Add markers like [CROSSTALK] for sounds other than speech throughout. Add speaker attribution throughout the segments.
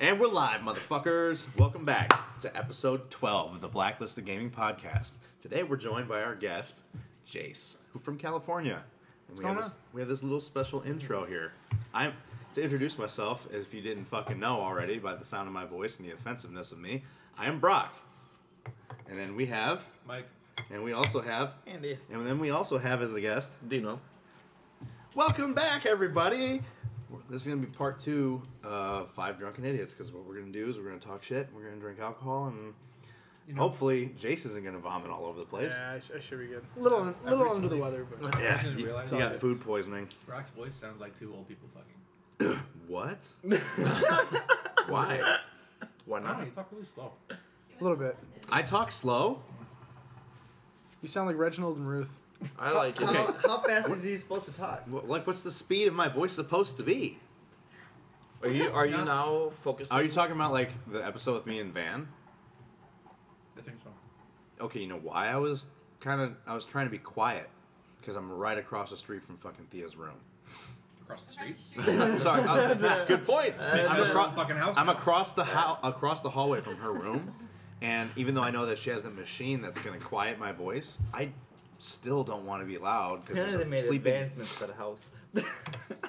Speaker 1: And we're live, motherfuckers. Welcome back to episode 12 of the Blacklisted Gaming Podcast. Today we're joined by our guest, Jace, who from California. And we,
Speaker 2: going
Speaker 1: have this,
Speaker 2: on?
Speaker 1: we have this little special intro here. I'm to introduce myself, if you didn't fucking know already by the sound of my voice and the offensiveness of me, I am Brock. And then we have,
Speaker 3: Mike.
Speaker 1: and we also have,
Speaker 2: Andy.
Speaker 1: and then we also have as a guest,
Speaker 4: Dino.
Speaker 1: Welcome back, everybody. This is gonna be part two of Five Drunken Idiots because what we're gonna do is we're gonna talk shit, we're gonna drink alcohol, and
Speaker 3: You know-
Speaker 1: hopefully Jace isn't gonna vomit all over the place.
Speaker 2: Yeah, I, sh- I should be good.
Speaker 5: little
Speaker 2: I've- I've
Speaker 5: little under
Speaker 2: recently-
Speaker 5: the weather, but
Speaker 1: Yeah,
Speaker 3: I didn't
Speaker 1: you,
Speaker 3: realize
Speaker 1: you got
Speaker 3: that.
Speaker 1: food poisoning.
Speaker 3: Brock's voice sounds like two old people fucking. [LAUGHS]
Speaker 1: What? Why?
Speaker 4: Why
Speaker 3: No,
Speaker 4: not?
Speaker 3: you talk really slow.
Speaker 5: a little bit.
Speaker 1: I talk slow.
Speaker 5: You sound like Reginald and Ruth.
Speaker 4: I like it.
Speaker 1: Okay.
Speaker 6: How, how fast is he supposed to talk?
Speaker 1: Wh- Like, what's the speed of my voice supposed to be?
Speaker 4: Are you are you
Speaker 3: No.
Speaker 4: now focused?
Speaker 1: Are you talking about like the episode with me and Van?
Speaker 3: I think so.
Speaker 1: Okay, you know why I was kind of I was trying to be quiet because I'm right across the street from fucking Thea's room.
Speaker 6: [LAUGHS]
Speaker 3: Across the street.
Speaker 1: I'm sorry. uh, [LAUGHS]
Speaker 4: Good point.
Speaker 3: I'm
Speaker 1: I'm, acro-
Speaker 3: fucking house.
Speaker 1: I'm
Speaker 3: now.
Speaker 1: across the hall, across the hallway from her room, and even though I know that she has a machine that's gonna quiet my voice, I still don't want to be loud because
Speaker 6: Apparently they made
Speaker 1: sleeping.
Speaker 6: advancements to the house.
Speaker 1: [LAUGHS]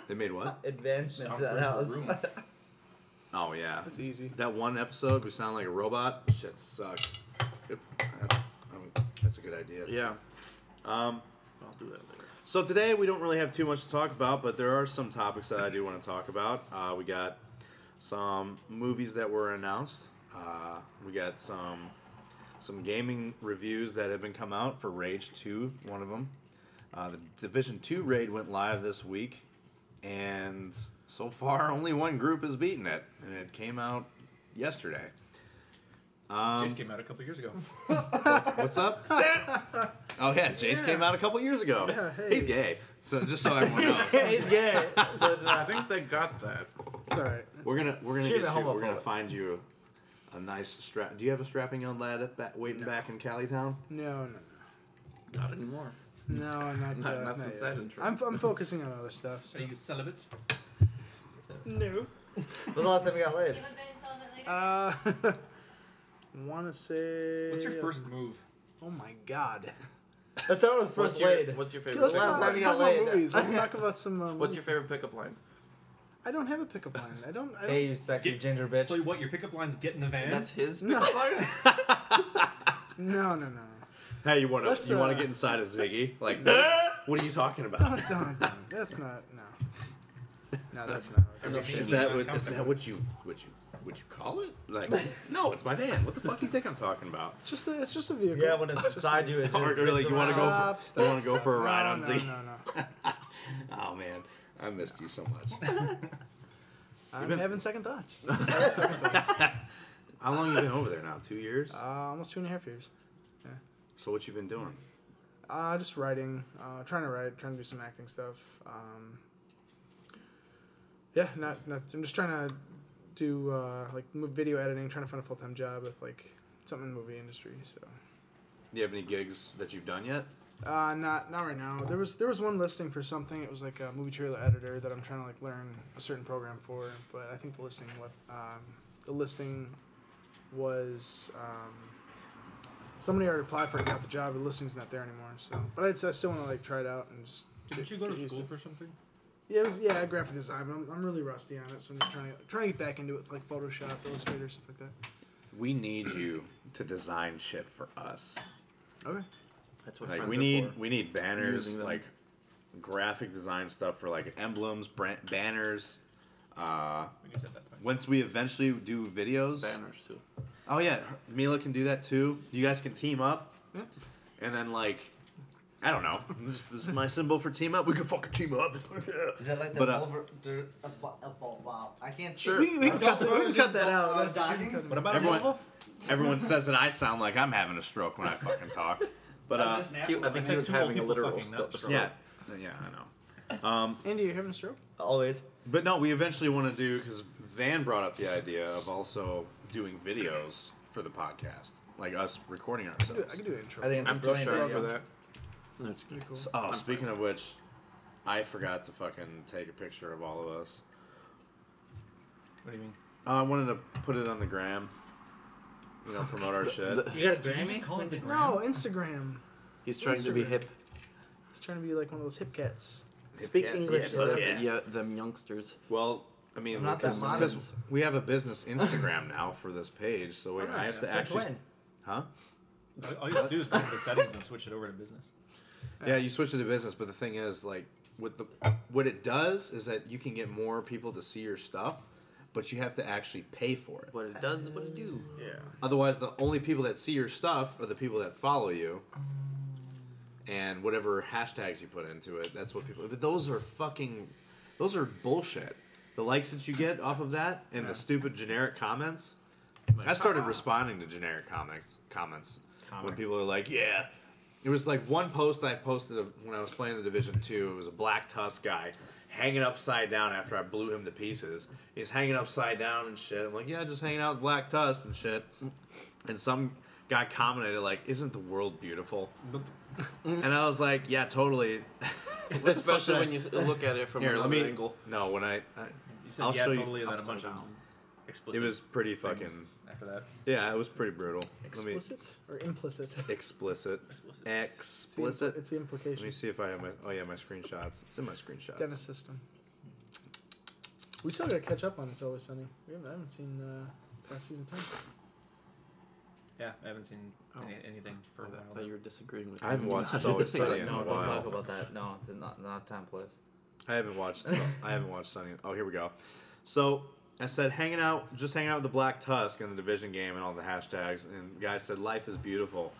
Speaker 1: They made what?
Speaker 6: advancements
Speaker 3: Soundproofs
Speaker 6: to the house.
Speaker 3: the room.
Speaker 1: Oh yeah,
Speaker 5: That's easy.
Speaker 1: that one episode we sound like a robot. Shit sucked. Good. That's, I mean, that's a good idea.
Speaker 4: Yeah. Um. I'll do that later.
Speaker 1: So today we don't really have too much to talk about, but there are some topics that I do want to talk about. Uh, we got some movies that were announced. Uh, we got some some gaming reviews that have been come out for Rage Two, one of them. Uh, the Division Two raid went live this week, and so far [LAUGHS] only one group has beaten it, and it came out yesterday.
Speaker 3: Jace came out a couple years ago.
Speaker 1: What's up? Oh yeah, Jace came out a couple years ago.
Speaker 5: hey.
Speaker 1: He's gay. So just so everyone knows.
Speaker 6: [LAUGHS] yeah, he's
Speaker 5: [LAUGHS]
Speaker 6: gay. uh,
Speaker 4: I think they got that.
Speaker 5: It's all right.
Speaker 1: We're gonna we're gonna
Speaker 6: She's
Speaker 1: get
Speaker 6: a
Speaker 1: you, we're gonna
Speaker 6: homophobe.
Speaker 1: find you a nice strap. Do you have a strapping young lad at ba- waiting back in Cali Town?
Speaker 5: No, no,
Speaker 4: Not anymore.
Speaker 5: no, no. I'm Not,
Speaker 4: Not,
Speaker 5: uh,
Speaker 4: not
Speaker 5: not
Speaker 4: since
Speaker 5: yet.
Speaker 4: that intro.
Speaker 5: I'm, I'm focusing on other stuff.
Speaker 3: So
Speaker 5: So.
Speaker 3: you celibate?
Speaker 5: No.
Speaker 6: When's the last time we got laid?
Speaker 7: You haven't been celibate
Speaker 5: Uh,
Speaker 7: lately?
Speaker 5: [LAUGHS] want to say. um,
Speaker 3: What's your first move?
Speaker 5: Oh my God.
Speaker 6: Let's start with first
Speaker 4: what's your
Speaker 6: laid.
Speaker 4: What's your favorite?
Speaker 5: Let's,
Speaker 6: last
Speaker 5: not-
Speaker 4: Pickup?
Speaker 6: time you
Speaker 5: let's talk
Speaker 6: got
Speaker 5: about
Speaker 6: laid?
Speaker 5: movies.
Speaker 4: [LAUGHS]
Speaker 5: Let's talk about some. Uh,
Speaker 4: What's your
Speaker 5: movies.
Speaker 4: favorite pickup line?
Speaker 5: I don't have a pickup line. I don't. I don't
Speaker 6: Hey, you sexy
Speaker 3: Get-
Speaker 6: ginger bitch.
Speaker 3: So what? Your pickup line's get in the van.
Speaker 4: That's his
Speaker 5: No.
Speaker 4: pickup line.
Speaker 5: No, no, no.
Speaker 1: Hey, you wanna
Speaker 5: Let's,
Speaker 1: you wanna
Speaker 5: uh,
Speaker 1: get inside of
Speaker 5: [LAUGHS]
Speaker 1: Ziggy? Like, what are you talking about?
Speaker 5: Don't, don't, don't. That's not. No. No, that's not.
Speaker 1: [LAUGHS]
Speaker 3: Everything
Speaker 1: Is
Speaker 3: you
Speaker 1: that
Speaker 3: got
Speaker 1: what is
Speaker 3: comes
Speaker 1: that what you what you what you call it?
Speaker 5: [LAUGHS]
Speaker 1: Like, no, it's my van. What the fuck do you think I'm talking about?
Speaker 5: Just a, it's just a vehicle.
Speaker 6: yeah, when it's inside you, it just
Speaker 1: Or, or like
Speaker 6: zips
Speaker 1: you wanna
Speaker 6: around.
Speaker 1: go
Speaker 5: Stop,
Speaker 1: for,
Speaker 5: stop,
Speaker 1: you wanna go [LAUGHS] for a
Speaker 5: No,
Speaker 1: ride on
Speaker 5: no,
Speaker 1: Ziggy?
Speaker 5: no, no.
Speaker 1: Oh man, I missed you so much.
Speaker 5: [LAUGHS] I'm
Speaker 1: been-
Speaker 5: having
Speaker 1: [LAUGHS]
Speaker 5: second thoughts.
Speaker 1: How long you been over there now? Two years.
Speaker 5: Uh, almost two and a half years.
Speaker 1: So what you been doing?
Speaker 5: Uh, just writing, uh, trying to write, trying to do some acting stuff. Um, yeah, not, not. I'm just trying to do uh, like mo- video editing, trying to find a full time job with like something in the movie industry. So,
Speaker 1: Do you have any gigs that you've done yet?
Speaker 5: uh, not not right now. There was there was one listing for something. It was like a movie trailer editor that I'm trying to like learn a certain program for. But I think the listing what um, the listing was. Um, Somebody already applied for it, got the job. The listing's not there anymore. So, but I'd, I still want to like try it out and just
Speaker 3: Didn't you go to school for something?
Speaker 5: Yeah, it was, yeah, graphic design, but I'm, I'm really rusty on it, so I'm just trying to trying to get back into it, with, like Photoshop, Illustrator, stuff like that.
Speaker 1: We need you to design shit for us.
Speaker 5: Okay.
Speaker 4: That's what
Speaker 1: Like
Speaker 4: friends
Speaker 1: we
Speaker 4: are
Speaker 1: need
Speaker 4: for.
Speaker 1: we need banners
Speaker 4: Using them.
Speaker 1: like graphic design stuff for like emblems, brand, banners. Uh,
Speaker 3: When you said that twice.
Speaker 1: once we eventually do videos,
Speaker 4: banners too.
Speaker 1: oh yeah, Mila can do that too. You guys can team up,
Speaker 5: Yeah.
Speaker 1: and then like, I don't know, this, this is my symbol for team up. We can fucking team
Speaker 6: [LAUGHS]
Speaker 1: up.
Speaker 6: Is that like the
Speaker 1: But, uh,
Speaker 6: Wolver- the- uh, wow, uh, wow. I can't
Speaker 4: Sure.
Speaker 6: see.
Speaker 5: We, we, can cut, we can cut that out.
Speaker 6: Uh,
Speaker 5: That's, we can cut
Speaker 6: docking?
Speaker 5: it
Speaker 3: What about
Speaker 1: Everyone-
Speaker 3: Volvo?
Speaker 1: Everyone says that I sound like I'm having a stroke when I fucking talk,
Speaker 6: [LAUGHS]
Speaker 1: but uh,
Speaker 6: That's just
Speaker 4: He, I
Speaker 6: natural.
Speaker 4: think
Speaker 3: said
Speaker 4: he was
Speaker 3: two old
Speaker 4: having a
Speaker 3: people
Speaker 4: literal
Speaker 3: fucking
Speaker 4: stu-
Speaker 3: nuts,
Speaker 4: stroke.
Speaker 1: yeah, yeah, I know.
Speaker 5: out. Andy, you having a stroke?
Speaker 6: Always.
Speaker 1: But no, we eventually want to do because Van brought up the idea of also doing videos for the podcast, like us recording
Speaker 5: I can do,
Speaker 1: ourselves.
Speaker 5: I can do an intro.
Speaker 6: I think it's a
Speaker 4: I'm too
Speaker 6: brilliant
Speaker 4: shy
Speaker 6: idea.
Speaker 4: for that.
Speaker 5: Pretty cool.
Speaker 1: S- Oh, speaking of which, I forgot to fucking take a picture of all of us. Uh,
Speaker 3: What do you mean?
Speaker 1: I wanted to put it on the gram. You know, promote our shit.
Speaker 2: You got a
Speaker 3: Did you just call it the
Speaker 2: Grammy?
Speaker 3: gram?
Speaker 5: No, Instagram.
Speaker 4: He's trying to be
Speaker 5: Instagram.
Speaker 4: hip.
Speaker 5: He's trying to be like one of those hip cats.
Speaker 2: Speak
Speaker 1: Hipcats.
Speaker 2: English,
Speaker 1: Yeah,
Speaker 2: though.
Speaker 1: but-
Speaker 4: uh, Yeah, yeah, them youngsters.
Speaker 1: Well, I mean,
Speaker 6: I'm not that
Speaker 1: because
Speaker 6: modern.
Speaker 1: because we have a business Instagram now for this page, so we, I have to
Speaker 2: Since
Speaker 1: actually,
Speaker 2: when?
Speaker 1: huh?
Speaker 3: All- All you have to do is go to the settings and switch it over to business.
Speaker 1: Yeah, you switch it to business, but the thing is, like, with the what it does is that you can get more people to see your stuff, but you have to actually pay for it.
Speaker 2: What it does is what it do.
Speaker 4: Yeah.
Speaker 1: Otherwise, the only people that see your stuff are the people that follow you, and whatever hashtags you put into it. That's what people. But those are fucking, those are bullshit. The likes that you get off of that and the stupid generic comments. I started responding to generic comics comments, when
Speaker 2: Comics.
Speaker 1: people are like, "Yeah." It was like one post I posted of when I was playing the Division Two. It was a black tusk guy hanging upside down after I blew him to pieces. He's hanging upside down and shit. I'm like, "Yeah, just hanging out with black tusk and shit." And some guy commented like, "Isn't the world beautiful?"
Speaker 4: Mm-hmm.
Speaker 1: And I was like, "Yeah, totally."
Speaker 4: [LAUGHS] Especially when you s- look at it from
Speaker 1: Here,
Speaker 4: another
Speaker 1: let me.
Speaker 4: angle.
Speaker 1: No, when I, I
Speaker 3: You said
Speaker 1: I'll
Speaker 3: yeah,
Speaker 1: show you
Speaker 3: totally, and then a
Speaker 4: upside
Speaker 3: bunch of
Speaker 4: down.
Speaker 1: it
Speaker 2: Explicit.
Speaker 1: was pretty fucking.
Speaker 3: things after that.
Speaker 1: Yeah, it was pretty brutal. Let me
Speaker 5: Explicit or
Speaker 1: [LAUGHS]
Speaker 5: implicit?
Speaker 1: explicit.
Speaker 2: Explicit.
Speaker 5: It's the impl-
Speaker 1: Explicit.
Speaker 5: It's the
Speaker 1: Let me
Speaker 5: implication.
Speaker 1: see if I have my. Oh yeah, my screenshots. It's in my screenshots.
Speaker 5: Dennis system. We still gotta catch up on It's Always Sunny. We haven't, I haven't seen uh, past season ten.
Speaker 3: Yeah, I haven't seen any,
Speaker 4: Oh.
Speaker 3: anything for
Speaker 4: I
Speaker 3: a
Speaker 4: thought
Speaker 3: while.
Speaker 4: you were disagreeing with
Speaker 1: I haven't
Speaker 4: me.
Speaker 1: watched It's Always
Speaker 2: no,
Speaker 1: Sunny in a
Speaker 2: don't
Speaker 1: while.
Speaker 2: talk about that. No, it's not not time place.
Speaker 1: I haven't watched. I haven't watched Sunny. Oh, here we go. So I said hanging out, just hanging out with the Black Tusk in the division game and all the hashtags. And the guy said life is beautiful,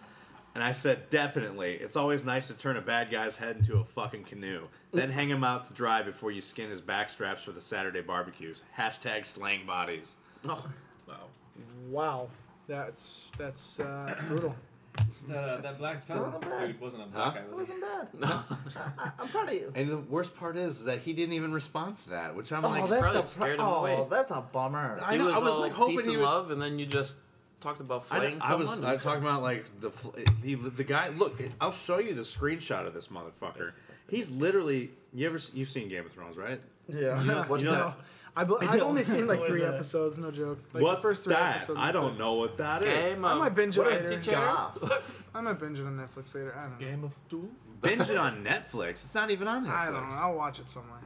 Speaker 1: and I said definitely. It's always nice to turn a bad guy's head into a fucking canoe, then hang him out to dry before you skin his backstraps for the Saturday barbecues. Hashtag slang bodies.
Speaker 4: Oh,
Speaker 3: [LAUGHS] Wow.
Speaker 5: Wow, that's that's uh, [CLEARS THROAT] brutal.
Speaker 3: That, that black
Speaker 6: Tusk
Speaker 3: dude wasn't a
Speaker 1: black Huh?
Speaker 3: black guy,
Speaker 1: guy,
Speaker 6: It wasn't [LAUGHS] bad.
Speaker 4: no.
Speaker 6: I, I'm proud of you.
Speaker 1: And the worst part is that he didn't even respond to that, which I'm
Speaker 6: Oh,
Speaker 1: like,
Speaker 6: that's
Speaker 4: probably
Speaker 6: a,
Speaker 4: scared him
Speaker 6: oh,
Speaker 4: away.
Speaker 6: that's a bummer.
Speaker 1: I know,
Speaker 4: He
Speaker 1: I was,
Speaker 4: all
Speaker 1: like, hoping
Speaker 4: peace
Speaker 1: he
Speaker 4: and
Speaker 1: would-
Speaker 4: love, and then you just talked about
Speaker 1: I,
Speaker 4: flaying
Speaker 1: I
Speaker 4: someone.
Speaker 1: was I'm
Speaker 4: [LAUGHS]
Speaker 1: talking about like the fl- he, the guy. Look, I'll show you the screenshot of this motherfucker. He's literally. You ever s- you've seen Game of Thrones, right?
Speaker 6: yeah. [LAUGHS]
Speaker 4: what's
Speaker 1: you know-
Speaker 4: that?
Speaker 5: I bel I've
Speaker 1: it-
Speaker 5: only seen like
Speaker 6: what is
Speaker 5: three
Speaker 6: that?
Speaker 5: episodes. No joke. Like, the
Speaker 1: What
Speaker 5: first three
Speaker 1: that?
Speaker 5: episodes.
Speaker 1: I
Speaker 5: that's
Speaker 1: don't
Speaker 5: it.
Speaker 1: know what that is.
Speaker 4: Game
Speaker 5: I
Speaker 4: of
Speaker 5: might binge
Speaker 4: what
Speaker 5: it
Speaker 4: is
Speaker 5: later.
Speaker 4: teacher? [LAUGHS]
Speaker 5: I might binge it on Netflix later. I don't know.
Speaker 3: Game of Stools?
Speaker 1: Binge it on Netflix. It's not even on Netflix.
Speaker 5: I don't know. I'll watch it somewhere.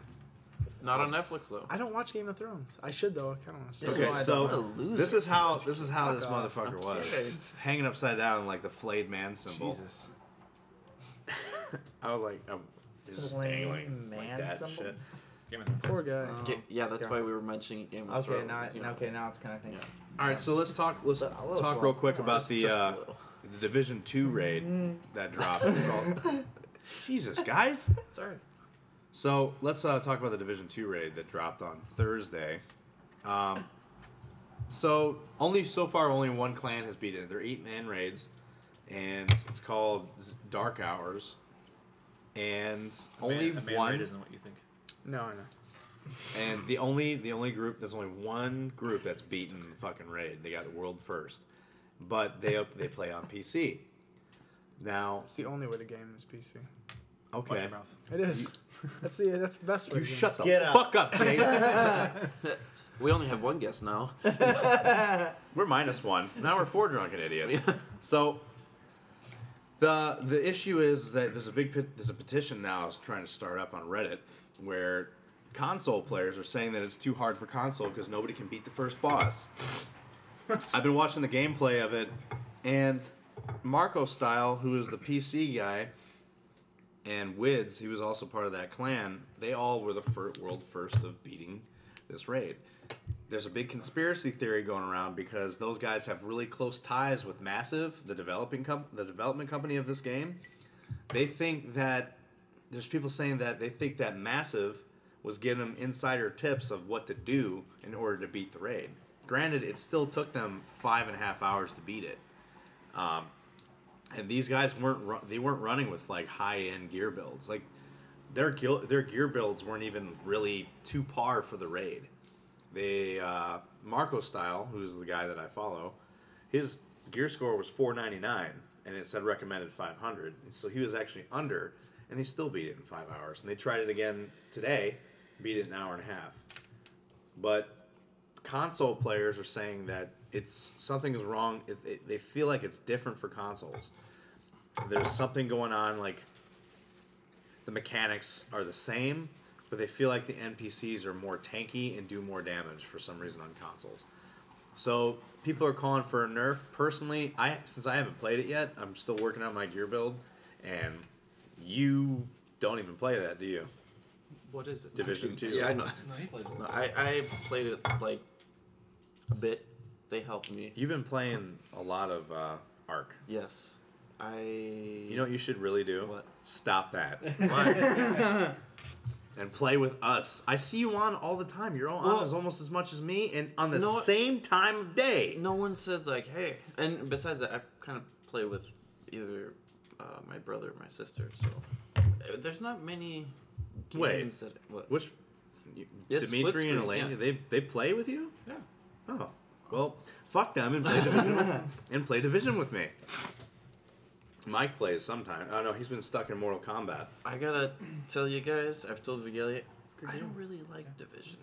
Speaker 4: Not on Netflix though.
Speaker 5: I don't watch Game of Thrones. I should though. I kind of want to.
Speaker 6: Yeah.
Speaker 1: Okay,
Speaker 6: What a
Speaker 1: so
Speaker 4: loser.
Speaker 1: this is how this is how this
Speaker 5: Fuck off.
Speaker 1: motherfucker
Speaker 4: Okay.
Speaker 1: was hanging upside down like the flayed man symbol.
Speaker 3: Jesus.
Speaker 1: I was like, I'm just
Speaker 6: Flayed
Speaker 1: dangling like
Speaker 6: man
Speaker 1: that
Speaker 6: symbol?
Speaker 1: shit.
Speaker 3: Game of Thrones.
Speaker 5: Poor guy.
Speaker 4: Ga- yeah, that's
Speaker 6: Okay.
Speaker 4: why we were mentioning Game of
Speaker 6: Okay,
Speaker 4: Thrones.
Speaker 6: now,
Speaker 4: you
Speaker 6: I,
Speaker 4: know.
Speaker 6: okay, now it's kind of things.
Speaker 1: All right, so let's talk. Let's
Speaker 6: But a little
Speaker 1: talk
Speaker 6: slow.
Speaker 1: real quick about
Speaker 4: Just-
Speaker 1: the
Speaker 4: just a
Speaker 1: uh,
Speaker 4: little.
Speaker 1: the Division Two raid that dropped. Jesus, guys.
Speaker 4: It's alright.
Speaker 1: So let's uh, talk about the Division Two raid that dropped on Thursday. Um, so only so far, only one clan has beaten it. They're eight man raids, and it's called Z- Dark Hours. And only
Speaker 3: a man
Speaker 1: one,
Speaker 3: raid isn't what you think.
Speaker 5: No, I know.
Speaker 1: and the only the only group there's only one group that's beaten the fucking raid. They got the world first, but they they play on PC. Now,
Speaker 5: It's the only way to game is PC.
Speaker 3: Watch
Speaker 1: okay,
Speaker 3: your mouth.
Speaker 5: It is. That's the that's the best way.
Speaker 1: you
Speaker 5: to game.
Speaker 1: shut
Speaker 6: [LAUGHS]
Speaker 1: the
Speaker 6: Get up.
Speaker 1: [LAUGHS] fuck up, Chase.
Speaker 4: We only have one guest now.
Speaker 1: We're minus one. Now we're four drunken idiots. So the the issue is that there's a big pet- there's a petition now is trying to start up on Reddit where console players are saying that it's too hard for console because nobody can beat the first boss. I've been watching the gameplay of it, and Marco Style, who is the PC guy, and Wids, he was also part of that clan. They all were the fir- world first of beating this raid there's a big conspiracy theory going around because those guys have really close ties with Massive, the developing comp- the development company of this game. They think that there's people saying that they think that Massive was giving them insider tips of what to do in order to beat the raid. Granted, it still took them five and a half hours to beat it, um, and these guys weren't ru- they weren't running with like high end gear builds. Like their gil- their gear builds weren't even really too par for the raid they uh, Marco Style, who's the guy that I follow, his gear score was 499, and it said recommended 500. So he was actually under, and they still beat it in five hours. And they tried it again today, beat it in an hour and a half. But console players are saying that it's something is wrong. It, it, they feel like it's different for consoles. There's something going on. Like the mechanics are the same, but they feel like the NPCs are more tanky and do more damage for some reason on consoles. So people are calling for a nerf. Personally, I since I haven't played it yet, I'm still working on my gear build, and you don't even play that, do you?
Speaker 4: What is it?
Speaker 1: Division two.
Speaker 4: Yeah, I know.
Speaker 3: No, he plays it.
Speaker 4: No, I I played it like a bit. They helped me.
Speaker 1: You've been playing a lot of uh, Ark.
Speaker 4: Yes. I.
Speaker 1: You know what you should really do?
Speaker 4: What?
Speaker 1: Stop that
Speaker 4: Why?
Speaker 1: and play with us. I see you on all the time. You're on
Speaker 4: Well-
Speaker 1: as almost as much as me, and on the
Speaker 4: You know what?
Speaker 1: same time of day.
Speaker 4: no one says like, hey. And besides that, I kind of play with either uh, my brother or my sister. So uh, there's not many games
Speaker 1: Wait.
Speaker 4: that what.
Speaker 1: Which
Speaker 4: It's split
Speaker 1: Dimitri and
Speaker 4: screen,
Speaker 1: Elena,
Speaker 4: yeah.
Speaker 1: they they play with you?
Speaker 4: Yeah.
Speaker 1: Oh, well, fuck them and play
Speaker 4: [LAUGHS]
Speaker 1: division and play division with me. Mike plays sometime. Oh no, he's been stuck in Mortal Kombat.
Speaker 4: I gotta tell you guys, I've told Vigelia,
Speaker 6: good
Speaker 4: I
Speaker 6: game.
Speaker 4: don't really like Division.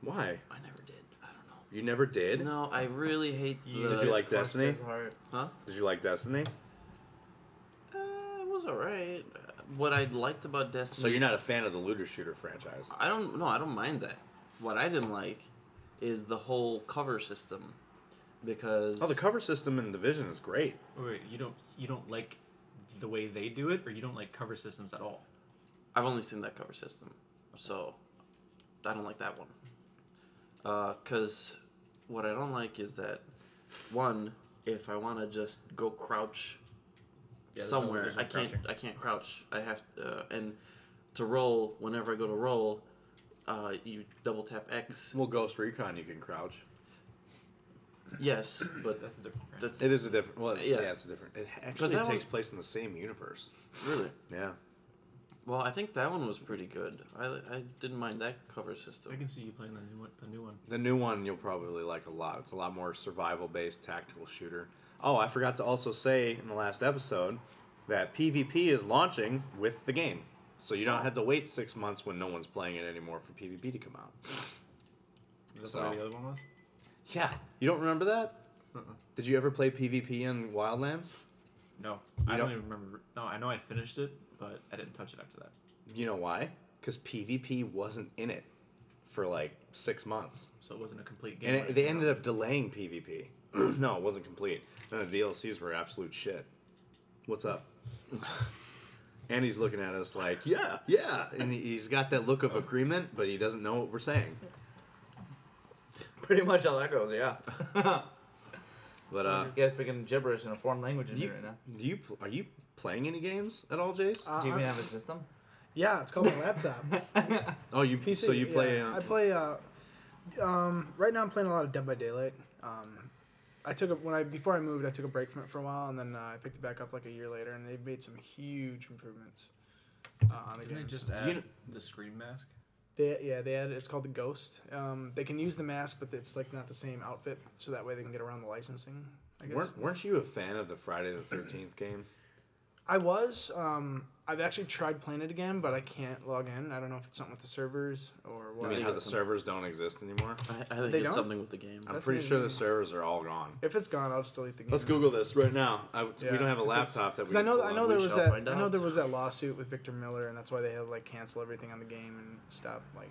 Speaker 1: Why?
Speaker 4: I never did. I don't
Speaker 1: You never did.
Speaker 4: know. No, I really hate the.
Speaker 1: Did you like Destiny?
Speaker 4: Huh?
Speaker 1: Did you like Destiny?
Speaker 4: Uh, it was alright. Uh, What I liked about Destiny.
Speaker 1: So you're not a fan of the looter shooter franchise?
Speaker 4: I don't no, I don't mind that. What I didn't like is the whole cover system because
Speaker 1: Oh, the cover system in Division is great.
Speaker 3: Wait, wait, you don't you don't like the way they do it, or you don't like cover systems at all.
Speaker 4: I've only seen that cover system, so I don't like that one. Because what I don't like is that one, if I want to just go crouch
Speaker 3: Yeah, there's no-
Speaker 4: somewhere,
Speaker 3: there's no
Speaker 4: I can't.
Speaker 3: crouching.
Speaker 4: I can't crouch. I have uh, and to roll. Whenever I go to roll, uh, you double tap X.
Speaker 1: Well, Ghost Recon you can crouch.
Speaker 4: Yes, but
Speaker 3: That's a different. brand.
Speaker 4: that's
Speaker 1: It is a different. Well, it's- yeah.
Speaker 4: Yeah.
Speaker 1: it's a different. It actually
Speaker 4: that
Speaker 1: takes
Speaker 4: one-
Speaker 1: place in the same universe.
Speaker 4: really.
Speaker 1: Yeah.
Speaker 4: Well, I think that one was pretty good. I, I didn't mind that cover
Speaker 3: I
Speaker 4: system.
Speaker 3: can see you playing the new one. The new one.
Speaker 1: The new one you'll probably like a lot. It's a lot more survival based tactical shooter. Oh, I forgot to also say in the last episode that PvP is launching with the game. So you don't have to wait six months when no one's playing it anymore for PvP to come out.
Speaker 3: Is that
Speaker 1: So-
Speaker 3: the way the other one was?
Speaker 1: Yeah. You don't remember that?
Speaker 3: Uh-uh.
Speaker 1: Did you ever play PvP in Wildlands?
Speaker 3: No, I
Speaker 1: don't-
Speaker 3: don't, even remember. No, I know I finished it, but I didn't touch it after that.
Speaker 1: You know why? Because PvP wasn't in it for like six months.
Speaker 3: So it wasn't a complete game.
Speaker 1: And it, they ended up delaying PvP. [CLEARS THROAT] no, it wasn't complete. None the DLCs were absolute shit. What's up? [LAUGHS] and he's looking at us like, yeah, yeah. And he- he's got that look of
Speaker 6: Oh.
Speaker 1: agreement, but he doesn't know what we're saying.
Speaker 6: [LAUGHS] Pretty much how that goes, [LAUGHS] yeah. Uh,
Speaker 1: But uh,
Speaker 6: you guys speaking gibberish in a foreign language in
Speaker 1: do you,
Speaker 6: here right now.
Speaker 1: do you pl- are you playing any games at all, Jace?
Speaker 5: Uh,
Speaker 6: Do you
Speaker 5: I'm-
Speaker 6: even have a system?
Speaker 5: yeah, it's called my
Speaker 1: [LAUGHS]
Speaker 5: laptop.
Speaker 1: oh, you
Speaker 5: PC.
Speaker 1: so you play?
Speaker 5: yeah.
Speaker 1: uh,
Speaker 5: I play. Uh, um, right now, I'm playing a lot of Dead by Daylight. Um, I took a, when I before I moved, I took a break from it for a while, and then uh, I picked it back up like a year later, and they've made some huge improvements uh, on the
Speaker 3: Didn't they
Speaker 5: game.
Speaker 3: just add
Speaker 1: You
Speaker 3: the screen mask?
Speaker 5: They, yeah, they added. It's called the Ghost. Um, they can use the mask, but it's like not the same outfit, so that way they can get around the licensing. I guess
Speaker 1: weren't, weren't you a fan of the Friday the Thirteenth game?
Speaker 5: I was. Um, I've actually tried playing it again, but I can't log in. I don't know if it's something with the servers or
Speaker 1: I
Speaker 5: what.
Speaker 1: mean,
Speaker 4: think
Speaker 1: how the
Speaker 4: it's-
Speaker 1: servers don't exist anymore.
Speaker 4: I, I think
Speaker 5: They
Speaker 4: it's
Speaker 5: don't?
Speaker 4: something with the game.
Speaker 1: I'm
Speaker 5: That's
Speaker 1: pretty sure the
Speaker 5: amazing.
Speaker 1: servers are all gone.
Speaker 5: If it's gone, I'll just delete the game.
Speaker 1: Let's Google this right now. I, We don't have a
Speaker 5: Cause it's-
Speaker 1: laptop that we.
Speaker 5: Cause I know,
Speaker 1: can
Speaker 5: I
Speaker 1: pull
Speaker 5: know
Speaker 1: up.
Speaker 5: there
Speaker 4: We
Speaker 5: was
Speaker 4: shall
Speaker 5: that.
Speaker 4: find
Speaker 5: I know
Speaker 4: out.
Speaker 5: there was that lawsuit with Victor Miller, and that's why they had to like cancel everything on the game and stop like,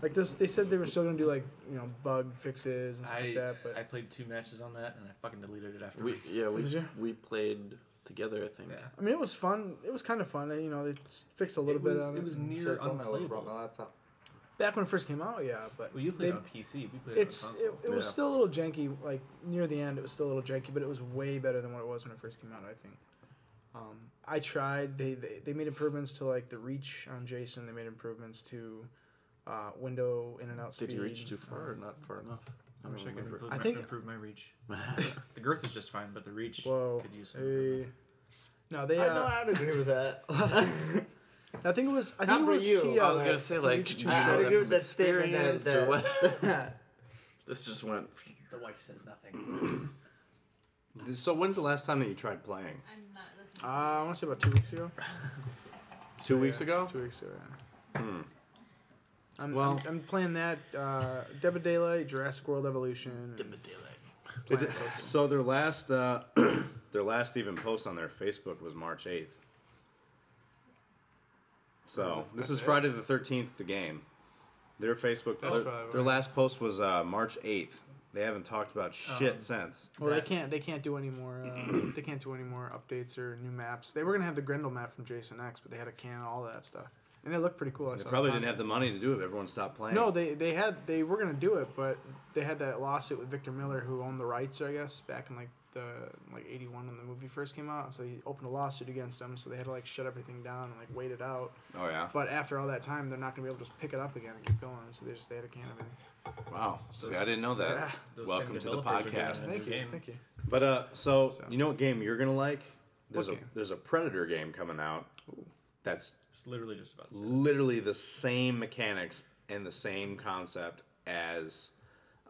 Speaker 5: like this. They said they were still gonna do like you know bug fixes and stuff
Speaker 3: I
Speaker 5: like that, but
Speaker 3: I played two matches on that and I fucking deleted it
Speaker 4: We
Speaker 3: afterwards.
Speaker 4: yeah
Speaker 5: Did
Speaker 4: we
Speaker 5: you?
Speaker 4: we played together. I think.
Speaker 3: Yeah.
Speaker 5: I mean it was fun. It was kind of fun. You know they s- fixed a little
Speaker 3: it
Speaker 5: bit.
Speaker 3: was,
Speaker 5: on
Speaker 3: it was
Speaker 5: and-
Speaker 3: near
Speaker 6: Should've told me I would've brought
Speaker 3: unplayable.
Speaker 6: my laptop.
Speaker 5: back when it first came out. Yeah, but
Speaker 3: Well, you
Speaker 5: they-
Speaker 3: played on PC. We played
Speaker 5: it's
Speaker 3: on
Speaker 5: it,
Speaker 3: console.
Speaker 5: it was
Speaker 1: Yeah.
Speaker 5: still a little janky. Like near the end, it was still a little janky, but it was way better than what it was when it first came out. I think. Um, I tried. They, they they made improvements to like the reach on Jason. They made improvements to uh, window in and out speed.
Speaker 4: Did you reach too far or
Speaker 5: Um,
Speaker 4: not far enough?
Speaker 3: I wish I could improve,
Speaker 5: I
Speaker 3: my,
Speaker 5: think-
Speaker 3: improve my reach.
Speaker 4: [LAUGHS] remember.
Speaker 3: The girth is just fine, but the reach
Speaker 5: Whoa.
Speaker 3: could use some
Speaker 5: Hey. No, they.
Speaker 6: I know
Speaker 5: Uh,
Speaker 6: I'd agree with [LAUGHS] that.
Speaker 5: I think it was. I
Speaker 6: Not
Speaker 5: think it
Speaker 6: for
Speaker 5: was.
Speaker 6: you.
Speaker 5: He, uh,
Speaker 4: I was gonna say like
Speaker 5: reached
Speaker 4: did
Speaker 5: too
Speaker 4: you
Speaker 6: I-
Speaker 4: know
Speaker 6: I'd
Speaker 5: short.
Speaker 4: that
Speaker 6: agree with
Speaker 4: from
Speaker 6: that statement that-
Speaker 4: experience or
Speaker 6: that-
Speaker 4: what? [LAUGHS] This just went.
Speaker 3: The wife says [COUGHS] nothing.
Speaker 1: So when's the last time that you tried playing?
Speaker 7: I'm not listening.
Speaker 5: Uh,
Speaker 7: To
Speaker 5: I want to say about two weeks ago.
Speaker 1: Two weeks ago.
Speaker 4: Hmm.
Speaker 5: Two weeks ago. yeah. I'm,
Speaker 1: Well-
Speaker 5: I'm, I'm playing that uh, Dead by Daylight, Jurassic World Evolution. and
Speaker 1: It
Speaker 5: Planet
Speaker 1: d-
Speaker 5: Coaster.
Speaker 1: so their last uh, [CLEARS THROAT] their last even post on their Facebook was March eighth. So this is Friday the thirteenth. The game. Their Facebook
Speaker 5: That's
Speaker 1: their,
Speaker 5: probably
Speaker 1: their
Speaker 5: right.
Speaker 1: last post was uh, March eighth. They haven't talked about shit
Speaker 3: Um,
Speaker 1: since.
Speaker 5: Well, they
Speaker 3: That-
Speaker 5: can't. They can't do any more. Uh,
Speaker 1: [CLEARS THROAT]
Speaker 5: they can't do any more updates or new maps. They were gonna have the Grendel map from Jason X, but they had to cancel all that stuff, and it looked pretty cool. I
Speaker 1: They
Speaker 5: saw the
Speaker 1: probably didn't have
Speaker 5: concept.
Speaker 1: the money to do it. Everyone stopped playing.
Speaker 5: No, they they had they were gonna do it, but they had that lawsuit with Victor Miller, who owned the rights, I guess, back in like the like eighty one when the movie first came out. So he opened a lawsuit against them, so they had to like shut everything down and like wait it out.
Speaker 1: oh yeah.
Speaker 5: But after all that time, they're not gonna be able to just pick it up again and keep going. So they just they had to cancel everything.
Speaker 1: Wow. See, I didn't know that.
Speaker 5: Yeah.
Speaker 3: Those
Speaker 1: Welcome
Speaker 3: same
Speaker 1: to the
Speaker 3: developers are doing
Speaker 1: podcast.
Speaker 3: a new
Speaker 5: Thank you,
Speaker 3: game.
Speaker 5: thank you.
Speaker 1: But uh, so,
Speaker 5: So.
Speaker 1: you know what game you're gonna like? There's a
Speaker 5: What game?
Speaker 1: there's a Predator game coming out. That's
Speaker 3: It's literally just about.
Speaker 1: literally the same mechanics and the same concept as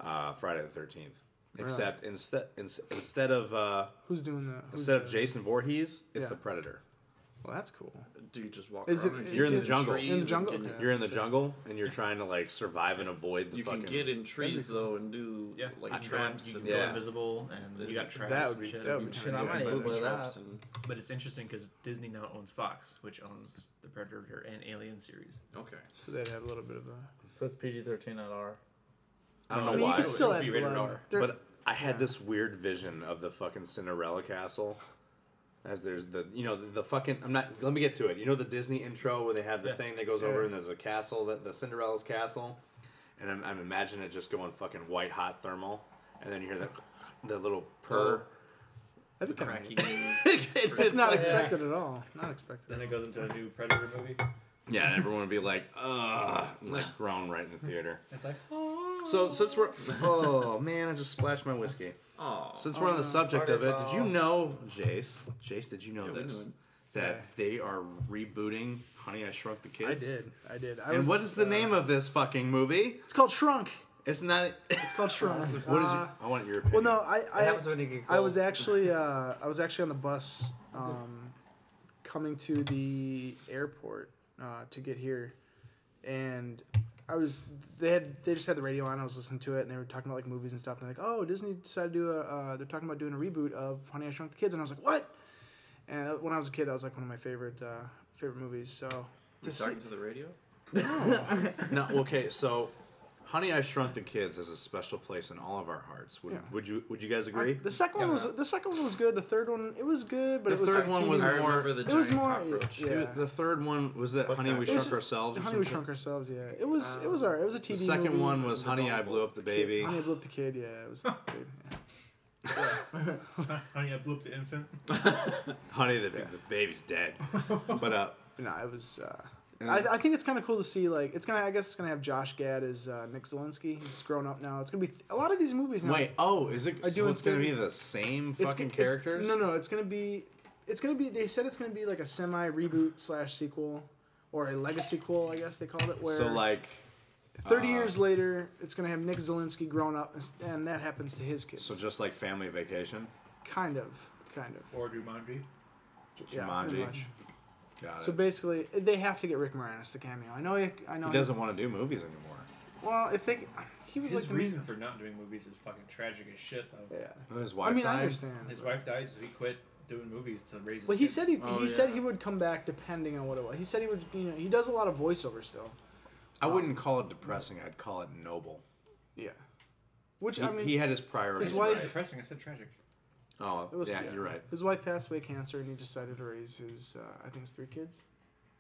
Speaker 1: uh, Friday the Thirteenth, except instead in, instead of uh,
Speaker 5: Who's doing the? Who's
Speaker 1: instead of
Speaker 5: the-
Speaker 1: Jason Voorhees, it's
Speaker 5: Yeah.
Speaker 1: the Predator.
Speaker 5: Well, that's cool.
Speaker 4: Do you just walk
Speaker 5: Is it-
Speaker 4: around? and
Speaker 5: is
Speaker 4: get
Speaker 1: You're in the jungle.
Speaker 4: trees
Speaker 5: In the
Speaker 4: and
Speaker 5: jungle?
Speaker 4: Can,
Speaker 5: Okay.
Speaker 1: You're in the
Speaker 5: so-
Speaker 1: jungle and you're trying to like survive and avoid the
Speaker 4: You
Speaker 1: fucking.
Speaker 4: can get in trees
Speaker 5: cool.
Speaker 4: though and do
Speaker 3: Yeah,
Speaker 4: like
Speaker 3: you can go in-
Speaker 4: traps
Speaker 3: You
Speaker 4: and
Speaker 3: can go
Speaker 1: Yeah.
Speaker 3: invisible, and you got traps.
Speaker 5: That
Speaker 3: and
Speaker 5: would be
Speaker 3: shit.
Speaker 4: Oh,
Speaker 5: that would be
Speaker 2: Shit,
Speaker 5: kinda
Speaker 2: I
Speaker 5: neat.
Speaker 2: might even
Speaker 4: booby
Speaker 2: play
Speaker 4: traps
Speaker 2: that.
Speaker 4: and
Speaker 3: But it's interesting because Disney now owns Fox, which owns the Predator and Alien [LAUGHS] series.
Speaker 4: okay.
Speaker 5: So they'd have a little bit of a.
Speaker 2: So it's PG thirteen, not R.
Speaker 1: I don't
Speaker 3: No,
Speaker 5: I
Speaker 1: know
Speaker 5: mean, you
Speaker 1: why,
Speaker 5: could still
Speaker 3: It would
Speaker 5: add
Speaker 3: be rated
Speaker 5: blood.
Speaker 3: R,
Speaker 5: There-
Speaker 1: but I had
Speaker 5: yeah.
Speaker 1: this weird vision of the fucking Cinderella castle. As there's the you know the, the fucking I'm not let me get to it. You know the Disney intro where they have the
Speaker 3: Yeah.
Speaker 1: thing that goes over
Speaker 5: Yeah.
Speaker 1: and there's a castle that the Cinderella's castle, and I'm, I'm imagining it just going fucking white hot thermal, and then you hear that the little purr.
Speaker 5: that'd be kinda neat.
Speaker 4: [LAUGHS] Cracky.
Speaker 5: Oh. [LAUGHS] It's not
Speaker 2: Yeah.
Speaker 5: expected at all. Not expected.
Speaker 2: Then it goes into a new Predator movie.
Speaker 1: Yeah, and everyone would be
Speaker 5: [LAUGHS]
Speaker 1: like, ugh, and, like groan right in the theater.
Speaker 2: It's like
Speaker 1: So since we're oh man, I just splashed my whiskey.
Speaker 4: Oh,
Speaker 1: Since we're on the subject of it, did you
Speaker 2: Waterfall.
Speaker 1: know, Jace? Jace, did you know
Speaker 4: we
Speaker 1: this?
Speaker 4: knew
Speaker 1: That
Speaker 5: Yeah.
Speaker 1: they are rebooting Honey I Shrunk the
Speaker 5: I
Speaker 1: Kids.
Speaker 5: did. I did. I
Speaker 1: And
Speaker 5: was,
Speaker 1: what is the
Speaker 5: uh,
Speaker 1: name of this fucking movie?
Speaker 5: It's called Shrunk.
Speaker 1: It's not.
Speaker 5: It's
Speaker 1: [LAUGHS]
Speaker 5: called Shrunk.
Speaker 1: what is?
Speaker 5: Uh,
Speaker 1: Your, I want your opinion.
Speaker 5: Well, no, I
Speaker 2: That
Speaker 5: I,
Speaker 2: happens when you get
Speaker 5: I
Speaker 2: cold.
Speaker 5: was actually uh, I was actually on the bus um, coming to the airport uh, to get here, and I was they had they just had the radio on. I was listening to it, and they were talking about like movies and stuff. And they're like, "Oh, Disney decided to do a uh, they're talking about doing a reboot of Honey I Shrunk the Kids," and I was like, "What?" And when I was a kid, that was like one of my favorite uh, favorite movies. So
Speaker 4: you
Speaker 5: to see,
Speaker 4: talking to the radio?
Speaker 1: No, okay, so Honey I Shrunk the Kids is a special place in all of our hearts. Would,
Speaker 5: Yeah.
Speaker 1: would you Would you guys
Speaker 5: I-
Speaker 1: agree?
Speaker 5: the second one was the second one was good. The third one it was good, but
Speaker 1: The
Speaker 5: it was
Speaker 1: third
Speaker 5: like
Speaker 1: one
Speaker 5: too
Speaker 1: was
Speaker 4: I
Speaker 5: many-
Speaker 1: more-
Speaker 4: remember the
Speaker 5: It
Speaker 4: giant
Speaker 5: was more-
Speaker 4: cockroach.
Speaker 5: yeah.
Speaker 1: Dude, the third one was that
Speaker 4: What
Speaker 1: Honey We
Speaker 4: kind?
Speaker 1: Shrunk
Speaker 5: It was-
Speaker 1: Ourselves. or
Speaker 5: Honey, we
Speaker 1: something?
Speaker 5: shrunk ourselves. Yeah, it was it was alright. It was a TV.
Speaker 1: Oh. The second
Speaker 5: movie.
Speaker 1: one was Honey I Blew Up the
Speaker 5: Kid-
Speaker 1: Baby.
Speaker 5: Honey, I blew up the kid. Yeah, it was.
Speaker 1: [LAUGHS]
Speaker 5: The baby. yeah.
Speaker 3: Honey, I blew up Oh, the infant.
Speaker 1: Honey, the, the baby's
Speaker 5: [LAUGHS]
Speaker 1: dead. but uh,
Speaker 5: But no, it was. Uh,
Speaker 1: and then-
Speaker 5: I, I think it's kind of cool to see like it's gonna. I guess it's gonna have Josh Gad as uh, Nick Zelensky. He's grown up now. It's gonna be th- a lot of these movies now.
Speaker 1: wait, oh, is it?
Speaker 5: I
Speaker 1: so
Speaker 5: do
Speaker 1: it's gonna be
Speaker 5: think-
Speaker 1: the same
Speaker 5: it's
Speaker 1: fucking
Speaker 5: g- it-
Speaker 1: characters?
Speaker 5: no, no, it's gonna be. It's gonna be. They said it's gonna be like a semi reboot slash sequel, or a legacy sequel. I guess they called it. Where
Speaker 1: So like,
Speaker 5: 30
Speaker 1: Uh,
Speaker 5: years later, it's going to have Nick Zelensky grown up, and that happens to his kids.
Speaker 1: so just like Family Vacation.
Speaker 5: kind of, kind of.
Speaker 3: Or Jumanji.
Speaker 5: Yeah,
Speaker 1: Jumanji.
Speaker 5: pretty much.
Speaker 1: Got
Speaker 5: So
Speaker 1: it.
Speaker 5: basically, they have to get Rick Moranis to cameo. I know. He, I know.
Speaker 1: He doesn't want to do movies anymore.
Speaker 5: well, if they, he was
Speaker 3: His
Speaker 5: like the-
Speaker 3: reason for not doing movies is fucking tragic as shit, though.
Speaker 5: Yeah.
Speaker 1: His wife
Speaker 5: I mean,
Speaker 1: died.
Speaker 5: I understand.
Speaker 3: His wife died, so he quit doing movies to raise. His
Speaker 5: Well, he
Speaker 3: kids.
Speaker 5: said he,
Speaker 4: Oh,
Speaker 5: he said
Speaker 4: yeah.
Speaker 5: he would come back depending on what it was. He said he would, you know, he does a lot of voiceover still.
Speaker 1: I wouldn't call it depressing. I'd call it noble.
Speaker 5: Yeah. Which
Speaker 1: He,
Speaker 5: I mean,
Speaker 1: he had his priorities.
Speaker 5: his wife-
Speaker 1: right.
Speaker 3: Depressing. I said tragic.
Speaker 1: Oh,
Speaker 5: it was
Speaker 1: yeah, you're right.
Speaker 5: His wife passed away cancer, and he decided to raise his, uh, I think, his three kids,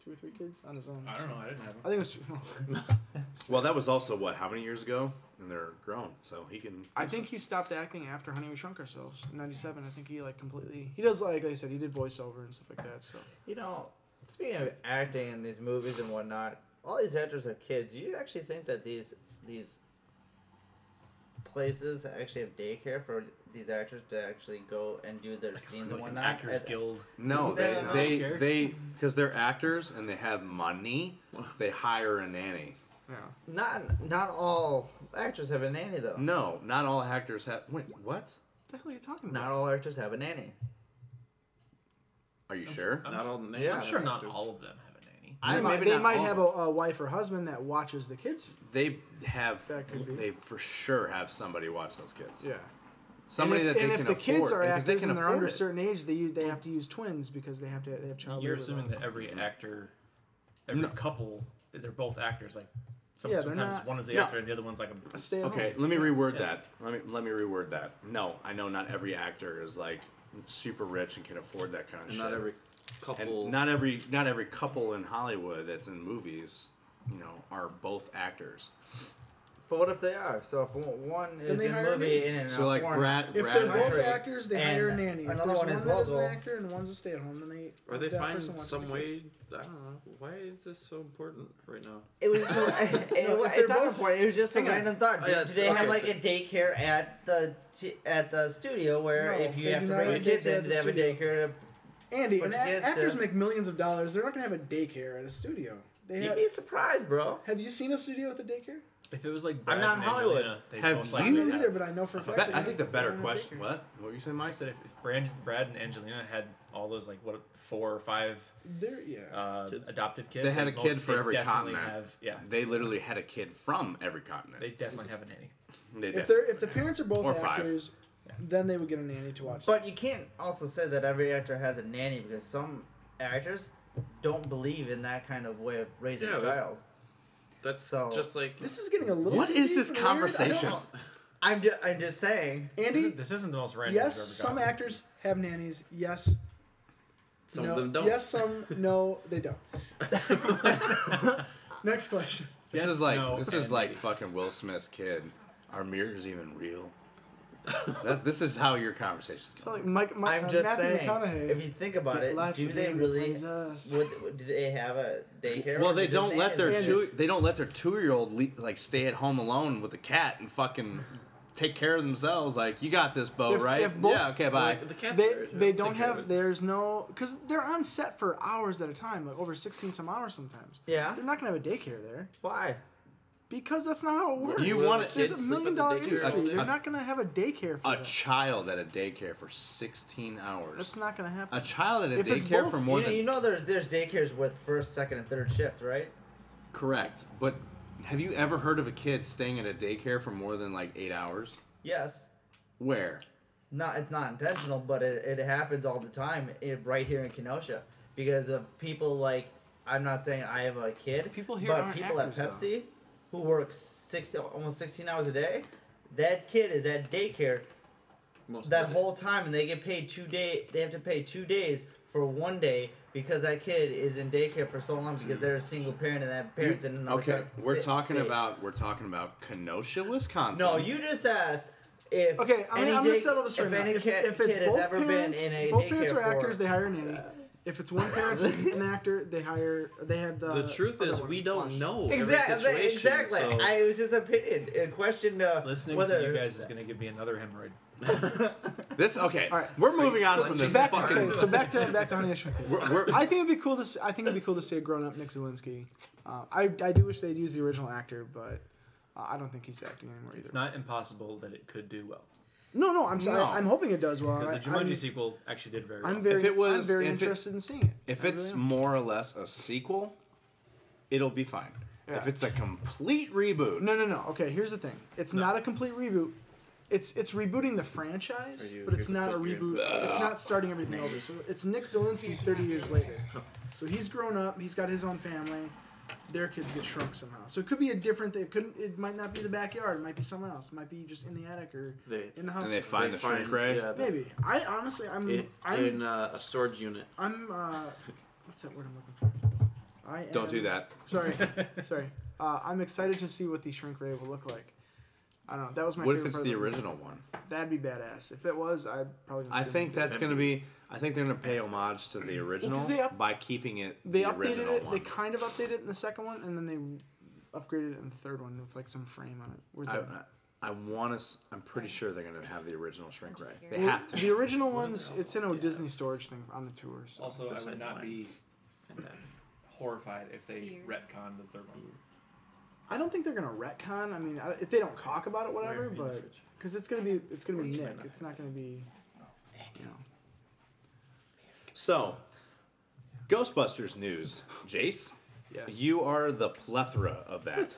Speaker 5: two or three kids on his own.
Speaker 3: I don't know. I didn't have
Speaker 5: I
Speaker 3: him.
Speaker 5: think it was two.
Speaker 1: [LAUGHS]
Speaker 5: [LAUGHS]
Speaker 1: Well, that was also what? How many years ago? And they're grown, so he can.
Speaker 5: I think he stopped acting after Honey We Shrunk Ourselves in '97. I think he like completely. He does like, I said, he did voiceover and stuff like that. So
Speaker 2: You know, speaking of acting in these movies and whatnot, all these actors have kids. Do you actually think that these these places actually have daycare for these actors to actually go and do their scenes and
Speaker 3: Like an
Speaker 2: whatnot?
Speaker 3: Actors
Speaker 2: And-
Speaker 3: Guild.
Speaker 1: No,
Speaker 2: They
Speaker 1: they
Speaker 2: don't
Speaker 1: they
Speaker 3: care.
Speaker 1: they because they're actors and they have money. They hire a nanny.
Speaker 5: yeah,
Speaker 2: Not not all actors have a nanny though.
Speaker 3: Mm.
Speaker 1: No, not all actors have. Wait, what?
Speaker 5: what the hell are you talking
Speaker 2: Not
Speaker 5: about?
Speaker 2: all actors have a nanny.
Speaker 1: Are you sure?
Speaker 4: Not all the names.
Speaker 2: Yeah.
Speaker 3: I'm sure not all of them have a
Speaker 5: They
Speaker 3: nanny.
Speaker 4: I-
Speaker 5: might,
Speaker 4: maybe
Speaker 5: they
Speaker 4: not
Speaker 5: might
Speaker 4: all.
Speaker 5: have a, a wife or husband that watches the kids.
Speaker 1: They have.
Speaker 5: That could be.
Speaker 1: They for sure have somebody watch those kids.
Speaker 5: Yeah.
Speaker 1: Somebody
Speaker 5: and if,
Speaker 1: that they
Speaker 5: and
Speaker 1: can
Speaker 5: if the
Speaker 1: afford.
Speaker 5: kids are
Speaker 1: because they
Speaker 5: actors
Speaker 1: can
Speaker 5: and they're under
Speaker 1: afford it.
Speaker 5: a certain age, they use, they have to use twins because they have to they have child.
Speaker 3: You're
Speaker 5: labor
Speaker 3: assuming
Speaker 5: laws.
Speaker 3: that every actor, every couple, they're both actors. Like some,
Speaker 5: Yeah, they're
Speaker 3: sometimes
Speaker 5: not-
Speaker 3: one is the
Speaker 1: No.
Speaker 3: actor and the other one's like a.
Speaker 5: A stay at
Speaker 1: Okay,
Speaker 5: home.
Speaker 1: let me reword
Speaker 3: Yeah.
Speaker 1: that. Let me let me reword that. No, I know not every actor is like super rich and can afford that kind of
Speaker 4: And
Speaker 1: shit.
Speaker 4: not every couple.
Speaker 1: and not every not every couple in Hollywood that's in movies, you know, are both actors.
Speaker 2: But what if they are? So if one- one is
Speaker 7: they
Speaker 2: in
Speaker 7: hire
Speaker 2: a movie and in
Speaker 1: So
Speaker 2: a
Speaker 1: like
Speaker 2: foreign-
Speaker 1: Brad,
Speaker 5: If
Speaker 1: Brad
Speaker 5: they're both
Speaker 2: country.
Speaker 5: actors, they
Speaker 2: And
Speaker 5: hire a nanny. If there's
Speaker 2: another
Speaker 5: one
Speaker 2: one is
Speaker 5: that is an
Speaker 2: local.
Speaker 5: actor and one's a stay at home, then they
Speaker 4: or they
Speaker 5: that
Speaker 4: find
Speaker 5: person watches
Speaker 4: some
Speaker 5: the
Speaker 4: way.
Speaker 5: kids.
Speaker 4: I don't know. Why is this so important right now?
Speaker 2: It was so, [LAUGHS] it,
Speaker 5: No, if
Speaker 2: it's
Speaker 5: they're
Speaker 2: not
Speaker 5: both-
Speaker 2: important. It was just a
Speaker 5: Hang on.
Speaker 2: random thought.
Speaker 4: Oh,
Speaker 2: Do,
Speaker 4: yeah,
Speaker 2: do they
Speaker 4: okay,
Speaker 2: have like
Speaker 4: so-
Speaker 2: a daycare at the t- at the studio where
Speaker 5: No,
Speaker 2: if you
Speaker 5: they
Speaker 2: have
Speaker 5: do
Speaker 2: to
Speaker 5: not
Speaker 2: bring your
Speaker 5: have a
Speaker 2: kids
Speaker 5: daycare at
Speaker 2: in, do
Speaker 5: the
Speaker 2: they have a
Speaker 5: studio.
Speaker 2: daycare?
Speaker 5: Andy,
Speaker 2: But
Speaker 5: and a-
Speaker 2: kids, uh,
Speaker 5: actors make millions of dollars. They're not gonna have a daycare at a studio. They
Speaker 2: To, you'd
Speaker 5: have,
Speaker 2: be surprised, bro.
Speaker 5: have you seen a studio with a daycare?
Speaker 3: If it was like
Speaker 2: I'm
Speaker 3: Brad
Speaker 2: not
Speaker 3: and
Speaker 2: in Hollywood.
Speaker 3: Angelina, they
Speaker 1: Have
Speaker 3: most
Speaker 1: you-
Speaker 5: I
Speaker 3: likely
Speaker 5: don't
Speaker 3: have-
Speaker 5: either, but I know for a fact.
Speaker 1: Be-
Speaker 5: they
Speaker 1: I
Speaker 5: don't-
Speaker 1: think the
Speaker 5: they
Speaker 1: better
Speaker 5: don't have a
Speaker 1: question.
Speaker 5: daycare.
Speaker 1: What? What were you saying,
Speaker 3: I
Speaker 1: Mike?
Speaker 3: said if, if Brand, Brad and Angelina had all those like what four or five
Speaker 5: They're, yeah.
Speaker 3: uh,
Speaker 4: Kids.
Speaker 3: adopted kids,
Speaker 1: They had a
Speaker 3: most-
Speaker 1: kid for
Speaker 3: they
Speaker 1: every
Speaker 3: definitely
Speaker 1: continent.
Speaker 3: Have, yeah,
Speaker 1: They literally had a kid from every continent.
Speaker 3: they definitely have a nanny.
Speaker 1: They
Speaker 5: if
Speaker 1: did.
Speaker 5: they're if the parents are both
Speaker 1: Or five.
Speaker 5: actors, then they would get a nanny to watch. them.
Speaker 2: But you can't also say that every actor has a nanny because some actors don't believe in that kind of way of raising
Speaker 4: Yeah,
Speaker 2: a
Speaker 4: that-
Speaker 2: child.
Speaker 4: That's
Speaker 2: So-
Speaker 4: just like
Speaker 5: This is getting a little.
Speaker 1: What
Speaker 5: too
Speaker 1: is
Speaker 5: deep
Speaker 1: this
Speaker 5: and weird. I don't
Speaker 1: conversation?
Speaker 5: know.
Speaker 2: I'm just, I'm just saying.
Speaker 3: This isn't-
Speaker 5: Andy,
Speaker 3: this isn't the most random.
Speaker 5: yes,
Speaker 3: we've ever
Speaker 5: some
Speaker 3: gotten.
Speaker 5: actors have nannies. Yes,
Speaker 4: some
Speaker 5: no.
Speaker 4: of them don't.
Speaker 5: Yes, some no, they don't. Next question.
Speaker 1: this
Speaker 3: Yes,
Speaker 1: is like
Speaker 3: no,
Speaker 1: this is
Speaker 3: and
Speaker 1: like
Speaker 3: maybe.
Speaker 1: fucking Will Smith's kid. Are mirrors even real? that, this is how your conversations
Speaker 5: So
Speaker 1: go.
Speaker 5: like Mike, Mike
Speaker 2: I'm
Speaker 5: uh,
Speaker 2: just
Speaker 5: Matthew
Speaker 2: saying.
Speaker 5: McConaughey.
Speaker 2: If you think about it,
Speaker 5: Life's
Speaker 2: do
Speaker 5: a
Speaker 2: they
Speaker 5: game that
Speaker 2: really?
Speaker 5: plays us.
Speaker 2: Would, would- do they have a daycare?
Speaker 1: Well,
Speaker 2: or
Speaker 1: they
Speaker 2: is it
Speaker 1: don't let
Speaker 2: nanny?
Speaker 1: their
Speaker 5: nanny.
Speaker 1: two they don't let their two year old le- like stay at home alone with the cat and fucking take care of themselves. Like you got this, Bo,
Speaker 5: If-
Speaker 1: right?
Speaker 5: if both-
Speaker 1: yeah, okay, bye.
Speaker 4: Like, the cats
Speaker 5: they
Speaker 4: are-
Speaker 5: they don't
Speaker 4: care of
Speaker 5: have
Speaker 4: it.
Speaker 5: there's no because they're on set for hours at a time, like over sixteen some hours sometimes.
Speaker 2: Yeah.
Speaker 5: They're not gonna have a daycare there
Speaker 2: Why?
Speaker 5: because that's not how it works.
Speaker 1: You want-
Speaker 5: there's
Speaker 4: Kids
Speaker 5: a
Speaker 4: sleep at
Speaker 5: million
Speaker 4: the
Speaker 5: dollar
Speaker 4: daycare
Speaker 5: industry.
Speaker 4: all day.
Speaker 5: They're not gonna have a daycare for
Speaker 1: a
Speaker 5: that.
Speaker 1: child at a daycare for 16 hours.
Speaker 5: That's not gonna happen.
Speaker 1: a child at a
Speaker 5: If it's
Speaker 1: daycare
Speaker 5: both,
Speaker 1: for
Speaker 2: You,
Speaker 1: more
Speaker 2: know-
Speaker 1: than
Speaker 2: you know, there's there's daycares with first, second, and third shift, right?
Speaker 1: correct. But have you ever heard of a kid staying at a daycare for more than like 8 hours?
Speaker 2: Yes.
Speaker 1: Where?
Speaker 2: Not it's not intentional, but it, it happens all the time it, right here in Kenosha because of people like I'm not saying I have a kid,
Speaker 5: People here
Speaker 2: but
Speaker 5: aren't
Speaker 2: people at
Speaker 5: actors, though.
Speaker 2: Pepsi who work six almost 16 hours a day, that kid is at daycare
Speaker 4: Most
Speaker 2: that
Speaker 4: of it.
Speaker 2: whole time and they get paid two day they have to pay two days for one day because that kid is in daycare for so long because they're a single parent and that parents in another
Speaker 1: Okay,
Speaker 2: coun-
Speaker 1: we're
Speaker 2: sta-
Speaker 1: talking
Speaker 2: state.
Speaker 1: about we're talking about Kenosha, Wisconsin.
Speaker 2: No, you just asked if
Speaker 5: Okay, I'm, gonna-
Speaker 2: any
Speaker 5: I'm gonna
Speaker 2: day-
Speaker 5: settle this right
Speaker 2: if
Speaker 5: now.
Speaker 2: any
Speaker 5: If,
Speaker 2: kid,
Speaker 5: if it's
Speaker 2: kid has
Speaker 5: both
Speaker 2: ever
Speaker 5: parents,
Speaker 2: been in a
Speaker 5: both parents
Speaker 2: daycare
Speaker 5: are actors,
Speaker 2: for-
Speaker 5: they hire a nanny. If it's one parent's an actor, they hire. They have the.
Speaker 4: The truth
Speaker 5: other
Speaker 4: is,
Speaker 5: one
Speaker 4: we don't
Speaker 5: watch.
Speaker 4: know
Speaker 2: Exactly.
Speaker 4: every situation.
Speaker 2: exactly.
Speaker 4: so-
Speaker 2: I, it was just opinion. A question uh,
Speaker 3: Listening
Speaker 2: whether,
Speaker 3: to you guys is going to give me another hemorrhoid.
Speaker 1: This okay.
Speaker 5: All right.
Speaker 1: We're moving on
Speaker 5: So,
Speaker 1: from this
Speaker 5: back to,
Speaker 1: fucking
Speaker 5: okay, so back to back to Honey I Shrunk the Kids.
Speaker 1: We're- we're-
Speaker 5: I think it'd be cool to. See, I think it'd be cool to see a grown-up Nick Zielinski. Uh, I I do wish they'd use the original actor, but uh, I don't think he's acting anymore either.
Speaker 3: It's not impossible that it could do well
Speaker 5: no, no. I'm sorry.
Speaker 1: No.
Speaker 5: I'm hoping it does well.
Speaker 3: because
Speaker 5: I,
Speaker 3: the Jumanji
Speaker 5: I'm,
Speaker 3: sequel actually did very well.
Speaker 5: I'm very.
Speaker 1: If it was-
Speaker 5: I'm very
Speaker 1: if it-
Speaker 5: interested in seeing it.
Speaker 1: if
Speaker 5: I
Speaker 1: it's
Speaker 5: really am.
Speaker 1: more or less a sequel, it'll be fine. If
Speaker 5: Yeah.
Speaker 1: it's a complete reboot,
Speaker 5: No, no, no. Okay, here's the thing. It's not a complete reboot. It's it's rebooting the franchise,
Speaker 4: Are you
Speaker 5: but it's
Speaker 4: here to
Speaker 5: not a
Speaker 4: put your-
Speaker 5: reboot. It's not starting everything over. So it's Nick Zielinski 30 years later. So he's grown up. He's got his own family. Their kids get shrunk somehow. So it could be a different thing. It couldn't. It might not be the backyard. It might be somewhere else. It might be just in the attic or
Speaker 4: They-
Speaker 5: in the house.
Speaker 1: and they find
Speaker 4: They
Speaker 1: the shrink ray.
Speaker 4: yeah, they-
Speaker 5: Maybe. I honestly, I'm,
Speaker 4: in,
Speaker 5: I'm,
Speaker 4: in uh, a storage unit.
Speaker 5: I'm. uh What's that word I'm looking for? I
Speaker 1: Don't
Speaker 5: am-
Speaker 1: do that.
Speaker 5: Sorry, [LAUGHS] sorry. Uh, I'm excited to see what the shrink ray will look like. I don't know. That was my.
Speaker 1: What if
Speaker 5: favorite
Speaker 1: it's
Speaker 5: part
Speaker 1: the
Speaker 5: of
Speaker 1: original one?
Speaker 5: That'd be badass. If that was, I'd probably.
Speaker 1: I think that's gonna be. I think they're gonna pay homage to the original
Speaker 5: 'cause they up-
Speaker 1: by keeping it
Speaker 5: they
Speaker 1: the
Speaker 5: updated
Speaker 1: original
Speaker 5: it. They
Speaker 1: one.
Speaker 5: kind of updated it in the second one, and then they upgraded it in the third one with like some frame on it. Where
Speaker 1: I,
Speaker 5: the,
Speaker 1: Um, I want to. I'm pretty sure they're gonna have the original shrink ray. They
Speaker 5: Well,
Speaker 1: have to.
Speaker 5: The original ones,
Speaker 4: they're
Speaker 5: it's in a
Speaker 4: all- yeah.
Speaker 5: Disney storage thing on the tour. So.
Speaker 3: Also, I would
Speaker 4: Besides
Speaker 3: not
Speaker 4: mine.
Speaker 3: be horrified if they
Speaker 7: Beer.
Speaker 3: retconned the third one.
Speaker 5: I don't think they're gonna retcon. I mean, I, if they don't talk about it,
Speaker 4: Where
Speaker 5: whatever.
Speaker 4: in the
Speaker 5: But
Speaker 4: fridge?
Speaker 5: because it's gonna be, it's gonna be
Speaker 4: Where you
Speaker 5: Nick.
Speaker 4: might not
Speaker 5: It's not gonna be. You know.
Speaker 1: So, Ghostbusters news. Jace,
Speaker 5: Yes.
Speaker 1: You are the plethora of that.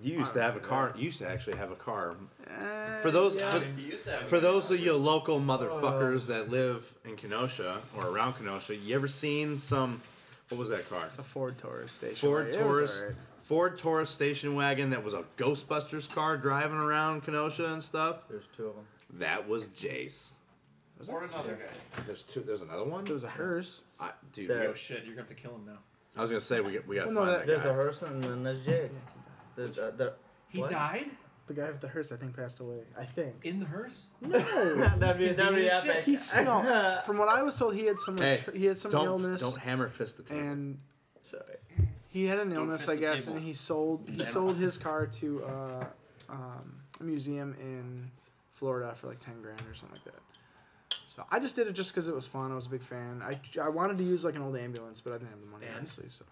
Speaker 1: You used to have a
Speaker 5: Honestly,
Speaker 1: car. You used to actually have a car.
Speaker 5: Eh,
Speaker 1: For those
Speaker 5: yeah.
Speaker 1: for, for those of you local motherfuckers
Speaker 5: Oh.
Speaker 1: that live in Kenosha or around Kenosha, you ever seen some? What was that car?
Speaker 5: a Ford Taurus station.
Speaker 1: Ford
Speaker 5: wagon. It was
Speaker 1: Taurus,
Speaker 5: alright.
Speaker 1: Ford Taurus station wagon that was a Ghostbusters car driving around Kenosha and stuff.
Speaker 2: There's two of them.
Speaker 1: That was Jace.
Speaker 4: Or another guy.
Speaker 1: There's two. There's another one.
Speaker 5: It was a hearse.
Speaker 1: I, dude,
Speaker 2: There.
Speaker 3: Oh shit, you're gonna have to kill him now.
Speaker 1: I was gonna say we got we got to
Speaker 5: Well, no,
Speaker 1: find
Speaker 5: that-
Speaker 1: that,
Speaker 2: There's
Speaker 1: guy.
Speaker 2: a hearse and then there's Jace. There's uh,
Speaker 5: [LAUGHS]
Speaker 2: there,
Speaker 3: He
Speaker 2: What?
Speaker 3: died
Speaker 5: The guy with the hearse, I think, passed away. I think.
Speaker 3: in the hearse.
Speaker 2: that'd be that'd be
Speaker 3: convenient as shit.
Speaker 2: epic.
Speaker 5: He's no. [LAUGHS] From what I was told, he had some
Speaker 1: Hey,
Speaker 5: he had some
Speaker 1: don't
Speaker 5: illness,
Speaker 1: don't hammer fist the table.
Speaker 5: and
Speaker 2: Sorry.
Speaker 5: he had an illness,
Speaker 4: fist
Speaker 5: I
Speaker 4: the
Speaker 5: guess,
Speaker 4: table.
Speaker 5: and he sold he
Speaker 4: Then-
Speaker 5: sold his car to uh, um, a museum in Florida for like ten grand or something like that. So I just did it just because it was fun. I was a big fan. I, I wanted to use like an old ambulance, but I didn't have the money,
Speaker 3: And?
Speaker 5: obviously. So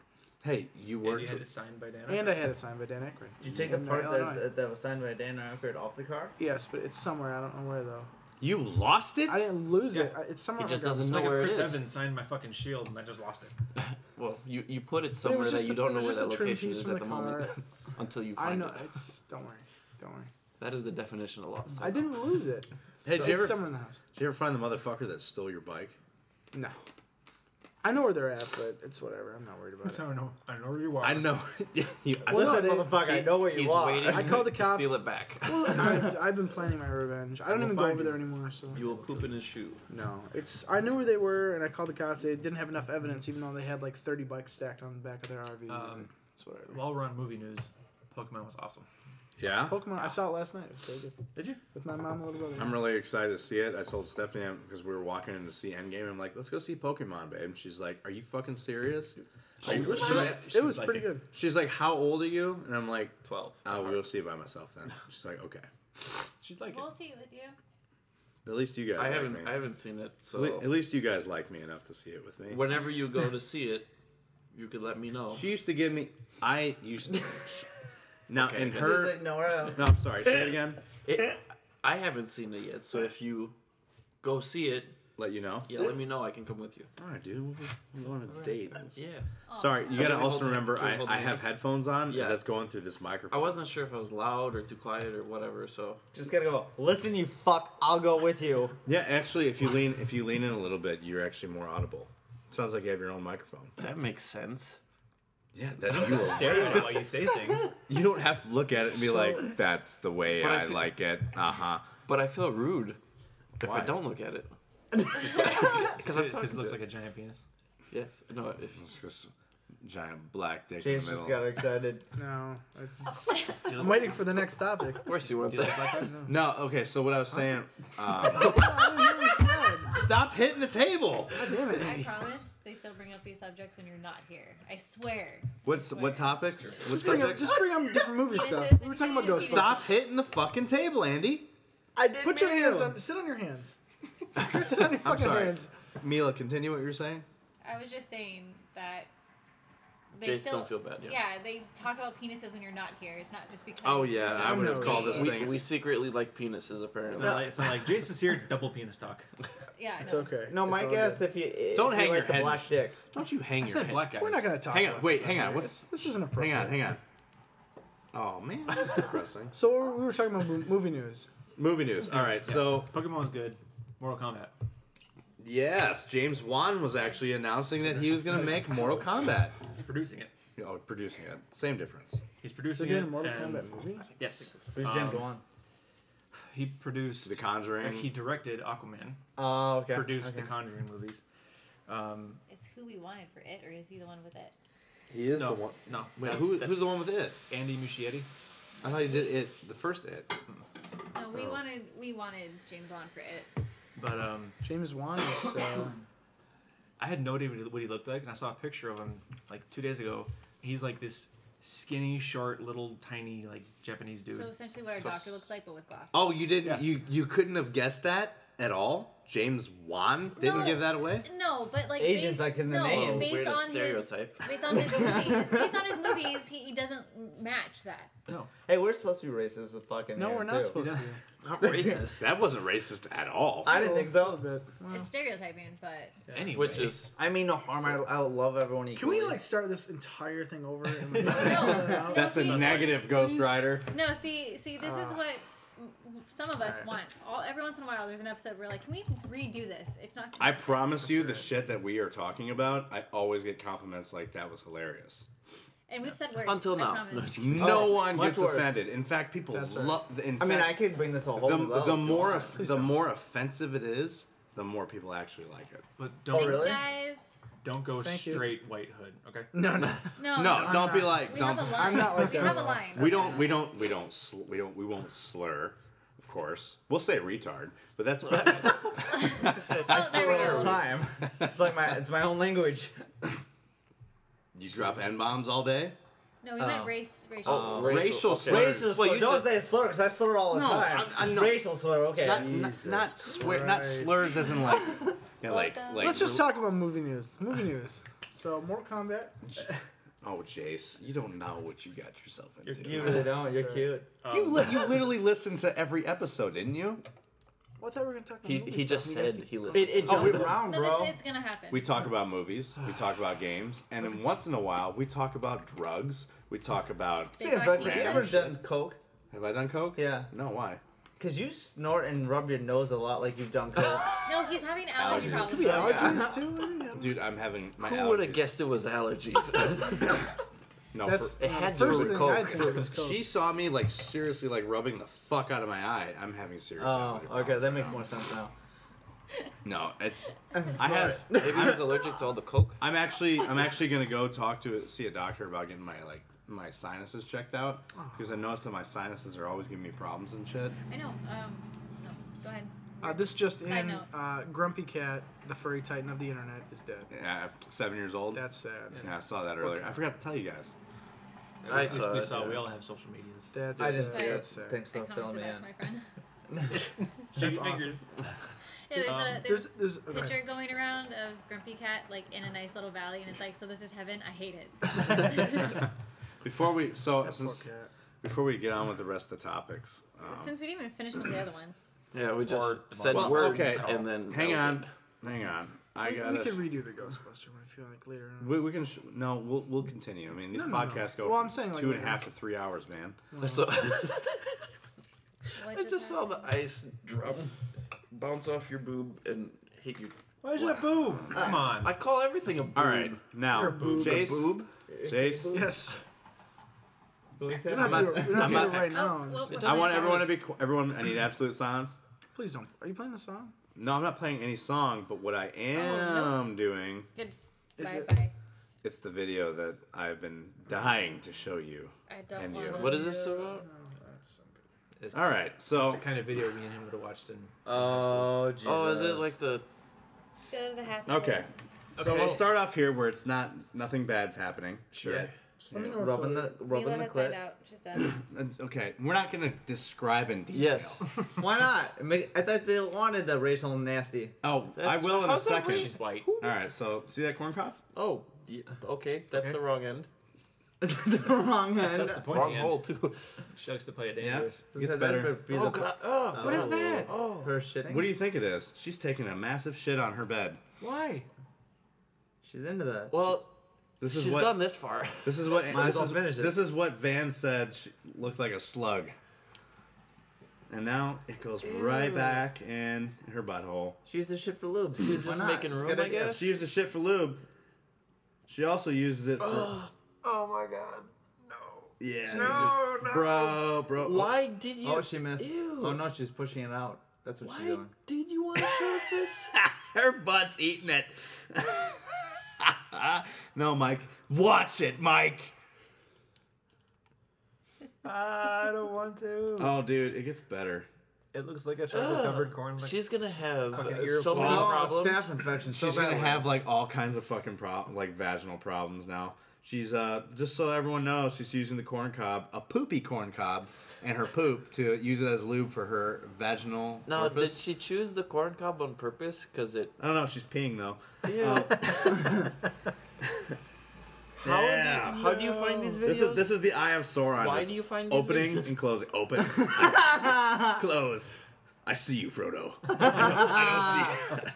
Speaker 1: hey, you
Speaker 3: And
Speaker 1: worked.
Speaker 3: you had to
Speaker 1: with-
Speaker 3: sign by Dan.
Speaker 5: and I had it signed by Dan Aykroyd.
Speaker 2: [LAUGHS] Did you take the
Speaker 5: in, uh,
Speaker 2: part that,
Speaker 5: Illinois.
Speaker 2: that, that was signed by Dan Aykroyd off the car?
Speaker 5: Yes, but it's somewhere. I don't know where though.
Speaker 1: you lost it.
Speaker 5: I didn't lose it.
Speaker 3: Yeah.
Speaker 5: I- It's somewhere.
Speaker 4: He just
Speaker 5: I got-
Speaker 4: doesn't
Speaker 3: It's like
Speaker 4: know where
Speaker 3: if
Speaker 4: it
Speaker 3: Chris
Speaker 4: is.
Speaker 3: Evans signed my fucking shield and I just lost it.
Speaker 4: Well, you, you put it
Speaker 5: But it
Speaker 4: somewhere
Speaker 5: was
Speaker 4: that
Speaker 5: just
Speaker 4: you
Speaker 5: a-
Speaker 4: don't
Speaker 5: it
Speaker 4: know
Speaker 5: was just
Speaker 4: where that
Speaker 5: a trim
Speaker 4: location
Speaker 5: piece
Speaker 4: is
Speaker 5: from
Speaker 4: at the
Speaker 5: the
Speaker 4: [LAUGHS] moment
Speaker 5: car.
Speaker 4: until you
Speaker 5: I
Speaker 4: find
Speaker 5: know
Speaker 4: it.
Speaker 5: it's. Don't worry. Don't worry.
Speaker 4: That is the definition of lost.
Speaker 5: I didn't lose
Speaker 4: [LAUGHS]
Speaker 5: it.
Speaker 1: hey, did you
Speaker 5: So it's
Speaker 1: ever
Speaker 5: somewhere in the house.
Speaker 1: did you ever find the motherfucker that stole your bike?
Speaker 5: No. I know where they're at, but it's whatever. I'm not worried about it.
Speaker 3: I know. I know where you are.
Speaker 1: I know. [LAUGHS] you, I
Speaker 5: Well,
Speaker 1: know-
Speaker 5: no,
Speaker 2: Listen,
Speaker 5: they-
Speaker 2: motherfucker, I know where
Speaker 4: He's
Speaker 2: you are. [LAUGHS]
Speaker 4: waiting
Speaker 5: I called the
Speaker 4: to
Speaker 5: cops.
Speaker 4: steal it back.
Speaker 5: Well, [LAUGHS] I've, I've been planning my revenge. I don't
Speaker 3: We'll
Speaker 5: even go
Speaker 3: find
Speaker 5: over
Speaker 3: you.
Speaker 5: there anymore, so
Speaker 4: You will poop in his shoe.
Speaker 5: no. It's I knew where they were, and I called the cops. They didn't have enough evidence, even though they had like 30 bikes stacked on the back of their RV.
Speaker 3: Um,
Speaker 5: it's whatever.
Speaker 3: While we're on movie news, Pokemon was awesome.
Speaker 1: yeah.
Speaker 5: Pokemon. I saw it last night. It was pretty good
Speaker 3: Did you?
Speaker 5: with my mom and little brother.
Speaker 1: I'm really excited to see it. I told Stephanie because we were walking in to see Endgame. I'm like, let's go see Pokemon, babe. And she's like, are you fucking serious? Are you- she's, like,
Speaker 5: it was pretty good.
Speaker 1: she's like, how old are you? And I'm like,
Speaker 4: 12.
Speaker 1: I will go see it by myself then. She's like, okay.
Speaker 3: She'd like it.
Speaker 7: We'll see it with you.
Speaker 1: At least you guys.
Speaker 4: I
Speaker 1: like
Speaker 4: haven't
Speaker 1: Me.
Speaker 4: I haven't seen it,
Speaker 1: At le- at
Speaker 4: so
Speaker 1: least you guys like me enough to see it with me.
Speaker 4: whenever you go to see it, you could let me know.
Speaker 1: She used to give me. I used.
Speaker 4: [LAUGHS]
Speaker 1: to... now
Speaker 4: Okay,
Speaker 1: in
Speaker 4: good.
Speaker 1: her.
Speaker 2: Just ignore him.
Speaker 1: No, I'm sorry. Say
Speaker 4: [LAUGHS]
Speaker 1: it again.
Speaker 4: It, I haven't seen it yet, so if you go see it,
Speaker 1: Let you know.
Speaker 4: yeah, let me know. I can come with you.
Speaker 1: All right, dude. We're going on a date.
Speaker 4: Yeah.
Speaker 1: Sorry, you gotta
Speaker 4: Okay, hold
Speaker 1: also
Speaker 4: on.
Speaker 1: remember
Speaker 4: Can we
Speaker 1: I,
Speaker 4: hold
Speaker 1: I
Speaker 4: on
Speaker 1: have
Speaker 4: this?
Speaker 1: headphones on. Yeah.
Speaker 4: Yeah.
Speaker 1: That's going through this
Speaker 4: I
Speaker 1: microphone.
Speaker 4: wasn't sure if I was loud or too quiet or whatever, so
Speaker 2: Just gotta go. Listen, you fuck. I'll go with you.
Speaker 1: Yeah, actually, if you lean if you lean in a little bit, you're actually more audible. Sounds like you have your own microphone.
Speaker 4: that makes sense.
Speaker 1: Yeah, that you, are-
Speaker 3: Stare at it while you say things.
Speaker 1: you don't have to look at it and be like, "That's the way
Speaker 4: But I
Speaker 1: I,
Speaker 4: feel-
Speaker 1: like it." Uh huh.
Speaker 4: But I feel rude if
Speaker 1: Why?
Speaker 4: I don't look at [LAUGHS] it. Because I'm
Speaker 3: Because
Speaker 4: talking
Speaker 3: it looks
Speaker 4: to
Speaker 3: like a giant penis.
Speaker 4: Yes. No. If,
Speaker 1: It's just giant black dick in
Speaker 2: Jace
Speaker 1: the middle.
Speaker 2: just got excited.
Speaker 5: No,
Speaker 4: [LAUGHS]
Speaker 5: it's, I'm waiting for the next topic.
Speaker 4: of course you want
Speaker 3: Do you like
Speaker 4: that.
Speaker 3: black guys?
Speaker 1: No, okay. So what I was saying. Um,
Speaker 5: I didn't hear what he said.
Speaker 1: Stop hitting the table.
Speaker 5: God damn it,
Speaker 7: I
Speaker 5: Andy.
Speaker 7: promise they still bring up these subjects when you're not here. I swear.
Speaker 1: What's what topics? What
Speaker 5: Just bring, up,
Speaker 1: subjects?
Speaker 5: just bring up different movie
Speaker 7: This
Speaker 5: stuff.
Speaker 7: is
Speaker 5: We were talking about
Speaker 7: Andy.
Speaker 5: Ghostbusters.
Speaker 1: Stop hitting the fucking table, Andy.
Speaker 2: I did.
Speaker 5: Put your hands on. Sit on your hands. [LAUGHS]
Speaker 1: [LAUGHS]
Speaker 5: sit on your fucking
Speaker 1: sorry.
Speaker 5: hands.
Speaker 1: Mila, continue what you're saying.
Speaker 7: I was just saying that. They
Speaker 4: Jace,
Speaker 7: still,
Speaker 4: don't feel bad.
Speaker 7: Yeah.
Speaker 4: Yeah.
Speaker 7: they talk about penises when you're not here. It's not just because.
Speaker 1: Oh yeah, I
Speaker 5: I'm
Speaker 1: would have
Speaker 5: not
Speaker 1: called this
Speaker 5: really-
Speaker 4: We,
Speaker 1: thing.
Speaker 4: we secretly like penises
Speaker 3: It's
Speaker 4: apparently.
Speaker 3: not like it's not like Jace is here. Double penis talk.
Speaker 7: Yeah.
Speaker 5: It's
Speaker 7: no.
Speaker 5: okay.
Speaker 2: No,
Speaker 5: It's
Speaker 2: Mike
Speaker 5: all good.
Speaker 2: asked if you if
Speaker 1: Don't
Speaker 2: you
Speaker 1: hang
Speaker 2: like
Speaker 1: your
Speaker 2: the
Speaker 1: head.
Speaker 2: black dick.
Speaker 1: Don't you hang
Speaker 3: I
Speaker 1: your
Speaker 3: said
Speaker 1: head.
Speaker 3: black guys.
Speaker 5: We're not gonna talk.
Speaker 1: Hang on,
Speaker 5: about
Speaker 1: wait,
Speaker 5: this
Speaker 1: hang on,
Speaker 5: here.
Speaker 1: what's-
Speaker 5: It's- this isn't
Speaker 1: Hang
Speaker 5: appropriate.
Speaker 1: on, hang on. Oh man, that's depressing.
Speaker 5: So we were talking about mo- movie
Speaker 4: [LAUGHS]
Speaker 5: news.
Speaker 1: [LAUGHS] Movie news. All right, so
Speaker 3: Pokemon was good. Mortal Kombat.
Speaker 1: yes, James Wan was actually announcing that he was going to make Mortal Kombat.
Speaker 3: He's producing it.
Speaker 1: Oh, producing it, same difference.
Speaker 3: He's
Speaker 5: They're
Speaker 3: producing
Speaker 5: doing
Speaker 3: it.
Speaker 5: a Mortal
Speaker 3: and-
Speaker 5: Kombat movie.
Speaker 3: Yes.
Speaker 2: Who's
Speaker 3: Um,
Speaker 2: James Wan?
Speaker 3: He produced.
Speaker 1: The
Speaker 3: or
Speaker 1: Conjuring.
Speaker 3: he directed Aquaman.
Speaker 2: Oh, okay.
Speaker 3: produced
Speaker 2: okay.
Speaker 3: the Conjuring movies. Um,
Speaker 7: It's who we wanted for it, or is he the one with it?
Speaker 1: He is
Speaker 3: no, no.
Speaker 1: Wait,
Speaker 3: that's-
Speaker 1: who,
Speaker 3: that's
Speaker 1: who's the one with it?
Speaker 3: Andy Muschietti?
Speaker 1: I thought he did it, the first it.
Speaker 7: No, we
Speaker 1: Oh.
Speaker 7: wanted we wanted James Wan for it.
Speaker 3: But um,
Speaker 5: James Wan is.
Speaker 4: [COUGHS]
Speaker 5: Uh,
Speaker 3: I had no idea what he- what he looked like, and I saw a picture of him like two days ago. He's like this skinny, short, little, tiny, like Japanese dude.
Speaker 7: So essentially, what our
Speaker 3: So-
Speaker 7: doctor looks like, but with glasses.
Speaker 1: Oh, you didn't.
Speaker 3: Yes.
Speaker 1: You you couldn't have guessed that at all. James Wan didn't
Speaker 7: No.
Speaker 1: give that away.
Speaker 7: No, but like
Speaker 2: Asians,
Speaker 7: based,
Speaker 2: like, in the
Speaker 7: no,
Speaker 2: name.
Speaker 7: Based
Speaker 4: Weird
Speaker 7: on
Speaker 4: stereotype.
Speaker 7: His, based on his movies, based on his movies, he, he doesn't match that.
Speaker 6: Hey, we're supposed to be racist. as fucking
Speaker 5: No,
Speaker 6: here,
Speaker 5: we're not
Speaker 6: too.
Speaker 5: supposed to.
Speaker 4: Not racist.
Speaker 1: That wasn't racist at all.
Speaker 6: I didn't think so.
Speaker 5: But, [LAUGHS] well.
Speaker 7: It's stereotyping, but
Speaker 3: Anyway,
Speaker 4: [LAUGHS] Which is
Speaker 6: I mean, no harm. I, I love everyone
Speaker 5: Can we
Speaker 6: equally.
Speaker 5: like start this entire thing over? And, [LAUGHS] like,
Speaker 7: No.
Speaker 1: That's a
Speaker 7: see-
Speaker 1: negative Ghost Rider.
Speaker 7: no. See, see, this is
Speaker 5: Ah.
Speaker 7: what m- m- some of us
Speaker 5: Alright.
Speaker 7: want. All every once in a while, there's an episode where like, can we redo this? It's not.
Speaker 1: I promise you, the
Speaker 5: right.
Speaker 1: shit that we are talking about, I always get compliments like that was hilarious.
Speaker 7: and we've said worse
Speaker 4: until
Speaker 7: I
Speaker 4: now.
Speaker 7: promise.
Speaker 4: No, I'm just kidding.
Speaker 1: No
Speaker 6: Oh,
Speaker 1: one
Speaker 6: much
Speaker 1: gets
Speaker 6: worse.
Speaker 1: offended. In fact, people
Speaker 5: That's right.
Speaker 1: love. In
Speaker 6: I mean, I
Speaker 1: fact,
Speaker 6: could bring this a whole
Speaker 1: the,
Speaker 6: new level.
Speaker 1: the
Speaker 6: if you
Speaker 1: more
Speaker 6: want.
Speaker 1: off- the more offensive it is, the more people actually like it.
Speaker 3: but don't
Speaker 7: Thanks,
Speaker 6: really?
Speaker 7: guys.
Speaker 3: don't go
Speaker 5: Thank you.
Speaker 3: straight white hood. Okay.
Speaker 5: no, no.
Speaker 7: Oh, No,
Speaker 1: no,
Speaker 5: I'm
Speaker 1: don't be
Speaker 5: not.
Speaker 1: like
Speaker 7: We
Speaker 1: don't.
Speaker 7: have a line.
Speaker 5: I'm not like
Speaker 7: we
Speaker 5: that
Speaker 7: have
Speaker 5: at
Speaker 7: a
Speaker 5: all.
Speaker 7: line.
Speaker 1: we don't. We don't. We don't. Sl- we don't. We won't slur. Of course, we'll say retard, but that's
Speaker 6: I
Speaker 7: Oh,
Speaker 6: still
Speaker 7: there we
Speaker 6: run out
Speaker 7: go.
Speaker 6: of
Speaker 1: [LAUGHS]
Speaker 6: time. It's like my it's my own language.
Speaker 1: you drop n bombs all day.
Speaker 7: No, we meant
Speaker 6: Oh.
Speaker 7: race. Racial.
Speaker 4: Oh,
Speaker 7: slurs.
Speaker 1: Racial
Speaker 4: okay.
Speaker 1: slurs.
Speaker 6: Racial
Speaker 4: Well,
Speaker 6: slur.
Speaker 4: you
Speaker 6: Don't
Speaker 4: just-
Speaker 6: say slur because I slur all the
Speaker 1: No,
Speaker 6: time.
Speaker 1: I- I know.
Speaker 6: Racial slur. Okay.
Speaker 1: Not, not,
Speaker 5: Jesus
Speaker 1: not swear. Not
Speaker 5: Christ.
Speaker 1: slurs. As in
Speaker 5: [LAUGHS]
Speaker 1: like, yeah, like,
Speaker 7: Welcome.
Speaker 1: like.
Speaker 5: Let's just talk about movie news. Movie news. So, Mortal Kombat.
Speaker 1: Oh, Jace, you don't know what you got yourself into.
Speaker 6: you really don't. You're
Speaker 5: That's
Speaker 6: cute.
Speaker 3: Um,
Speaker 1: You, li- you literally listened to every episode, didn't you?
Speaker 5: What thought we were gonna talk about?
Speaker 4: he,
Speaker 5: movie
Speaker 4: he just
Speaker 5: stuff, and you guys
Speaker 4: said
Speaker 5: keep-
Speaker 4: he listened.
Speaker 6: It, it
Speaker 4: to
Speaker 1: Oh,
Speaker 6: jumps
Speaker 1: we-
Speaker 6: around,
Speaker 7: No,
Speaker 6: bro.
Speaker 7: this, it's gonna happen.
Speaker 1: We talk about movies, we talk about games, and then once in a while, we talk about drugs. We talk about.
Speaker 7: Jay
Speaker 6: Speaking of
Speaker 7: Fox
Speaker 6: drugs, have
Speaker 7: Jackson.
Speaker 6: you ever done coke?
Speaker 1: Have I done coke?
Speaker 6: Yeah.
Speaker 1: No, why?
Speaker 6: Cause you snort and rub your nose a lot like you've
Speaker 1: [LAUGHS]
Speaker 6: done coke.
Speaker 7: No, he's having allergy
Speaker 1: Allergies.
Speaker 7: problems.
Speaker 5: Yeah,
Speaker 6: Yeah.
Speaker 5: allergies too. Yeah.
Speaker 1: Dude, I'm having my.
Speaker 4: Who would have
Speaker 1: allergies.
Speaker 4: guessed it was [LAUGHS] allergies?
Speaker 1: No,
Speaker 5: That's
Speaker 1: for-
Speaker 4: It had
Speaker 5: the
Speaker 4: to
Speaker 5: first
Speaker 4: do
Speaker 5: thing
Speaker 4: with
Speaker 5: I
Speaker 4: coke.
Speaker 5: thought
Speaker 4: [LAUGHS]
Speaker 5: was coke.
Speaker 1: she saw me like seriously like rubbing the fuck out of my eye. I'm having serious.
Speaker 6: oh,
Speaker 1: allergy
Speaker 6: okay,
Speaker 1: problems
Speaker 6: that
Speaker 1: right
Speaker 6: makes
Speaker 1: now.
Speaker 6: more sense now.
Speaker 1: No, it's. I have.
Speaker 5: [LAUGHS]
Speaker 4: Maybe he was allergic to all the [LAUGHS] coke.
Speaker 1: I'm actually I'm actually gonna go talk to see a doctor about getting my like my sinuses checked out
Speaker 5: Oh.
Speaker 1: because I noticed that my sinuses are always giving me problems and shit.
Speaker 7: I know. Um, no, go ahead.
Speaker 5: Uh, this just
Speaker 7: Side
Speaker 5: in:
Speaker 7: note.
Speaker 5: uh, Grumpy Cat, the furry titan of the internet, is dead.
Speaker 1: Yeah, I'm seven years old.
Speaker 5: That's sad.
Speaker 1: yeah, I saw that earlier. I forgot to tell you guys.
Speaker 4: I
Speaker 3: We-
Speaker 4: saw
Speaker 3: we
Speaker 4: it,
Speaker 3: saw.
Speaker 4: uh, yeah.
Speaker 3: We all have social medias.
Speaker 5: That's
Speaker 6: I didn't
Speaker 5: sad.
Speaker 7: see it.
Speaker 5: That's sad.
Speaker 6: Thanks
Speaker 7: I
Speaker 6: for filling
Speaker 7: commented
Speaker 6: me
Speaker 7: that to
Speaker 6: in.
Speaker 5: [LAUGHS]
Speaker 7: my friend. [LAUGHS]
Speaker 5: That's
Speaker 3: Shitty
Speaker 5: awesome.
Speaker 3: fingers.
Speaker 7: Yeah, there's a
Speaker 3: Um,
Speaker 7: there's,
Speaker 5: There's, there's.
Speaker 7: a
Speaker 5: okay.
Speaker 7: picture going around of Grumpy Cat like in a nice little valley, and it's like, so this is heaven. I hate it.
Speaker 5: [LAUGHS]
Speaker 7: [LAUGHS]
Speaker 1: Before we so
Speaker 5: That poor
Speaker 1: since
Speaker 5: cat.
Speaker 1: before we get on with the rest of the topics, um,
Speaker 7: Since we didn't even finish the other ones,
Speaker 4: Yeah, we just
Speaker 3: Or-
Speaker 4: said
Speaker 1: Well,
Speaker 4: words
Speaker 1: okay.
Speaker 4: and then
Speaker 1: hang
Speaker 4: that was
Speaker 1: on, hang on. I
Speaker 5: We-
Speaker 1: got
Speaker 5: we
Speaker 1: to
Speaker 5: could redo the Ghostbuster one if you like later on.
Speaker 1: We, we can sh- no. We'll we'll continue. I mean, these
Speaker 5: No, no, no.
Speaker 1: podcasts go
Speaker 5: Well,
Speaker 1: for
Speaker 5: I'm saying, like,
Speaker 1: two and a
Speaker 5: later.
Speaker 1: half to three hours, man.
Speaker 4: it. So, [LAUGHS]
Speaker 7: what
Speaker 4: I just saw the ice drop bounce off your boob and hit you.
Speaker 3: Why is it a boob?
Speaker 5: Uh,
Speaker 3: Come on.
Speaker 4: I call everything a boob.
Speaker 1: All right, now
Speaker 5: You're a boob.
Speaker 1: Jace,
Speaker 4: boob.
Speaker 5: [LAUGHS]
Speaker 1: Jace,
Speaker 5: Yes.
Speaker 6: What was
Speaker 5: We're
Speaker 6: that?
Speaker 5: not
Speaker 1: I'm
Speaker 5: doing
Speaker 1: not-
Speaker 5: it we're not
Speaker 1: I'm
Speaker 5: doing
Speaker 1: not-
Speaker 5: it right
Speaker 7: Oh,
Speaker 5: now. I'm
Speaker 7: well,
Speaker 5: just-
Speaker 7: well,
Speaker 1: I want
Speaker 7: this is-
Speaker 1: everyone to be qu- everyone. I need absolute silence.
Speaker 5: Please don't. Are you playing the song?
Speaker 1: No, I'm not playing any song, but what I am doing,
Speaker 7: Good.
Speaker 5: Is
Speaker 7: Bye
Speaker 5: it-
Speaker 7: bye.
Speaker 1: it's the video that I've been dying to show you.
Speaker 7: I
Speaker 1: And
Speaker 7: don't
Speaker 1: you.
Speaker 7: want to.
Speaker 4: What is this about?
Speaker 5: No, that's
Speaker 3: It's
Speaker 1: All right,
Speaker 3: The
Speaker 1: so
Speaker 3: kind of video me and him would have watched in. in high school.
Speaker 6: Oh, Jesus.
Speaker 4: Oh, is it like the?
Speaker 7: Go to the happy.
Speaker 1: okay,
Speaker 7: place.
Speaker 1: so
Speaker 4: Oh.
Speaker 1: we'll start off here where it's not nothing bad's happening.
Speaker 3: Sure.
Speaker 1: yet.
Speaker 5: Just let me know what's
Speaker 6: rubbing
Speaker 5: up.
Speaker 6: the
Speaker 7: You
Speaker 6: rubbing
Speaker 7: let
Speaker 6: the
Speaker 7: us side um,
Speaker 6: clit?
Speaker 7: out.
Speaker 1: [LAUGHS]
Speaker 7: She's done.
Speaker 1: Uh, Okay, we're not gonna describe in detail.
Speaker 4: Yes.
Speaker 6: Why not? Make- I thought they wanted the racial
Speaker 2: [LAUGHS]
Speaker 6: nasty.
Speaker 1: Oh, I
Speaker 4: That's-
Speaker 1: will in a
Speaker 4: how's that
Speaker 1: second.
Speaker 4: racial?
Speaker 3: She's white.
Speaker 1: All right, so see that corn cob?
Speaker 4: [LAUGHS] Oh, yeah, okay. That's the wrong end.
Speaker 6: That's the wrong end.
Speaker 3: That's the pointy
Speaker 4: Wrong
Speaker 3: end.
Speaker 4: hole too.
Speaker 3: She likes to play it
Speaker 1: Yeah.
Speaker 3: dangerous.
Speaker 6: So
Speaker 1: Gets
Speaker 6: that'd
Speaker 1: better.
Speaker 6: be the-
Speaker 4: Oh god. Oh, what is
Speaker 6: Oh.
Speaker 4: that? Oh,
Speaker 6: Her shitting.
Speaker 1: What do you think of this? She's taking a massive shit on her bed.
Speaker 3: Why?
Speaker 6: She's into that.
Speaker 4: well,
Speaker 1: This is
Speaker 4: she's
Speaker 1: what
Speaker 4: gone this far.
Speaker 6: [LAUGHS]
Speaker 1: this is what
Speaker 6: Might as
Speaker 1: this
Speaker 6: well
Speaker 1: is,
Speaker 6: finish it.
Speaker 1: this is what Van said she looked like a slug. And now it goes right back in her butthole.
Speaker 6: she used the shit for lube.
Speaker 4: She's
Speaker 6: Why
Speaker 4: just
Speaker 6: not?
Speaker 4: making
Speaker 6: It's a
Speaker 4: room,
Speaker 6: good
Speaker 4: I
Speaker 6: idea.
Speaker 4: guess.
Speaker 1: She used the shit for lube. She also uses it for
Speaker 4: Oh my god. No.
Speaker 1: yeah.
Speaker 4: No,
Speaker 1: Jesus.
Speaker 4: no.
Speaker 1: Bro, [LAUGHS] bro.
Speaker 4: Why did you?
Speaker 6: Oh, she missed.
Speaker 4: Ew.
Speaker 6: Oh no, she's pushing it out. That's what she's
Speaker 4: Why
Speaker 6: doing.
Speaker 4: did you want to show us
Speaker 6: [LAUGHS]
Speaker 4: this?
Speaker 1: her butt's eating it. [LAUGHS] no, Mike. Watch it, Mike.
Speaker 3: I don't want to.
Speaker 5: [LAUGHS]
Speaker 1: Oh, dude, it gets better.
Speaker 3: It looks like a chocolate covered corn. Like,
Speaker 4: She's gonna have
Speaker 3: Fucking
Speaker 4: uh,
Speaker 3: ear
Speaker 4: so many
Speaker 3: full.
Speaker 4: problems.
Speaker 6: Staph infection. so
Speaker 1: She's gonna
Speaker 6: badly.
Speaker 1: have like all kinds of fucking prob like vaginal problems now. She's uh just so everyone knows, she's using the corn cob, a poopy corn cob,
Speaker 8: and her poop to use it as lube for her vaginal.
Speaker 4: Now,
Speaker 8: orifice.
Speaker 4: did she choose the corn cob on purpose? Because it.
Speaker 1: I don't know. if She's peeing though.
Speaker 4: Yeah.
Speaker 6: [LAUGHS]
Speaker 4: how,
Speaker 1: Yeah.
Speaker 4: do you, how do you find these videos?
Speaker 1: This is this is the Eye of Sauron.
Speaker 4: Why
Speaker 1: just
Speaker 4: do you find these [LAUGHS]
Speaker 1: opening
Speaker 4: videos?
Speaker 1: and closing? Open, close. I see you, Frodo. [LAUGHS]
Speaker 4: I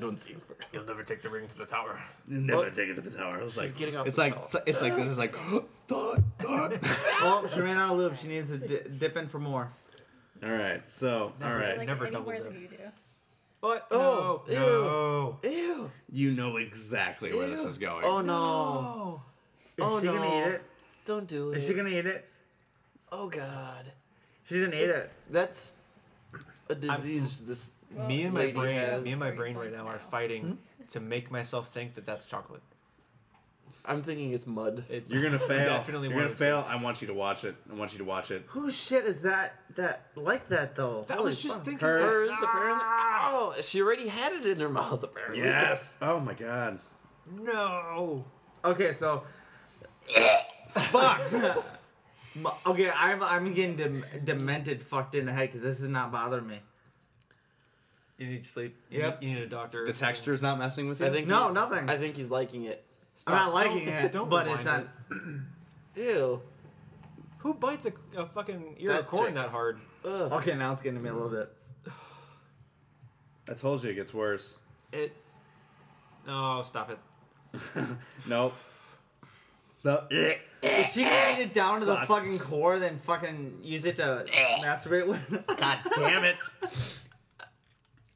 Speaker 4: don't see it. for-
Speaker 6: You'll never take the ring to the tower.
Speaker 1: Never
Speaker 4: Well,
Speaker 1: take it to the tower. I was
Speaker 4: She's
Speaker 1: like,
Speaker 4: getting off
Speaker 8: It's
Speaker 4: the
Speaker 8: like
Speaker 4: towel.
Speaker 8: it's, it's like this is like. [GASPS]
Speaker 2: Oh, she ran out of lube. She needs to di- dip in for more.
Speaker 1: [LAUGHS] all right, so all
Speaker 3: Never.
Speaker 1: right,
Speaker 7: Like
Speaker 3: never
Speaker 7: any
Speaker 3: double
Speaker 7: more
Speaker 3: dip.
Speaker 7: than you do.
Speaker 3: What?
Speaker 4: Oh,
Speaker 3: no,
Speaker 4: ew.
Speaker 3: no.
Speaker 4: Ew.
Speaker 1: you know exactly where this
Speaker 4: Ew.
Speaker 1: is going.
Speaker 4: Oh no.
Speaker 3: Oh.
Speaker 2: Is
Speaker 4: Oh,
Speaker 2: she gonna
Speaker 4: no.
Speaker 2: eat it?
Speaker 4: Don't do it.
Speaker 2: Is she gonna eat it?
Speaker 4: Oh god.
Speaker 2: She's gonna eat it.
Speaker 4: That's a disease. this.
Speaker 3: me and my
Speaker 4: Lady
Speaker 3: brain,
Speaker 4: has- Hmm?
Speaker 3: me and my
Speaker 7: Where you
Speaker 3: brain
Speaker 7: going
Speaker 3: right now
Speaker 7: to
Speaker 3: are
Speaker 7: now?
Speaker 3: fighting to make myself think that that's chocolate.
Speaker 4: I'm thinking it's mud.
Speaker 3: It's
Speaker 1: You're gonna fail.
Speaker 3: Definitely
Speaker 1: You're gonna
Speaker 3: one of
Speaker 1: fail. I want you to watch it. I want you to watch it.
Speaker 2: Whose shit is that? That like that though.
Speaker 3: That
Speaker 4: Holy
Speaker 3: was Ah! just
Speaker 4: fuck.
Speaker 3: thinking.
Speaker 1: Hers.
Speaker 4: Hers apparently. Oh, she already had it in her mouth apparently.
Speaker 1: Yes. Oh my god.
Speaker 3: No.
Speaker 2: Okay, so. [LAUGHS] Fuck. okay, I'm I'm getting dem- demented, fucked in the head because this is not bothering me.
Speaker 3: You need sleep.
Speaker 2: Yep.
Speaker 3: You need, you need a doctor.
Speaker 8: the texture's not messing with you.
Speaker 4: I think.
Speaker 2: No,
Speaker 4: he-
Speaker 2: nothing.
Speaker 4: I think he's liking it.
Speaker 2: I'm not liking
Speaker 3: Don't-
Speaker 2: it,
Speaker 3: don't
Speaker 2: but it's
Speaker 3: rewind
Speaker 2: not.
Speaker 3: it.
Speaker 4: Ew.
Speaker 3: Who bites a, a fucking ear
Speaker 4: That
Speaker 3: of corn
Speaker 4: chick.
Speaker 3: that hard?
Speaker 4: Ugh.
Speaker 2: Okay, now it's getting to me a little bit.
Speaker 1: I told you it gets worse. [LAUGHS]
Speaker 3: It. No, stop it.
Speaker 1: Nope. The eh.
Speaker 2: Is she gonna eat it down to the
Speaker 1: Fuck.
Speaker 2: fucking core, then fucking use it to masturbate with?
Speaker 1: God damn it.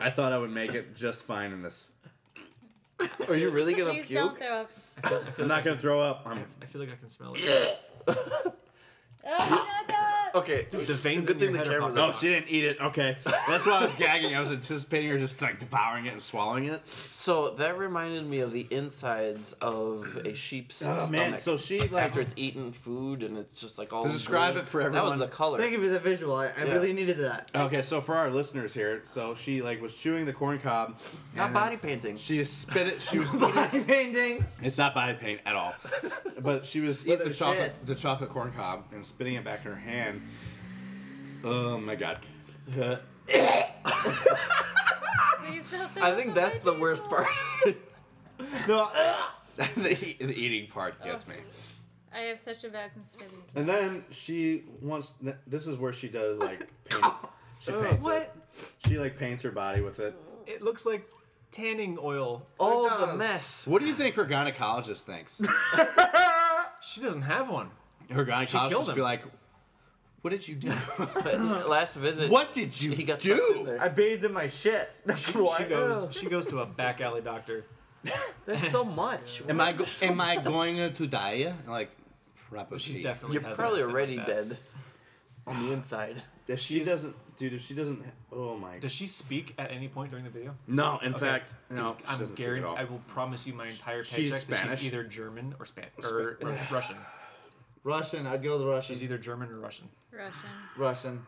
Speaker 1: I thought I would make it just fine in this.
Speaker 4: Are you really gonna
Speaker 7: Please don't
Speaker 4: puke?
Speaker 7: throw up.
Speaker 1: I'm not gonna throw up. I'm
Speaker 3: I feel like I can smell it.
Speaker 7: Oh, don't throw up.
Speaker 4: [LAUGHS] Okay.
Speaker 3: The veins
Speaker 4: Good
Speaker 3: in
Speaker 4: thing
Speaker 3: your
Speaker 4: the
Speaker 3: head are
Speaker 4: camera's
Speaker 3: popping
Speaker 1: Oh,
Speaker 3: out.
Speaker 1: she didn't eat it. Okay, that's why I was gagging. I was anticipating her just like devouring it and swallowing it.
Speaker 4: So that reminded me of the insides of a sheep's
Speaker 1: Oh
Speaker 4: stomach.
Speaker 1: man, so she like
Speaker 4: after it's eaten food and it's just like all.
Speaker 8: To describe
Speaker 4: gooey.
Speaker 8: it for
Speaker 4: That was
Speaker 8: everyone.
Speaker 4: the color.
Speaker 2: Thank you for the visual. I, I
Speaker 4: Yeah.
Speaker 2: really needed that. [LAUGHS]
Speaker 1: okay. So for our listeners here, so she like was chewing the corn cob.
Speaker 4: Not
Speaker 1: and then
Speaker 4: body painting.
Speaker 1: She spit it. She [LAUGHS] was.
Speaker 2: Body painting.
Speaker 1: it's not body paint at all, but she was
Speaker 2: With
Speaker 1: eating the
Speaker 2: her
Speaker 1: chocolate,
Speaker 2: shit.
Speaker 1: the chocolate corn cob, and spitting it back in her hand. Oh my god. [LAUGHS]
Speaker 7: Please don't throw
Speaker 4: I
Speaker 7: up
Speaker 4: think
Speaker 7: on
Speaker 4: that's
Speaker 7: my
Speaker 4: the worst
Speaker 7: table.
Speaker 4: part. [LAUGHS]
Speaker 1: No, the, e- the eating part gets me.
Speaker 7: I have such a bad sensitivity.
Speaker 1: And then she wants. th- This is where she
Speaker 8: [LAUGHS]
Speaker 1: does like paint. She paints it.
Speaker 3: What?
Speaker 1: She like paints her body with it.
Speaker 3: It looks like tanning oil.
Speaker 4: all
Speaker 2: God.
Speaker 4: Oh, the mess.
Speaker 8: What do you think her gynecologist thinks?
Speaker 3: [LAUGHS] She doesn't have
Speaker 4: [LAUGHS]
Speaker 3: one.
Speaker 8: Her gynecologist
Speaker 3: killed
Speaker 8: would
Speaker 3: him.
Speaker 8: be like, "What did you do?
Speaker 1: [LAUGHS]
Speaker 8: [LAUGHS]
Speaker 4: Last visit.
Speaker 8: what did you
Speaker 4: He got sucked in
Speaker 8: do?"
Speaker 2: I
Speaker 4: there.
Speaker 2: bathed in my shit. [LAUGHS] That's why.
Speaker 3: She
Speaker 4: Oh.
Speaker 3: goes. She goes to a back alley doctor.
Speaker 4: There's so much.
Speaker 8: Am I
Speaker 1: [LAUGHS]
Speaker 8: go- am I going to die? And like, probably.
Speaker 3: She definitely.
Speaker 4: You're
Speaker 3: has an
Speaker 4: probably
Speaker 3: accent like
Speaker 4: already
Speaker 3: that.
Speaker 4: dead on the inside.
Speaker 1: If she doesn't, dude. If she doesn't, oh my.
Speaker 3: Does she speak at any point during the video?
Speaker 1: no, in
Speaker 3: Okay.
Speaker 1: fact, no. she
Speaker 3: I'm
Speaker 1: doesn't speak at
Speaker 3: guaranteed.
Speaker 1: all.
Speaker 3: I will promise you my entire paycheck
Speaker 1: she's
Speaker 3: that
Speaker 1: Spanish.
Speaker 3: she's either German or Spanish or, or Russian.
Speaker 2: Russian. I'd go with Russian.
Speaker 3: She's either German or Russian.
Speaker 7: Russian.
Speaker 2: Russian.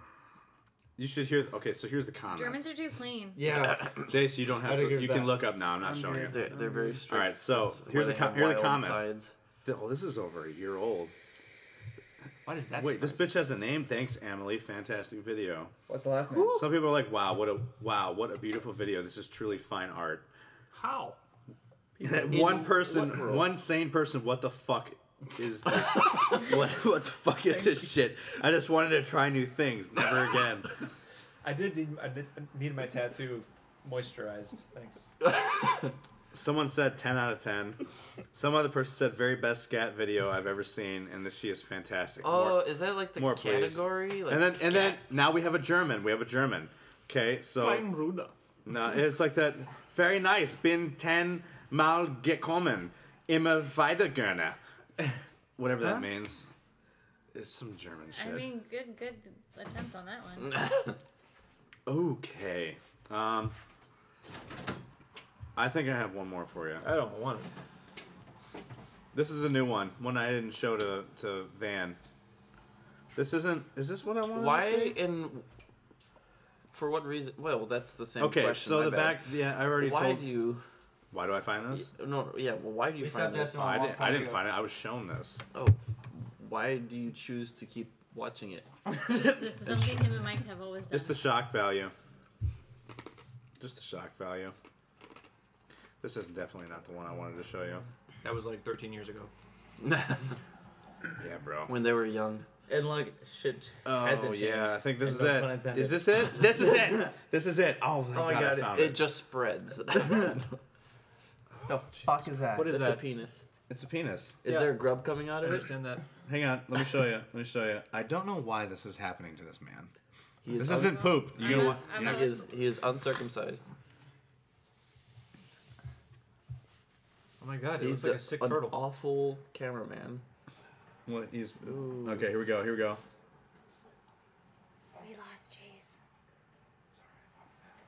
Speaker 1: You should hear. Okay, so here's the comments.
Speaker 7: Germans are too clean.
Speaker 1: [LAUGHS]
Speaker 2: Yeah.
Speaker 1: Jace, you don't have
Speaker 2: I'd
Speaker 1: to.
Speaker 2: agree
Speaker 1: You
Speaker 2: with
Speaker 1: can
Speaker 2: that.
Speaker 1: look up now. I'm not showing it.
Speaker 4: They're, they're very strict.
Speaker 1: All right, so
Speaker 4: That's
Speaker 1: here's the
Speaker 4: why they
Speaker 1: com-
Speaker 4: have
Speaker 1: here are the
Speaker 4: wild
Speaker 1: comments.
Speaker 4: sides.
Speaker 1: Th- Oh, this is over a year old.
Speaker 3: Why does that?
Speaker 1: Wait, this
Speaker 3: surprise
Speaker 1: bitch has a name. Thanks, Emily. Fantastic video.
Speaker 2: What's the last name?
Speaker 1: Some people are like, "Wow, what a wow, what a beautiful video. This is truly fine
Speaker 4: [LAUGHS]
Speaker 1: art."
Speaker 3: you? How?
Speaker 1: That one
Speaker 4: what
Speaker 1: person,
Speaker 4: world?
Speaker 1: one sane person, what the fuck
Speaker 4: [LAUGHS]
Speaker 1: is this? what, what the fuck is this shit? I just wanted to try new things. Never again.
Speaker 3: I did need, I did need my tattoo moisturized. Thanks.
Speaker 1: Someone said 10 out of 10. Some other person said very best scat video I've ever seen, and this she is fantastic.
Speaker 4: Oh,
Speaker 1: More-
Speaker 4: is that like the
Speaker 1: more please.
Speaker 4: category? Like
Speaker 1: and then
Speaker 4: scat?
Speaker 1: and then now we have a German. We have a German. Okay, so
Speaker 3: Ruda.
Speaker 1: no, it's like that. Very nice. Bin 10 mal gekommen. Immer weiter gerne. Whatever that means. It's some German shit.
Speaker 7: I mean, good, good attempt on that
Speaker 1: [LAUGHS]
Speaker 7: one.
Speaker 1: okay. Um, I think I have one more for you.
Speaker 3: I don't want it.
Speaker 1: This is a new one. One I didn't show to to Van. This isn't. Is this what I wanted to
Speaker 4: why
Speaker 1: see?
Speaker 4: and for what reason? Well, that's the same
Speaker 1: Okay,
Speaker 4: question.
Speaker 1: so
Speaker 4: my
Speaker 1: the
Speaker 4: bad.
Speaker 1: back. Yeah, I already
Speaker 4: Why
Speaker 1: told.
Speaker 4: do you?
Speaker 1: why do I find this?
Speaker 4: No, yeah. Well, why do you
Speaker 2: We
Speaker 4: find
Speaker 2: stopped
Speaker 4: this?
Speaker 2: asking
Speaker 1: I
Speaker 2: long
Speaker 1: didn't. I
Speaker 2: time
Speaker 1: didn't
Speaker 2: ago.
Speaker 1: find it. I was shown this.
Speaker 4: Oh, why do you choose to keep
Speaker 1: [LAUGHS]
Speaker 4: watching it.
Speaker 7: This is something him and Mike have always done.
Speaker 1: Just the shock value. Just the shock value. This is definitely not the one I wanted to show you.
Speaker 3: That was like 13 years ago.
Speaker 1: Yeah, bro.
Speaker 4: when they were young.
Speaker 2: And look, shit.
Speaker 1: Oh
Speaker 2: hasn't
Speaker 1: yeah, I
Speaker 2: changed.
Speaker 1: think this
Speaker 2: And
Speaker 1: is
Speaker 2: no pun
Speaker 1: it.
Speaker 2: intended.
Speaker 1: Is this it? This is
Speaker 2: [LAUGHS]
Speaker 1: it. This is it. Oh, thank
Speaker 2: Oh, I
Speaker 1: God, I
Speaker 2: got it.
Speaker 1: found it.
Speaker 4: It
Speaker 1: [LAUGHS]
Speaker 4: just spreads. [LAUGHS]
Speaker 2: The fuck is that?
Speaker 3: What is
Speaker 4: it's a
Speaker 3: that?
Speaker 4: penis.
Speaker 1: It's a penis.
Speaker 4: Is
Speaker 3: Yeah.
Speaker 4: there grub coming out
Speaker 3: I
Speaker 4: of it?
Speaker 3: understand that.
Speaker 1: Hang on, let me show you. Let me show you. I don't know why this is happening to this man.
Speaker 4: He
Speaker 1: This
Speaker 4: un-
Speaker 1: isn't poop. You gonna
Speaker 7: not-
Speaker 1: want?
Speaker 7: I'm
Speaker 1: yeah.
Speaker 7: not-
Speaker 4: He is, he is uncircumcised.
Speaker 3: Oh my god, it
Speaker 4: He's
Speaker 3: looks like a sick
Speaker 4: an
Speaker 3: turtle.
Speaker 4: awful cameraman.
Speaker 1: What? He's
Speaker 4: Ooh.
Speaker 1: okay. Here we go. Here we go.
Speaker 7: We lost Chase.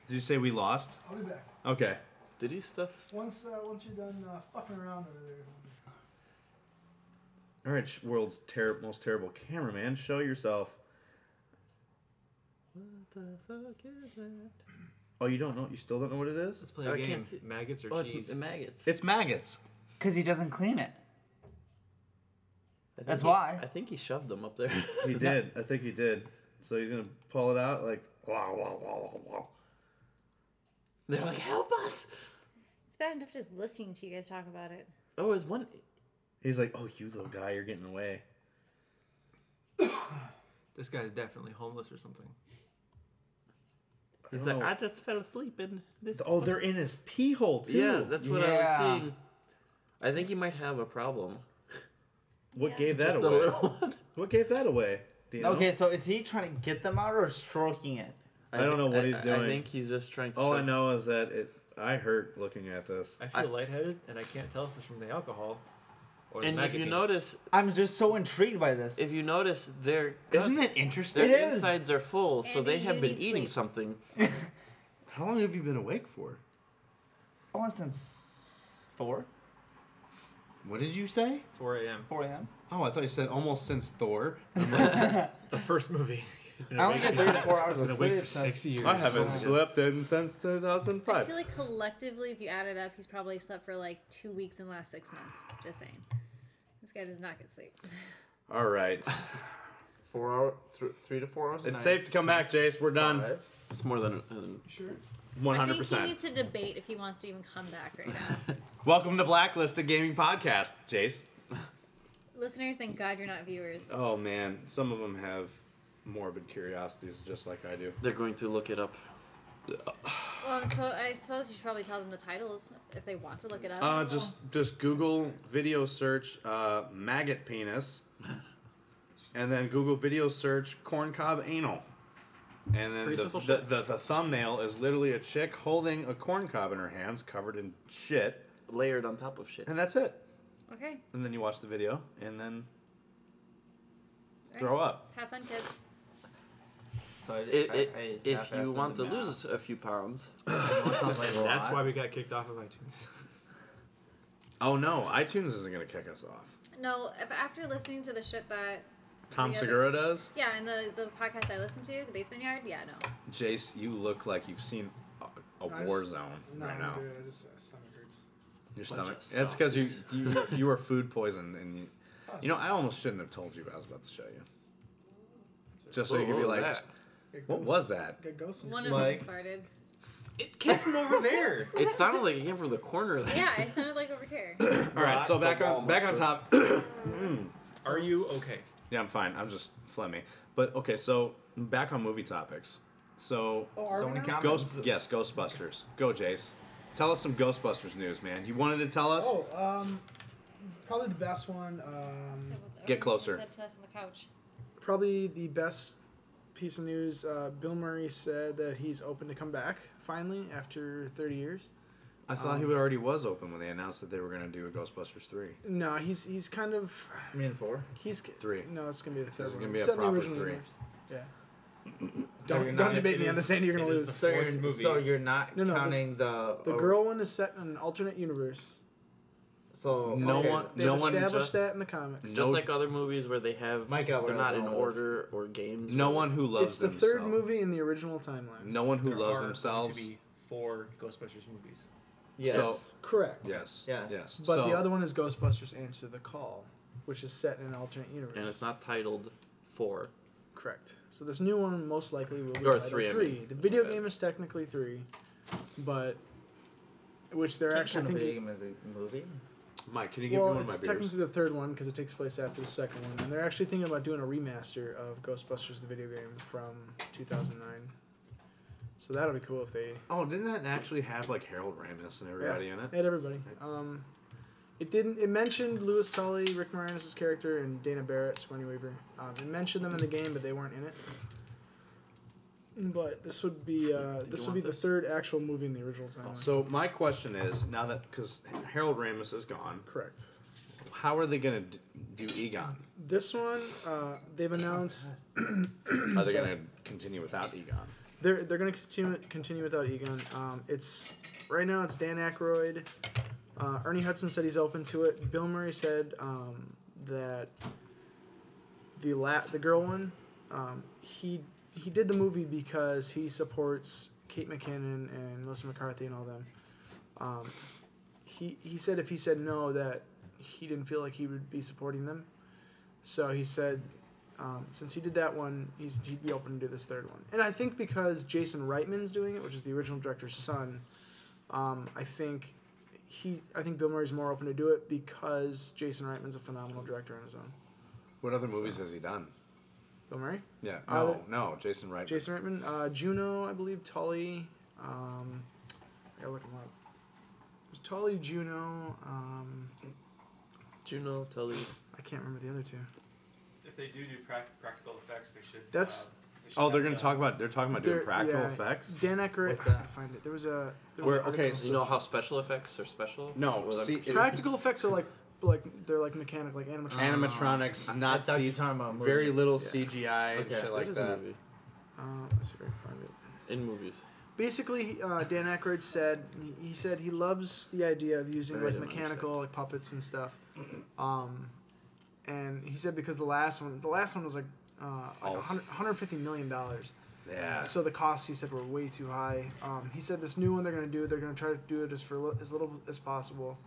Speaker 1: Did you say we lost?
Speaker 5: I'll be back.
Speaker 1: Okay.
Speaker 4: Did he stuff?
Speaker 5: Once uh, once you're done uh, fucking around over there.
Speaker 1: All right, sh- world's ter- most terrible cameraman. Show yourself.
Speaker 4: What the fuck is that?
Speaker 1: Oh, you don't know? You still don't know what it is?
Speaker 3: Let's play
Speaker 4: Oh,
Speaker 3: a
Speaker 4: I can't
Speaker 3: game.
Speaker 4: see-
Speaker 3: Maggots or
Speaker 4: Oh, it's
Speaker 3: cheese?
Speaker 4: maggots.
Speaker 1: It's maggots.
Speaker 2: Because he doesn't clean it.
Speaker 4: I think
Speaker 2: That's
Speaker 4: he-
Speaker 2: why.
Speaker 4: I think he shoved them up there. [LAUGHS]
Speaker 1: He did. I think he did. So he's gonna pull it out like wow, wow, wow, wow, wow.
Speaker 4: They're like, help us!
Speaker 7: It's bad enough just listening to you guys talk about it.
Speaker 4: Oh, is one.
Speaker 1: He's like, oh, you little guy, you're getting away.
Speaker 3: This guy's definitely homeless or something.
Speaker 4: He's
Speaker 1: don't
Speaker 4: like,
Speaker 1: know.
Speaker 4: I just fell asleep in this.
Speaker 1: Oh, they're in his pee hole too.
Speaker 4: Yeah, that's what
Speaker 2: Yeah.
Speaker 4: I was seeing. I think he might have a problem.
Speaker 1: what gave that
Speaker 4: Just a
Speaker 1: away?
Speaker 4: little one.
Speaker 1: What gave that away? Do you know?
Speaker 2: Okay, so is he trying to get them out or stroking it?
Speaker 1: I don't know
Speaker 4: think-
Speaker 1: what
Speaker 4: I-
Speaker 1: he's
Speaker 4: I- I
Speaker 1: doing.
Speaker 4: think he's just trying to.
Speaker 1: All I
Speaker 4: shove-
Speaker 1: know is that it. I hurt looking at this.
Speaker 3: I feel
Speaker 4: I-
Speaker 3: lightheaded, and I can't tell if it's from the alcohol or the
Speaker 4: And if
Speaker 3: maggot
Speaker 4: you
Speaker 3: penis.
Speaker 4: notice,
Speaker 2: I'm just so intrigued by this.
Speaker 4: if you notice, their
Speaker 8: Isn't it
Speaker 4: their
Speaker 8: interesting?
Speaker 2: It is.
Speaker 4: insides are full, so
Speaker 7: Andy,
Speaker 4: they have
Speaker 7: you
Speaker 4: been
Speaker 7: need
Speaker 4: eating
Speaker 7: sleep.
Speaker 4: something.
Speaker 8: How long have you been awake for?
Speaker 2: Only since four,
Speaker 8: What did you say?
Speaker 3: 4 a.m.
Speaker 2: four a.m.
Speaker 8: Oh, I thought you said almost since Thor.
Speaker 3: The first movie. [LAUGHS] He's been
Speaker 2: I only
Speaker 3: awake,
Speaker 2: get three to four hours
Speaker 3: he's
Speaker 2: of
Speaker 3: been awake
Speaker 2: sleep.
Speaker 3: for six years.
Speaker 1: I haven't slept in since
Speaker 7: I
Speaker 1: 2005.
Speaker 7: feel like collectively, if you add it up, he's probably slept for like two weeks in the last six months. Just saying. This guy does not get sleep.
Speaker 1: All [SIGHS] right,
Speaker 6: Four hour, th- three to four hours. a
Speaker 1: it's
Speaker 6: night.
Speaker 1: safe to come back, Jace. We're done.
Speaker 6: Five.
Speaker 4: It's more than. than
Speaker 5: Sure.
Speaker 7: I think he
Speaker 1: 100%.
Speaker 7: needs to debate if he wants to even come back right
Speaker 1: [LAUGHS]
Speaker 7: now.
Speaker 1: Welcome to Blacklist, the gaming podcast, Jace.
Speaker 7: Listeners, thank God you're not viewers.
Speaker 1: Oh man, some of them have morbid curiosities just like I do.
Speaker 4: they're going to look it up.
Speaker 7: Well, I'm suppo- I suppose you should probably tell them the titles if they want to look it up.
Speaker 1: Uh, just just Google video search uh, maggot [LAUGHS] penis, and then Google video search corn cob anal, and then
Speaker 3: Pretty
Speaker 1: the,
Speaker 3: simple
Speaker 1: the,
Speaker 3: shit.
Speaker 1: the, the thumbnail is literally a chick holding a corn cob in her hands, covered in shit,
Speaker 4: Layered on top of shit.
Speaker 1: and that's it.
Speaker 7: Okay.
Speaker 1: And then you watch the video, and then throw up.
Speaker 7: Have fun, kids.
Speaker 6: So I,
Speaker 4: It, it,
Speaker 6: I, I
Speaker 4: if
Speaker 6: half-assed
Speaker 4: you want to
Speaker 6: the math.
Speaker 4: lose a few pounds,
Speaker 6: That sounds like a
Speaker 3: And that's
Speaker 6: lot.
Speaker 3: why we got kicked off of iTunes.
Speaker 1: Oh no, iTunes isn't gonna kick us off.
Speaker 7: No, if- after listening to the shit that
Speaker 1: Tom
Speaker 7: Yeah, but-
Speaker 1: Segura does.
Speaker 7: yeah, and the the podcast I listened to, the Basement Yard, yeah, no.
Speaker 1: Jace, you look like you've seen a, a
Speaker 5: I
Speaker 1: war
Speaker 5: just-
Speaker 1: zone
Speaker 5: No,
Speaker 1: right
Speaker 5: I'm
Speaker 1: now.
Speaker 5: good. I just uh, stomach hurts.
Speaker 1: Your stomach.
Speaker 4: Bunch of
Speaker 1: That's because you
Speaker 4: [LAUGHS]
Speaker 1: you you were food poisoned, and you, you know I almost shouldn't have told you what I was about to show you. Just so you
Speaker 4: Whoa,
Speaker 1: could be
Speaker 4: what was
Speaker 1: like,
Speaker 4: that?
Speaker 5: Got
Speaker 1: what
Speaker 5: ghosts-
Speaker 1: was that?
Speaker 5: Got ghosts in
Speaker 7: One
Speaker 5: here.
Speaker 7: of them
Speaker 2: Like-
Speaker 7: farted.
Speaker 3: [LAUGHS] It came from over there.
Speaker 4: it sounded like it came from the corner there.
Speaker 7: Yeah, it sounded like over here.
Speaker 1: All right, so back on back on top. [COUGHS]
Speaker 3: Are you okay?
Speaker 1: yeah, I'm fine. I'm just phlegmy. But okay, so back on movie topics. So
Speaker 5: Oh, are
Speaker 6: So
Speaker 5: we
Speaker 6: many
Speaker 5: now?
Speaker 6: comments.
Speaker 1: Ghost, yes, Ghostbusters. Go, Jace. Tell us some Ghostbusters news, man. You wanted to tell us.
Speaker 5: Oh, um, probably the best one. Um,
Speaker 7: So what the
Speaker 1: Get
Speaker 7: owner
Speaker 1: closer.
Speaker 7: Said to us on the couch.
Speaker 5: probably the best piece of news. Uh, Bill Murray said that he's open to come back finally after 30 years.
Speaker 1: I thought he already was open when they announced that they were going to do a Ghostbusters three.
Speaker 5: No, he's he's kind of
Speaker 2: Me and four.
Speaker 5: he's
Speaker 1: Three.
Speaker 5: No, it's gonna be the third
Speaker 1: is
Speaker 5: one.
Speaker 1: gonna be a
Speaker 5: Said in the
Speaker 1: proper
Speaker 5: original
Speaker 1: three.
Speaker 5: universe. Yeah.
Speaker 2: So
Speaker 5: Don't,
Speaker 2: you're
Speaker 5: don't
Speaker 2: not-
Speaker 5: debate
Speaker 3: it
Speaker 5: me on
Speaker 3: is-
Speaker 5: this, Andy. You're gonna
Speaker 3: it is
Speaker 5: lose.
Speaker 3: the
Speaker 2: So you're,
Speaker 3: Fourth movie.
Speaker 2: so you're not
Speaker 5: No, no, this-
Speaker 2: counting the
Speaker 5: The girl one is set in an alternate universe.
Speaker 2: So
Speaker 1: No
Speaker 2: okay.
Speaker 1: one-
Speaker 5: They
Speaker 1: no one
Speaker 5: established
Speaker 4: just-
Speaker 5: that in the comics.
Speaker 4: Just
Speaker 1: No-
Speaker 4: like other movies where they have.
Speaker 2: Mike got where
Speaker 4: they're
Speaker 2: I was
Speaker 4: not in
Speaker 2: going with this.
Speaker 4: order or games.
Speaker 1: No
Speaker 4: or-
Speaker 1: one who loves
Speaker 5: It's the third
Speaker 1: themselves-
Speaker 5: movie in the original timeline.
Speaker 1: No one who
Speaker 3: There
Speaker 1: loves
Speaker 3: are going
Speaker 1: themselves.
Speaker 3: To be four Ghostbusters movies.
Speaker 2: Yes.
Speaker 1: So-
Speaker 5: Correct.
Speaker 1: Yes.
Speaker 2: Yes.
Speaker 1: Yes.
Speaker 5: But
Speaker 1: So-
Speaker 5: the other one is Ghostbusters Answer the Call, which is set in an alternate universe.
Speaker 4: And it's not titled four.
Speaker 5: Correct. So this new one most likely will be
Speaker 4: Or
Speaker 5: titled
Speaker 4: three, I
Speaker 5: three.
Speaker 4: mean.
Speaker 5: The video
Speaker 4: Okay.
Speaker 5: game is technically three, but which they're
Speaker 2: Can't
Speaker 5: actually
Speaker 2: count a
Speaker 5: thinking.
Speaker 2: video game as a movie.
Speaker 1: Mike, can you give me
Speaker 5: Well,
Speaker 1: one of my
Speaker 5: it's
Speaker 1: beers?
Speaker 5: technically the third one because it takes place after the second one, and they're actually thinking about doing a remaster of Ghostbusters the video game from 2009. So that'll be cool if they
Speaker 1: Oh, didn't that actually have like Harold Ramis and everybody in it?
Speaker 5: had everybody. Um, it didn't. It mentioned Lewis Tully, Rick Moranis' character, and Dana Barrett, Sigourney Weaver. Um, it mentioned them in the game, but they weren't in it. But this would be uh,
Speaker 4: Did
Speaker 5: this would
Speaker 4: you want
Speaker 5: be the
Speaker 4: this?
Speaker 5: third actual movie in the original timeline.
Speaker 1: So my question is now that because Harold Ramis is gone,
Speaker 5: Correct.
Speaker 1: how are they gonna d- do Egon?
Speaker 5: This one, uh, they've announced
Speaker 1: Are they gonna continue without Egon?
Speaker 5: They're they're gonna continue continue without Egon. Um, it's right now it's Dan Aykroyd. Uh, Ernie Hudson said he's open to it. Bill Murray said um, that the la- the girl one, um, he he did the movie because he supports Kate McKinnon and Melissa McCarthy and all them. Um, he he said if he said no that he didn't feel like he would be supporting them. So he said um, since he did that one, he's, he'd be open to do this third one. And I think because Jason Reitman's doing it, which is the original director's son, um, I think he, I think Bill Murray's more open to do it because Jason Reitman's a phenomenal director on his own.
Speaker 1: What other movies has he done?
Speaker 5: Bill Murray,
Speaker 1: Yeah,
Speaker 5: Uh,
Speaker 1: no, no, Jason Wright.
Speaker 5: Jason Reitman, uh, Juno, I believe, Tully. Um, I gotta look him up. It was Tully, Juno. Um,
Speaker 4: Juno, Tully.
Speaker 5: I can't remember the other two.
Speaker 9: If they do do prac- practical effects, they should.
Speaker 5: That's-
Speaker 9: uh, they should
Speaker 1: Oh, they're
Speaker 9: have
Speaker 1: gonna
Speaker 9: the-
Speaker 1: talk about they're talking about doing
Speaker 5: They're-
Speaker 1: practical
Speaker 5: yeah.
Speaker 1: effects.
Speaker 5: Dan Aykroyd.
Speaker 4: What's
Speaker 5: I
Speaker 4: that?
Speaker 5: can't find it. There was a. There
Speaker 1: Where
Speaker 5: was an
Speaker 1: okay,
Speaker 5: article.
Speaker 4: You know how special effects are special?
Speaker 1: No,
Speaker 4: Well,
Speaker 1: see,
Speaker 4: like-
Speaker 1: it's
Speaker 5: Practical effects are like like they're like mechanic, like animatronics.
Speaker 1: animatronics,
Speaker 2: I
Speaker 1: not
Speaker 2: thought you
Speaker 1: C-
Speaker 2: were talking about a movie.
Speaker 1: very little CGI and
Speaker 4: Okay,
Speaker 1: shit
Speaker 4: what
Speaker 1: like
Speaker 4: is a
Speaker 1: that.
Speaker 4: movie?
Speaker 5: Uh, let's see if I can find it.
Speaker 4: In movies.
Speaker 5: Basically, uh, Dan Aykroyd said he- he said he loves the idea of using
Speaker 4: But I
Speaker 5: like
Speaker 4: don't
Speaker 5: mechanical like puppets and stuff. Um, and he said because the last one, the last one was like uh, like
Speaker 1: False.
Speaker 5: 100, 150 million dollars.
Speaker 1: Yeah.
Speaker 5: So the costs he said were way too high. Um, he said this new one they're gonna do, they're gonna try to do it as for li- as little as possible.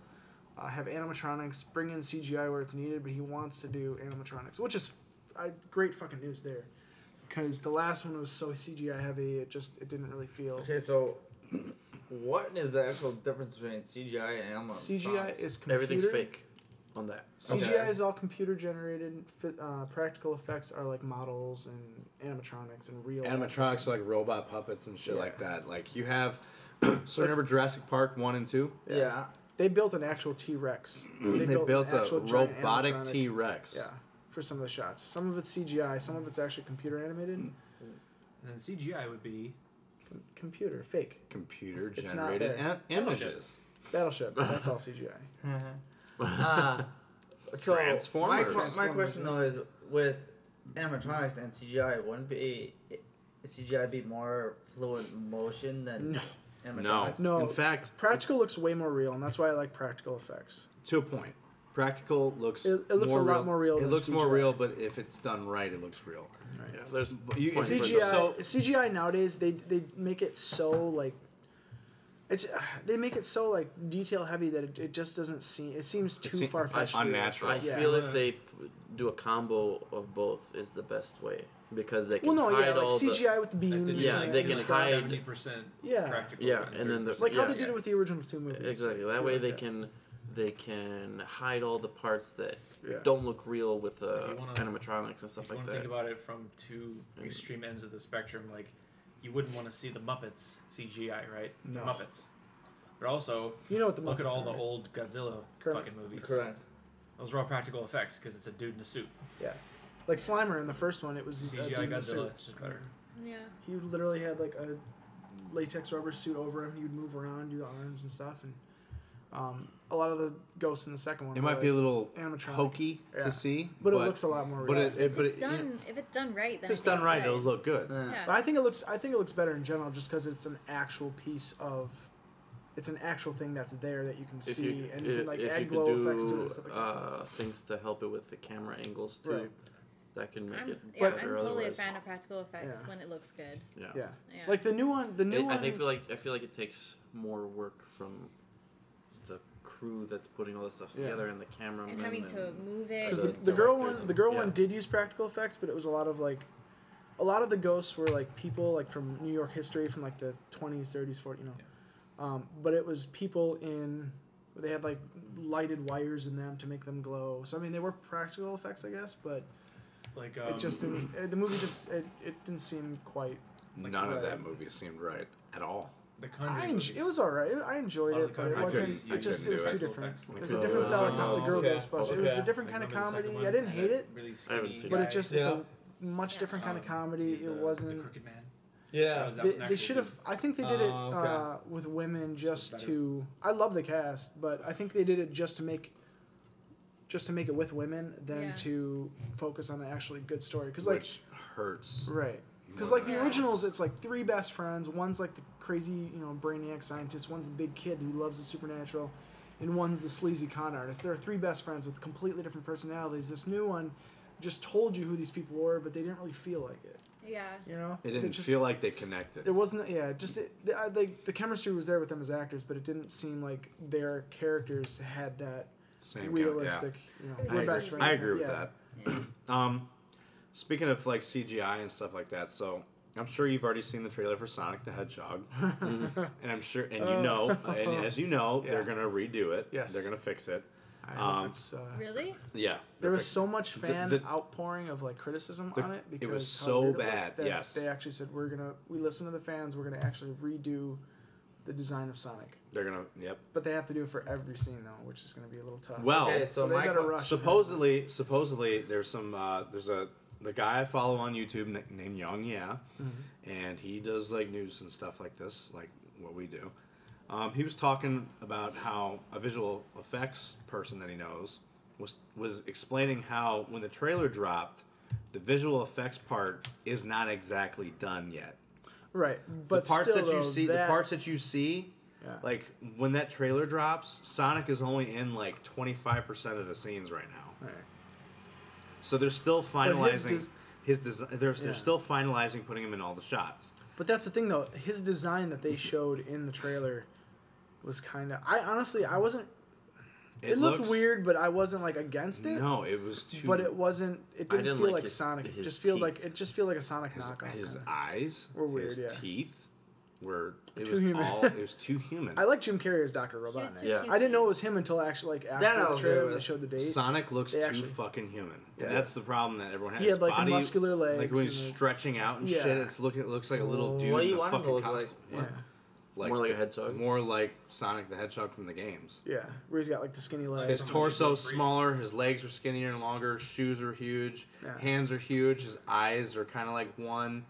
Speaker 5: Uh, have animatronics, bring in CGI where it's needed, but he wants to do animatronics, which is uh, great fucking news there, because the last one was so CGI heavy, it just it didn't really feel.
Speaker 2: Okay, so what is the actual difference between CGI and animal?
Speaker 5: CGI
Speaker 2: is
Speaker 5: is computer.
Speaker 4: Everything's fake on that.
Speaker 5: CGI
Speaker 2: Okay.
Speaker 5: is all computer generated. Fi- uh, practical effects are like models and animatronics and real
Speaker 1: animatronics are like robot puppets and shit
Speaker 5: Yeah.
Speaker 1: like that. Like you have. [CLEARS THROAT] so remember Jurassic Park one and two?
Speaker 2: yeah.
Speaker 5: They built an actual T Rex.
Speaker 1: They, built
Speaker 5: an
Speaker 1: a
Speaker 5: actual giant
Speaker 1: robotic
Speaker 5: animatronic-
Speaker 1: T Rex.
Speaker 5: Yeah, for some of the shots. Some of it's CGI, some of it's actually computer animated.
Speaker 4: Mm.
Speaker 3: And then CGI would be
Speaker 5: Com- computer, fake.
Speaker 1: Computer
Speaker 5: It's not
Speaker 1: generated
Speaker 5: there.
Speaker 1: an- images.
Speaker 4: [LAUGHS]
Speaker 5: Battleship, that's all CGI.
Speaker 2: Uh-huh.
Speaker 1: [LAUGHS]
Speaker 2: Uh, so my,
Speaker 1: Transformers.
Speaker 2: que- my question though is with animatronics and CGI, wouldn't be CGI be more fluent motion than
Speaker 5: No.
Speaker 1: No.
Speaker 2: animatronics?
Speaker 5: No.
Speaker 1: In fact,
Speaker 5: Practical looks way more real, and that's why I like practical effects.
Speaker 1: to a point, practical looks.
Speaker 5: It- it looks a lot more real
Speaker 1: It
Speaker 5: than
Speaker 1: looks more
Speaker 5: CGI.
Speaker 1: real, but if it's done right, it looks real.
Speaker 4: Yeah, there's
Speaker 1: But you-
Speaker 5: CGI,
Speaker 1: So
Speaker 5: CGI nowadays, they, they make it so like. It's, uh, they make it so like detail heavy that it, it just doesn't seem it seems
Speaker 1: it
Speaker 5: too
Speaker 1: seem-
Speaker 5: far fetched.
Speaker 1: unnatural.
Speaker 4: I
Speaker 5: Yeah.
Speaker 4: feel if they p- do a combo of both is the best way because they can
Speaker 5: Well, no,
Speaker 4: hide
Speaker 5: yeah, like
Speaker 4: all the.
Speaker 5: CGI with beams.
Speaker 4: do yeah,
Speaker 5: and
Speaker 4: they can
Speaker 5: stuff.
Speaker 4: hide-
Speaker 9: seventy percent
Speaker 5: Yeah.
Speaker 9: practical.
Speaker 4: Yeah, and then the-
Speaker 5: like how
Speaker 4: yeah.
Speaker 5: they did it with the original two movies.
Speaker 4: Exactly.
Speaker 5: I
Speaker 4: That
Speaker 5: feel
Speaker 4: way
Speaker 5: like
Speaker 4: they can they can hide all the parts that
Speaker 5: Yeah.
Speaker 4: don't look real with uh,
Speaker 9: If you wanna-
Speaker 4: animatronics and
Speaker 9: If
Speaker 4: stuff like
Speaker 9: you want
Speaker 4: that.
Speaker 9: to think about it from two
Speaker 4: And-
Speaker 9: extreme ends of the spectrum, like you wouldn't want to see the Muppets CGI, right?
Speaker 5: No.
Speaker 9: The Muppets. But also,
Speaker 5: You know what the
Speaker 9: look at
Speaker 5: Muppets
Speaker 9: all
Speaker 5: are,
Speaker 9: the
Speaker 5: right?
Speaker 9: old Godzilla
Speaker 5: Correct.
Speaker 9: fucking movies.
Speaker 2: Correct.
Speaker 9: Those were all practical effects because it's a dude in a suit.
Speaker 5: Yeah. Like Slimer in the first one, it was a dude
Speaker 9: CGI
Speaker 5: in a
Speaker 9: Godzilla,
Speaker 5: suit.
Speaker 9: it's just better.
Speaker 7: Yeah.
Speaker 5: He literally had like a latex rubber suit over him. He would move around, do the arms and stuff, and um, a lot of the ghosts in the second one.
Speaker 1: it
Speaker 5: were,
Speaker 1: might be a
Speaker 5: like,
Speaker 1: little
Speaker 5: animatronic,
Speaker 1: hokey
Speaker 5: Yeah.
Speaker 1: to see,
Speaker 5: but, it looks a lot more.
Speaker 1: But
Speaker 5: real.
Speaker 1: it, it, but
Speaker 7: It's
Speaker 1: it, you know,
Speaker 7: done if it's done right. Then
Speaker 1: if it's
Speaker 7: I think
Speaker 1: done right,
Speaker 7: good.
Speaker 1: it'll look good.
Speaker 7: Yeah.
Speaker 5: but I think it looks. I think it looks better in general, just because it's an actual piece of. It's an actual thing that's there that you can
Speaker 4: if
Speaker 5: see,
Speaker 4: you,
Speaker 5: and you
Speaker 4: if,
Speaker 5: can like
Speaker 4: if you
Speaker 5: add
Speaker 4: could
Speaker 5: glow effects to it
Speaker 4: do
Speaker 5: and stuff like that.
Speaker 4: uh, things to help it with the camera angles too,
Speaker 5: Right.
Speaker 4: that can make
Speaker 7: I'm,
Speaker 4: it
Speaker 7: yeah,
Speaker 4: better.
Speaker 7: I'm totally a
Speaker 4: otherwise,
Speaker 7: fan of practical effects
Speaker 5: Yeah.
Speaker 7: when it looks good.
Speaker 4: yeah.
Speaker 5: Yeah.
Speaker 7: Yeah.
Speaker 5: like the new one. The new
Speaker 4: I,
Speaker 5: one.
Speaker 4: I think feel like I feel like it takes more work from the crew that's putting all this stuff together and the cameraman
Speaker 7: and having to
Speaker 4: Mm-hmm.
Speaker 7: move it.
Speaker 4: Because
Speaker 5: Because the,
Speaker 4: the
Speaker 5: the girl
Speaker 4: directors
Speaker 5: one,
Speaker 4: and-
Speaker 5: the girl
Speaker 4: yeah.
Speaker 5: one did use practical effects, but it was a lot of like, a lot of the ghosts were like people like from New York history from like the twenties, thirties, forties, you know. Um, but it was people in. They had like lighted wires in them to make them glow. So I mean, they were practical effects, I guess, but
Speaker 9: Like um,
Speaker 5: it just didn't. uh, The movie just it, it didn't seem quite.
Speaker 1: None of
Speaker 5: right.
Speaker 1: that movie seemed right at all.
Speaker 9: the
Speaker 5: I
Speaker 9: Conjuring.
Speaker 5: enj-
Speaker 9: movies.
Speaker 5: it was all right. I enjoyed
Speaker 9: A lot
Speaker 5: it,
Speaker 9: of the
Speaker 5: but it
Speaker 9: Conjuring
Speaker 5: wasn't.
Speaker 1: movies, you
Speaker 5: It just it
Speaker 1: couldn't
Speaker 5: was
Speaker 1: do
Speaker 5: too
Speaker 1: it.
Speaker 5: different.
Speaker 9: Effects.
Speaker 5: It was
Speaker 1: uh,
Speaker 5: a different style of comedy. The girl
Speaker 9: Okay.
Speaker 5: Ghostbusters. It was a
Speaker 9: Okay.
Speaker 5: different
Speaker 9: I
Speaker 5: kind of
Speaker 9: remember the
Speaker 5: comedy.
Speaker 9: second
Speaker 5: I
Speaker 9: one,
Speaker 5: didn't
Speaker 9: and
Speaker 5: hate
Speaker 9: that
Speaker 5: it,
Speaker 9: Really skinny,
Speaker 4: I haven't seen it.
Speaker 5: but it just it's
Speaker 9: guy.
Speaker 5: a much
Speaker 7: Yeah.
Speaker 5: different kind of
Speaker 9: Um,
Speaker 5: comedy.
Speaker 9: he's the-
Speaker 5: It
Speaker 9: The
Speaker 5: wasn't.
Speaker 9: crooked man. That
Speaker 6: Yeah.
Speaker 9: was- that
Speaker 5: They,
Speaker 9: was an
Speaker 5: they
Speaker 9: actual
Speaker 5: should have.
Speaker 9: movie.
Speaker 5: I think they did it
Speaker 6: Oh, okay.
Speaker 5: uh, with women just
Speaker 9: better.
Speaker 5: to. I love the cast, but I think they did it just to make. Just to make it with women, than
Speaker 7: Yeah.
Speaker 5: to focus on an actually good story. Because like,
Speaker 1: which hurts.
Speaker 5: right? Because
Speaker 1: more
Speaker 5: like
Speaker 1: than
Speaker 5: the
Speaker 7: Yeah.
Speaker 5: originals, it's like three best friends. One's like the crazy, you know, brainiac scientist. One's the big kid who loves the supernatural, and one's the sleazy con artist. There are three best friends with completely different personalities. This new one just told you who these people were, but they didn't really feel like it.
Speaker 7: yeah.
Speaker 5: You know,
Speaker 1: It didn't
Speaker 5: just,
Speaker 1: feel like they connected.
Speaker 5: there wasn't yeah just it, the, I, like the chemistry was there with them as actors but it didn't seem like their characters had that
Speaker 1: Same kind of-
Speaker 5: realistic you know
Speaker 1: Yeah. I
Speaker 5: we're
Speaker 1: agree,
Speaker 5: best friends
Speaker 1: I agree with
Speaker 5: yeah. [LAUGHS]
Speaker 1: that. [CLEARS THROAT] um, speaking of like CGI and stuff like that, so I'm sure you've already seen the trailer for Sonic the Hedgehog, [LAUGHS] and I'm sure, and
Speaker 5: Oh.
Speaker 1: you know,
Speaker 5: [LAUGHS]
Speaker 1: and as you know, they're
Speaker 5: Yeah.
Speaker 1: gonna redo it.
Speaker 5: Yes.
Speaker 1: they're gonna fix it.
Speaker 5: I hope
Speaker 1: Um,
Speaker 5: it's, uh,
Speaker 7: Really?
Speaker 1: Yeah,
Speaker 5: there
Speaker 1: they're
Speaker 5: was
Speaker 1: fix-
Speaker 5: so much
Speaker 1: the-
Speaker 5: fan
Speaker 1: the-
Speaker 5: outpouring of like criticism
Speaker 1: the-
Speaker 5: on it
Speaker 1: it was
Speaker 5: because how
Speaker 1: so
Speaker 5: weird it looked
Speaker 1: bad,
Speaker 5: that
Speaker 1: yes.
Speaker 5: they actually said we're gonna we listen to the fans we're gonna actually redo the design of sonic
Speaker 1: they're gonna. Yep.
Speaker 5: but they have to do it for every scene though which is gonna be a little tough
Speaker 1: Well,
Speaker 6: Okay,
Speaker 5: so,
Speaker 6: so,
Speaker 5: they
Speaker 6: my
Speaker 5: gotta
Speaker 6: que-
Speaker 5: rush
Speaker 1: supposedly, supposedly there's some uh, there's a the guy I follow on YouTube na- named Young Yeah,
Speaker 5: Mm-hmm.
Speaker 1: and he does like news and stuff like this, like what we do. Um, he was talking about how a visual effects person that he knows was was explaining how when the trailer dropped, the visual effects part is not exactly done yet.
Speaker 5: right but
Speaker 1: the parts
Speaker 5: still,
Speaker 1: that you
Speaker 5: though,
Speaker 1: see, the
Speaker 5: that-
Speaker 1: parts that you see,
Speaker 5: Yeah.
Speaker 1: like when that trailer drops, Sonic is only in like twenty five percent of the scenes right now.
Speaker 5: Right.
Speaker 1: So they're still finalizing his,
Speaker 5: his des-
Speaker 1: design. They're,
Speaker 5: Yeah.
Speaker 1: they're still finalizing putting him in all the shots.
Speaker 5: But that's the thing, though. His design that they showed in the trailer was kind of. I honestly, I wasn't. It, looked
Speaker 1: looks-
Speaker 5: weird, but I wasn't like against it.
Speaker 1: No, it was too.
Speaker 5: But it wasn't. It didn't,
Speaker 4: didn't
Speaker 5: feel
Speaker 4: like
Speaker 5: like
Speaker 4: his-
Speaker 5: Sonic. It
Speaker 4: his
Speaker 5: just feel like
Speaker 4: teeth.
Speaker 5: it just feel like a Sonic
Speaker 1: his,
Speaker 5: knockoff.
Speaker 1: his uh,
Speaker 5: kinda.
Speaker 1: eyes
Speaker 5: Were weird,
Speaker 1: His
Speaker 5: yeah.
Speaker 1: teeth were. It
Speaker 5: Too
Speaker 1: was
Speaker 5: human.
Speaker 1: all. It was too human.
Speaker 5: I like Jim Carrey as Doctor
Speaker 7: He was
Speaker 5: Robotnik.
Speaker 7: too
Speaker 4: Yeah.
Speaker 5: I didn't know it
Speaker 7: cutesy.
Speaker 5: was him until actually like after
Speaker 6: That I'll
Speaker 5: the trailer
Speaker 6: agree
Speaker 5: when they
Speaker 6: with.
Speaker 5: showed the date.
Speaker 1: Sonic looks
Speaker 5: They
Speaker 1: too
Speaker 5: actually-
Speaker 1: fucking human,
Speaker 5: Yeah.
Speaker 1: and that's the problem that everyone has.
Speaker 5: He had, like, the
Speaker 1: Body-
Speaker 5: muscular
Speaker 1: like
Speaker 5: legs
Speaker 1: when
Speaker 5: and
Speaker 1: he's
Speaker 5: the-
Speaker 1: stretching out and
Speaker 5: Yeah.
Speaker 1: shit. It's looking. It looks like a little dude
Speaker 6: What do
Speaker 1: in
Speaker 6: you
Speaker 1: a
Speaker 6: want him
Speaker 1: fucking
Speaker 6: to look
Speaker 1: costume.
Speaker 5: yeah.
Speaker 1: Like
Speaker 4: more like
Speaker 1: the-
Speaker 4: a hedgehog.
Speaker 1: More like Sonic the Hedgehog from the games.
Speaker 5: yeah, where he's got like the skinny legs.
Speaker 1: His
Speaker 9: Somebody
Speaker 1: torso
Speaker 9: did
Speaker 1: is
Speaker 9: breathe.
Speaker 1: smaller, his legs are skinnier and longer, shoes are huge,
Speaker 5: Yeah.
Speaker 1: hands are huge, his eyes are kind of like one.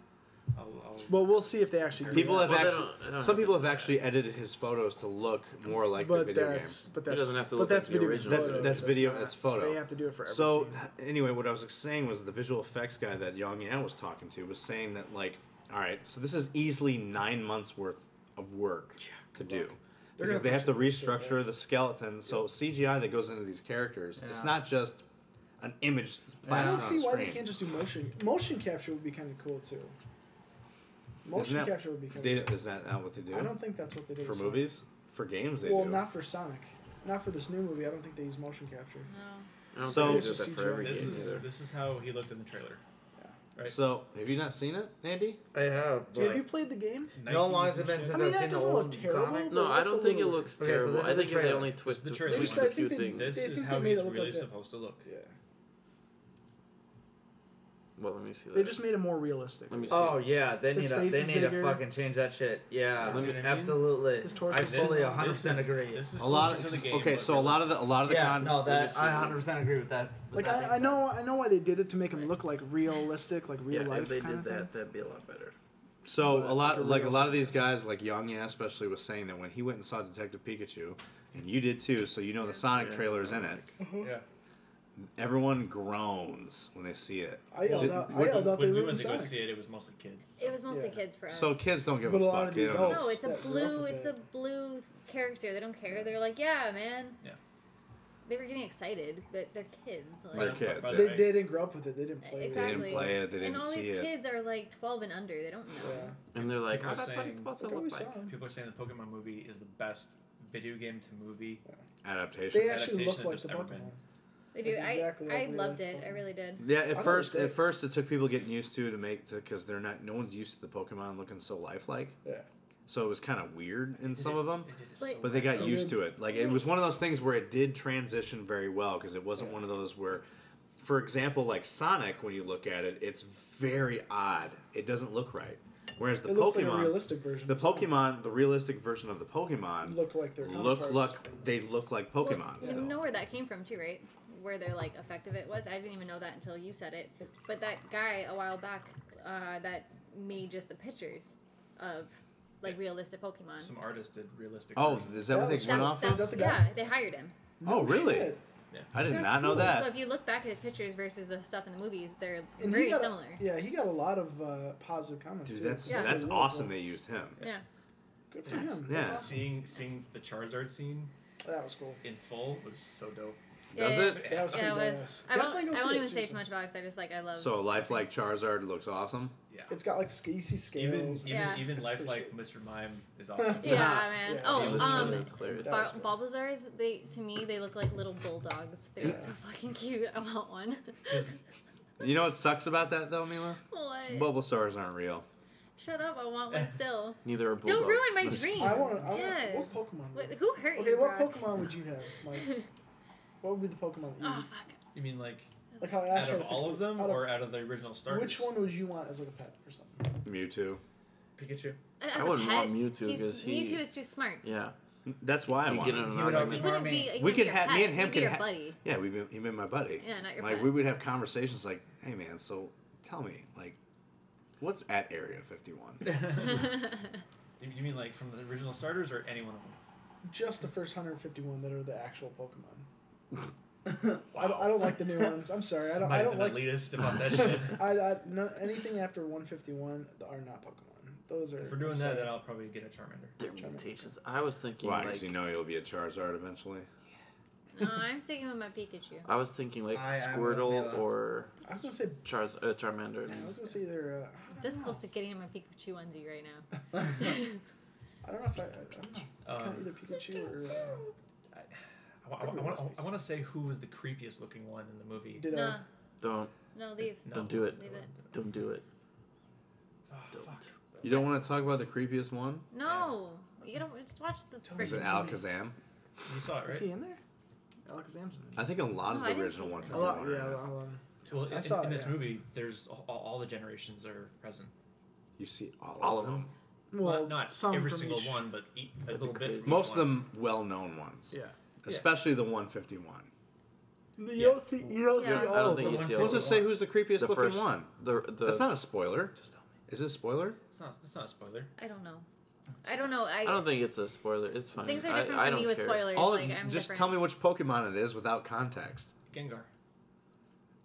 Speaker 9: I'll, I'll,
Speaker 5: Well, we'll see if they actually.
Speaker 1: People
Speaker 5: do
Speaker 1: have
Speaker 4: Well, they
Speaker 1: actually,
Speaker 4: don't- they don't
Speaker 1: some
Speaker 4: have to
Speaker 1: people have
Speaker 4: do that.
Speaker 1: actually edited his photos to look more like
Speaker 5: that. But
Speaker 1: the video
Speaker 5: that's but that's
Speaker 4: doesn't have to
Speaker 5: but
Speaker 4: look
Speaker 5: that's
Speaker 4: like the
Speaker 5: video
Speaker 4: original.
Speaker 1: That's-
Speaker 5: photo.
Speaker 1: that's video-
Speaker 5: not-
Speaker 1: that's photo.
Speaker 5: They have to do it for
Speaker 1: game.
Speaker 5: every
Speaker 1: So
Speaker 5: scene.
Speaker 1: th- anyway, what I was saying was the visual effects guy that Young Yan was talking to was saying that like, all right, so this is easily nine months worth of work to do.
Speaker 5: They're
Speaker 1: Because they
Speaker 5: gonna
Speaker 1: have to
Speaker 5: push it pretty
Speaker 1: restructure the skeleton, so CGI that goes into these characters, it's
Speaker 6: Yeah.
Speaker 1: not just an image. that's
Speaker 5: I
Speaker 1: plastered on
Speaker 5: don't see
Speaker 1: a
Speaker 5: why they
Speaker 1: screen.
Speaker 5: can't just do motion. Motion capture would be kind of cool too. Motion
Speaker 1: Isn't that-
Speaker 5: capture would be kind
Speaker 1: They,
Speaker 5: of.
Speaker 1: is that not what they do?
Speaker 5: I don't think that's what they do
Speaker 1: for
Speaker 5: with Sonic.
Speaker 1: movies, for games they
Speaker 5: Well,
Speaker 1: do.
Speaker 5: not for Sonic, not for this new movie. I don't think they use motion capture.
Speaker 4: I don't
Speaker 1: So-
Speaker 4: think they did that for every
Speaker 9: this
Speaker 4: game
Speaker 9: is
Speaker 4: either.
Speaker 9: this is how he looked in the trailer. right.
Speaker 1: So have you not seen it, Andy?
Speaker 6: I have.
Speaker 5: Dude, have
Speaker 6: like-
Speaker 5: you played the game?
Speaker 9: Nikes
Speaker 6: No long has
Speaker 9: and
Speaker 6: it been
Speaker 9: shit.
Speaker 6: since
Speaker 5: I mean,
Speaker 6: I've
Speaker 5: that
Speaker 6: seen the
Speaker 5: doesn't look
Speaker 6: old
Speaker 5: terrible,
Speaker 6: Sonic.
Speaker 5: but
Speaker 4: No,
Speaker 5: it
Speaker 4: I
Speaker 5: looks a
Speaker 4: don't think it
Speaker 5: little-
Speaker 4: looks
Speaker 6: Okay, so
Speaker 4: terrible.
Speaker 6: this is
Speaker 4: I
Speaker 6: the
Speaker 4: think they
Speaker 6: trailer.
Speaker 4: only twist
Speaker 9: The
Speaker 4: the
Speaker 9: trailer.
Speaker 4: tweaked
Speaker 5: I
Speaker 4: a
Speaker 5: think
Speaker 4: few
Speaker 5: they-
Speaker 4: things.
Speaker 9: This
Speaker 5: They
Speaker 9: is
Speaker 5: think
Speaker 9: how
Speaker 5: they made
Speaker 9: he's
Speaker 5: it look
Speaker 9: really
Speaker 5: like that.
Speaker 9: supposed to look.
Speaker 5: Yeah,
Speaker 4: Well, let me see.
Speaker 5: they
Speaker 4: That.
Speaker 5: just made it more realistic.
Speaker 4: Let me see.
Speaker 6: Oh yeah, they need
Speaker 5: His
Speaker 6: to
Speaker 5: face
Speaker 6: they
Speaker 5: is
Speaker 6: need
Speaker 5: bigger.
Speaker 6: to fucking change that shit. Yeah,
Speaker 9: You see what I mean?
Speaker 6: absolutely.
Speaker 5: His torso's
Speaker 6: I
Speaker 5: full
Speaker 6: fully
Speaker 5: of-
Speaker 6: 100 percent
Speaker 9: This is-
Speaker 6: agree.
Speaker 9: This is
Speaker 1: A lot
Speaker 9: closer
Speaker 1: of
Speaker 9: to the game.
Speaker 1: okay,
Speaker 9: but
Speaker 1: so a lot of the a lot of the
Speaker 6: yeah,
Speaker 1: con
Speaker 6: no, that I
Speaker 4: realistic.
Speaker 6: 100 percent agree with that. with
Speaker 5: Like
Speaker 6: that.
Speaker 5: I, I know, I know why they did it to make him look like realistic, like real
Speaker 4: yeah,
Speaker 5: life
Speaker 4: if they
Speaker 5: kind of
Speaker 4: did
Speaker 5: thing.
Speaker 4: that, that'd be a lot better.
Speaker 1: So
Speaker 5: But
Speaker 1: a lot,
Speaker 5: the
Speaker 1: like a
Speaker 5: real
Speaker 1: lot of these guys, like Young Yeah, especially, was saying that when he went and saw Detective Pikachu, and you did too, so you know the Sonic
Speaker 4: Yeah.
Speaker 1: trailer's in it.
Speaker 9: Yeah.
Speaker 1: Everyone groans when they see it.
Speaker 5: I yelled
Speaker 1: Did-
Speaker 5: out, I
Speaker 1: when-
Speaker 5: yelled out, they
Speaker 9: When we
Speaker 5: ruined
Speaker 9: went to go
Speaker 5: Sonic.
Speaker 9: see it, it was mostly kids.
Speaker 7: It was mostly
Speaker 5: Yeah.
Speaker 7: kids for us.
Speaker 1: So kids don't give
Speaker 5: But a
Speaker 1: a,
Speaker 5: lot
Speaker 1: fuck.
Speaker 5: of the
Speaker 1: they don't know.
Speaker 5: adults-
Speaker 7: No, it's a
Speaker 5: Steps are up
Speaker 7: blue.
Speaker 5: with
Speaker 7: It's a
Speaker 5: it.
Speaker 7: blue character. They don't care. They're like, yeah, man.
Speaker 9: Yeah.
Speaker 7: They were getting excited, but they're kids. Like,
Speaker 1: They're
Speaker 9: Like-
Speaker 1: kids.
Speaker 9: But
Speaker 1: yeah.
Speaker 5: They,
Speaker 9: Right.
Speaker 5: they didn't grow up with it. They didn't play
Speaker 1: They
Speaker 7: exactly.
Speaker 1: didn't play it. They didn't
Speaker 7: and all
Speaker 1: see
Speaker 7: these
Speaker 1: it.
Speaker 7: kids are like 12 and under. They don't know.
Speaker 5: with it.
Speaker 4: And they're like,
Speaker 9: People
Speaker 4: oh,
Speaker 9: are
Speaker 4: that's what
Speaker 9: saying-
Speaker 4: it's supposed
Speaker 5: Yeah.
Speaker 4: to
Speaker 5: Like, oh, we
Speaker 4: look
Speaker 5: saw
Speaker 4: like.
Speaker 5: him.
Speaker 9: People are saying the Pokemon movie is the best
Speaker 3: video game to movie
Speaker 1: adaptation.
Speaker 5: They actually look
Speaker 3: adaptation
Speaker 5: like
Speaker 3: that's
Speaker 5: the
Speaker 3: ever
Speaker 5: Pokemon.
Speaker 3: been.
Speaker 7: They do.
Speaker 5: Exactly
Speaker 7: I, I
Speaker 5: like we
Speaker 7: loved
Speaker 5: like
Speaker 7: it. I
Speaker 5: Pokemon.
Speaker 7: really did.
Speaker 1: Yeah,
Speaker 5: I
Speaker 1: at
Speaker 5: thought it
Speaker 1: first,
Speaker 5: was
Speaker 1: at
Speaker 5: great.
Speaker 1: first, it took people getting used to to make because they're not. No one's used to the Pokemon looking so lifelike.
Speaker 5: Yeah.
Speaker 1: So it was kind of weird
Speaker 7: [LAUGHS]
Speaker 1: in some of them,
Speaker 7: Like,
Speaker 1: but they got
Speaker 5: well.
Speaker 1: used to it. Like it was one of those things where it did transition very well because it wasn't one of those where, for example, like Sonic, when you look at it, it's very odd. It doesn't look right. Whereas the
Speaker 5: It looks like a
Speaker 1: Pokemon,
Speaker 5: realistic version.
Speaker 1: the
Speaker 5: of something.
Speaker 1: Pokemon, the realistic version of the Pokemon
Speaker 5: look like their
Speaker 1: look
Speaker 5: counterparts.
Speaker 1: look they look like Pokemon
Speaker 7: Well,
Speaker 1: still.
Speaker 7: You know where that came from too, right? Where their like effective it was. I didn't even know that until you said it. But that guy a while back uh, that made just the pictures of like realistic Pokemon.
Speaker 3: Some artist did realistic.
Speaker 1: Oh,
Speaker 3: versions.
Speaker 1: is that what
Speaker 5: That
Speaker 1: they
Speaker 5: was-
Speaker 1: went
Speaker 7: That's-
Speaker 1: off?
Speaker 7: that's-
Speaker 1: of?
Speaker 5: Is that the
Speaker 7: yeah,
Speaker 5: guy?
Speaker 7: they hired him.
Speaker 1: Oh, really?
Speaker 5: Shit.
Speaker 1: I did
Speaker 5: That's
Speaker 1: not know
Speaker 5: cool.
Speaker 1: that.
Speaker 7: So if you look back at his pictures versus the stuff in the movies, they're
Speaker 5: And
Speaker 7: very
Speaker 5: he got
Speaker 7: similar.
Speaker 5: A, yeah, he got a lot of uh, positive comments.
Speaker 1: Dude,
Speaker 5: too.
Speaker 1: that's
Speaker 7: Yeah.
Speaker 1: that's
Speaker 5: Really
Speaker 1: awesome.
Speaker 5: cool.
Speaker 1: They used him.
Speaker 7: yeah.
Speaker 5: Good for
Speaker 1: That's-
Speaker 5: him.
Speaker 1: yeah.
Speaker 5: That's awesome.
Speaker 3: seeing seeing the Charizard scene
Speaker 5: That was cool.
Speaker 3: in full was so dope.
Speaker 1: Does
Speaker 7: yeah,
Speaker 1: it?
Speaker 5: That was
Speaker 7: Yeah, it
Speaker 5: pretty
Speaker 7: was.
Speaker 5: badass.
Speaker 7: I
Speaker 5: Definitely
Speaker 7: won't,
Speaker 5: go
Speaker 7: I
Speaker 5: see it,
Speaker 7: won't even say too
Speaker 5: seriously.
Speaker 7: much about it because I just like I love.
Speaker 1: So lifelike Charizard looks awesome.
Speaker 3: Yeah.
Speaker 5: It's got like sc- you see scales.
Speaker 3: even even
Speaker 7: Yeah.
Speaker 3: even
Speaker 5: It's
Speaker 3: life like Mr. Mime
Speaker 5: [LAUGHS]
Speaker 3: is awesome.
Speaker 7: yeah, man.
Speaker 5: Yeah.
Speaker 7: Oh,
Speaker 3: Yeah,
Speaker 7: um,
Speaker 4: that's hilarious.
Speaker 5: That was
Speaker 7: Bar-
Speaker 5: cool.
Speaker 7: Bulbasaur's, they to me they look like little bulldogs. They're so fucking cute. I want one.
Speaker 1: You know what sucks about that though, Mila?
Speaker 7: [LAUGHS] what?
Speaker 1: Bulbasaur's aren't real.
Speaker 7: Shut up! I want one still.
Speaker 4: Neither are bulldogs.
Speaker 7: Don't ruin my
Speaker 4: I'm just-
Speaker 7: dreams.
Speaker 5: I want. I want.
Speaker 7: yeah.
Speaker 5: What Pokemon?
Speaker 7: What- who hurt
Speaker 5: okay,
Speaker 7: you?
Speaker 5: what
Speaker 7: Brock?
Speaker 5: Pokemon would you have,
Speaker 7: [LAUGHS]
Speaker 5: Mike? What would be the Pokemon that you?
Speaker 7: Oh
Speaker 5: would-
Speaker 7: fuck!
Speaker 3: You mean like
Speaker 5: like how
Speaker 3: out
Speaker 5: Ash
Speaker 3: of
Speaker 5: had-
Speaker 3: all of them,
Speaker 5: out of-
Speaker 3: or out of the original starters?
Speaker 5: Which one would you want as like a pet or something?
Speaker 1: Mewtwo.
Speaker 3: Pikachu.
Speaker 7: And as
Speaker 4: I
Speaker 7: a
Speaker 4: wouldn't
Speaker 7: pet,
Speaker 4: want Mewtwo
Speaker 7: he's-
Speaker 4: 'cause he-
Speaker 7: Mewtwo is too smart.
Speaker 4: Yeah.
Speaker 1: That's why I
Speaker 4: You
Speaker 1: want.
Speaker 4: get in
Speaker 1: him.
Speaker 4: an
Speaker 3: He would
Speaker 4: argument.
Speaker 7: He
Speaker 3: outsmart
Speaker 7: wouldn't
Speaker 3: me.
Speaker 7: be. he
Speaker 1: We
Speaker 7: wouldn't
Speaker 1: could
Speaker 7: be a
Speaker 1: have
Speaker 7: pet.
Speaker 1: me and him
Speaker 7: He'd be
Speaker 1: could
Speaker 7: your
Speaker 1: ha-
Speaker 7: buddy.
Speaker 1: Yeah, we'd be him and my buddy.
Speaker 7: Yeah, not your
Speaker 1: Like
Speaker 7: pet.
Speaker 1: we would have conversations like, "Hey man, so tell me, like, what's at Area 51?"
Speaker 3: [LAUGHS]
Speaker 4: [LAUGHS]
Speaker 3: You you mean like from the original starters or any one of them?
Speaker 5: Just the first 151 that are the actual
Speaker 1: [LAUGHS]
Speaker 5: Pokemon. I, don't, I don't like the new ones. I'm sorry. I don't. I
Speaker 3: Somebody's
Speaker 5: don't
Speaker 3: an
Speaker 5: like.
Speaker 3: elitist about
Speaker 5: [LAUGHS]
Speaker 3: that shit.
Speaker 5: I, I no, anything after 151 are not Pokemon. Those are.
Speaker 3: If we're doing
Speaker 5: I'm
Speaker 3: that,
Speaker 5: sorry.
Speaker 3: then I'll probably get a Charmander.
Speaker 4: They're mutations. I was thinking
Speaker 1: Why?
Speaker 4: like
Speaker 1: Because you know you'll be a Charizard eventually.
Speaker 7: no, I'm sticking with my Pikachu.
Speaker 4: I was thinking like
Speaker 10: I- I'm with
Speaker 4: Squirtle
Speaker 10: Mila.
Speaker 4: or
Speaker 5: I was gonna say.
Speaker 4: Charz uh, Charmander.
Speaker 5: I was gonna say they're. Uh, I don't
Speaker 7: This
Speaker 5: know.
Speaker 7: close to getting my Pikachu onesie right now.
Speaker 5: [LAUGHS]
Speaker 7: [LAUGHS]
Speaker 5: I don't know if I. I, I don't know. I
Speaker 3: Um,
Speaker 5: count either Pikachu or. Uh,
Speaker 3: I, I, I, want- I want to say who was the creepiest looking one in the movie.
Speaker 5: Ditto.
Speaker 7: Nah,
Speaker 4: Don't
Speaker 7: no, leave.
Speaker 3: No,
Speaker 4: Don't do it.
Speaker 3: wasn't-
Speaker 7: Leave it.
Speaker 3: wasn't
Speaker 4: don't do it.
Speaker 3: Oh,
Speaker 4: Don't.
Speaker 3: fuck.
Speaker 1: You don't want to talk about the creepiest one?
Speaker 7: No, you gotta just watch the.
Speaker 5: Tell me
Speaker 1: Is it
Speaker 7: freaking-
Speaker 1: Alakazam?
Speaker 3: You saw it,
Speaker 5: Is he
Speaker 3: right?
Speaker 5: in there? Alakazam's in
Speaker 1: I think a lot of
Speaker 7: No, I
Speaker 1: the
Speaker 7: didn't
Speaker 1: original
Speaker 7: see
Speaker 1: one
Speaker 7: that.
Speaker 5: there. A
Speaker 1: fifty
Speaker 5: lot.
Speaker 1: one. are in
Speaker 5: Yeah. a
Speaker 1: it.
Speaker 5: lot of them.
Speaker 3: Well, in,
Speaker 5: I saw
Speaker 3: in
Speaker 5: it,
Speaker 3: this
Speaker 5: yeah.
Speaker 3: movie, there's all, all, all the generations are present.
Speaker 1: You see all,
Speaker 4: All
Speaker 1: of
Speaker 4: of
Speaker 1: them.
Speaker 4: them.
Speaker 5: Well,
Speaker 3: not not
Speaker 5: some
Speaker 3: every
Speaker 5: from
Speaker 3: single
Speaker 5: each-
Speaker 3: one, but e- a little bit.
Speaker 4: crazy.
Speaker 3: From each
Speaker 1: Most of
Speaker 3: one.
Speaker 1: them well-known ones.
Speaker 5: Yeah.
Speaker 1: Especially the 151.
Speaker 5: You
Speaker 3: Yeah.
Speaker 5: don't see, you don't
Speaker 7: Yeah.
Speaker 5: see
Speaker 7: I
Speaker 5: all
Speaker 4: I don't
Speaker 5: of
Speaker 4: think
Speaker 5: them.
Speaker 4: you see all
Speaker 1: We'll
Speaker 4: of
Speaker 1: just
Speaker 4: them.
Speaker 1: say who's the creepiest
Speaker 4: the
Speaker 1: looking
Speaker 4: first
Speaker 1: one.
Speaker 4: The the
Speaker 1: That's not a spoiler.
Speaker 4: Just tell me.
Speaker 1: Is it a spoiler?
Speaker 3: It's not. It's not a spoiler.
Speaker 7: I don't know. I don't know. I,
Speaker 4: I don't think it's a spoiler. It's fine.
Speaker 7: things are
Speaker 4: I-
Speaker 7: different
Speaker 4: I,
Speaker 7: for
Speaker 4: don't
Speaker 7: me with
Speaker 4: care.
Speaker 7: spoilers.
Speaker 1: All
Speaker 7: like,
Speaker 1: of,
Speaker 7: I'm
Speaker 1: just
Speaker 7: different.
Speaker 1: tell me which Pokemon it is without context.
Speaker 3: Gengar.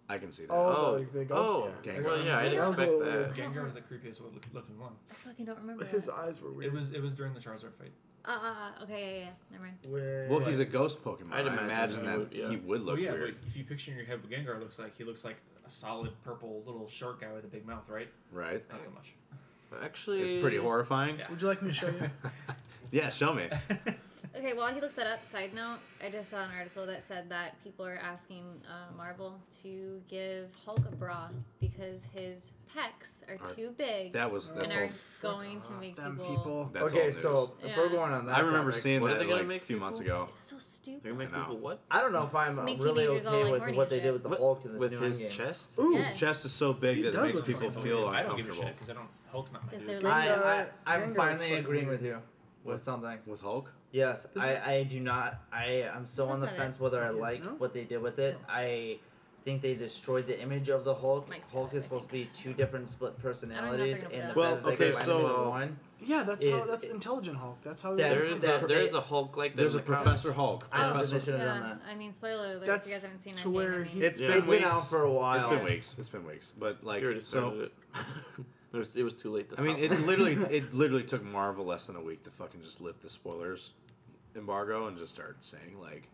Speaker 1: I can see that.
Speaker 5: Oh,
Speaker 4: Oh,
Speaker 5: the- the
Speaker 4: oh,
Speaker 5: ghost, yeah.
Speaker 1: Gengar.
Speaker 4: well, yeah, I'd
Speaker 5: That was a
Speaker 4: expect
Speaker 5: little
Speaker 4: that.
Speaker 3: Gengar was the creepiest look- looking one.
Speaker 7: I fucking don't remember.
Speaker 5: His
Speaker 7: That.
Speaker 5: eyes were
Speaker 3: It
Speaker 5: weird.
Speaker 3: was. It was during the Charizard fight.
Speaker 7: Uh, okay, yeah, yeah,
Speaker 5: [LAUGHS]
Speaker 7: never mind.
Speaker 5: Where
Speaker 1: well, he's a ghost Pokemon. i
Speaker 4: I'd
Speaker 1: imagine,
Speaker 4: imagine he
Speaker 1: that
Speaker 4: would- yeah.
Speaker 1: he would look
Speaker 3: well, Oh, yeah,
Speaker 1: weird.
Speaker 3: but if you picture in your head what Gengar looks like, he looks like a solid purple little shark guy with a big mouth, right?
Speaker 1: Right?
Speaker 3: Not so much.
Speaker 4: Actually,
Speaker 1: It's pretty horrifying.
Speaker 3: Yeah.
Speaker 5: Would you like me to show you?
Speaker 1: [LAUGHS] Yeah, show me.
Speaker 7: Okay, while he looks that up, side note, I just saw an article that said that people are asking uh, Marvel to give Hulk a bra because his pecs are
Speaker 1: Are-
Speaker 7: too big
Speaker 1: That was
Speaker 7: and
Speaker 1: that's all.
Speaker 7: are going to make
Speaker 5: Them
Speaker 7: people,
Speaker 5: people.
Speaker 1: That's all
Speaker 2: okay,
Speaker 1: news.
Speaker 2: so if we're
Speaker 7: Yeah.
Speaker 2: going on that,
Speaker 1: I remember
Speaker 2: topic,
Speaker 1: seeing
Speaker 4: What are
Speaker 1: that
Speaker 4: they gonna
Speaker 1: like a
Speaker 4: make
Speaker 1: few months
Speaker 4: people-
Speaker 1: ago.
Speaker 7: so
Speaker 4: They're
Speaker 7: stupid.
Speaker 4: gonna make
Speaker 1: I know.
Speaker 4: people what?
Speaker 2: I don't know if I'm uh,
Speaker 7: Make
Speaker 2: really
Speaker 7: teenagers all,
Speaker 2: okay
Speaker 7: like,
Speaker 2: with
Speaker 7: horny
Speaker 2: what
Speaker 7: and
Speaker 2: they
Speaker 7: shit.
Speaker 2: did with the
Speaker 4: What-
Speaker 2: Hulk in this
Speaker 4: With
Speaker 2: new
Speaker 4: his
Speaker 2: Endgame.
Speaker 4: chest?
Speaker 1: Ooh,
Speaker 7: Yeah.
Speaker 1: his chest is so big
Speaker 5: He
Speaker 1: that it
Speaker 5: does
Speaker 1: makes
Speaker 5: look
Speaker 1: people
Speaker 5: fucking
Speaker 1: feel
Speaker 3: I don't give a
Speaker 1: uncomfortable.
Speaker 3: shit because I don't. Hulk's not my
Speaker 7: Because
Speaker 3: dude.
Speaker 7: they're
Speaker 2: I,
Speaker 7: like,
Speaker 2: I,
Speaker 5: Gengar
Speaker 2: I'm
Speaker 5: looks
Speaker 2: finally
Speaker 5: fucking
Speaker 2: agreeing
Speaker 5: weird.
Speaker 2: with you with something.
Speaker 1: With Hulk?
Speaker 2: Yes,
Speaker 5: This is-
Speaker 2: I, I do not. I I'm still on the
Speaker 7: That's not
Speaker 2: fence whether I
Speaker 5: Yeah,
Speaker 2: like
Speaker 5: no?
Speaker 2: what they did with it. I think they destroyed the image of the Hulk.
Speaker 7: Mike's got
Speaker 2: Hulk
Speaker 7: it,
Speaker 2: is
Speaker 7: I
Speaker 2: supposed to be two different split personalities,
Speaker 7: bring it
Speaker 2: and the
Speaker 7: up.
Speaker 1: Well,
Speaker 2: fact that they
Speaker 1: okay,
Speaker 2: combined
Speaker 1: so-
Speaker 2: them into one.
Speaker 5: Yeah, that's
Speaker 2: Is
Speaker 5: how. That's
Speaker 2: it-
Speaker 5: intelligent Hulk. That's how.
Speaker 2: That's-
Speaker 4: There
Speaker 5: That's,
Speaker 4: is
Speaker 2: that's
Speaker 4: a,
Speaker 2: what
Speaker 4: there
Speaker 2: they-
Speaker 4: is a Hulk like that
Speaker 1: There's
Speaker 4: in
Speaker 1: a
Speaker 4: the comics.
Speaker 1: Professor Hulk.
Speaker 2: I don't think
Speaker 1: Professor.
Speaker 2: they should have done
Speaker 7: oh, yeah,
Speaker 2: that.
Speaker 7: I mean, spoiler alert, if
Speaker 5: That's
Speaker 7: you guys haven't seen that
Speaker 5: to
Speaker 7: game,
Speaker 5: where
Speaker 7: I mean,
Speaker 5: he-
Speaker 1: It's
Speaker 4: Yeah.
Speaker 1: been
Speaker 2: It's
Speaker 1: weeks.
Speaker 2: been out for a while.
Speaker 1: It's been weeks. It's been weeks. But like,
Speaker 4: You already
Speaker 1: so
Speaker 4: [LAUGHS] started it. It was, it was too late to
Speaker 1: I mean,
Speaker 4: stop
Speaker 1: it literally it literally took Marvel less than a week to fucking just lift the spoilers embargo and just start saying like,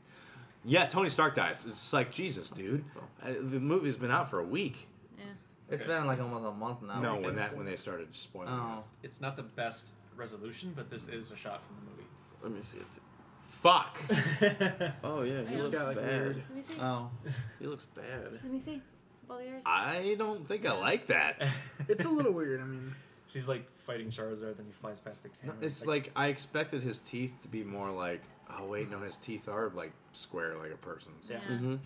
Speaker 1: yeah, Tony Stark dies. It's just like Jesus, dude. I, the movie's been out for a week.
Speaker 7: yeah.
Speaker 2: It's been like almost a month now.
Speaker 1: No,
Speaker 3: like
Speaker 1: when
Speaker 3: that's-
Speaker 1: that when they started spoiling.
Speaker 2: Oh.
Speaker 1: it.
Speaker 3: [LAUGHS] It's not the best resolution, but this is a shot from the movie.
Speaker 4: Let me see it. Too.
Speaker 6: Fuck.
Speaker 4: Oh yeah, he
Speaker 7: This
Speaker 4: looks
Speaker 5: guy, like,
Speaker 4: bad.
Speaker 5: weird.
Speaker 7: Let me see.
Speaker 2: Oh.
Speaker 4: He looks bad.
Speaker 7: Let me see. All yours.
Speaker 6: I don't think I like that.
Speaker 5: It's a little weird. I
Speaker 7: [LAUGHS]
Speaker 5: mean,
Speaker 9: He's like fighting Charizard, then he flies past the camera.
Speaker 1: It's like I expected his teeth to be more like. Oh wait, no, his teeth are like square, like a person's.
Speaker 7: yeah.
Speaker 4: Mm-hmm.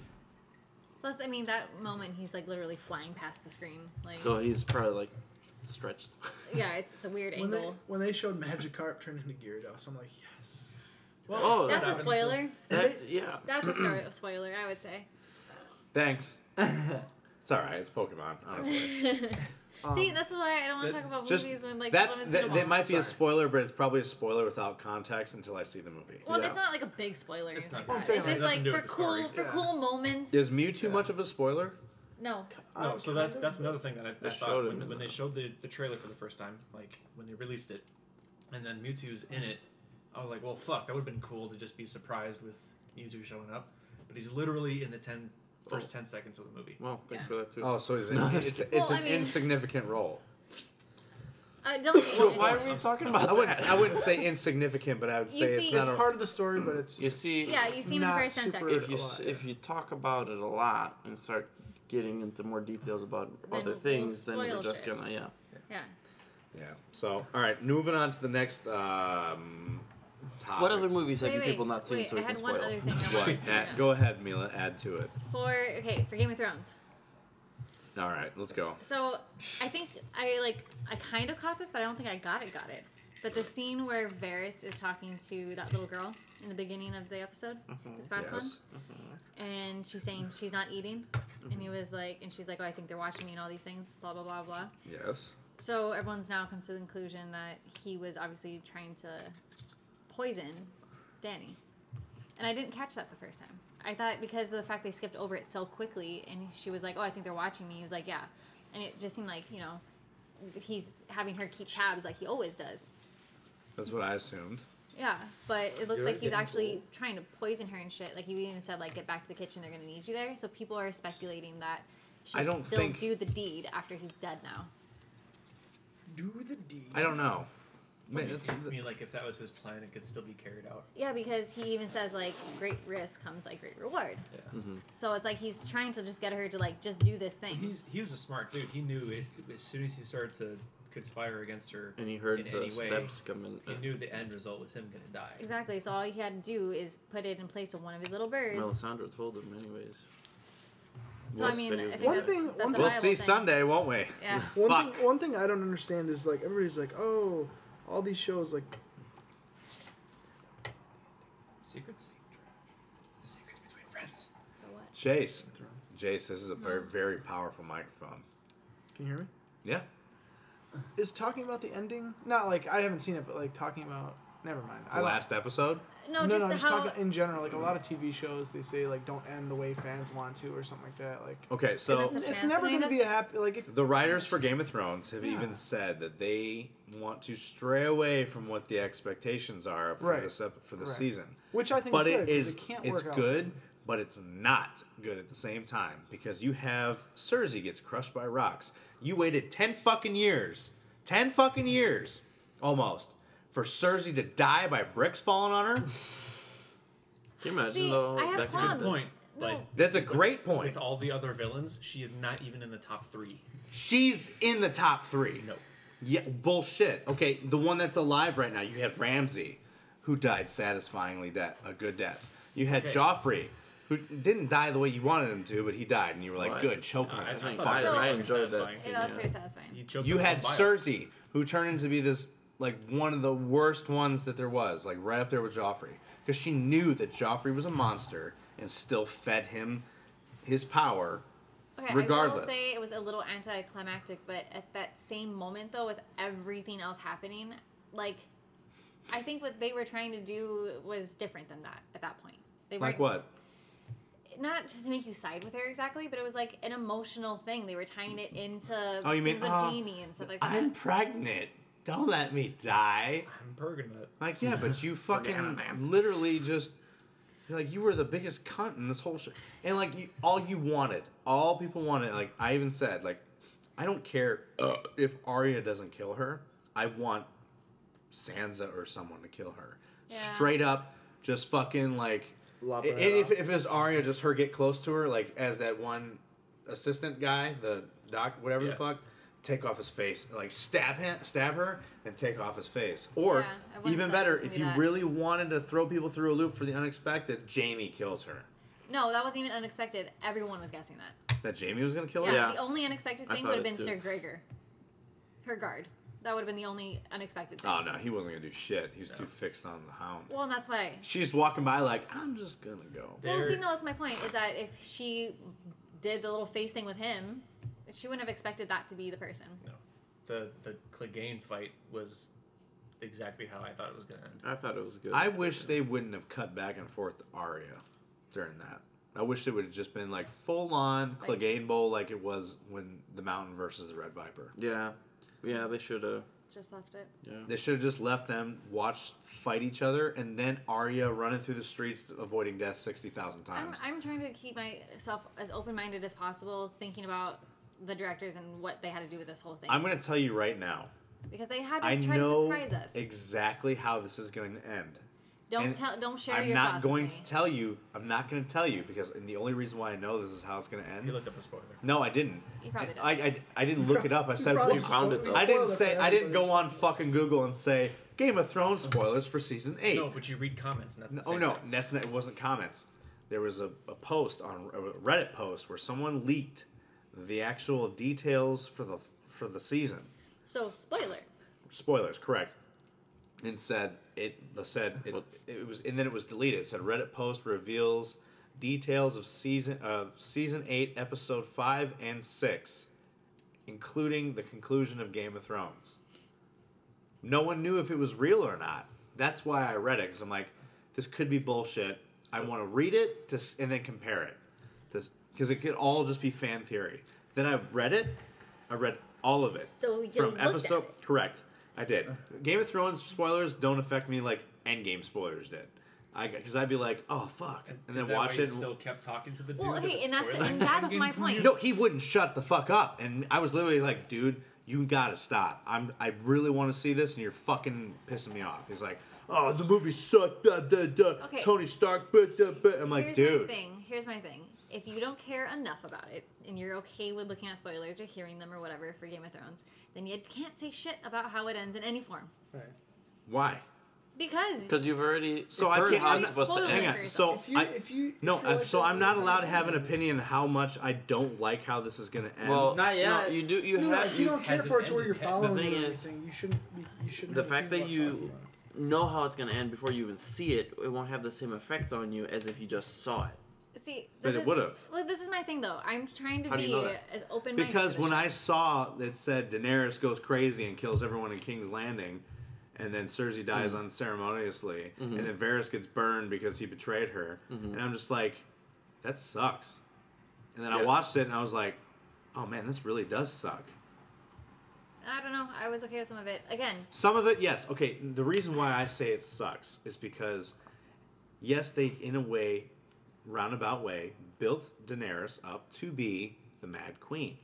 Speaker 7: Plus, I mean, that moment he's like literally flying past the screen. Like,
Speaker 4: So he's probably like stretched.
Speaker 7: yeah, it's, it's a weird
Speaker 5: when they,
Speaker 7: angle.
Speaker 5: when they showed Magikarp turn into Gyarados, I'm like, yes.
Speaker 4: oh, that,
Speaker 7: That's a spoiler.
Speaker 4: that- yeah.
Speaker 7: That's
Speaker 4: [CLEARS THROAT]
Speaker 7: a star- a spoiler, I would say.
Speaker 1: Thanks. it's all right. It's Pokemon. Honestly,
Speaker 4: Um,
Speaker 7: [LAUGHS]
Speaker 5: Um,
Speaker 7: See, that's why I don't want to talk about
Speaker 1: just
Speaker 7: movies when like
Speaker 1: that's
Speaker 7: when it's
Speaker 1: that,
Speaker 7: been a
Speaker 1: that
Speaker 7: while.
Speaker 1: might be a spoiler, but it's probably a spoiler without context until I see the movie.
Speaker 7: Well,
Speaker 4: yeah.
Speaker 7: it's not like a big spoiler. It's,
Speaker 9: It's
Speaker 7: like
Speaker 9: not-
Speaker 7: that.
Speaker 5: I'm saying
Speaker 7: it's
Speaker 5: it
Speaker 7: just
Speaker 9: has nothing
Speaker 7: like
Speaker 9: to do
Speaker 7: for
Speaker 9: with the
Speaker 7: cool
Speaker 9: story.
Speaker 7: for
Speaker 5: Yeah.
Speaker 7: cool moments.
Speaker 1: Is Mewtwo much of a spoiler?
Speaker 4: [LAUGHS]
Speaker 7: No,
Speaker 9: No, so that's that's another thing that I, I
Speaker 4: They
Speaker 9: thought
Speaker 4: showed it
Speaker 9: when,
Speaker 4: in
Speaker 9: when
Speaker 4: the-
Speaker 9: they showed the, the trailer for the first time, like when they released it, and then Mewtwo's in it. I was like, well, fuck, that would have been cool to just be surprised with Mewtwo showing up, but he's literally in the ten first
Speaker 4: Oh.
Speaker 9: ten seconds of the movie.
Speaker 4: Well, thanks
Speaker 7: Yeah.
Speaker 4: for that too.
Speaker 1: Oh, so it's
Speaker 4: No,
Speaker 1: an,
Speaker 4: I'm
Speaker 1: it's,
Speaker 4: just
Speaker 1: it's
Speaker 7: Well,
Speaker 1: an
Speaker 7: I mean-
Speaker 1: insignificant role.
Speaker 7: I don't.
Speaker 4: so why are
Speaker 7: you
Speaker 4: we talking
Speaker 1: I
Speaker 4: about
Speaker 1: wouldn't
Speaker 4: that?
Speaker 1: I wouldn't say insignificant, but I would say
Speaker 7: You
Speaker 1: it's
Speaker 7: see-
Speaker 1: not
Speaker 5: It's
Speaker 1: a
Speaker 5: part of the story, but it's
Speaker 4: You see,
Speaker 7: yeah, you see him in the
Speaker 5: Not
Speaker 7: first ten
Speaker 5: super-
Speaker 7: seconds.
Speaker 4: if you
Speaker 5: a
Speaker 4: s
Speaker 5: lot,
Speaker 4: if
Speaker 5: yeah.
Speaker 4: you talk about it a lot and start getting into more details about
Speaker 7: Then
Speaker 4: other
Speaker 7: we'll
Speaker 4: things, then
Speaker 7: spoil
Speaker 4: you're just
Speaker 7: shit.
Speaker 4: gonna yeah.
Speaker 7: Yeah.
Speaker 1: Yeah. So, all right, moving on to the next um, topic.
Speaker 4: What other movies have
Speaker 7: Wait,
Speaker 4: you
Speaker 7: wait,
Speaker 4: people not seen
Speaker 7: wait,
Speaker 4: so we
Speaker 7: I
Speaker 4: can
Speaker 7: had one
Speaker 4: spoil?
Speaker 7: other thing I wanted
Speaker 1: What?
Speaker 7: to
Speaker 1: Add-
Speaker 7: know.
Speaker 1: go ahead, Mila. Add to it.
Speaker 7: For okay, for Game of Thrones.
Speaker 1: All right, let's go.
Speaker 7: So I think I like I kind of caught this, but I don't think I got it. Got it. But the scene where Varys is talking to that little girl in the beginning of the episode,
Speaker 4: Mm-hmm.
Speaker 7: this past one,
Speaker 1: Yes.
Speaker 7: and she's saying she's not eating, and he was like, and she's like, oh, I think they're watching me and all these things, blah blah blah blah.
Speaker 1: Yes.
Speaker 7: So everyone's now come to the conclusion that he was obviously trying to poison Danny. And I didn't catch that the first time. I thought because of the fact they skipped over it so quickly and she was like, Oh, I think they're watching me. He was like, Yeah. And it just seemed like, you know, he's having her keep tabs like he always does.
Speaker 1: That's what I assumed.
Speaker 7: Yeah. But it looks
Speaker 9: You're
Speaker 7: like he's
Speaker 9: getting
Speaker 7: actually trying to poison her and shit. Like you even said, like, get back to the kitchen, they're gonna need you there. So people are speculating that she'll
Speaker 1: I don't
Speaker 7: still
Speaker 1: think-
Speaker 7: do the deed after he's dead now.
Speaker 5: do the deed.
Speaker 1: I don't know. Ma- it's-
Speaker 9: I mean, like if that was his plan, it could still be carried out.
Speaker 7: Yeah, because he even says like great risk comes like great reward.
Speaker 9: Yeah.
Speaker 7: So it's like he's trying to just get her to like just do this thing.
Speaker 9: He's he was a smart dude. He knew it, as soon as he started to conspire against her,
Speaker 4: And he heard
Speaker 9: in
Speaker 4: the
Speaker 9: any way,
Speaker 4: steps uh, coming.
Speaker 9: he knew the end result was him gonna die.
Speaker 7: exactly. So all he had to do is put it in place of one of his little birds.
Speaker 4: Melisandre told him anyways.
Speaker 7: so I
Speaker 4: We'll
Speaker 7: mean,
Speaker 4: see.
Speaker 7: I think
Speaker 5: One
Speaker 7: that's,
Speaker 5: thing-
Speaker 7: that's
Speaker 5: one
Speaker 7: a
Speaker 5: thing-
Speaker 1: we'll
Speaker 7: viable
Speaker 1: see
Speaker 7: thing.
Speaker 1: Sunday, won't we?
Speaker 7: Yeah.
Speaker 5: One
Speaker 1: Fuck.
Speaker 5: thing, one thing I don't understand is like everybody's like, oh, all these shows like
Speaker 9: Secrets. The secrets between friends.
Speaker 7: For what?
Speaker 1: Jace. Jace, this is a very, very powerful microphone.
Speaker 5: Can you hear me?
Speaker 1: Yeah.
Speaker 5: Is talking about the ending? Not like I haven't seen it, but like talking about. Never mind. I
Speaker 1: The
Speaker 5: don't-
Speaker 1: last episode.
Speaker 7: No,
Speaker 5: no,
Speaker 7: Oh, just
Speaker 5: no,
Speaker 7: the
Speaker 5: just
Speaker 7: how.
Speaker 5: talking in general. Like a lot of TV shows, they say like don't end the way fans want to or something like that. Like
Speaker 1: Okay, so
Speaker 7: It's a
Speaker 5: it's
Speaker 7: fan-
Speaker 5: never
Speaker 7: I mean,
Speaker 5: going to be a happy like if
Speaker 1: The writers for Game of Thrones have
Speaker 5: Yeah.
Speaker 1: even said that they want to stray away from what the expectations are for
Speaker 5: Right.
Speaker 1: this ep- for the
Speaker 5: Right.
Speaker 1: season.
Speaker 5: which I think
Speaker 1: But
Speaker 5: is
Speaker 1: it
Speaker 5: good, 'cause
Speaker 1: is
Speaker 5: it can't
Speaker 1: it's
Speaker 5: work out.
Speaker 1: good, but it's not good at the same time because you have Cersei gets crushed by rocks. You waited 10 fucking years. 10 fucking years almost for Cersei to die by bricks falling on her.
Speaker 4: Can you imagine
Speaker 7: See,
Speaker 4: though?
Speaker 7: I have
Speaker 4: back in the
Speaker 7: problems.
Speaker 4: day-
Speaker 9: Point. But
Speaker 7: No.
Speaker 1: That's a great point.
Speaker 9: with all the other villains, she is not even in the top three. Uh,
Speaker 1: She's in the top 3.
Speaker 9: No.
Speaker 1: Yeah, bullshit. Okay, the one that's alive right now, you had Ramsey, who died satisfyingly death, a good death. You had
Speaker 9: Okay.
Speaker 1: Joffrey, who didn't die the way you wanted him to, but he died, and you were like,
Speaker 4: Well, I-
Speaker 1: good, choke him.
Speaker 9: I think
Speaker 1: fuck
Speaker 4: I,
Speaker 1: him.
Speaker 7: So-
Speaker 4: I enjoyed that.
Speaker 9: Satisfying.
Speaker 4: Scene,
Speaker 7: Yeah, that was
Speaker 4: yeah.
Speaker 7: pretty satisfying.
Speaker 9: He choked
Speaker 1: You
Speaker 9: up
Speaker 1: had
Speaker 9: on bio.
Speaker 1: Cersei, who turned into be this like one of the worst ones that there was, like right up there with Joffrey, because she knew that Joffrey was a monster and still fed him his power.
Speaker 7: Okay, I
Speaker 1: regardless.
Speaker 7: will say it was a little anticlimactic, but at that same moment though, with everything else happening, like I think what they were trying to do was different than that at that point. They
Speaker 1: Like
Speaker 7: weren't
Speaker 1: what?
Speaker 7: not to make you side with her exactly, but it was like an emotional thing. They were tying it into
Speaker 1: Oh, you mean,
Speaker 7: things with
Speaker 1: "Oh,
Speaker 7: Jamie and stuff like that.
Speaker 1: I'm pregnant. Don't let me die.
Speaker 9: I'm pergament.
Speaker 1: Like yeah, but
Speaker 2: [LAUGHS]
Speaker 1: you fucking literally just like you were the biggest cunt in this whole shit, and like you, all you wanted, all people wanted. Like I even said, like I don't care [CLEARS THROAT] if Arya doesn't kill her. I want Sansa or someone to kill her.
Speaker 7: Yeah.
Speaker 1: Straight up, just fucking like.
Speaker 2: Lop
Speaker 1: And
Speaker 2: her head
Speaker 1: if,
Speaker 2: off.
Speaker 1: if it was Arya, just her get close to her, like as that one assistant guy, the doc, whatever
Speaker 9: Yeah.
Speaker 1: the fuck, take off his face, like stab him, stab her, and take off his face. Or
Speaker 7: Yeah, I wonder
Speaker 1: even
Speaker 7: if that
Speaker 1: better,
Speaker 7: was gonna
Speaker 1: if
Speaker 7: be
Speaker 1: you
Speaker 7: that.
Speaker 1: really wanted to throw people through a loop for the unexpected, Jamie kills her.
Speaker 7: No, that wasn't even unexpected. Everyone was guessing that.
Speaker 1: That Jamie was gonna kill
Speaker 7: Yeah,
Speaker 1: her.
Speaker 4: Yeah.
Speaker 7: the only unexpected
Speaker 4: I
Speaker 7: thing
Speaker 4: thought
Speaker 7: would have
Speaker 4: it
Speaker 7: been
Speaker 4: too.
Speaker 7: Sir Gregor, her guard. That would have been the only unexpected thing.
Speaker 1: Oh no, he wasn't gonna do shit. He was too fixed on the hound.
Speaker 7: Well, and that's why.
Speaker 1: She's walking by like I'm just gonna go.
Speaker 7: Well, see,
Speaker 9: There-
Speaker 7: no, that's my point. Is that if she did the little face thing with him, she wouldn't have expected that to be the person.
Speaker 9: the the Clegane fight was exactly how I thought it was gonna end.
Speaker 4: I thought it was good.
Speaker 1: I wish they wouldn't have cut back and forth to Arya during that. I wish it would have just been like full on Clegane Bowl like it was when the Mountain versus the Red Viper.
Speaker 4: Yeah, yeah, they should have.
Speaker 7: Just left it.
Speaker 4: Yeah,
Speaker 1: They should have just left them watch fight each other and then Arya running through the streets avoiding death sixty thousand
Speaker 7: I'm,
Speaker 1: times.
Speaker 7: I'm trying to keep myself as open minded as possible, thinking about the directors and what they had to do with this whole thing.
Speaker 1: I'm gonna tell you right now.
Speaker 7: because they had to
Speaker 1: I
Speaker 7: try to
Speaker 1: know
Speaker 7: surprise us.
Speaker 1: exactly how this is going to end.
Speaker 7: don't
Speaker 1: and
Speaker 7: tell. Don't share
Speaker 1: I'm
Speaker 7: your
Speaker 1: not
Speaker 7: thoughts
Speaker 1: going
Speaker 7: with
Speaker 1: to
Speaker 7: me.
Speaker 1: tell you. I'm not going to tell you because and the only reason why I know this is how it's going to
Speaker 9: He
Speaker 1: end.
Speaker 9: looked up a spoiler.
Speaker 1: No, I didn't.
Speaker 7: You probably
Speaker 1: I, I, I didn't look it up. I said
Speaker 5: probably
Speaker 1: we
Speaker 5: just
Speaker 4: found
Speaker 5: spoiled-
Speaker 4: it,
Speaker 5: we
Speaker 4: though.
Speaker 1: I didn't
Speaker 5: spoiled it
Speaker 1: say
Speaker 5: for
Speaker 1: I didn't
Speaker 5: everybody.
Speaker 1: go on fucking Google and say Game of Thrones spoilers for season eight.
Speaker 9: No, but you read comments, and that's the
Speaker 1: No,
Speaker 9: same
Speaker 1: oh no,
Speaker 9: thing.
Speaker 1: that's not, it wasn't comments. There was a, a post on a Reddit post where someone leaked the actual details for the for the season.
Speaker 7: So spoiler.
Speaker 1: Spoilers, correct? And said it the said it, it was and then it was deleted. It said Reddit post reveals details of season of season eight, episode five and six, including the conclusion of Game of Thrones. No one knew if it was real or not. That's why I read it because I'm like, this could be bullshit. I want to read it to, s- and then compare it, because it could all just be fan theory. Then I read it. I read all of it
Speaker 7: So you
Speaker 1: from
Speaker 7: looked at
Speaker 1: episode.
Speaker 7: it.
Speaker 1: Correct, I
Speaker 9: Uh.
Speaker 1: did. Game of Thrones spoilers don't affect me like Endgame spoilers did. I because I'd be like, oh fuck, and
Speaker 9: Is
Speaker 1: then
Speaker 9: that
Speaker 1: watch
Speaker 9: why
Speaker 1: it.
Speaker 9: you
Speaker 1: and-
Speaker 9: Still kept talking to the dude.
Speaker 7: Well,
Speaker 9: with
Speaker 7: okay,
Speaker 9: the
Speaker 7: and that's
Speaker 9: spoiler?
Speaker 7: and that is
Speaker 1: [LAUGHS]
Speaker 7: my point.
Speaker 1: No, he wouldn't shut the fuck up, and I was literally like, "Dude, you gotta stop. I'm, I really want to see this, and you're fucking pissing me off." He's like, "Oh, the movie sucked. Da, da, da.
Speaker 7: Okay.
Speaker 1: Tony Stark. Blah, da, blah." I'm like,
Speaker 7: Here's my
Speaker 1: "Dude,
Speaker 7: thing. Here's my thing. If you don't care enough about it, and you're okay with looking at spoilers or hearing them or whatever for Game of Thrones, then you can't say shit about how it ends in any form.
Speaker 5: Right.
Speaker 1: why?"
Speaker 7: Because
Speaker 4: because you've already.
Speaker 1: So I
Speaker 4: heard
Speaker 1: can't.
Speaker 4: how
Speaker 1: I'm
Speaker 4: it's
Speaker 1: not-
Speaker 4: supposed to
Speaker 7: Spoiler
Speaker 1: hang
Speaker 4: end.
Speaker 7: alert.
Speaker 1: on. So
Speaker 5: If you,
Speaker 1: I,
Speaker 5: if you, if
Speaker 1: no,
Speaker 5: you
Speaker 1: I,
Speaker 5: like
Speaker 1: so
Speaker 5: that,
Speaker 1: I'm not
Speaker 5: then
Speaker 1: allowed to have an opinion how much I don't like how this is gonna end.
Speaker 4: Well,
Speaker 2: Not yet.
Speaker 4: No, you do.
Speaker 5: You,
Speaker 4: You
Speaker 5: know,
Speaker 4: have.
Speaker 5: if you don't care
Speaker 9: hasn't
Speaker 5: for it to where
Speaker 9: ended
Speaker 5: you're
Speaker 9: yet. The
Speaker 5: following
Speaker 4: thing
Speaker 5: it or
Speaker 4: is,
Speaker 5: anything, you shouldn't. be- You shouldn't.
Speaker 4: the
Speaker 5: have
Speaker 4: fact that
Speaker 5: people talking
Speaker 4: you
Speaker 5: about it.
Speaker 4: know how it's gonna end before you even see it, it won't have the same effect on you as if you just saw it.
Speaker 7: see,
Speaker 1: But
Speaker 7: this
Speaker 1: it
Speaker 7: is-
Speaker 1: would've.
Speaker 7: Well, this is my thing though. I'm trying to
Speaker 4: How do
Speaker 7: be
Speaker 4: you know that?
Speaker 7: as open.
Speaker 1: because when I saw that said Daenerys goes crazy and kills everyone in King's Landing, and then Cersei dies unceremoniously, and then Varys gets burned because he betrayed her, and I'm just like, that sucks. And then I
Speaker 4: Yeah.
Speaker 1: watched it and I was like, oh man, this really does suck.
Speaker 7: I don't know. I was okay with some of it. Again,
Speaker 1: Some of it, yes. Okay, the reason why I say it sucks is because, yes, they, in a way, roundabout way, built Daenerys up to be the Mad Queen.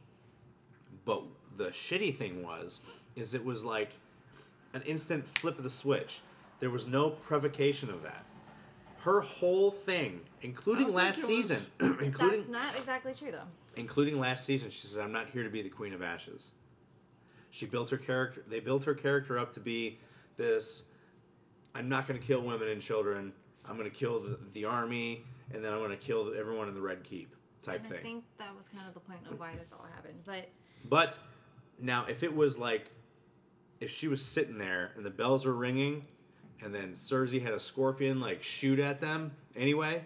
Speaker 1: But the shitty thing was, is it was like an instant flip of the switch. There was no provocation of that. Her whole thing, including last season, [CLEARS THROAT] including
Speaker 7: that's not exactly true though.
Speaker 1: including last season, she said, "I'm not here to be the Queen of Ashes." She built her character. They built her character up to be this. I'm not going to kill women and children. I'm going to kill the, the army, and then I'm going to kill everyone in the Red Keep type
Speaker 7: And I
Speaker 1: thing.
Speaker 7: think that was kind of the point of why this all happened. But
Speaker 1: But now, if it was like, if she was sitting there and the bells were ringing, and then Cersei had a scorpion like shoot at them anyway,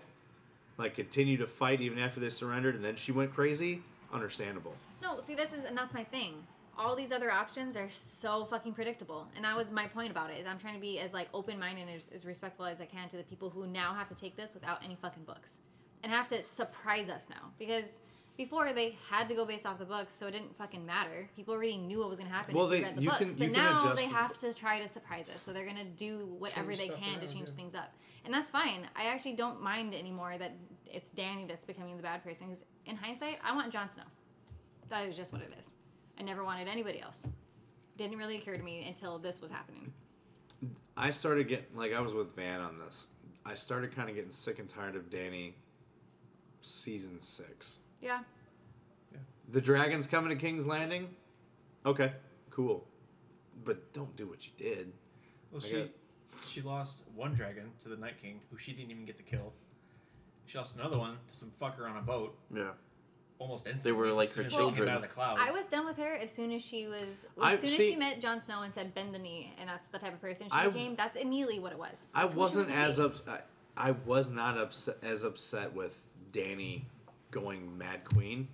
Speaker 1: like continue to fight even after they surrendered, and then she went crazy, understandable.
Speaker 7: no, see, this is and that's my thing. All these other options are so fucking predictable, and that was my point about it. Is I'm trying to be as like open minded and as, as respectful as I can to the people who now have to take this without any fucking books, and have to surprise us now because before they had to go based off the books, so it didn't fucking matter. People already knew what was gonna happen.
Speaker 1: Well,
Speaker 7: if they,
Speaker 1: they-
Speaker 7: read the
Speaker 1: you
Speaker 7: books,
Speaker 1: can-
Speaker 7: but
Speaker 1: you can
Speaker 7: now
Speaker 1: adjust
Speaker 7: they
Speaker 1: the-
Speaker 7: have to try to surprise us, so they're gonna do whatever
Speaker 5: Change
Speaker 7: they
Speaker 5: stuff
Speaker 7: can to
Speaker 5: around,
Speaker 7: change
Speaker 5: yeah.
Speaker 7: things up, and that's fine. I actually don't mind anymore that it's Danny that's becoming the bad person. 'cause in hindsight, I want Jon Snow. That is just what it is. I never wanted anybody else. Didn't really occur to me until this was happening.
Speaker 1: I started getting like I was with Van on this. I started kind of getting sick and tired of Danny season six.
Speaker 7: Yeah.
Speaker 1: The dragon's coming to King's Landing? Okay, cool. But don't do what you did.
Speaker 9: [LAUGHS] Well,
Speaker 1: I
Speaker 9: she
Speaker 1: got-
Speaker 9: she lost one dragon to the Night King, who she didn't even get to kill. She lost another one to some fucker on a boat
Speaker 4: Yeah.
Speaker 9: almost instantly.
Speaker 4: were like
Speaker 9: as
Speaker 4: her
Speaker 9: soon as she came
Speaker 4: children.
Speaker 9: out of the clouds.
Speaker 7: I was done with her as soon as she was.
Speaker 1: I-
Speaker 7: as soon as
Speaker 1: see-
Speaker 7: she met Jon Snow and said "bend the knee," and that's the type of person she
Speaker 1: I-
Speaker 7: became. That's immediately what it was.
Speaker 1: I
Speaker 7: That's who she was
Speaker 1: wasn't
Speaker 7: gonna
Speaker 1: as
Speaker 7: be.
Speaker 1: upset. I was not upset as upset with Danny going Mad Queen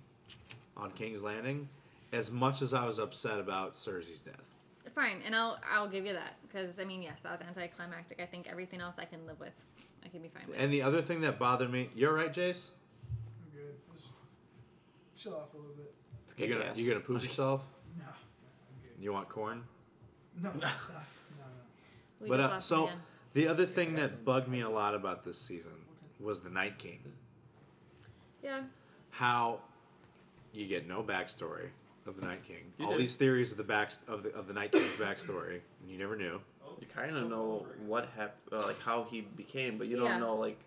Speaker 1: on King's Landing as much as I was upset about Cersei's death.
Speaker 7: Fine, and I'll I'll give you that because I mean yes, that was anticlimactic. I think everything else I can live with. I can be fine with.
Speaker 1: And the other thing that bothered me, you're right, Jace.
Speaker 5: I'm good. Just chill off a little bit.
Speaker 4: It's
Speaker 1: You gonna
Speaker 4: kick-ass.
Speaker 1: you gonna poop
Speaker 4: [LAUGHS]
Speaker 1: yourself?
Speaker 5: No,
Speaker 1: You want corn?
Speaker 5: no,
Speaker 1: [LAUGHS]
Speaker 5: no, stop. no, no.
Speaker 7: we
Speaker 1: but
Speaker 7: just
Speaker 1: uh,
Speaker 7: lost
Speaker 1: so
Speaker 7: Leanne.
Speaker 1: the other thing that bugged me a lot about this season was the Night King.
Speaker 7: yeah,
Speaker 1: How you get no backstory of the Night King.
Speaker 4: You
Speaker 1: All
Speaker 4: did.
Speaker 1: these theories of the back of the of the Night King's backstory, and you never knew.
Speaker 4: You kind of know what happened, uh, like how he became, but you don't
Speaker 7: Yeah.
Speaker 4: know like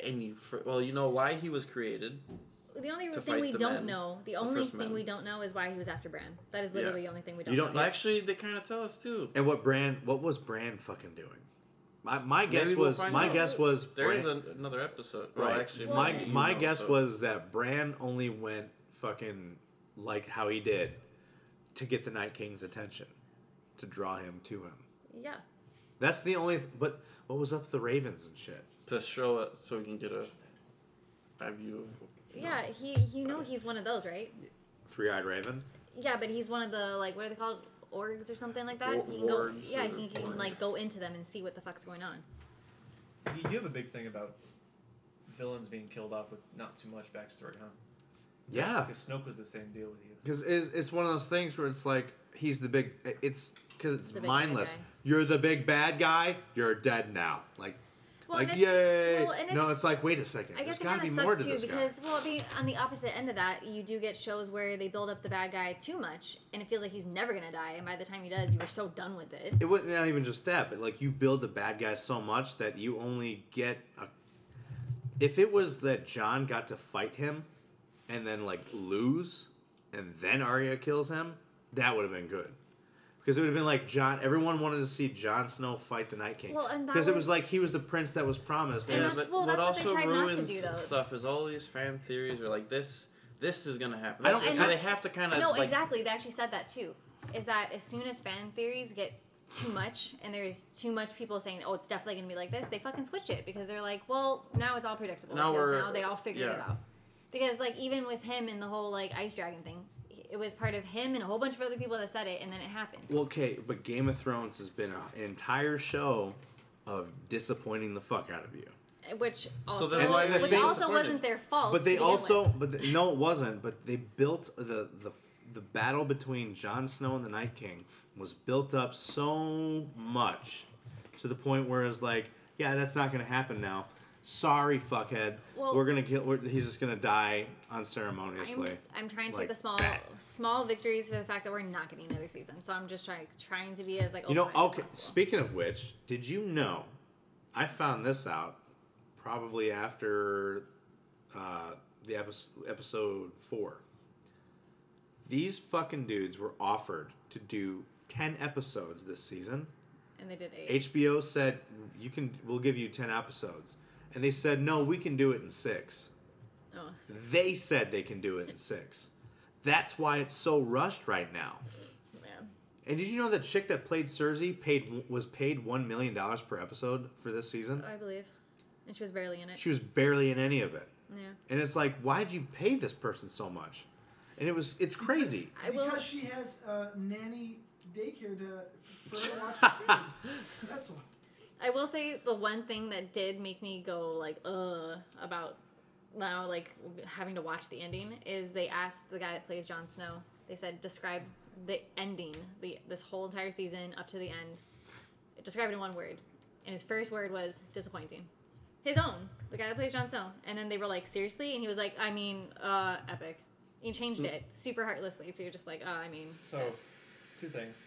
Speaker 4: any. Fr- well, you know why he was created.
Speaker 7: the only
Speaker 4: To
Speaker 7: thing
Speaker 4: fight
Speaker 7: we
Speaker 4: the
Speaker 7: don't
Speaker 4: men,
Speaker 7: know, the
Speaker 4: the
Speaker 7: only
Speaker 4: first
Speaker 7: thing
Speaker 4: men.
Speaker 7: we don't know is why he was after Bran. That is literally
Speaker 4: Yeah.
Speaker 7: the only thing we don't.
Speaker 1: You don't
Speaker 7: know.
Speaker 1: Yeah.
Speaker 4: Actually, they kind of tell us too.
Speaker 1: And what Brand? What was Brand fucking doing? My, my guess
Speaker 4: Maybe we'll
Speaker 1: was
Speaker 4: find
Speaker 1: my
Speaker 4: out.
Speaker 1: guess was
Speaker 4: There is
Speaker 1: Bran-
Speaker 4: an, another episode. Well,
Speaker 1: right.
Speaker 4: actually,
Speaker 1: my
Speaker 4: you
Speaker 1: my
Speaker 4: know,
Speaker 1: guess
Speaker 4: so-
Speaker 1: was that Bran only went fucking like how he did to get the Night King's attention, to draw him to him.
Speaker 7: yeah,
Speaker 1: That's the only. Th- but what was up with the Ravens and shit?
Speaker 4: to show it so we can get a, a view. Of,
Speaker 7: yeah. He you know he's one of those, right?
Speaker 1: Three eyed Raven.
Speaker 7: Yeah, but he's one of the like what are they called? Orgs or something like that.
Speaker 4: Wa-
Speaker 7: he can go,
Speaker 4: wargs
Speaker 7: yeah,
Speaker 4: or
Speaker 7: he can
Speaker 4: something.
Speaker 7: like go into them and see what the fuck's going on.
Speaker 9: You, you have a big thing about villains being killed off with not too much backstory, huh?
Speaker 1: Yeah,
Speaker 9: Because Snoke was the same deal with you.
Speaker 1: because it's, it's one of those things where it's like he's the big. It's because it's
Speaker 7: The big bad
Speaker 1: mindless.
Speaker 7: guy.
Speaker 1: You're the big bad guy. You're dead now. Like
Speaker 7: Well,
Speaker 1: like
Speaker 7: and it's-
Speaker 1: yay!
Speaker 7: well, and
Speaker 1: no,
Speaker 7: it's-
Speaker 1: it's like wait a second.
Speaker 7: I
Speaker 1: There's
Speaker 7: guess it
Speaker 1: got to
Speaker 7: kind
Speaker 1: be
Speaker 7: of
Speaker 1: more
Speaker 7: sucks
Speaker 1: to
Speaker 7: too
Speaker 1: this
Speaker 7: because
Speaker 1: guy.
Speaker 7: well, the, on the opposite end of that, you do get shows where they build up the bad guy too much, and it feels like he's never gonna die. And by the time he does, you were so done with it.
Speaker 1: It wasn't not even just that, but like you build the bad guy so much that you only get a. If it was that John got to fight him, and then like lose, and then Arya kills him, that would have been good. Because it would have been like John. Everyone wanted to see Jon Snow fight the Night King.
Speaker 7: Well, and that
Speaker 1: because it was
Speaker 7: was-
Speaker 1: like he was the prince that was promised.
Speaker 7: And
Speaker 1: And
Speaker 4: Yeah,
Speaker 7: that's-
Speaker 4: but
Speaker 7: well,
Speaker 4: what
Speaker 7: that's what they
Speaker 4: also
Speaker 7: tried not to
Speaker 4: ruins
Speaker 7: do, though.
Speaker 4: stuff is all these fan theories are like this. This is gonna happen.
Speaker 1: I don't-
Speaker 4: So
Speaker 1: I-
Speaker 4: they have to kind of
Speaker 7: no,
Speaker 4: like,
Speaker 7: exactly. They actually said that too. Is that as soon as fan theories get too much and there's too much people saying, "Oh, it's definitely gonna be like this," they fucking switch it because they're like, "Well, now it's all predictable
Speaker 4: Now
Speaker 7: because
Speaker 4: we're-
Speaker 7: now they all figured it
Speaker 4: yeah.
Speaker 7: out." Because like even with him and the whole like ice dragon thing, it was part of him and a whole bunch of other people that said it, and then it happened.
Speaker 1: Well, okay, but Game of Thrones has been a- an entire show of disappointing the fuck out of you.
Speaker 7: which also,
Speaker 4: then
Speaker 1: why the
Speaker 7: which
Speaker 1: thing-
Speaker 7: also wasn't their fault.
Speaker 1: But
Speaker 7: to
Speaker 1: they
Speaker 7: begin
Speaker 1: also,
Speaker 7: with.
Speaker 1: but th- no, it wasn't. But they built the the the battle between Jon Snow and the Night King was built up so much to the point where it's like, yeah, that's not gonna happen now. Sorry, fuckhead.
Speaker 7: Well-
Speaker 1: we're gonna kill. We're, he's just gonna die
Speaker 7: I'm,
Speaker 1: unceremoniously.
Speaker 7: I'm trying to
Speaker 1: Like
Speaker 7: take the small
Speaker 1: that.
Speaker 7: small victories for the fact that we're not getting another season. So I'm just trying trying to be as like
Speaker 1: you know.
Speaker 7: open-minded as
Speaker 1: Okay.
Speaker 7: possible.
Speaker 1: Speaking of which, did you know? I found this out probably after uh, the episode episode four. These fucking dudes were offered to do ten episodes this season.
Speaker 7: and they did eight.
Speaker 1: HBO said you can we'll give you 10 episodes and they said no we can do it in 6.
Speaker 7: Oh.
Speaker 1: They said they can do it in 6. That's why it's so rushed right now.
Speaker 7: Man.
Speaker 1: And did you know that chick that played Cersei paid was paid 1 million dollars per episode for this season?
Speaker 7: I believe, and she was barely in it.
Speaker 1: She was barely in any of it.
Speaker 7: yeah,
Speaker 1: And it's like why'd you pay this person so much? And it was it's crazy.
Speaker 7: I will.
Speaker 11: Because she has a nanny daycare to for
Speaker 1: [LAUGHS]
Speaker 11: her to watch her kids. That's why.
Speaker 7: I will say the one thing that did make me go like uh about now like having to watch the ending is they asked the guy that plays Jon Snow. They said describe the ending, the this whole entire season up to the end. Describe it in one word. And his first word was disappointing. His own, the guy that plays Jon Snow. And then they were like, seriously? And he was like, I mean, uh, epic. He changed it super heartlessly, so you're just like, uh, I mean,
Speaker 9: So
Speaker 7: yes.
Speaker 9: two things.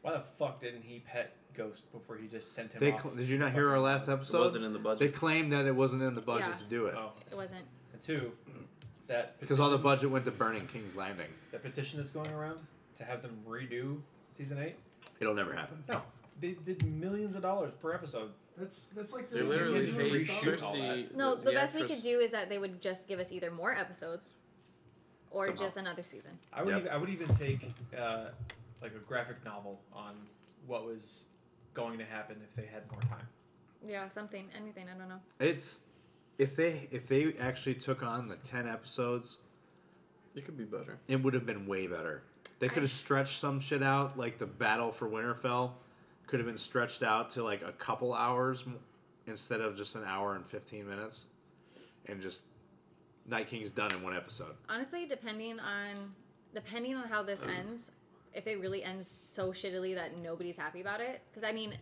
Speaker 9: Why the fuck didn't he pet
Speaker 3: Ghost before he just sent him
Speaker 1: They
Speaker 3: off.
Speaker 1: cl- did you not hear our last episode?
Speaker 3: wasn't in the budget.
Speaker 1: They claimed that it wasn't in the budget
Speaker 7: Yeah.
Speaker 1: to do it
Speaker 3: Oh.
Speaker 7: It wasn't.
Speaker 3: And two,
Speaker 1: [CLEARS THROAT]
Speaker 3: that
Speaker 1: because all the
Speaker 3: petition-
Speaker 1: budget went to burning King's Landing.
Speaker 3: that petition that's going around to have them redo season eight.
Speaker 1: It'll never happen.
Speaker 3: No, they did millions of dollars per episode.
Speaker 5: That's that's like
Speaker 3: They literally paid Cersei-
Speaker 7: No,
Speaker 3: The-
Speaker 7: the,
Speaker 3: the
Speaker 7: best we
Speaker 3: actress-
Speaker 7: could do is that they would just give us either more episodes, or
Speaker 3: Somehow.
Speaker 7: just another season.
Speaker 3: I would
Speaker 1: Yep.
Speaker 3: even, I would even take uh, like a graphic novel on what was going to happen if they had more time.
Speaker 7: Yeah, something, anything. I don't know.
Speaker 1: It's if they if they actually took on the ten episodes,
Speaker 4: It could be better.
Speaker 1: it would have been way better. They could have stretched some shit out, like the battle for Winterfell, could have been stretched out to like a couple hours m- instead of just an hour and fifteen minutes, and just Night King's done in one episode.
Speaker 7: Honestly, depending on depending on how
Speaker 1: Oh.
Speaker 7: this ends, if it really ends so shittily that nobody's happy about it, because I mean,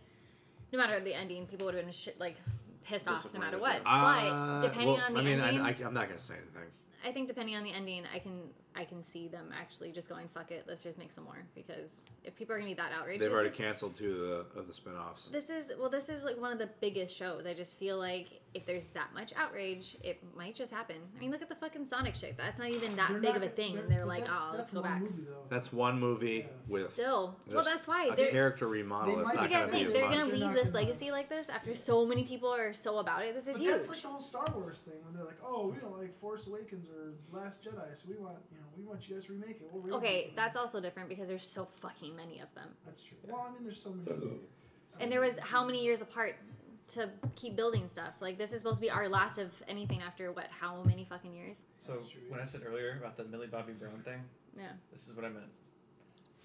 Speaker 7: no matter the ending, people would have been shit, like pissed off no matter what.
Speaker 1: Disappointed.
Speaker 7: but
Speaker 1: Uh,
Speaker 7: depending
Speaker 1: well,
Speaker 7: on the
Speaker 1: I mean,
Speaker 7: ending,
Speaker 1: I,
Speaker 7: I,
Speaker 1: I, I'm not gonna say anything.
Speaker 7: think depending on the ending, I can I can see them actually just going fuck it, let's just make some more because if people are gonna be that outraged,
Speaker 1: They've
Speaker 7: this
Speaker 1: already
Speaker 7: is-
Speaker 1: canceled two of the of the spinoffs.
Speaker 7: This is well. This is like one of the biggest shows. I just feel like if there's that much outrage, it might just happen. I mean, look at the fucking Sonic shit. That's not even that
Speaker 5: They're
Speaker 7: big
Speaker 5: not
Speaker 7: of a
Speaker 5: gonna-
Speaker 7: thing.
Speaker 5: they're-
Speaker 7: and they're
Speaker 5: but
Speaker 7: like,
Speaker 5: that's-
Speaker 7: oh, let's
Speaker 5: that's
Speaker 7: go
Speaker 5: one
Speaker 7: back.
Speaker 5: movie, though.
Speaker 1: That's one movie with
Speaker 7: Still, well,
Speaker 1: just
Speaker 7: that's why
Speaker 1: a
Speaker 7: they're
Speaker 1: character remodel.
Speaker 5: They
Speaker 1: It's
Speaker 5: might
Speaker 1: not
Speaker 7: That's
Speaker 1: gonna
Speaker 5: just
Speaker 7: the
Speaker 1: be
Speaker 7: thing.
Speaker 1: as
Speaker 7: They're
Speaker 1: much.
Speaker 7: gonna
Speaker 5: They're
Speaker 7: leave
Speaker 5: not
Speaker 7: this
Speaker 5: gonna-
Speaker 7: legacy like this after so many people are so about it. This is
Speaker 5: But
Speaker 7: huge.
Speaker 5: that's like the whole Star Wars thing when they're like, oh, we don't like Force Awakens or Last Jedi, so we want you know we want you guys to remake it. We'll remake
Speaker 7: okay,
Speaker 5: it.
Speaker 7: that's also different because there's so fucking many of them,
Speaker 5: that's true. Well, I mean, there's so many. so
Speaker 7: and there was how many years apart to keep building stuff. Like this is supposed to be our last of anything after what? How many fucking years?
Speaker 3: So
Speaker 5: That's true,
Speaker 3: when I said earlier about the Millie Bobby Brown thing,
Speaker 7: Yeah.
Speaker 3: this is what I meant.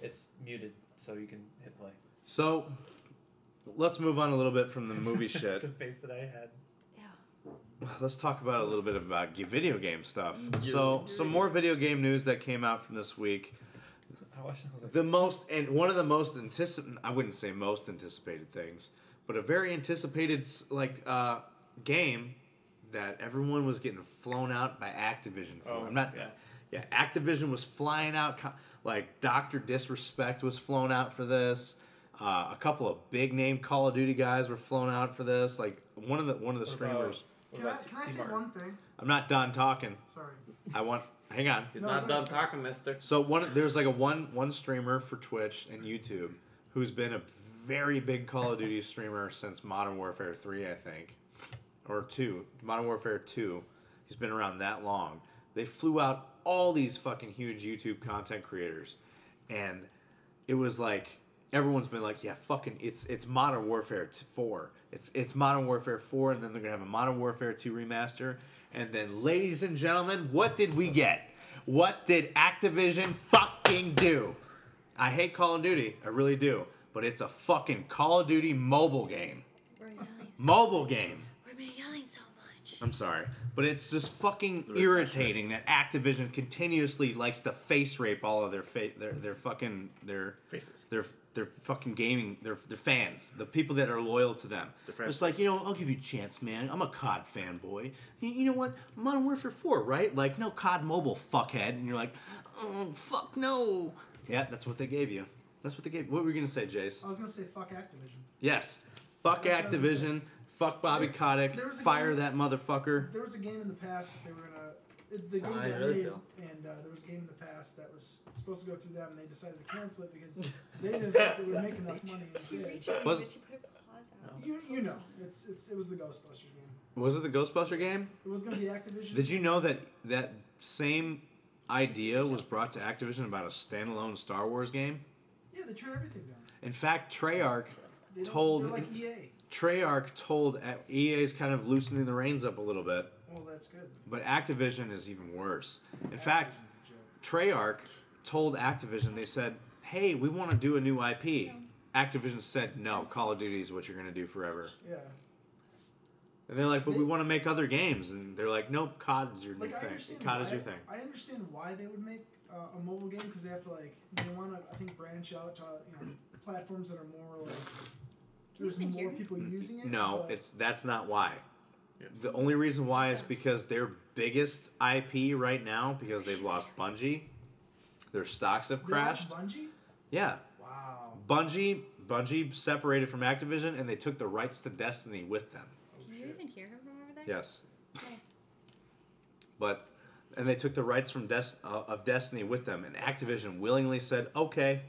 Speaker 3: It's muted, so you can hit play.
Speaker 1: So let's move on a little bit from the
Speaker 5: [LAUGHS]
Speaker 1: movie
Speaker 3: [LAUGHS] That's
Speaker 1: shit.
Speaker 3: the face that I had.
Speaker 1: [SIGHS] Let's talk about a little bit about g- video game stuff.
Speaker 3: Mm-hmm.
Speaker 1: So some more video game news that came out from this week.
Speaker 3: I watched. it, I was like,
Speaker 1: The most and one of the most anticipated I wouldn't say most anticipated things, but a very anticipated s- like uh, game that everyone was getting flown out by Activision for.
Speaker 3: Oh,
Speaker 1: I'm not
Speaker 3: yeah.
Speaker 1: yeah, Activision was flying out. co- Like Doctor Disrespect was flown out for this. Uh, a couple of big name Call of Duty guys were flown out for this. Like one of the one of the
Speaker 3: what
Speaker 1: streamers.
Speaker 3: About,
Speaker 5: Can I,
Speaker 3: what
Speaker 5: can I
Speaker 3: about T
Speaker 5: say
Speaker 3: Martin?
Speaker 5: one thing?
Speaker 1: I'm not done talking.
Speaker 5: Sorry.
Speaker 1: I want. Hang on.
Speaker 2: He's
Speaker 5: No,
Speaker 2: not
Speaker 5: no.
Speaker 2: done talking, mister.
Speaker 1: So one there's like a one one streamer for Twitch and YouTube who's been a very big Call of Duty streamer since Modern Warfare 3, I think. Or 2. Modern Warfare 2. He's been around that long. They flew out all these fucking huge YouTube content creators and it was like everyone's been like, yeah, fucking, it's it's Modern Warfare t- four. It's it's Modern Warfare four, and then they're gonna have a Modern Warfare two remaster. And then, ladies and gentlemen, what did we get? What did Activision fucking do? I hate Call of Duty, I really do, but it's a fucking Call of Duty mobile game.
Speaker 7: We're yelling.
Speaker 1: Mobile game.
Speaker 7: We're yelling so much.
Speaker 1: I'm sorry, but it's just fucking irritating that Activision continuously likes to face rape all of their fa- their their fucking their
Speaker 4: Faces.
Speaker 1: their their fucking gaming their their fans, the people that are loyal to them. It's like you know, I'll give you a chance, man. I'm a COD fanboy. You, you know what? Modern Warfare Four, right? Like no COD Mobile, fuckhead. And you're like, oh, fuck no. Yeah, that's what they gave you. That's what they gave. What were you gonna say, Jace?
Speaker 5: I was gonna say fuck Activision.
Speaker 1: Yes, fuck
Speaker 5: That's what I was gonna
Speaker 1: Activision. Fuck Bobby
Speaker 5: There-
Speaker 1: Kotick.
Speaker 5: there was a
Speaker 1: Fire
Speaker 5: game-
Speaker 1: that motherfucker.
Speaker 5: There was a game in the past that they were gonna. it- The game
Speaker 2: I
Speaker 5: got
Speaker 2: really
Speaker 5: made,
Speaker 2: feel.
Speaker 5: and uh, there was a game in the past that was supposed to go through them, and they decided to cancel it because they didn't think they would
Speaker 7: [LAUGHS]
Speaker 5: make enough money.
Speaker 7: She
Speaker 5: And
Speaker 7: reached out.
Speaker 1: Was-
Speaker 7: Did she put her claws out?
Speaker 5: you, you know, it's it's it was the Ghostbusters game.
Speaker 1: Was it the Ghostbuster game?
Speaker 5: It was gonna be Activision.
Speaker 1: Did you know that that same idea was brought to Activision about a standalone Star Wars game?
Speaker 5: Yeah, they turned everything down.
Speaker 1: In fact, Treyarch
Speaker 5: They don't,
Speaker 1: Told-
Speaker 5: They're like E EA.
Speaker 1: Treyarch told EA is kind of loosening the reins up a little bit,
Speaker 5: Well, that's good.
Speaker 1: but Activision is even worse. In fact,
Speaker 5: Activision's a
Speaker 1: Treyarch
Speaker 5: joke.
Speaker 1: told Activision they said, "Hey, we want to do a new IP." Activision said, "No, Call of Duty is what you're going to do forever."
Speaker 5: Yeah.
Speaker 1: And they're like, "But we
Speaker 5: They-
Speaker 1: want to make other games." And they're like, "Nope, COD's your new
Speaker 5: Like I
Speaker 1: thing.
Speaker 5: understand.
Speaker 1: COD
Speaker 5: why,
Speaker 1: is your thing."
Speaker 5: I understand why they would make uh, a mobile game because they have to like they want to I think branch out to you know platforms that are more like there's
Speaker 7: even
Speaker 5: more
Speaker 7: hear me?
Speaker 5: people using it.
Speaker 1: No,
Speaker 5: but-
Speaker 1: it's that's not why. The only reason why is because their biggest IP right now, because they've lost Bungie, their stocks have
Speaker 5: They
Speaker 1: crashed.
Speaker 5: lost Bungie.
Speaker 1: Yeah,
Speaker 5: Wow.
Speaker 1: Bungie Bungie separated from Activision and they took the rights to Destiny with them.
Speaker 5: Oh,
Speaker 7: Can you even hear her from over there?
Speaker 1: Yes.
Speaker 7: Nice.
Speaker 1: but and they took the rights from Des- uh, of Destiny with them, and Activision willingly said okay.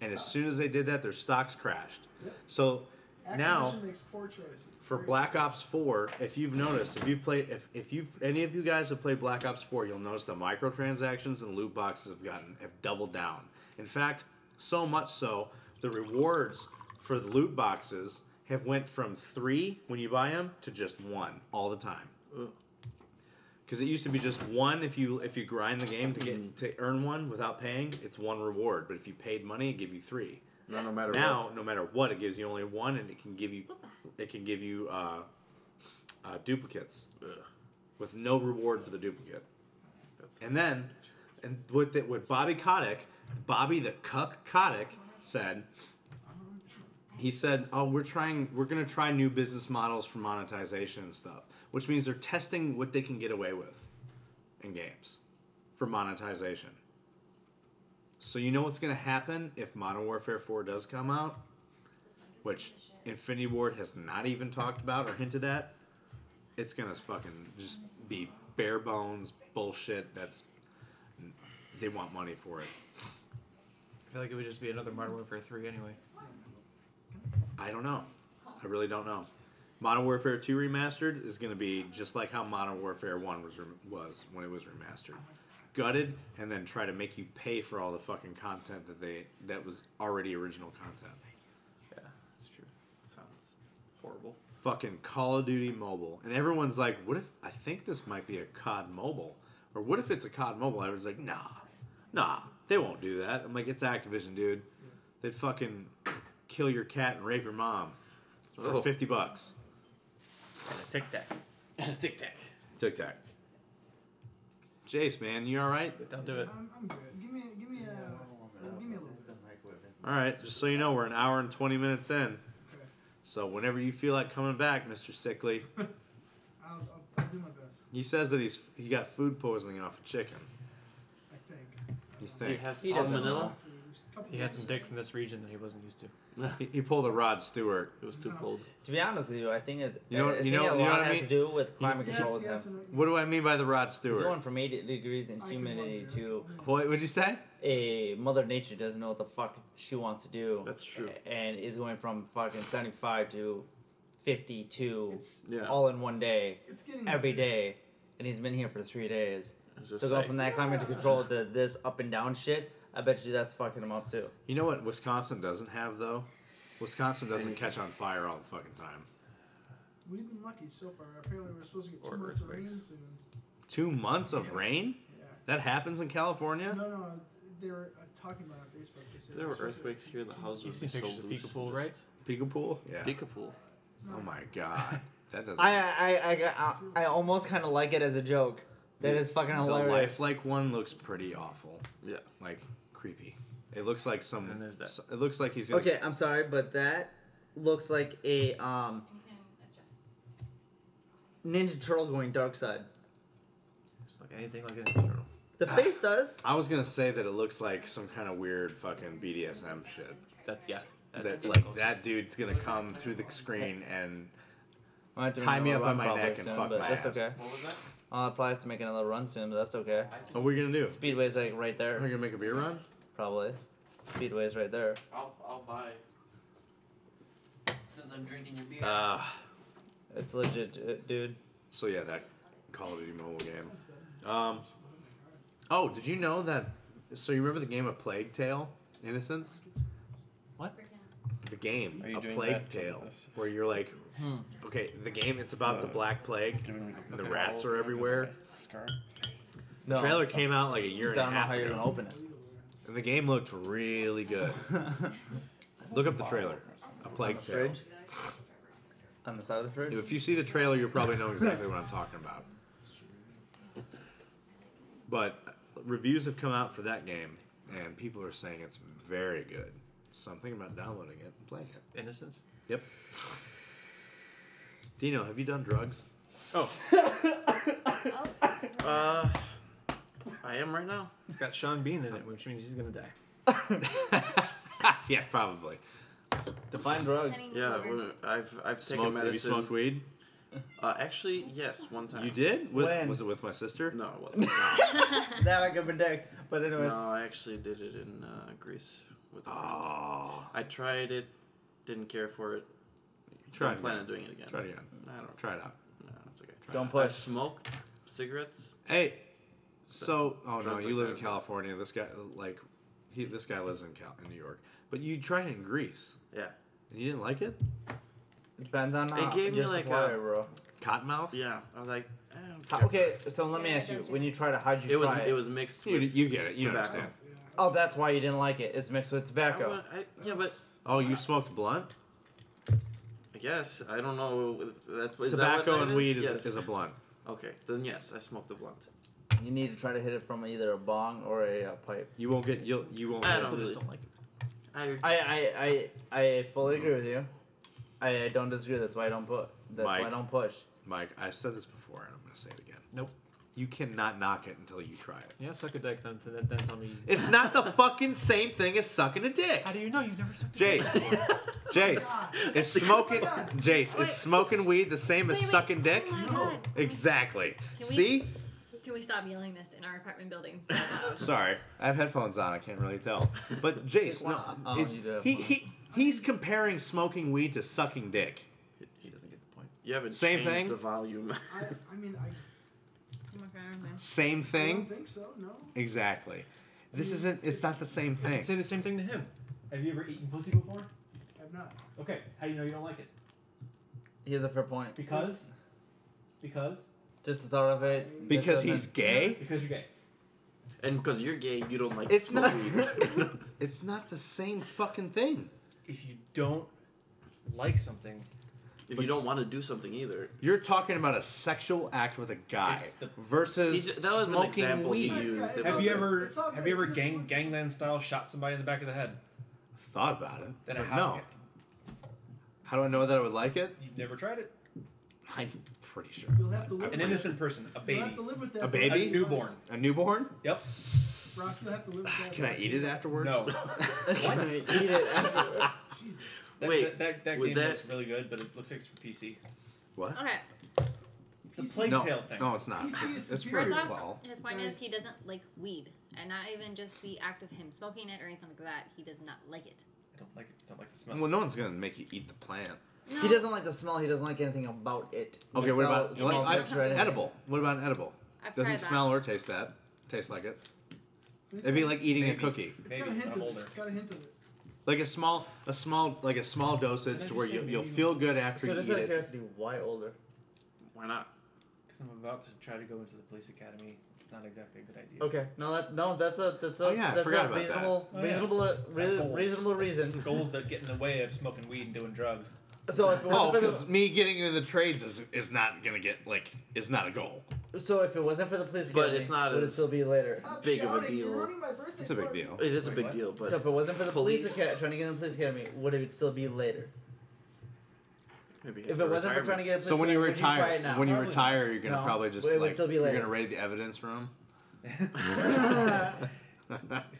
Speaker 1: And as soon as they did that, their stocks crashed. So
Speaker 11: Activision
Speaker 1: now
Speaker 11: makes poor choices.
Speaker 1: for Black Ops Four, if you've noticed, if you've played, if if you've any of you guys have played Black Ops Four, you'll notice the microtransactions and loot boxes have gotten have doubled down. In fact, so much so the rewards for the loot boxes have went from three when you buy them to just one all the time because it used to be just one if you if you grind the game to get to earn one without paying it's one reward but if you paid money it give you three
Speaker 4: No, no matter
Speaker 1: now no matter what it gives you only one and it can give you it can give you uh, uh, duplicates with no reward for the duplicate and then and with the, with Bobby Kotick Bobby the cuck Kotick said he said, "Oh, we're trying. We're gonna try new business models for monetization and stuff, which means they're testing what they can get away with in games for monetization." So you know what's gonna happen if Modern Warfare Four does come out, which Infinity Ward has not even talked about or hinted at. It's gonna fucking just be bare bones bullshit. That's they want money for it.
Speaker 3: I feel like it would just be another Modern Warfare 3 anyway.
Speaker 1: I don't know. I really don't know. Modern Warfare 2 remastered is going to be just like how Modern Warfare 1 was rem- was when it was remastered. Gutted and then try to make you pay for all the fucking content that they that was already original content.
Speaker 4: Yeah, that's true. Sounds horrible.
Speaker 1: Fucking Call of Duty Mobile. And everyone's like, "What if I think this might be a COD Mobile?" Or what if it's a COD Mobile? Everyone's like, "Nah. Nah, they won't do that." I'm like, "It's Activision, dude. They'd fucking kill your cat and rape your mom for
Speaker 4: Oh.
Speaker 1: 50 bucks."
Speaker 9: And a tic tac.
Speaker 4: And a tic tac.
Speaker 1: Tic Tac. Jace, man, you all right?
Speaker 9: Don't do it.
Speaker 11: I'm, I'm good. Give me, give me a, give me a little bit.
Speaker 1: All right. Just so you know, we're an hour and twenty minutes in. So whenever you feel like coming back, Mister Sickly,
Speaker 11: I'll, I'll, I'll do my best.
Speaker 1: he says that he's he got food poisoning off a chicken.
Speaker 11: I think.
Speaker 1: You
Speaker 5: Um,
Speaker 1: think?
Speaker 4: have
Speaker 3: He doesn't
Speaker 4: salmonella?
Speaker 3: He had some dick from this region that he wasn't used to.
Speaker 1: He, he pulled a Rod Stewart.
Speaker 4: It was too cold.
Speaker 2: To be honest with you, I think it,
Speaker 1: You know-
Speaker 2: I
Speaker 1: you
Speaker 2: think
Speaker 1: know-
Speaker 2: a
Speaker 1: you
Speaker 2: lot
Speaker 1: know what I
Speaker 2: has
Speaker 1: mean?
Speaker 2: to do with climate
Speaker 11: Yes,
Speaker 2: control with
Speaker 11: yes,
Speaker 2: them.
Speaker 11: and-
Speaker 1: What do I mean by the Rod
Speaker 2: It's
Speaker 1: Stewart?
Speaker 2: going from 80 degrees and
Speaker 11: I can
Speaker 2: humidity to
Speaker 1: What would you say?
Speaker 2: a mother nature doesn't know what the fuck she wants to do.
Speaker 4: That's true.
Speaker 2: And is going from fucking 75 to 52
Speaker 11: It's
Speaker 4: Yeah.
Speaker 2: all in one day,
Speaker 11: it's
Speaker 1: Hmm.
Speaker 11: getting
Speaker 2: every day. And he's been here for three days.
Speaker 4: I was just
Speaker 2: So going
Speaker 4: like-
Speaker 2: from that climate to control to this up and down shit, I bet you that's fucking him up too.
Speaker 1: You know what Wisconsin doesn't have though? Wisconsin doesn't catch on fire all the fucking time.
Speaker 11: We've been lucky so far. Apparently, we're supposed to get two
Speaker 4: Or
Speaker 11: months of
Speaker 4: earthquakes.
Speaker 11: rain soon.
Speaker 1: Two months of rain?
Speaker 11: Yeah.
Speaker 1: That happens in California?
Speaker 11: No, no. They were uh, talking about it on Facebook. They said
Speaker 4: If there were
Speaker 11: it's supposed to-
Speaker 4: earthquakes here, the houses
Speaker 3: You've
Speaker 4: would
Speaker 3: seen
Speaker 4: be so
Speaker 3: pictures
Speaker 4: loose.
Speaker 3: of Peekapool,
Speaker 4: and
Speaker 3: right?
Speaker 4: just-
Speaker 1: Peekapool? Yeah.
Speaker 4: Peekapool.
Speaker 1: oh my god. That doesn't.
Speaker 2: [LAUGHS] I I I I, I almost kind of like it as a joke. uh, That is fucking
Speaker 1: The
Speaker 2: hilarious.
Speaker 1: lifelike one looks pretty awful.
Speaker 4: Yeah.
Speaker 1: like creepy. It looks like some.
Speaker 3: And there's that.
Speaker 1: so- It looks like he's gonna,
Speaker 2: okay, I'm sorry, but that looks like a um
Speaker 7: You can adjust.
Speaker 2: Ninja Turtle going dark side.
Speaker 3: It's like anything like an turtle.
Speaker 2: The
Speaker 1: Ah.
Speaker 2: face does.
Speaker 1: I was gonna say that it looks like some kind of weird fucking BDSM shit.
Speaker 3: That, yeah.
Speaker 1: That like that dude's gonna come through the screen and
Speaker 2: I have to
Speaker 1: Tie
Speaker 2: make
Speaker 1: me
Speaker 2: another
Speaker 1: up by
Speaker 2: run
Speaker 1: my
Speaker 2: probably
Speaker 1: neck and fuck
Speaker 2: but
Speaker 1: my
Speaker 2: that's
Speaker 1: ass.
Speaker 2: okay.
Speaker 4: What was that?
Speaker 2: I'll probably have to make another run soon, but that's okay.
Speaker 1: what are we gonna do?
Speaker 2: Speedway's like
Speaker 1: Are
Speaker 2: right
Speaker 1: we
Speaker 2: [LAUGHS] there,
Speaker 1: gonna make a beer run?
Speaker 2: probably. Speedway's right there.
Speaker 4: I'll, I'll buy. Since I'm drinking your beer.
Speaker 1: Uh,
Speaker 2: It's legit, uh, dude.
Speaker 1: so yeah, that Call of Duty mobile game.
Speaker 11: That's good.
Speaker 1: Um, oh, did you know that? So you remember the game A Plague Tale, Innocence? the game,
Speaker 4: Are you
Speaker 1: a
Speaker 4: doing
Speaker 1: plague
Speaker 4: that?
Speaker 1: tale,
Speaker 4: Doesn't this- Uh,
Speaker 1: where you're like,
Speaker 2: Hmm.
Speaker 1: okay, the game. It's about the Black Plague. and The rats are everywhere.
Speaker 4: Scar.
Speaker 1: The trailer came out like a year
Speaker 2: I
Speaker 1: and a
Speaker 2: don't know
Speaker 1: half
Speaker 2: how you're gonna
Speaker 1: ago,
Speaker 2: open it.
Speaker 1: and the game looked really good.
Speaker 2: [LAUGHS]
Speaker 1: Look up the trailer, a plague tale.
Speaker 2: Fridge. On the side of the fridge.
Speaker 1: If you see the trailer, you'll probably know exactly what I'm talking about. But reviews have come out for that game, and people are saying it's very good. So I'm thinking about downloading it and playing it.
Speaker 3: Innocence?
Speaker 1: Yep. Dino, have you done drugs? [LAUGHS]
Speaker 7: Oh,
Speaker 4: Uh, I am right now.
Speaker 3: It's got Sean Bean in it, which means he's gonna die.
Speaker 1: yeah, probably. I
Speaker 8: Define drugs.
Speaker 4: Yeah, well, I've I've
Speaker 1: Smoked- have you
Speaker 4: taken medicine.
Speaker 1: smoked weed?
Speaker 4: Uh, actually, yes, one time.
Speaker 1: You did? With,
Speaker 4: When?
Speaker 1: Was it with my sister?
Speaker 4: No,
Speaker 1: [LAUGHS]
Speaker 4: it wasn't.
Speaker 2: [LAUGHS] that I could predict. But anyways,
Speaker 4: No, I actually did it in uh, Greece with a friend.
Speaker 1: Ah. Oh.
Speaker 4: I tried it, didn't care for it.
Speaker 1: Try
Speaker 4: Don't
Speaker 1: it
Speaker 4: plan
Speaker 1: again.
Speaker 4: on doing it again.
Speaker 1: Try it again.
Speaker 4: I don't.
Speaker 1: Try it out.
Speaker 4: No, it's okay.
Speaker 1: Try Don't it out.
Speaker 4: I
Speaker 1: push.
Speaker 4: smoked cigarettes.
Speaker 1: Hey, so oh no,
Speaker 4: Drugs
Speaker 1: you
Speaker 4: like
Speaker 1: live
Speaker 4: that
Speaker 1: in
Speaker 4: are-
Speaker 1: California. This guy, like, he this guy lives in Cal in New York, but you tried it in Greece.
Speaker 4: Yeah.
Speaker 1: And you didn't like it?
Speaker 2: depends on
Speaker 4: It
Speaker 2: how
Speaker 4: gave me
Speaker 2: your
Speaker 4: like
Speaker 2: supplier,
Speaker 4: a
Speaker 2: bro.
Speaker 1: Cottonmouth.
Speaker 4: Yeah, I was like, I don't
Speaker 2: How-
Speaker 4: care.
Speaker 2: okay, so let me ask you: when you tried it, how'd you
Speaker 4: It was
Speaker 2: try
Speaker 4: it was mixed.
Speaker 1: You,
Speaker 4: with
Speaker 1: you get it. You
Speaker 4: tobacco.
Speaker 1: understand.
Speaker 2: Oh, that's why you didn't like it. It's mixed with
Speaker 4: I
Speaker 2: tobacco.
Speaker 4: want- I- yeah, but
Speaker 1: Oh,
Speaker 4: Uh,
Speaker 1: you smoked blunt?
Speaker 4: I guess I don't know. if That is that
Speaker 1: Tobacco
Speaker 4: what
Speaker 1: and
Speaker 4: it
Speaker 1: weed is-
Speaker 4: Yes.
Speaker 1: is a blunt.
Speaker 4: Okay, then yes, I smoked a blunt.
Speaker 2: You need to try to hit it from either a bong or a uh, pipe.
Speaker 1: You won't get you'll you won't.
Speaker 4: I
Speaker 1: get
Speaker 4: don't
Speaker 1: it.
Speaker 4: really. I,
Speaker 2: I I I, I fully agree with you. I, I don't disagree. That's why I don't put. That's why I
Speaker 1: Mike.
Speaker 2: don't push.
Speaker 1: Mike, I've said this before, and I'm going to say it again.
Speaker 3: Nope.
Speaker 1: You cannot knock it until you try it.
Speaker 3: Yeah, suck a dick then. To then, then tell me.
Speaker 1: It's not the fucking same thing as sucking a dick.
Speaker 3: How do you know you've never sucked?
Speaker 1: Jace,
Speaker 7: [LAUGHS]
Speaker 1: Jace, is smoking Jace is smoking weed the same as sucking dick?
Speaker 7: Oh my God.
Speaker 1: Exactly.
Speaker 7: we-
Speaker 1: See?
Speaker 7: Can we stop yelling this in our apartment building?
Speaker 1: Sorry, I have headphones on. I can't really tell.
Speaker 7: [LAUGHS]
Speaker 1: But Jace, no,
Speaker 2: Oh,
Speaker 1: it's-
Speaker 2: you do have
Speaker 1: he,
Speaker 2: one.
Speaker 1: he he's comparing smoking weed to sucking dick.
Speaker 4: he doesn't get the point. You haven't
Speaker 1: Same
Speaker 4: changed
Speaker 1: thing?
Speaker 4: the volume.
Speaker 11: I, I mean, I,
Speaker 1: Same
Speaker 11: I don't
Speaker 1: thing.
Speaker 11: think so. No.
Speaker 1: Exactly. This isn't. It's not the same
Speaker 3: I
Speaker 1: thing.
Speaker 3: say the same thing to him. Have you ever eaten pussy before?
Speaker 11: I've not.
Speaker 3: Okay. How do you know you don't like it?
Speaker 2: He has a fair point.
Speaker 3: Because. Because.
Speaker 2: Just the thought of it. just
Speaker 1: Because
Speaker 2: doesn't-
Speaker 1: he's
Speaker 2: [LAUGHS]
Speaker 1: gay.
Speaker 3: Because you're
Speaker 9: [LAUGHS]
Speaker 3: gay.
Speaker 4: [LAUGHS] And because you're gay, you don't like
Speaker 1: It's not.
Speaker 4: smoking.
Speaker 1: it's not the same fucking thing.
Speaker 3: If you don't like something,
Speaker 4: if you don't want to do something either.
Speaker 1: You're talking about a sexual act with a guy
Speaker 3: It's the-
Speaker 4: He
Speaker 1: versus
Speaker 4: j- that was an
Speaker 1: smoking
Speaker 4: example he
Speaker 1: weed.
Speaker 11: Guys,
Speaker 4: used.
Speaker 11: guys,
Speaker 4: It
Speaker 11: it's
Speaker 3: have
Speaker 11: all
Speaker 4: was
Speaker 3: you
Speaker 11: good.
Speaker 3: ever
Speaker 11: It's all
Speaker 3: have you
Speaker 11: good.
Speaker 3: ever
Speaker 11: Here's
Speaker 3: gang
Speaker 11: one-
Speaker 3: gangland style shot somebody in the back of the head?
Speaker 1: Thought about it.
Speaker 3: Then
Speaker 1: but
Speaker 3: how?
Speaker 1: no. How do I know that I would like it?
Speaker 3: You've never tried it.
Speaker 1: I'm pretty sure.
Speaker 11: You'll have to live
Speaker 3: An
Speaker 11: with it.
Speaker 3: innocent person, a
Speaker 11: You'll
Speaker 3: baby,
Speaker 11: have to live with that.
Speaker 1: A
Speaker 11: the rest of
Speaker 1: baby?
Speaker 3: a
Speaker 11: your
Speaker 3: newborn.
Speaker 11: life.
Speaker 1: A newborn? Ah,
Speaker 3: Yep.
Speaker 11: Rock, you'll have to live with that.
Speaker 1: Can I eat it afterwards? [LAUGHS]
Speaker 3: No.
Speaker 2: Can I eat it after?
Speaker 11: Jesus.
Speaker 3: That,
Speaker 4: Wait,
Speaker 3: That, that, that
Speaker 4: would
Speaker 3: game
Speaker 4: that-
Speaker 3: looks really good, but it looks like it's for PC.
Speaker 1: What?
Speaker 7: okay.
Speaker 3: The
Speaker 11: PC
Speaker 3: plague
Speaker 1: no,
Speaker 3: tale thing.
Speaker 1: no, it's not.
Speaker 11: He's-
Speaker 1: It's,
Speaker 11: he's
Speaker 1: it's for
Speaker 11: superior.
Speaker 7: First
Speaker 1: your
Speaker 7: off,
Speaker 1: ball.
Speaker 7: his point is he doesn't like weed, and not even just the act of him smoking it or anything like that. He does not like it.
Speaker 3: I don't like it. I don't like the smell.
Speaker 1: Well, no one's gonna make you eat the plant.
Speaker 7: No.
Speaker 2: He doesn't like the smell. He doesn't like anything about it.
Speaker 1: Okay,
Speaker 2: The
Speaker 1: what
Speaker 2: smell-
Speaker 1: about you like-
Speaker 2: smell
Speaker 1: I-
Speaker 2: texture, anything.
Speaker 1: edible? What about an edible?
Speaker 7: I've
Speaker 1: Doesn't
Speaker 7: tried that.
Speaker 1: smell or taste that. Tastes like it. It'd be like eating a
Speaker 3: Maybe.
Speaker 1: cookie,
Speaker 11: It's
Speaker 3: Maybe
Speaker 11: got a hint
Speaker 3: I'm
Speaker 11: of
Speaker 3: older.
Speaker 11: it. It's got a hint of it.
Speaker 1: like a small, a small, like a small dosage
Speaker 3: Did I
Speaker 1: to where
Speaker 3: just say
Speaker 1: you, you'll
Speaker 3: maybe?
Speaker 1: feel good after
Speaker 2: So
Speaker 1: you
Speaker 2: just
Speaker 1: eat
Speaker 2: out of
Speaker 1: it.
Speaker 2: curiosity, why older?
Speaker 4: Why not?
Speaker 3: Because I'm about to try to go into the police academy. It's not exactly a good idea.
Speaker 2: Okay, no, that no, that's a that's a
Speaker 1: Oh, yeah, I
Speaker 2: that's
Speaker 1: forgot
Speaker 2: a
Speaker 1: about that.
Speaker 2: reasonable
Speaker 3: Oh, yeah.
Speaker 2: reasonable uh, re-
Speaker 3: Goals.
Speaker 2: reasonable reason.
Speaker 3: Goals that get in the way of smoking weed and doing drugs.
Speaker 2: So if it
Speaker 1: Oh,
Speaker 2: wasn't
Speaker 1: because
Speaker 2: for
Speaker 1: me getting into the trades is is not gonna get like is not a goal.
Speaker 2: the, so if it wasn't for the police
Speaker 4: But
Speaker 2: academy,
Speaker 4: it's not
Speaker 2: would it
Speaker 4: as-
Speaker 2: still be later?
Speaker 11: Stop
Speaker 4: Big of a
Speaker 11: shouting.
Speaker 4: deal.
Speaker 11: You're ruining my birthday
Speaker 1: It's a big
Speaker 11: party.
Speaker 1: deal.
Speaker 4: It is a
Speaker 3: Wait,
Speaker 4: big
Speaker 3: what?
Speaker 4: deal,
Speaker 2: So
Speaker 4: but
Speaker 2: if it wasn't for the police,
Speaker 4: Police.
Speaker 2: academy, trying to get in the police academy, would it still be later?
Speaker 4: maybe
Speaker 2: If it wasn't for trying to get in the police
Speaker 1: So when you
Speaker 2: academy, would try
Speaker 1: retire,
Speaker 2: it now?
Speaker 1: when you
Speaker 3: Probably
Speaker 1: retire, you're gonna
Speaker 2: No,
Speaker 1: probably just
Speaker 2: it would
Speaker 1: like
Speaker 2: still be
Speaker 1: you're
Speaker 2: later.
Speaker 1: gonna raid the evidence [LAUGHS] room.
Speaker 3: If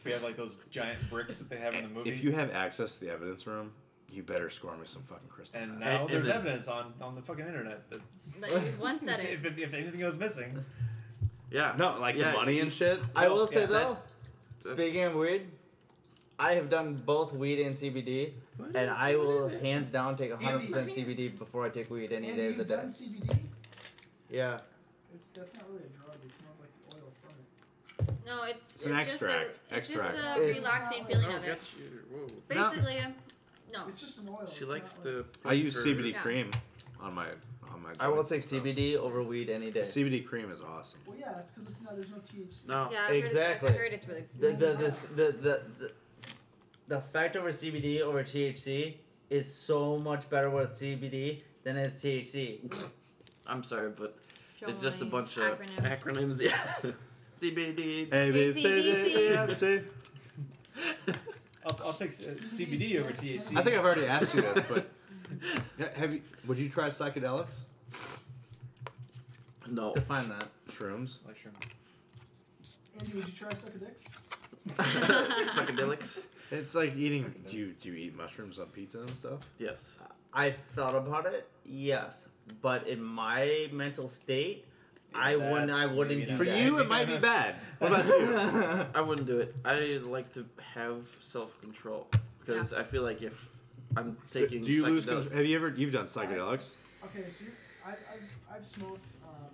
Speaker 3: we have like those giant bricks that they have in the movie.
Speaker 1: If you have access to the evidence room, you better score me some fucking crystal.
Speaker 3: and
Speaker 1: meth.
Speaker 3: now
Speaker 4: and
Speaker 3: there's
Speaker 4: the-
Speaker 3: evidence on, on the fucking internet that
Speaker 1: [LAUGHS]
Speaker 7: But there's one setting.
Speaker 3: if, it- if anything goes missing,
Speaker 4: yeah,
Speaker 1: no, like
Speaker 4: yeah,
Speaker 1: the money and shit.
Speaker 2: [LAUGHS] I
Speaker 3: Well,
Speaker 2: will say
Speaker 3: yeah,
Speaker 2: though,
Speaker 4: that's- that's-
Speaker 2: speaking of weed, I have done both weed and CBD,
Speaker 4: What
Speaker 2: and
Speaker 4: is-
Speaker 2: I
Speaker 4: what
Speaker 2: will
Speaker 4: is it?
Speaker 2: hands down take 100 percent
Speaker 11: Andy.
Speaker 2: CBD before I take weed any
Speaker 11: And
Speaker 2: day of the
Speaker 11: you've
Speaker 2: day.
Speaker 11: done CBD.
Speaker 2: Yeah.
Speaker 11: It's that's not really a drug. It's more like the oil from it.
Speaker 7: No, it's
Speaker 1: It's an
Speaker 7: it's just the-
Speaker 1: extract.
Speaker 7: it's
Speaker 1: Extract.
Speaker 7: Just the
Speaker 2: It's-
Speaker 7: relaxing
Speaker 11: Oh,
Speaker 7: feeling
Speaker 4: Oh,
Speaker 7: of it.
Speaker 4: got you. Whoa.
Speaker 1: No.
Speaker 7: Basically, no.
Speaker 11: It's just an oil.
Speaker 4: She
Speaker 11: It's
Speaker 4: likes
Speaker 11: not
Speaker 4: to.
Speaker 1: I use
Speaker 4: her-
Speaker 1: CBD
Speaker 7: Yeah.
Speaker 1: cream on my on my.
Speaker 2: I will
Speaker 1: joints
Speaker 2: take
Speaker 1: and stuff.
Speaker 2: CBD over weed any day.
Speaker 1: CBD cream is awesome.
Speaker 11: Like, well, yeah, it's because it's not. There's no THC.
Speaker 4: No.
Speaker 7: Yeah, I've heard it's-
Speaker 2: Exactly.
Speaker 7: I've heard it's really.
Speaker 2: the the this, the, the the the fact over CBD over THC is so much better with CBD than is THC.
Speaker 4: I'm sorry, but
Speaker 7: Show
Speaker 4: it's just a
Speaker 7: my
Speaker 4: bunch of
Speaker 7: acronyms.
Speaker 4: acronyms. Yeah. [LAUGHS] CBD.
Speaker 1: A, B, C, D, E, F, G.
Speaker 3: I'll, I'll take uh, CBD over THC.
Speaker 1: I think I've already asked you this, but Yeah, have you? Would you try psychedelics,
Speaker 4: No.
Speaker 2: Define that.
Speaker 1: shrooms?
Speaker 3: Mushroom.
Speaker 11: Andy, would you try suck a dicks?
Speaker 4: [LAUGHS] Psychedelics.
Speaker 1: It's like eating. Do you do you eat mushrooms on pizza and stuff?
Speaker 4: Yes.
Speaker 2: I've thought about it, yes, but in my mental state, I wouldn't. I wouldn't do that. [LAUGHS]
Speaker 4: I wouldn't do it. I like to have self control because I feel like if I'm taking
Speaker 1: do you lose
Speaker 4: psychedelics-
Speaker 1: control? Have you ever you've done psychedelics?
Speaker 5: Okay, so you, I, I've, I've smoked. Um,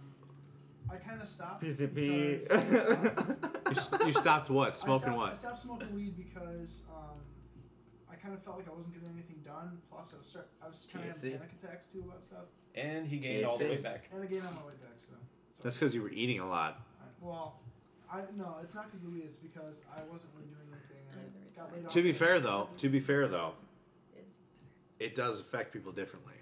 Speaker 5: I kind of stopped.
Speaker 1: PCP.
Speaker 2: [LAUGHS]
Speaker 5: because-
Speaker 1: [LAUGHS] You s- you stopped what?
Speaker 5: I
Speaker 1: Smoking
Speaker 5: stopped- I
Speaker 1: what?
Speaker 5: stopped smoking weed because um, I kind of felt like I wasn't getting anything done. Plus, I was start, I was kind of having
Speaker 3: THC.
Speaker 5: panic attacks too about stuff.
Speaker 3: And he gained all the way back.
Speaker 5: And I gained on my way back. So,
Speaker 1: That's because you were eating a lot.
Speaker 5: I, well, I no, it's not because of the weed. It's because I wasn't really doing anything. And I got laid off.
Speaker 1: To be fair though, to be fair though, it does affect people differently.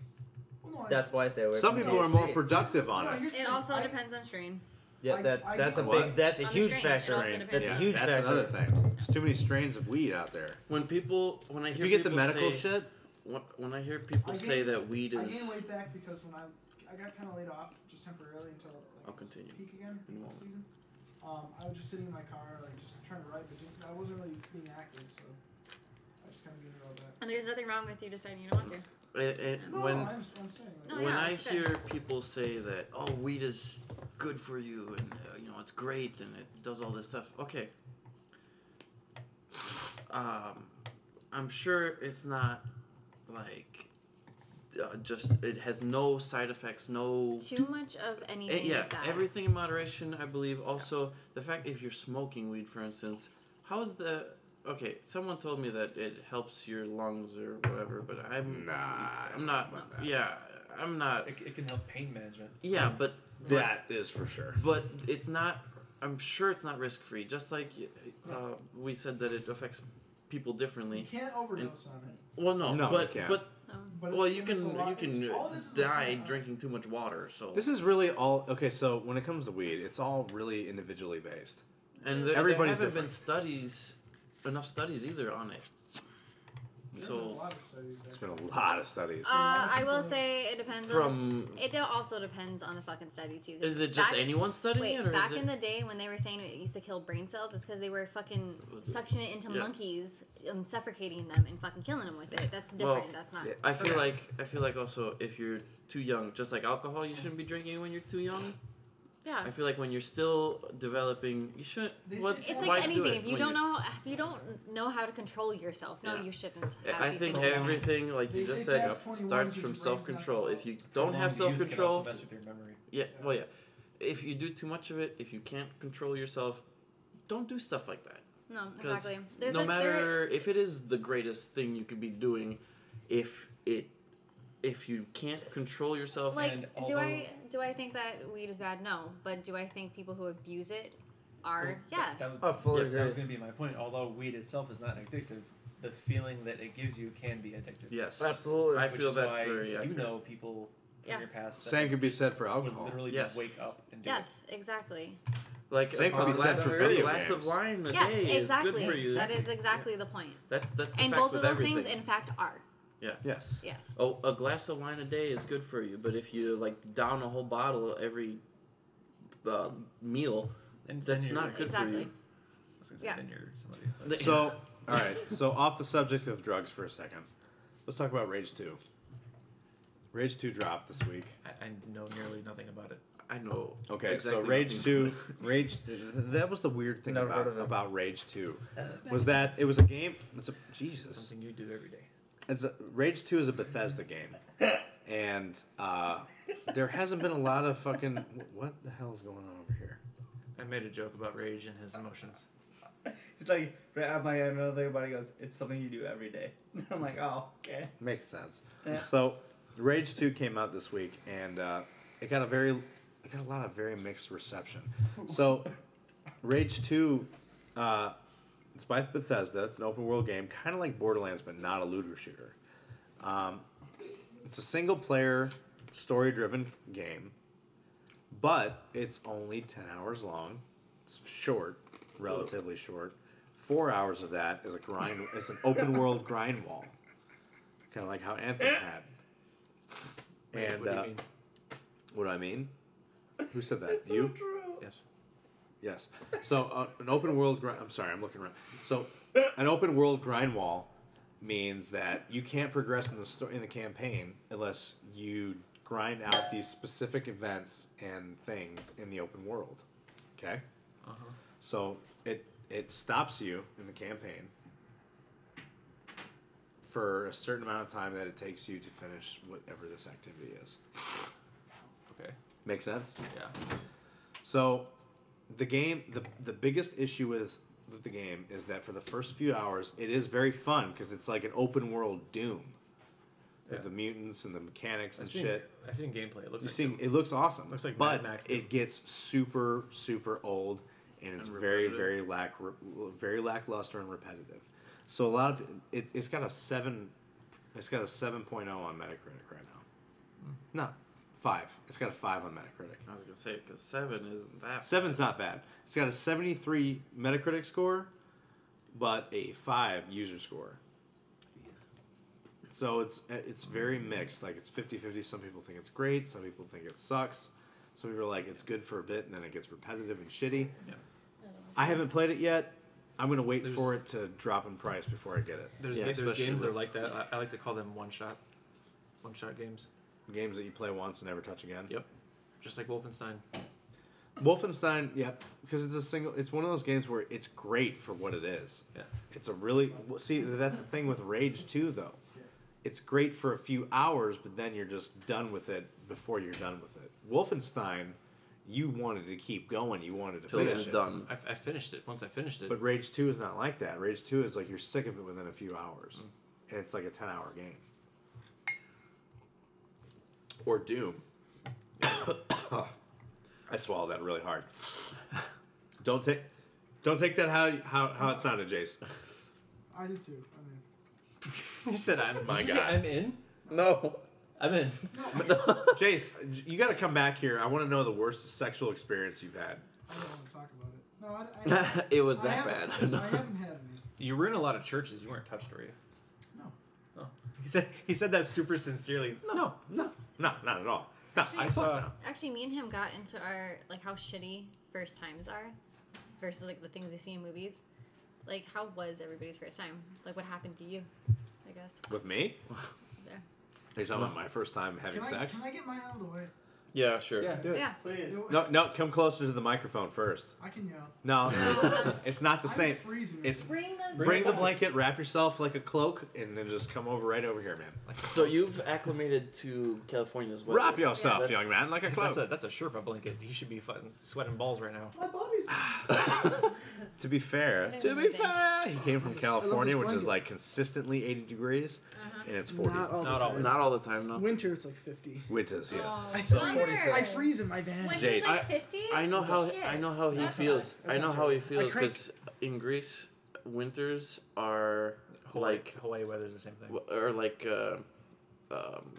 Speaker 5: Well, no, I-
Speaker 2: That's why I stay away.
Speaker 1: Some
Speaker 2: from
Speaker 1: people are more
Speaker 2: THC.
Speaker 1: productive on it.
Speaker 7: It also depends on strain.
Speaker 2: Yeah,
Speaker 7: I-
Speaker 2: that
Speaker 7: I
Speaker 2: that's a
Speaker 7: get-
Speaker 2: big. That's a
Speaker 7: On
Speaker 2: huge
Speaker 7: strain,
Speaker 2: factor.
Speaker 7: it also
Speaker 2: That's
Speaker 7: depends
Speaker 2: a
Speaker 7: on-
Speaker 2: huge
Speaker 1: That's
Speaker 2: factor.
Speaker 1: another thing. There's too many strains of weed out there.
Speaker 4: When people, when I
Speaker 1: If
Speaker 4: hear
Speaker 1: you get the
Speaker 4: people
Speaker 1: medical
Speaker 4: say-
Speaker 1: shit-
Speaker 4: when, when I hear people
Speaker 5: I
Speaker 4: say
Speaker 5: gained-
Speaker 4: that weed
Speaker 5: I
Speaker 4: is,
Speaker 5: gained weight back because when I I got kind of laid off just temporarily until like
Speaker 4: I'll
Speaker 5: it was
Speaker 4: continue
Speaker 5: peak again
Speaker 4: in a
Speaker 5: peak
Speaker 4: moment.
Speaker 5: season. Um, I was just sitting in my car like just trying to write, but didn't- I wasn't really being active, so I just kind of gave it all back.
Speaker 7: And there's nothing wrong with you deciding you don't want to.
Speaker 4: it- it-
Speaker 5: No,
Speaker 4: when
Speaker 5: I'm, s- I'm saying like,
Speaker 7: No,
Speaker 4: when
Speaker 7: yeah,
Speaker 4: I
Speaker 7: it's good.
Speaker 4: hear people say that, oh, weed is good for you, and uh, you know it's great, and it does all this stuff. Okay. Um, I'm sure it's not like uh, just it has no side effects, no
Speaker 7: Too much of
Speaker 4: Eh,
Speaker 7: anything
Speaker 4: yeah,
Speaker 7: is bad.
Speaker 4: everything in moderation, I believe. Also, the fact if you're smoking weed, for instance, how is the okay? Someone told me that it helps your lungs or whatever, but I'm
Speaker 1: nah,
Speaker 4: I'm not. Yeah, I'm not.
Speaker 3: It, it can help pain management.
Speaker 4: Yeah, but
Speaker 1: That is for sure.
Speaker 4: But it's not. I'm sure it's not risk free. Just like uh, we said that it affects people differently.
Speaker 5: you can't overdose on it.
Speaker 4: Well, no,
Speaker 1: No, you
Speaker 4: but
Speaker 1: can't.
Speaker 4: but.
Speaker 7: Oh.
Speaker 5: But
Speaker 4: well,
Speaker 5: it's-
Speaker 4: you
Speaker 5: it's
Speaker 4: can
Speaker 5: a lot-
Speaker 4: you can
Speaker 5: all this is a
Speaker 4: die
Speaker 5: lot.
Speaker 4: drinking too much water. So
Speaker 1: This is really all okay. So when it comes to weed, it's all really individually based.
Speaker 4: And there,
Speaker 1: everybody's
Speaker 4: there haven't
Speaker 1: different.
Speaker 4: been studies, enough studies either on it.
Speaker 5: There's been a
Speaker 4: So
Speaker 5: lot of studies that-
Speaker 1: There's been a lot of studies.
Speaker 7: Uh, I will say it depends. on,
Speaker 4: From-
Speaker 7: it de- also depends on the fucking study too. 'cause
Speaker 4: Is it just anyone studying
Speaker 7: wait,
Speaker 4: it, or is
Speaker 7: back
Speaker 4: it-
Speaker 7: in the day when they were saying it used to kill brain cells, it's because they were fucking suctioning it into
Speaker 4: Yeah.
Speaker 7: monkeys and suffocating them and fucking killing them with it. That's different. That's not.
Speaker 4: I feel like
Speaker 7: correct.
Speaker 4: I feel like also if you're too young, just like alcohol, you shouldn't be drinking when you're too young.
Speaker 7: Yeah.
Speaker 4: I feel like when you're still developing, you shouldn't.
Speaker 5: They
Speaker 4: What,
Speaker 7: It's
Speaker 4: why
Speaker 7: like
Speaker 4: do
Speaker 7: anything.
Speaker 4: it
Speaker 7: If you
Speaker 4: when
Speaker 7: don't know, if you don't know how to control yourself, no,
Speaker 4: Yeah.
Speaker 7: you shouldn't.
Speaker 4: I-
Speaker 7: Have
Speaker 4: I
Speaker 7: these
Speaker 4: think
Speaker 7: little
Speaker 4: everything, like you
Speaker 7: They
Speaker 4: just
Speaker 7: say
Speaker 4: said,
Speaker 7: past
Speaker 4: uh,
Speaker 7: 21
Speaker 4: starts
Speaker 7: gives
Speaker 4: from
Speaker 7: you brain
Speaker 4: self control. If you don't
Speaker 3: Prolonged
Speaker 4: have
Speaker 3: use can
Speaker 4: self
Speaker 3: also
Speaker 4: control,
Speaker 3: mess with your memory.
Speaker 4: Yeah, well, yeah. If you do too much of it, if you can't control yourself, don't do stuff like that.
Speaker 7: No,
Speaker 4: 'Cause
Speaker 7: exactly. There's
Speaker 4: no
Speaker 7: like- there-
Speaker 4: matter if it is the greatest thing you could be doing, if it, if you can't control yourself,
Speaker 7: Like, do I do I think that weed is bad? No, but do I think people who abuse it
Speaker 3: Well,
Speaker 7: are? Yeah.
Speaker 3: That was,
Speaker 2: I fully
Speaker 3: yes, that was
Speaker 2: agree.
Speaker 3: going to be my point. Although weed itself is not addictive, the feeling that it gives you can be addictive.
Speaker 4: Yes.
Speaker 2: Absolutely.
Speaker 4: I
Speaker 3: Which
Speaker 4: feel
Speaker 3: is
Speaker 4: that's
Speaker 3: why
Speaker 4: very
Speaker 3: you
Speaker 4: accurate.
Speaker 3: know people from
Speaker 7: Yeah.
Speaker 3: your past. that
Speaker 1: Same could be said for
Speaker 3: would
Speaker 1: alcohol.
Speaker 3: Literally
Speaker 4: Yes.
Speaker 3: just wake up and do
Speaker 7: Yes, exactly.
Speaker 4: [LAUGHS] like
Speaker 1: Same
Speaker 4: a
Speaker 1: could be said
Speaker 4: glass,
Speaker 1: for
Speaker 4: of, a
Speaker 1: video
Speaker 4: glass of
Speaker 1: games.
Speaker 4: wine a
Speaker 7: Yes,
Speaker 4: day
Speaker 7: exactly.
Speaker 4: is good for you.
Speaker 7: That is exactly the point.
Speaker 4: That's that's the
Speaker 7: and
Speaker 4: fact
Speaker 7: both
Speaker 4: with
Speaker 7: of those
Speaker 4: everything.
Speaker 7: things, in fact, are.
Speaker 4: yeah.
Speaker 1: Yes.
Speaker 7: Yes.
Speaker 4: Oh, a glass of wine a day is good for you, but if you like down a whole bottle every uh, meal,
Speaker 3: And then
Speaker 4: that's
Speaker 3: you're-
Speaker 4: not good for
Speaker 7: Exactly.
Speaker 4: you.
Speaker 3: I was gonna say,
Speaker 7: Yeah.
Speaker 3: then you're somebody.
Speaker 4: The-
Speaker 1: So, all right. So, off the subject of drugs for a second, let's talk about Rage Two. Rage Two dropped this week.
Speaker 3: I, I know nearly nothing about it.
Speaker 4: I know.
Speaker 1: Okay,
Speaker 4: exactly
Speaker 1: so
Speaker 4: what
Speaker 1: Rage
Speaker 4: you-
Speaker 1: Two, Rage. That was the weird thing
Speaker 2: Never
Speaker 1: about
Speaker 2: heard of it.
Speaker 1: about Rage Two, was that it was a game. It's a Jesus.
Speaker 3: Something you do every day.
Speaker 1: It's a, Rage Two is a Bethesda game, and uh, there hasn't been a lot of fucking. What the hell is going on over here?
Speaker 3: I made a joke about rage and his emotions.
Speaker 2: It's like right at my end, another thing about it goes, it's something you do every day. I'm like, oh, okay.
Speaker 1: [LAUGHS] Makes sense.
Speaker 2: Yeah.
Speaker 1: So, Rage Two came out this week, and uh, it got a very, it got a lot of very mixed reception. So, Rage Two, uh, it's by Bethesda. It's an open world game, kind of like Borderlands, but not a looter shooter. Um, it's a single player, story driven game, but it's only ten hours long. It's short, relatively short. Four hours of that is a grind. It's an open world grind wall kind of like how Anthem had.
Speaker 3: Wait,
Speaker 1: and
Speaker 3: what do you
Speaker 1: uh,
Speaker 3: mean?
Speaker 1: what do I mean? Who said that? you?
Speaker 3: Yes.
Speaker 1: Yes. So uh, an open world. Gri- I'm sorry, I'm looking around. So an open world grind wall means that you can't progress in the sto- in the campaign unless you grind out these specific events and things in the open world. Okay. So it it stops you in the campaign for a certain amount of time that it takes you to finish whatever this activity is.
Speaker 3: Okay.
Speaker 1: Make sense?
Speaker 3: Yeah.
Speaker 1: So the game the the biggest issue is with the game is that for the first few hours it is very fun because it's like an open world doom. With
Speaker 3: Yeah.
Speaker 1: the mutants and the mechanics and
Speaker 3: I've seen,
Speaker 1: shit.
Speaker 3: I've seen gameplay. It looks
Speaker 1: You
Speaker 3: like
Speaker 1: see, it looks awesome.
Speaker 3: Looks like
Speaker 1: but
Speaker 3: Mad Max.
Speaker 1: it gets super, super old, and it's
Speaker 4: And
Speaker 1: very,
Speaker 4: repetitive.
Speaker 1: very lack, very lackluster and repetitive. So a lot of it, it's got a seven, it's got a seven oh on Metacritic right
Speaker 3: Hmm.
Speaker 1: now. No, five. It's got a five on Metacritic.
Speaker 4: [LAUGHS] I was gonna say because seven isn't that.
Speaker 1: Seven's not bad. It's got a seventy-three Metacritic score, but a five user score. So it's it's very mixed. Like it's 50-50. Some people think it's great. Some people think it sucks. Some people are like it's good for a bit and then it gets repetitive and shitty.
Speaker 3: Yeah.
Speaker 1: I haven't played it yet. I'm gonna wait
Speaker 3: There's-
Speaker 1: for it to drop in price before I get it.
Speaker 3: there's,
Speaker 4: Yeah,
Speaker 3: ga- there's
Speaker 4: especially
Speaker 3: games that are
Speaker 4: with-
Speaker 3: like that. I, I like to call them one shot, one shot games.
Speaker 1: Games that you play once and never touch again.
Speaker 3: Yep. Just like Wolfenstein.
Speaker 1: Wolfenstein, yep, because it's a single. It's one of those games where it's great for what it is.
Speaker 3: Yeah.
Speaker 1: It's a really well, see. That's the thing with Rage too, though. It's great for a few hours, but then you're just done with it before you're done with it. Wolfenstein, you wanted to keep going. You wanted to
Speaker 4: Till it
Speaker 1: finish
Speaker 4: was
Speaker 1: it.
Speaker 4: done.
Speaker 3: I, I finished it. Once I finished it,
Speaker 1: But Rage Two is not like that. Rage Two is like you're sick of it within a few hours, and it's like a ten-hour game. Or Doom. [COUGHS] I swallowed that really hard. Don't take, don't take that how how, how it sounded, Jace.
Speaker 11: I did too. I
Speaker 4: [LAUGHS]
Speaker 11: mean,
Speaker 3: [LAUGHS] he said, "I'm
Speaker 1: My
Speaker 3: Did you say
Speaker 1: God.
Speaker 3: I'm in.
Speaker 1: No,
Speaker 3: I'm in."
Speaker 1: Jace, you got to come back here. I want to know the worst sexual experience you've had.
Speaker 11: I don't want to talk about it. No, I, I,
Speaker 4: [LAUGHS] it was
Speaker 11: I
Speaker 4: [LAUGHS] that
Speaker 11: haven't-
Speaker 4: bad. [LAUGHS]
Speaker 11: I haven't had any.
Speaker 3: You were in a lot of churches. You weren't touched, were you?
Speaker 11: No.
Speaker 3: Oh. He said he said that super sincerely. No.
Speaker 1: No, no, not at all. No,
Speaker 7: Jace.
Speaker 1: I
Speaker 3: I
Speaker 1: saw.
Speaker 3: saw
Speaker 7: Actually, me and him got into our like how shitty first times are, versus like the things you see in movies. Like, how was everybody's first time? Like, what happened to you? I guess.
Speaker 1: With me?
Speaker 7: Yeah.
Speaker 1: Are you talking about my first time having
Speaker 11: Can I,
Speaker 1: sex?
Speaker 11: can I get mine out of the way?
Speaker 4: yeah, sure.
Speaker 3: Yeah, do it.
Speaker 7: Yeah.
Speaker 11: You
Speaker 2: Please.
Speaker 11: know what?
Speaker 1: No, no, come closer to the microphone first.
Speaker 11: I can yell.
Speaker 1: No,
Speaker 7: No.
Speaker 1: it's not the
Speaker 11: I'm
Speaker 1: same.
Speaker 11: freezing.
Speaker 1: It's
Speaker 7: Bring the
Speaker 1: bring the blanket, wrap yourself like a cloak, and then just come over right over here, man.
Speaker 4: So you've acclimated to California's weather.
Speaker 1: wrap yourself,
Speaker 4: That's-
Speaker 1: young man, like a cloak.
Speaker 3: That's a that's a Sherpa blanket. He should be fucking sweating balls right now.
Speaker 11: my body's.
Speaker 1: to be fair,
Speaker 7: Better
Speaker 1: to
Speaker 7: than
Speaker 1: be
Speaker 7: nothing.
Speaker 1: fair, he came from
Speaker 11: I love
Speaker 1: California,
Speaker 11: this
Speaker 1: which is
Speaker 11: blanket.
Speaker 1: like consistently 80 degrees,
Speaker 7: Uh-huh.
Speaker 1: and it's 40
Speaker 5: Not all
Speaker 3: Not
Speaker 5: the
Speaker 3: all-
Speaker 5: time.
Speaker 4: [LAUGHS] Not all the time, no.
Speaker 5: Winter, it's like 50.
Speaker 1: winters. Yeah,
Speaker 7: Oh,
Speaker 1: So-
Speaker 4: uh,
Speaker 7: bummer.
Speaker 5: I
Speaker 11: I freeze in my van.
Speaker 7: When
Speaker 1: Jace.
Speaker 7: he's like 50?
Speaker 4: I know how
Speaker 7: Shit.
Speaker 4: I know how he
Speaker 7: That
Speaker 4: feels.
Speaker 7: sucks.
Speaker 4: I
Speaker 5: That's
Speaker 4: know
Speaker 5: not
Speaker 4: how he
Speaker 5: terrible. I
Speaker 4: feels
Speaker 5: crank.
Speaker 4: because in Greece, winters are
Speaker 3: Hawaii,
Speaker 4: like
Speaker 3: Hawaii weather's the same thing.
Speaker 4: w- or like uh, um,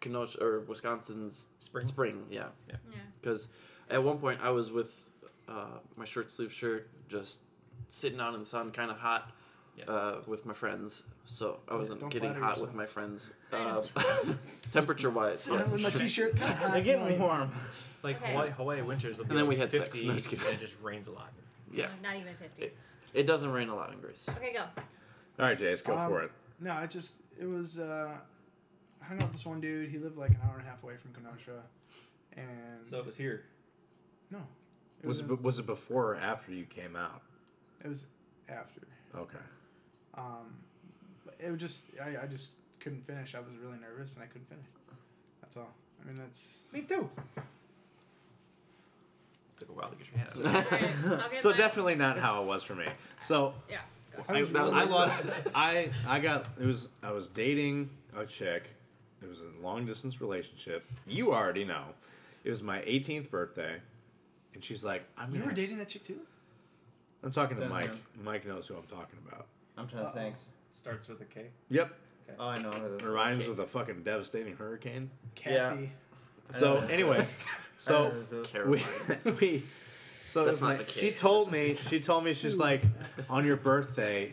Speaker 4: Kenosha or Wisconsin's
Speaker 3: Spring.
Speaker 4: Spring, yeah.
Speaker 7: Yeah.
Speaker 4: Because at one point I was with uh, my short sleeve shirt, just sitting out in the sun, kind of hot,
Speaker 3: Yeah.
Speaker 4: uh, with my friends. So I wasn't
Speaker 5: don't
Speaker 4: getting
Speaker 5: flatter
Speaker 4: hot
Speaker 5: yourself.
Speaker 4: with
Speaker 5: [LAUGHS]
Speaker 4: my friends,
Speaker 7: I
Speaker 4: uh, [LAUGHS] temperature wise.
Speaker 5: Yes.
Speaker 11: With my t-shirt. kinda hot,
Speaker 2: They're
Speaker 11: you
Speaker 2: getting
Speaker 11: know,
Speaker 2: warm.
Speaker 3: Like
Speaker 7: Okay.
Speaker 3: Hawaii, Hawaii winters will be
Speaker 4: And then we
Speaker 3: like
Speaker 4: had sex.
Speaker 3: 50,
Speaker 4: No, just kidding.
Speaker 3: and it just rains a lot.
Speaker 4: Yeah,
Speaker 7: Not even 50.
Speaker 4: it doesn't rain a lot in Greece. [LAUGHS]
Speaker 7: Okay, go.
Speaker 1: All right, Jace, go
Speaker 5: Um,
Speaker 1: for it.
Speaker 5: No, I just it was uh I hung out with this one dude, he lived like an hour and a half away from Kenosha. And
Speaker 3: So it was here.
Speaker 5: no. It
Speaker 1: Was
Speaker 5: was,
Speaker 1: it,
Speaker 5: in-
Speaker 1: be- was it before or after you came out?
Speaker 5: it was after.
Speaker 1: Okay.
Speaker 5: Um but it was just I, I just couldn't finish. I was really nervous and I couldn't finish. That's all. I mean that's
Speaker 3: Me too. Took a while to get your hand out.
Speaker 7: All right, I'll get
Speaker 1: So
Speaker 7: mine.
Speaker 1: definitely not how it was for me. So
Speaker 7: Yeah. Go.
Speaker 5: I
Speaker 1: I,
Speaker 5: was really-
Speaker 1: I lost. [LAUGHS] I I got it was I was dating a chick. It was a long distance relationship. You already know. It was my 18th birthday, and she's like, "I'm
Speaker 5: You
Speaker 1: gonna
Speaker 5: were
Speaker 1: ex-
Speaker 5: dating that chick too?
Speaker 1: I'm talking to
Speaker 9: Don't
Speaker 1: Mike.
Speaker 9: know.
Speaker 1: Mike knows who I'm talking about.
Speaker 6: I'm trying to think.
Speaker 9: Starts with a K.
Speaker 1: Yep,
Speaker 6: Oh, I know. who this
Speaker 1: it
Speaker 6: is.
Speaker 1: rhymes with a fucking devastating hurricane.
Speaker 6: Yeah.
Speaker 5: Kathy.
Speaker 1: So
Speaker 6: Uh,
Speaker 4: [LAUGHS]
Speaker 1: anyway,
Speaker 6: I know
Speaker 1: so
Speaker 6: who this is.
Speaker 1: we, [LAUGHS] we so it
Speaker 4: Uh, That's
Speaker 1: was
Speaker 4: not
Speaker 1: like
Speaker 4: the
Speaker 1: she
Speaker 4: kid.
Speaker 1: told me she told me she's like on your birthday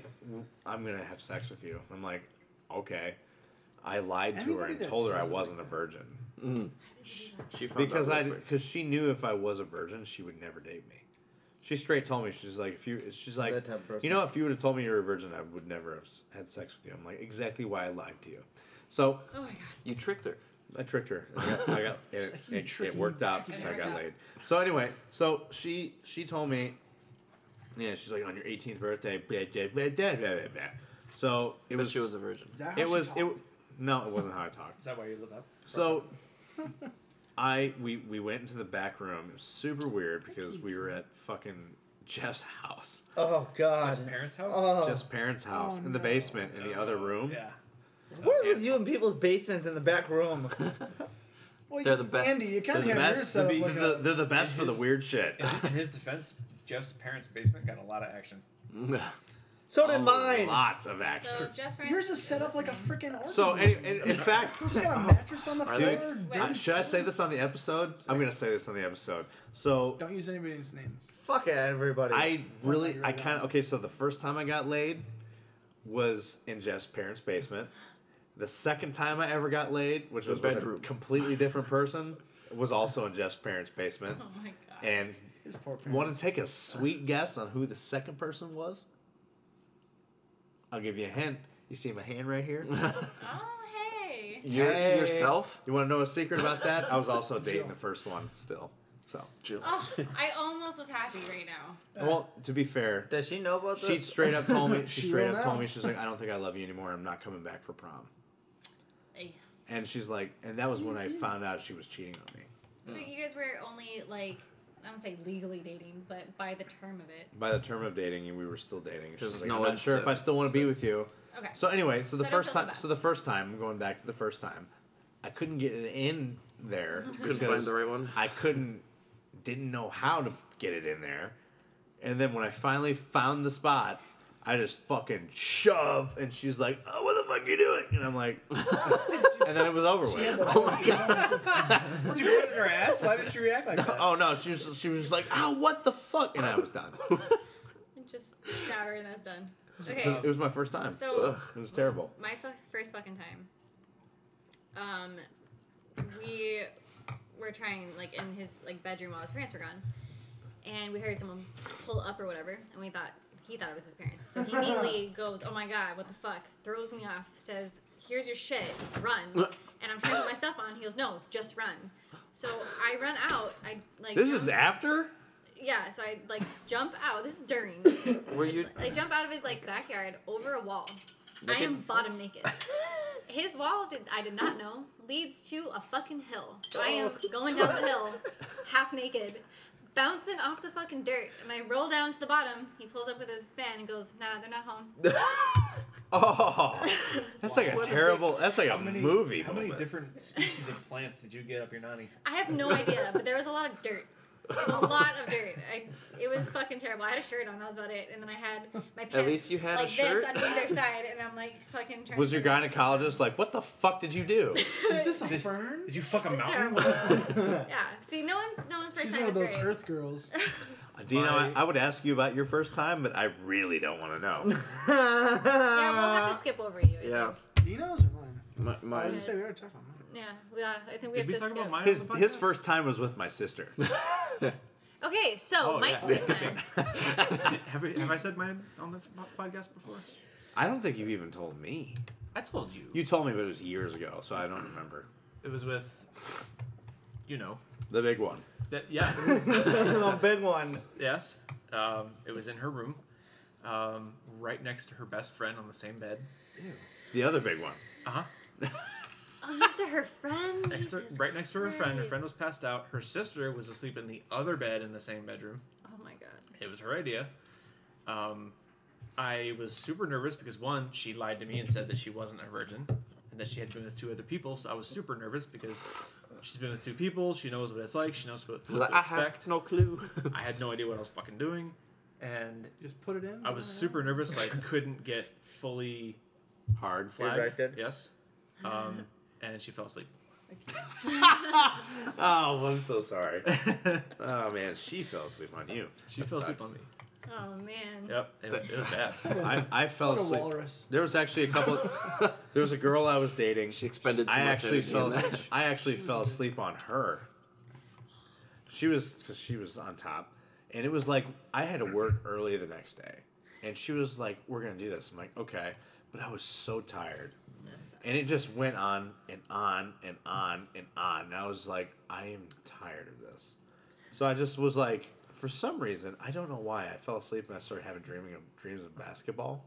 Speaker 1: i'm gonna have sex with you i'm like okay i lied to her
Speaker 5: Anybody
Speaker 1: and
Speaker 5: that
Speaker 1: told her i
Speaker 5: says it
Speaker 1: wasn't a virgin
Speaker 4: She found
Speaker 1: because
Speaker 4: out
Speaker 1: i
Speaker 4: real quick.
Speaker 1: because she knew if i was a virgin she would never date me She straight told me she's like if you she's like
Speaker 2: That type of person.
Speaker 1: you know if you would have told me you were a virgin I would never have s- had sex with you. I'm like exactly why I lied to you. So
Speaker 7: Oh my god.
Speaker 4: You tricked her.
Speaker 1: I tricked [LAUGHS] her. I got, I
Speaker 7: [LAUGHS]
Speaker 1: got it,
Speaker 4: you
Speaker 1: it,
Speaker 4: tricky-
Speaker 1: it worked out because I
Speaker 7: tricky
Speaker 1: got
Speaker 7: ass.
Speaker 1: laid. So anyway, so she she told me, yeah, she's like on your 18th birthday. Blah, blah, blah, blah, blah, blah, blah." So it
Speaker 4: But
Speaker 1: was
Speaker 4: she was a
Speaker 1: [LAUGHS]
Speaker 4: virgin. [LAUGHS]
Speaker 5: Is that how
Speaker 1: it
Speaker 5: she
Speaker 1: was it.
Speaker 5: talked?
Speaker 1: No, it wasn't how I talked.
Speaker 3: Is that why you live up?
Speaker 1: So I we we went into the back room. It was super weird because we were at fucking Jeff's house,
Speaker 2: Oh God.
Speaker 3: His parents' house.
Speaker 2: Oh,
Speaker 1: Jeff's parents' house
Speaker 5: Oh,
Speaker 1: in the
Speaker 5: no.
Speaker 1: basement in the other room.
Speaker 3: Uh, Yeah.
Speaker 2: what is with you in people's basements in the back room?
Speaker 5: Well,
Speaker 4: They're
Speaker 5: you-
Speaker 4: the best-
Speaker 5: Andy, you kind
Speaker 4: they're
Speaker 5: of
Speaker 4: the
Speaker 5: have your
Speaker 4: best
Speaker 5: set
Speaker 1: To
Speaker 5: up
Speaker 1: be-
Speaker 5: like
Speaker 1: the-
Speaker 5: a-
Speaker 1: they're the best for the
Speaker 3: his-
Speaker 1: weird
Speaker 3: [LAUGHS]
Speaker 1: shit.
Speaker 3: In, in his defense, Jeff's parents' basement got a lot of action.
Speaker 2: So did mine.
Speaker 1: Lots of
Speaker 7: So
Speaker 1: action.
Speaker 7: Jeff's parents.
Speaker 5: yours is set up like a freaking. organ
Speaker 1: So,
Speaker 5: room.
Speaker 1: any, in,
Speaker 12: [LAUGHS]
Speaker 1: in fact, [LAUGHS]
Speaker 5: just got a mattress on the
Speaker 1: Are
Speaker 5: floor.
Speaker 1: they-
Speaker 5: dude.
Speaker 1: Uh, should I say this on the episode? I'm gonna say this on the episode. So
Speaker 12: Don't use anybody's
Speaker 7: [LAUGHS]
Speaker 12: names.
Speaker 2: Fuck everybody.
Speaker 1: I really, I kind of okay. So the first time I got laid was in Jeff's parents' basement. The second time I ever got laid, which was
Speaker 4: bedroom.
Speaker 1: with a completely different person, was also in Jeff's parents' basement.
Speaker 7: [LAUGHS] Oh my god.
Speaker 4: Eh.
Speaker 1: And
Speaker 12: His poor parents.
Speaker 1: want to take a sweet guess on who the second person was? I'll give you a hint. You see my hand right here.
Speaker 7: Oh hey.
Speaker 4: Your,
Speaker 1: Hey.
Speaker 4: Yourself?
Speaker 1: You want to know a secret about that? I was also dating the first one still. So,
Speaker 4: Jill.
Speaker 7: Oh, I almost was happy right now.
Speaker 1: well, to be fair,
Speaker 2: Does she know about this?
Speaker 1: She straight up told [LAUGHS] me. She,
Speaker 12: She
Speaker 1: straight
Speaker 12: will
Speaker 1: up told
Speaker 12: now.
Speaker 1: me. She's like, I don't think I love you anymore. I'm not coming back for prom.
Speaker 7: Hey.
Speaker 1: And she's like, and that was when I found out she was cheating on me
Speaker 7: So you guys were only like, I don't say legally dating, but by the term of it.
Speaker 1: by the term of dating, and we were still dating. And
Speaker 4: Because
Speaker 1: she's like,
Speaker 4: no
Speaker 1: I'm not
Speaker 4: one
Speaker 1: sure
Speaker 4: said-
Speaker 1: if I still want to be with you.
Speaker 7: Okay.
Speaker 1: So anyway, so the
Speaker 7: So don't
Speaker 1: first
Speaker 7: feel so
Speaker 1: time,
Speaker 7: bad.
Speaker 1: so the first time, going back to the first time, I couldn't get it in there.
Speaker 4: Couldn't find
Speaker 1: because
Speaker 4: the right one.
Speaker 1: I couldn't, didn't know how to get it in there. And then when I finally found the spot, I just fucking shove, and she's like, "Oh, what the fuck you doing?" And I'm like, [LAUGHS] and then it was over with. Oh
Speaker 3: Did you put it in her ass? Why did she react like that?
Speaker 1: Oh no, she was she was just like, "Oh, what the fuck?" And I was done.
Speaker 7: Just scour and that's done.
Speaker 1: It was,
Speaker 7: Okay.
Speaker 1: it was my first time.
Speaker 7: So-
Speaker 1: So it was terrible.
Speaker 7: My fu- first fucking time. Um, we were trying like in his like bedroom while his parents were gone, and we heard someone pull up or whatever, and we thought he thought it was his parents. So he immediately goes, "Oh my god, what the fuck?" Throws me off, says, "Here's your shit,
Speaker 1: [LAUGHS]
Speaker 7: run." And I'm trying to put my stuff on. He goes, "No, just run." So I run out. I like
Speaker 1: This is
Speaker 7: jump-
Speaker 1: after.
Speaker 7: yeah. So I like jump out. This is during.
Speaker 1: [LAUGHS]
Speaker 4: Were you
Speaker 7: I jump out of his like backyard over a wall. I
Speaker 4: Naked?
Speaker 7: am
Speaker 4: [LAUGHS]
Speaker 7: bottom naked. His wall did I did not know leads to a fucking hill. So I am
Speaker 4: Oh.
Speaker 7: going down
Speaker 4: [LAUGHS]
Speaker 7: the hill, half naked, bouncing off the fucking dirt, and I roll down to the bottom. He pulls up with his fan and goes, "Nah, they're not home."
Speaker 1: Oh, that's like a
Speaker 3: What a big-
Speaker 1: terrible. that's like a
Speaker 3: How many,
Speaker 1: movie.
Speaker 3: How many
Speaker 1: moment.
Speaker 3: different species of plants did you get up your nanny?
Speaker 7: I have no idea, but there was a lot of dirt. There was a lot of dirt. I, it was fucking terrible. I had a shirt on. That was about it. And then I had my pants.
Speaker 4: least you had a
Speaker 7: like
Speaker 4: shirt.
Speaker 7: this on either side, and I'm like fucking. Trying
Speaker 1: Was
Speaker 7: to
Speaker 1: your
Speaker 7: figure out-
Speaker 1: gynecologist like, what the fuck did you do?
Speaker 12: Is this a
Speaker 3: Did-
Speaker 12: fern?
Speaker 3: Did you fuck a
Speaker 7: It's
Speaker 3: mountain?
Speaker 7: terrible. yeah. See, no one's no one's first
Speaker 5: She's
Speaker 7: time
Speaker 5: one of
Speaker 7: is
Speaker 5: those
Speaker 7: great.
Speaker 5: Earth
Speaker 7: [LAUGHS]
Speaker 5: girls.
Speaker 1: Dino, I,
Speaker 3: My-
Speaker 1: I would ask you about your first time, but I really don't want to know.
Speaker 7: yeah, we'll have to skip over you. I
Speaker 4: Yeah.
Speaker 7: think.
Speaker 12: Dino's or mine?
Speaker 4: My,
Speaker 5: Oh,
Speaker 12: I
Speaker 4: my,
Speaker 12: was gonna say we already talked about mine.
Speaker 7: Yeah. Yeah. I think we
Speaker 3: Did
Speaker 7: have
Speaker 3: we
Speaker 7: to
Speaker 3: talk
Speaker 7: skip.
Speaker 3: about mine?
Speaker 1: His
Speaker 3: on the
Speaker 1: his
Speaker 3: podcast?
Speaker 1: first time was with my sister. [LAUGHS]
Speaker 7: Okay, so
Speaker 3: Oh,
Speaker 7: Mike's
Speaker 3: yeah. [LAUGHS]
Speaker 7: first time.
Speaker 3: Did- have, I- have I said mine on the po- podcast before?
Speaker 1: I don't think you've even told me.
Speaker 3: I told you.
Speaker 1: You told me, but it was years ago, so I don't remember.
Speaker 3: It was with, you know,
Speaker 1: The big one.
Speaker 3: that yeah,
Speaker 2: [LAUGHS]
Speaker 3: [LAUGHS]
Speaker 2: the big one.
Speaker 3: yes. Um, it was in her room, um, right next to her best friend on the same bed.
Speaker 1: The other big one.
Speaker 3: Uh huh.
Speaker 7: Oh, next to her friend.
Speaker 3: Next to,
Speaker 7: Jesus
Speaker 3: right next to her friend. Her
Speaker 7: Christ.
Speaker 3: friend was passed out. Her sister was asleep in the other bed in the same bedroom.
Speaker 7: Oh my god.
Speaker 3: It was her idea. Um, I was super nervous because one, she lied to me and said that she wasn't a virgin and that she had been with two other people. So I was super nervous because she's been with two people. She knows what it's like. She knows what, what to
Speaker 4: I have
Speaker 3: expect.
Speaker 4: no clue.
Speaker 3: I had no idea what I was fucking doing, and
Speaker 12: Just put it in.
Speaker 3: I was super nervous.
Speaker 1: [LAUGHS]
Speaker 3: I couldn't get fully
Speaker 1: Hard
Speaker 3: flagged.
Speaker 2: Erected.
Speaker 3: Yes. Um, and she fell asleep.
Speaker 1: Oh, I'm so sorry. oh man, she fell asleep on you.
Speaker 3: She
Speaker 1: That
Speaker 3: fell asleep
Speaker 1: sucks.
Speaker 3: on me.
Speaker 7: Oh man.
Speaker 3: Yep. It, was- it was bad.
Speaker 1: I, I fell
Speaker 12: What a
Speaker 1: asleep.
Speaker 12: walrus.
Speaker 1: There was actually a couple. there was a girl I was dating.
Speaker 4: She expended too
Speaker 1: I
Speaker 4: much
Speaker 1: actually
Speaker 4: energy [LAUGHS]
Speaker 1: fell.
Speaker 4: in that.
Speaker 1: I actually fell asleep on her. She was because she was on top, And it was like I had to work early the next day, and she was like, "We're gonna do this." I'm like, "Okay," but I was so tired, and it just went on and on and on and on. And I was like, "I am tired of this." So I just was like, for some reason, I don't know why, I fell asleep and I started having dreaming of dreams of basketball.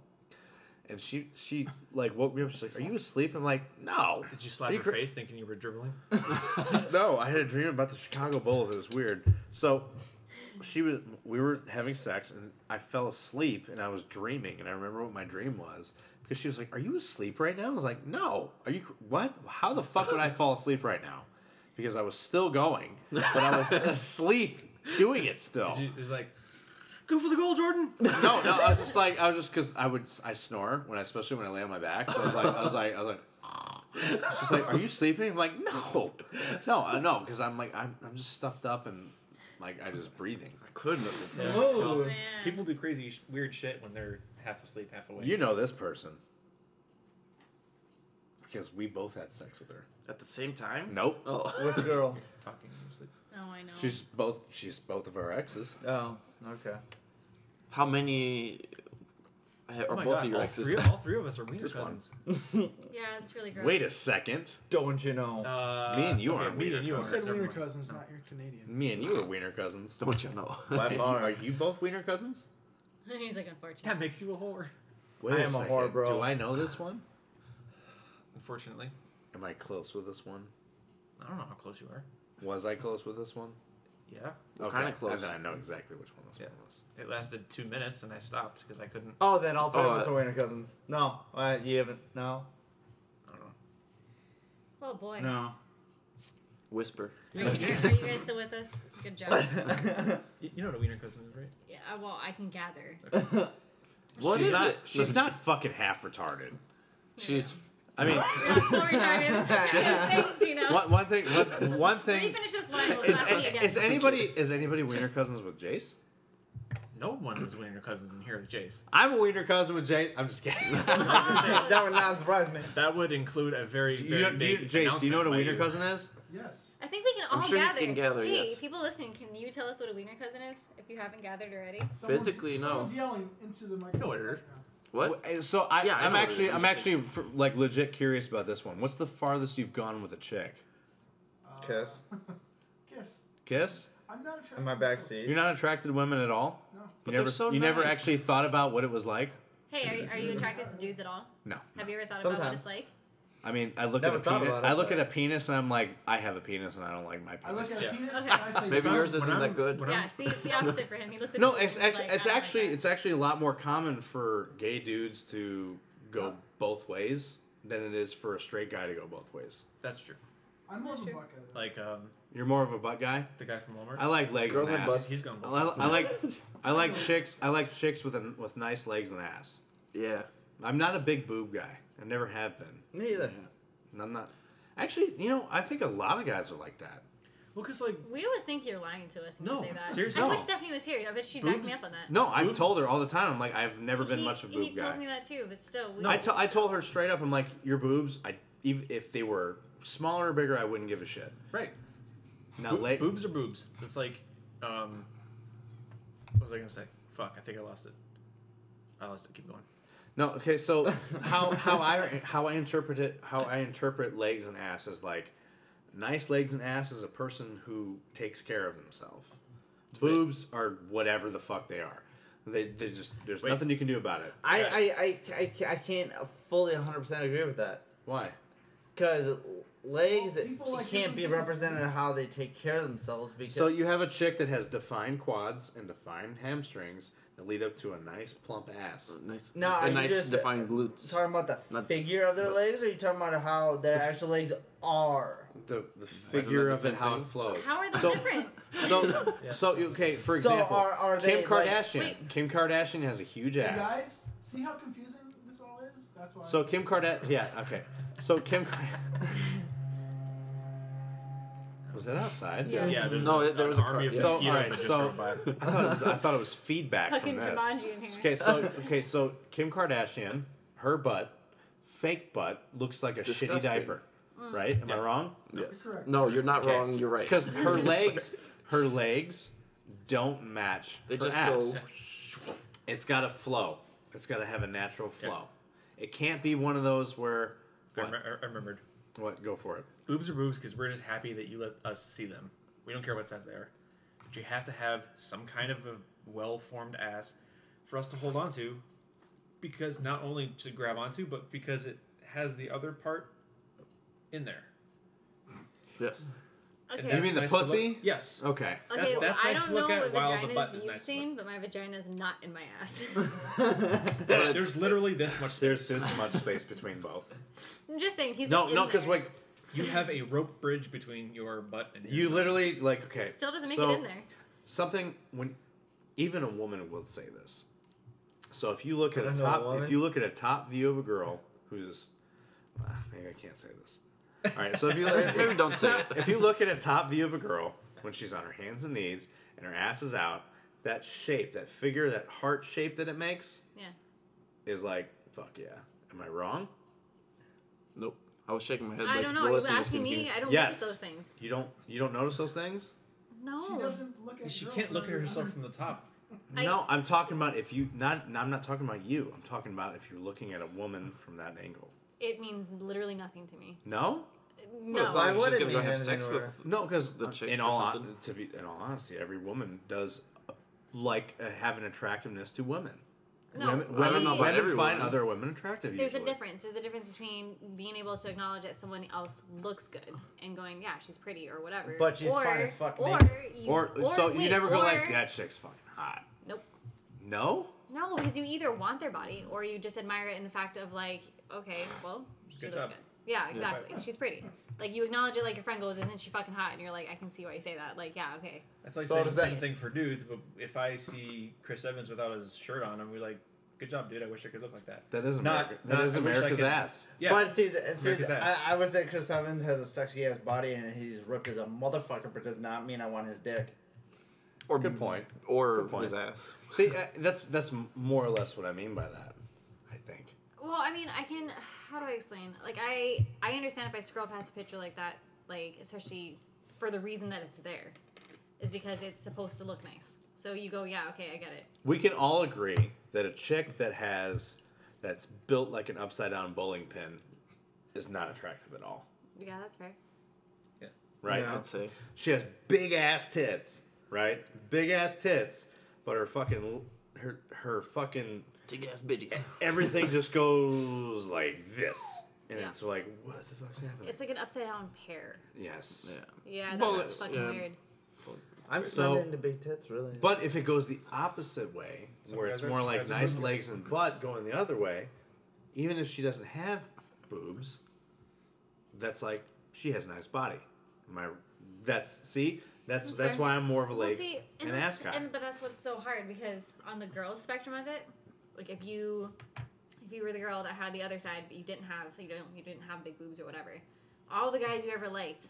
Speaker 1: And she she like woke me up. She's like, "Are you asleep?" I'm like, "No."
Speaker 3: Did you slap
Speaker 1: Are
Speaker 3: your
Speaker 1: cra-
Speaker 3: face thinking you were dribbling?
Speaker 1: [LAUGHS] no, I had a dream about the Chicago Bulls. It was weird. So she was we were having sex and I fell asleep and I was dreaming and I remember what my dream was because she was like, "Are you asleep right now?" I was like, "No. Are you what? How the fuck would I fall asleep right now?" Because I was still going, but I
Speaker 3: [LAUGHS]
Speaker 1: was asleep doing it still.
Speaker 3: Did you, it's like, go for the goal, Jordan.
Speaker 1: No, no, I was just like, I was just because I would, I snore when I, especially when I lay on my back. So I was like, I was like, I was like, she's like, are you sleeping? I'm like, no, no, I know, because I'm like, I'm, I'm just stuffed up and like I just breathing. I couldn't. Have
Speaker 3: Yeah.
Speaker 2: Whoa.
Speaker 7: Oh,
Speaker 3: No. People do crazy, sh- weird shit when they're half asleep, half awake.
Speaker 1: You know this person because we both had sex with her.
Speaker 4: At the same time?
Speaker 1: Nope.
Speaker 4: Oh.
Speaker 2: Which girl?
Speaker 3: talking in your sleep.
Speaker 7: Oh, I know.
Speaker 1: She's both. She's both of our exes.
Speaker 2: Oh, okay.
Speaker 4: How many ha- are
Speaker 3: Oh my
Speaker 4: both
Speaker 3: God,
Speaker 4: of your
Speaker 3: all
Speaker 4: exes?
Speaker 3: Three, all three of us are wiener
Speaker 1: Just one.
Speaker 3: cousins.
Speaker 7: yeah, it's really gross.
Speaker 1: Wait a second.
Speaker 2: Don't you know?
Speaker 3: Uh,
Speaker 1: Me and you
Speaker 3: okay,
Speaker 1: aren't
Speaker 3: me
Speaker 1: wiener
Speaker 3: and you
Speaker 11: You
Speaker 3: are.
Speaker 11: said
Speaker 3: Never
Speaker 11: wiener
Speaker 3: mind.
Speaker 11: cousins,
Speaker 3: No.
Speaker 11: not your Canadian.
Speaker 1: Me and you are wiener cousins.
Speaker 4: [LAUGHS]
Speaker 2: [LAUGHS]
Speaker 4: Don't you know?
Speaker 1: Are
Speaker 4: [LAUGHS]
Speaker 1: you- are you both wiener cousins?
Speaker 7: [LAUGHS] He's like, unfortunate.
Speaker 3: That makes you a whore.
Speaker 1: Wait
Speaker 2: I am a whore, bro.
Speaker 1: Do I know this one?
Speaker 3: Unfortunately,
Speaker 1: Am I close with this one?
Speaker 3: I don't know how close you are.
Speaker 1: Was I close with this one?
Speaker 3: Yeah,
Speaker 4: kinda close.
Speaker 1: And then I know exactly which one this
Speaker 3: Yeah.
Speaker 1: one was.
Speaker 3: it lasted two minutes and I stopped because I couldn't.
Speaker 2: Oh, then all three
Speaker 4: Oh,
Speaker 2: of us
Speaker 4: uh,
Speaker 2: are Wiener cousins. No, uh, you haven't. No,
Speaker 3: I don't know.
Speaker 7: Oh
Speaker 2: [LAUGHS]
Speaker 7: boy.
Speaker 2: no.
Speaker 4: Whisper.
Speaker 7: Are, you, are you guys still with us?
Speaker 3: [LAUGHS]
Speaker 7: Good job.
Speaker 3: You, you know what a wiener cousin is, right?
Speaker 7: yeah, well, I can gather.
Speaker 4: What
Speaker 1: she's
Speaker 4: is
Speaker 1: not,
Speaker 4: it?
Speaker 1: She's not [LAUGHS] fucking half retarded.
Speaker 4: She's
Speaker 1: I mean,
Speaker 7: You're all so
Speaker 3: [LAUGHS]
Speaker 7: retarded. [LAUGHS] Thanks, Dino.
Speaker 1: one, one thing. One, one
Speaker 7: Let me
Speaker 1: thing.
Speaker 7: finish this wine. We'll
Speaker 1: Is,
Speaker 7: ask me again.
Speaker 1: is anybody is anybody wiener cousins with Jace?
Speaker 3: No one was wiener cousins in here with Jace.
Speaker 1: I'm a wiener cousin with Jace. I'm just [LAUGHS] kidding.
Speaker 2: that would not surprise me.
Speaker 3: That would include a very,
Speaker 1: do
Speaker 3: very
Speaker 1: you, do you,
Speaker 3: big
Speaker 1: Jace, do you know what a
Speaker 3: announcement by
Speaker 1: wiener
Speaker 3: you.
Speaker 1: cousin is?
Speaker 11: Yes.
Speaker 7: I think we can
Speaker 4: I'm
Speaker 7: all
Speaker 4: sure you
Speaker 7: gather.
Speaker 4: can gather,
Speaker 7: Hey,
Speaker 4: yes.
Speaker 7: people listening, can you tell us what a wiener cousin is if you haven't gathered already?
Speaker 11: Someone's-
Speaker 4: Physically, no.
Speaker 11: Someone's yelling into the microphone.
Speaker 3: No, it is.
Speaker 11: right now.
Speaker 4: [LAUGHS] what?
Speaker 1: Wh- eh, So I,
Speaker 4: Yeah, I
Speaker 1: I'm
Speaker 4: know what it
Speaker 1: actually
Speaker 4: is.
Speaker 1: I'm
Speaker 4: I'm just
Speaker 1: actually fr- like legit curious about this one. What's the farthest you've gone with a chick?
Speaker 11: Uh,
Speaker 2: Kiss.
Speaker 11: [LAUGHS] Kiss.
Speaker 1: Kiss?
Speaker 11: I'm not attracted.
Speaker 2: In my
Speaker 11: to
Speaker 2: back
Speaker 11: girls.
Speaker 2: seat.
Speaker 1: You're not attracted to women at all.
Speaker 11: No.
Speaker 1: You
Speaker 4: But
Speaker 1: never
Speaker 4: they're so
Speaker 1: you never
Speaker 4: nice.
Speaker 1: actually thought about what it was like.
Speaker 7: Hey, are, you- are you attracted to dudes at all?
Speaker 1: No.
Speaker 7: Have you ever thought about what
Speaker 2: Sometimes.
Speaker 7: it's like?
Speaker 1: I mean, I look
Speaker 2: Never
Speaker 1: at a
Speaker 2: thought
Speaker 1: penis.
Speaker 2: about it,
Speaker 1: I look
Speaker 2: but-
Speaker 1: at a penis and I'm like, I have a penis and I don't like my
Speaker 11: I look at
Speaker 1: penis.
Speaker 3: Yeah.
Speaker 11: a penis
Speaker 7: Okay.
Speaker 11: and I say,
Speaker 4: Maybe
Speaker 11: "Fuck."
Speaker 4: yours
Speaker 3: when
Speaker 4: isn't
Speaker 3: I'm-
Speaker 4: that good.
Speaker 3: when I'm-
Speaker 7: Yeah, see, it's the opposite for him. He looks at
Speaker 1: No,
Speaker 7: people
Speaker 1: it's
Speaker 7: and he's
Speaker 1: actually
Speaker 7: like,
Speaker 1: it's
Speaker 7: "I don't like
Speaker 1: actually
Speaker 7: that."
Speaker 1: it's actually a lot more common for gay dudes to go both ways than it is for a straight guy to go both ways.
Speaker 3: That's true.
Speaker 11: I'm more of a
Speaker 7: Sure.
Speaker 11: buck guy.
Speaker 3: Like um,
Speaker 1: You're more of a butt guy.
Speaker 3: the guy from Walmart.
Speaker 1: I like legs
Speaker 8: Girls
Speaker 1: and
Speaker 8: and
Speaker 1: ass.
Speaker 8: butts.
Speaker 3: He's going.
Speaker 1: I,
Speaker 3: both
Speaker 1: li- I like
Speaker 7: [LAUGHS]
Speaker 1: I like chicks. I like chicks with an with nice legs and ass.
Speaker 4: Yeah.
Speaker 1: I'm not a big boob guy. I never have been.
Speaker 2: Neither.
Speaker 1: And I'm not. Actually, you know, I think a lot of guys are like that.
Speaker 3: Well, cause like
Speaker 7: We always think you're lying to us when
Speaker 3: No,
Speaker 7: you say that.
Speaker 3: seriously.
Speaker 7: I wish
Speaker 1: No.
Speaker 7: Stephanie was here. I bet she'd back
Speaker 3: Boobs-
Speaker 7: me up on that.
Speaker 1: No, I've
Speaker 3: Boobs?
Speaker 1: told her all the time. I'm like, I've never been
Speaker 7: he,
Speaker 1: much of a
Speaker 7: He
Speaker 1: boob
Speaker 7: tells
Speaker 1: guy.
Speaker 7: me that too, but still. We,
Speaker 1: I to- I told her straight up. I'm like, your boobs. I ev if they were smaller or bigger, I wouldn't give a shit.
Speaker 3: right.
Speaker 1: Now,
Speaker 3: Bo-
Speaker 1: late.
Speaker 3: boobs are boobs. It's like um, what was I gonna say? Fuck, I think I lost it. I lost it. Keep going.
Speaker 1: No, okay. So how how I how I interpret it how I interpret legs and ass is like nice legs and ass is a person who takes care of themselves. Boobs are whatever the fuck they are. They they just there's
Speaker 3: Wait.
Speaker 1: nothing you can do about it.
Speaker 2: I, I, I, I, ca- I can't fully 100% agree with that.
Speaker 1: Why?
Speaker 2: Because legs
Speaker 11: Well, people like
Speaker 2: can't
Speaker 11: different
Speaker 2: be
Speaker 11: things.
Speaker 2: represented in how they take care of themselves because.
Speaker 1: So you have a chick that has defined quads and defined hamstrings that lead up to a nice plump ass.
Speaker 4: Nice.
Speaker 2: No,
Speaker 4: a
Speaker 2: I'm
Speaker 4: nice
Speaker 2: just- uh,
Speaker 4: defined glutes.
Speaker 2: talking about the
Speaker 4: Not-
Speaker 2: figure of their
Speaker 4: but-
Speaker 2: legs, or are you talking about how their actual legs are?
Speaker 1: The the figure
Speaker 4: Mm. the
Speaker 1: of it,
Speaker 4: same
Speaker 1: how
Speaker 4: thing?
Speaker 1: it flows.
Speaker 7: How are they
Speaker 1: So-
Speaker 7: different?
Speaker 1: So so okay. For
Speaker 2: So
Speaker 1: example,
Speaker 2: are- are
Speaker 1: Kim
Speaker 2: they, like-
Speaker 1: Kardashian.
Speaker 7: Wait.
Speaker 1: Kim Kardashian has a huge
Speaker 11: Hey,
Speaker 1: ass.
Speaker 11: guys, see how confusing this all is? That's why.
Speaker 1: So Kim Kardashian, yeah, okay. So Kim, Kar- [LAUGHS] was that outside?
Speaker 7: Yeah.
Speaker 3: Yeah, there's
Speaker 4: No,
Speaker 3: a,
Speaker 4: there was
Speaker 3: an
Speaker 4: a
Speaker 3: army
Speaker 4: car-
Speaker 3: of
Speaker 1: yeah. So,
Speaker 3: mosquitoes
Speaker 1: alright,
Speaker 3: that just
Speaker 1: so-
Speaker 3: drove by.
Speaker 1: I thought it was, I thought it was feedback
Speaker 7: Fucking
Speaker 1: from this.
Speaker 7: Jumanji in here.
Speaker 1: Okay, so okay, so Kim Kardashian, her butt, fake butt, looks like a shitty
Speaker 4: Disgusting.
Speaker 1: diaper,
Speaker 2: Mm.
Speaker 1: right? Am I wrong?
Speaker 4: Yes.
Speaker 11: correct.
Speaker 4: No, you're not
Speaker 1: Okay.
Speaker 4: [LAUGHS] wrong. You're right.
Speaker 1: Because her legs, her legs don't match.
Speaker 4: They
Speaker 1: her
Speaker 4: just
Speaker 1: abs.
Speaker 4: go-
Speaker 1: It's got to flow. It's got to have a natural flow. It can't be one of those where.
Speaker 3: I,
Speaker 1: What?
Speaker 3: rem- I remembered.
Speaker 1: what? Go for it.
Speaker 3: Boobs are boobs because we're just happy that you let us see them. We don't care what size they are. But you have to have some kind of a well formed ass for us to hold on to because not only to grab onto, but because it has the other part in there.
Speaker 4: Yes.
Speaker 3: And
Speaker 7: Okay.
Speaker 3: that's
Speaker 7: You
Speaker 1: mean the
Speaker 3: nice to look-
Speaker 1: pussy?
Speaker 3: yes.
Speaker 1: Okay.
Speaker 7: Okay,
Speaker 3: That's-
Speaker 7: well,
Speaker 3: that's
Speaker 7: I
Speaker 3: nice
Speaker 7: don't
Speaker 3: to look
Speaker 7: know
Speaker 3: at
Speaker 7: what
Speaker 3: while the butt is
Speaker 7: vaginas you've
Speaker 3: nice to look
Speaker 7: seen, but my vagina is not in my ass.
Speaker 3: There's literally this much space.
Speaker 1: There's this much space between both.
Speaker 7: I'm just saying he's
Speaker 1: No,
Speaker 7: in
Speaker 1: no, because
Speaker 7: there.
Speaker 1: like
Speaker 3: You have a rope bridge between your butt and your
Speaker 1: you literally like okay.
Speaker 7: still doesn't make
Speaker 1: so
Speaker 7: it in there.
Speaker 1: Something when even a woman will say this. So if you look at
Speaker 2: I
Speaker 1: a
Speaker 2: know a
Speaker 1: top,
Speaker 2: woman?
Speaker 1: if you look at a top view of a girl who's, ah, maybe I can't say this. All right, so if you
Speaker 4: [LAUGHS] Maybe don't say it.
Speaker 1: if you look at a top view of a girl when she's on her hands and knees and her ass is out, that shape, that figure, that heart shape that it makes
Speaker 7: Yeah.
Speaker 1: is like fuck yeah. Am I wrong?
Speaker 4: Nope. I was shaking my head.
Speaker 7: I
Speaker 4: like
Speaker 7: don't
Speaker 4: The
Speaker 7: know. Are you
Speaker 4: listeners
Speaker 7: asking
Speaker 4: can
Speaker 7: me?
Speaker 4: hear.
Speaker 7: I don't
Speaker 1: yes.
Speaker 7: look at those things.
Speaker 1: You don't you don't notice those things?
Speaker 7: No.
Speaker 11: She doesn't look at
Speaker 3: She
Speaker 11: girls
Speaker 3: can't look at
Speaker 11: under-
Speaker 3: herself
Speaker 11: under-
Speaker 3: from the top.
Speaker 7: I-
Speaker 1: no, I'm talking about if you not. no, I'm not talking about you. I'm talking about if you're looking at a woman from that angle.
Speaker 7: It means literally nothing to me.
Speaker 1: No,
Speaker 7: No.
Speaker 4: As long as
Speaker 2: Why
Speaker 4: she's
Speaker 2: would it
Speaker 4: gonna go
Speaker 2: be
Speaker 4: have
Speaker 2: handed
Speaker 4: sex
Speaker 2: in
Speaker 4: with.
Speaker 2: order?
Speaker 1: no, because
Speaker 4: The chick
Speaker 1: Uh, in
Speaker 4: or
Speaker 1: all hon-
Speaker 4: something?
Speaker 1: to be in all honesty, every woman does uh, like uh, have an attractiveness to women.
Speaker 7: No,
Speaker 1: women,
Speaker 7: I
Speaker 1: women,
Speaker 7: don't know about
Speaker 1: women
Speaker 4: every
Speaker 1: find
Speaker 4: woman.
Speaker 1: other women attractive.
Speaker 7: There's a
Speaker 1: usually.
Speaker 7: difference. There's a difference between being able to acknowledge that someone else looks good and going, yeah, she's pretty or whatever.
Speaker 2: But she's
Speaker 7: or,
Speaker 2: fine as fuck
Speaker 7: Or,
Speaker 2: naked.
Speaker 7: you,
Speaker 1: Or, so you
Speaker 7: wait,
Speaker 1: never go
Speaker 7: or-
Speaker 1: like that chick's fucking hot.
Speaker 7: Nope.
Speaker 1: No,
Speaker 7: No, because you either want their body or you just admire it in the fact of like, okay, well, she
Speaker 3: Good
Speaker 7: looks
Speaker 3: job.
Speaker 7: good. Yeah, exactly. She's pretty. Like you acknowledge it, like your friend goes, isn't she fucking hot? And you're like, I can see why you say that. Like, yeah, okay.
Speaker 3: That's like
Speaker 2: So
Speaker 3: saying the
Speaker 2: does
Speaker 3: same
Speaker 2: that-
Speaker 3: thing for dudes, but if I see Chris Evans without his shirt on, I'm like, good job, dude. I wish I could look like that.
Speaker 1: that is
Speaker 3: Not-
Speaker 1: America.
Speaker 3: not-
Speaker 1: that is
Speaker 3: I wish I
Speaker 1: America's
Speaker 3: could-
Speaker 1: ass.
Speaker 3: Yeah.
Speaker 2: But see, the, see
Speaker 3: America's
Speaker 2: the,
Speaker 3: ass.
Speaker 2: I, I would say Chris Evans has a sexy ass body and he's ripped as a motherfucker, but does not mean I want his dick.
Speaker 4: Or
Speaker 1: Good point.
Speaker 4: Or
Speaker 1: Good point.
Speaker 4: his ass.
Speaker 1: See, uh, that's that's more or less what I mean by that. I think.
Speaker 7: Well, I mean, I can. How do I explain? Like, I I understand if I scroll past a picture like that, like especially for the reason that it's there, is because it's supposed to look nice. So you go, yeah, okay, I get it.
Speaker 1: We can all agree that a chick that has that's built like an upside down bowling pin is not attractive at all,
Speaker 7: Yeah, that's fair.
Speaker 1: right?
Speaker 4: I'd say.
Speaker 1: She has big ass tits, right? Big ass tits, but her fucking her her fucking
Speaker 4: Big ass bitties.
Speaker 1: everything just goes like this, and
Speaker 7: Yeah.
Speaker 1: it's like what the fuck's happening?
Speaker 7: It's like an upside down pear.
Speaker 1: yes.
Speaker 4: Yeah.
Speaker 7: Yeah, that's
Speaker 4: Well, it's-
Speaker 7: fucking
Speaker 4: yeah.
Speaker 7: weird.
Speaker 2: I'm
Speaker 1: So-
Speaker 2: not into big tits, really.
Speaker 1: But if it goes the opposite way, where
Speaker 3: guys
Speaker 1: it's
Speaker 3: are
Speaker 1: more like
Speaker 3: surprised at
Speaker 1: nice
Speaker 3: boobs.
Speaker 1: legs and butt going the other way, even if she doesn't have boobs, that's like she has a nice body. My that's see that's
Speaker 7: That's
Speaker 1: that's
Speaker 7: fair.
Speaker 1: why I'm more of a
Speaker 7: Well,
Speaker 1: legs
Speaker 7: see, and
Speaker 1: and
Speaker 7: that's,
Speaker 1: ass guy.
Speaker 7: and but that's what's so hard because on the girls' spectrum of it, like if you if you were the girl that had the other side, but you didn't have you don't you didn't have big boobs or whatever, all the guys you ever liked,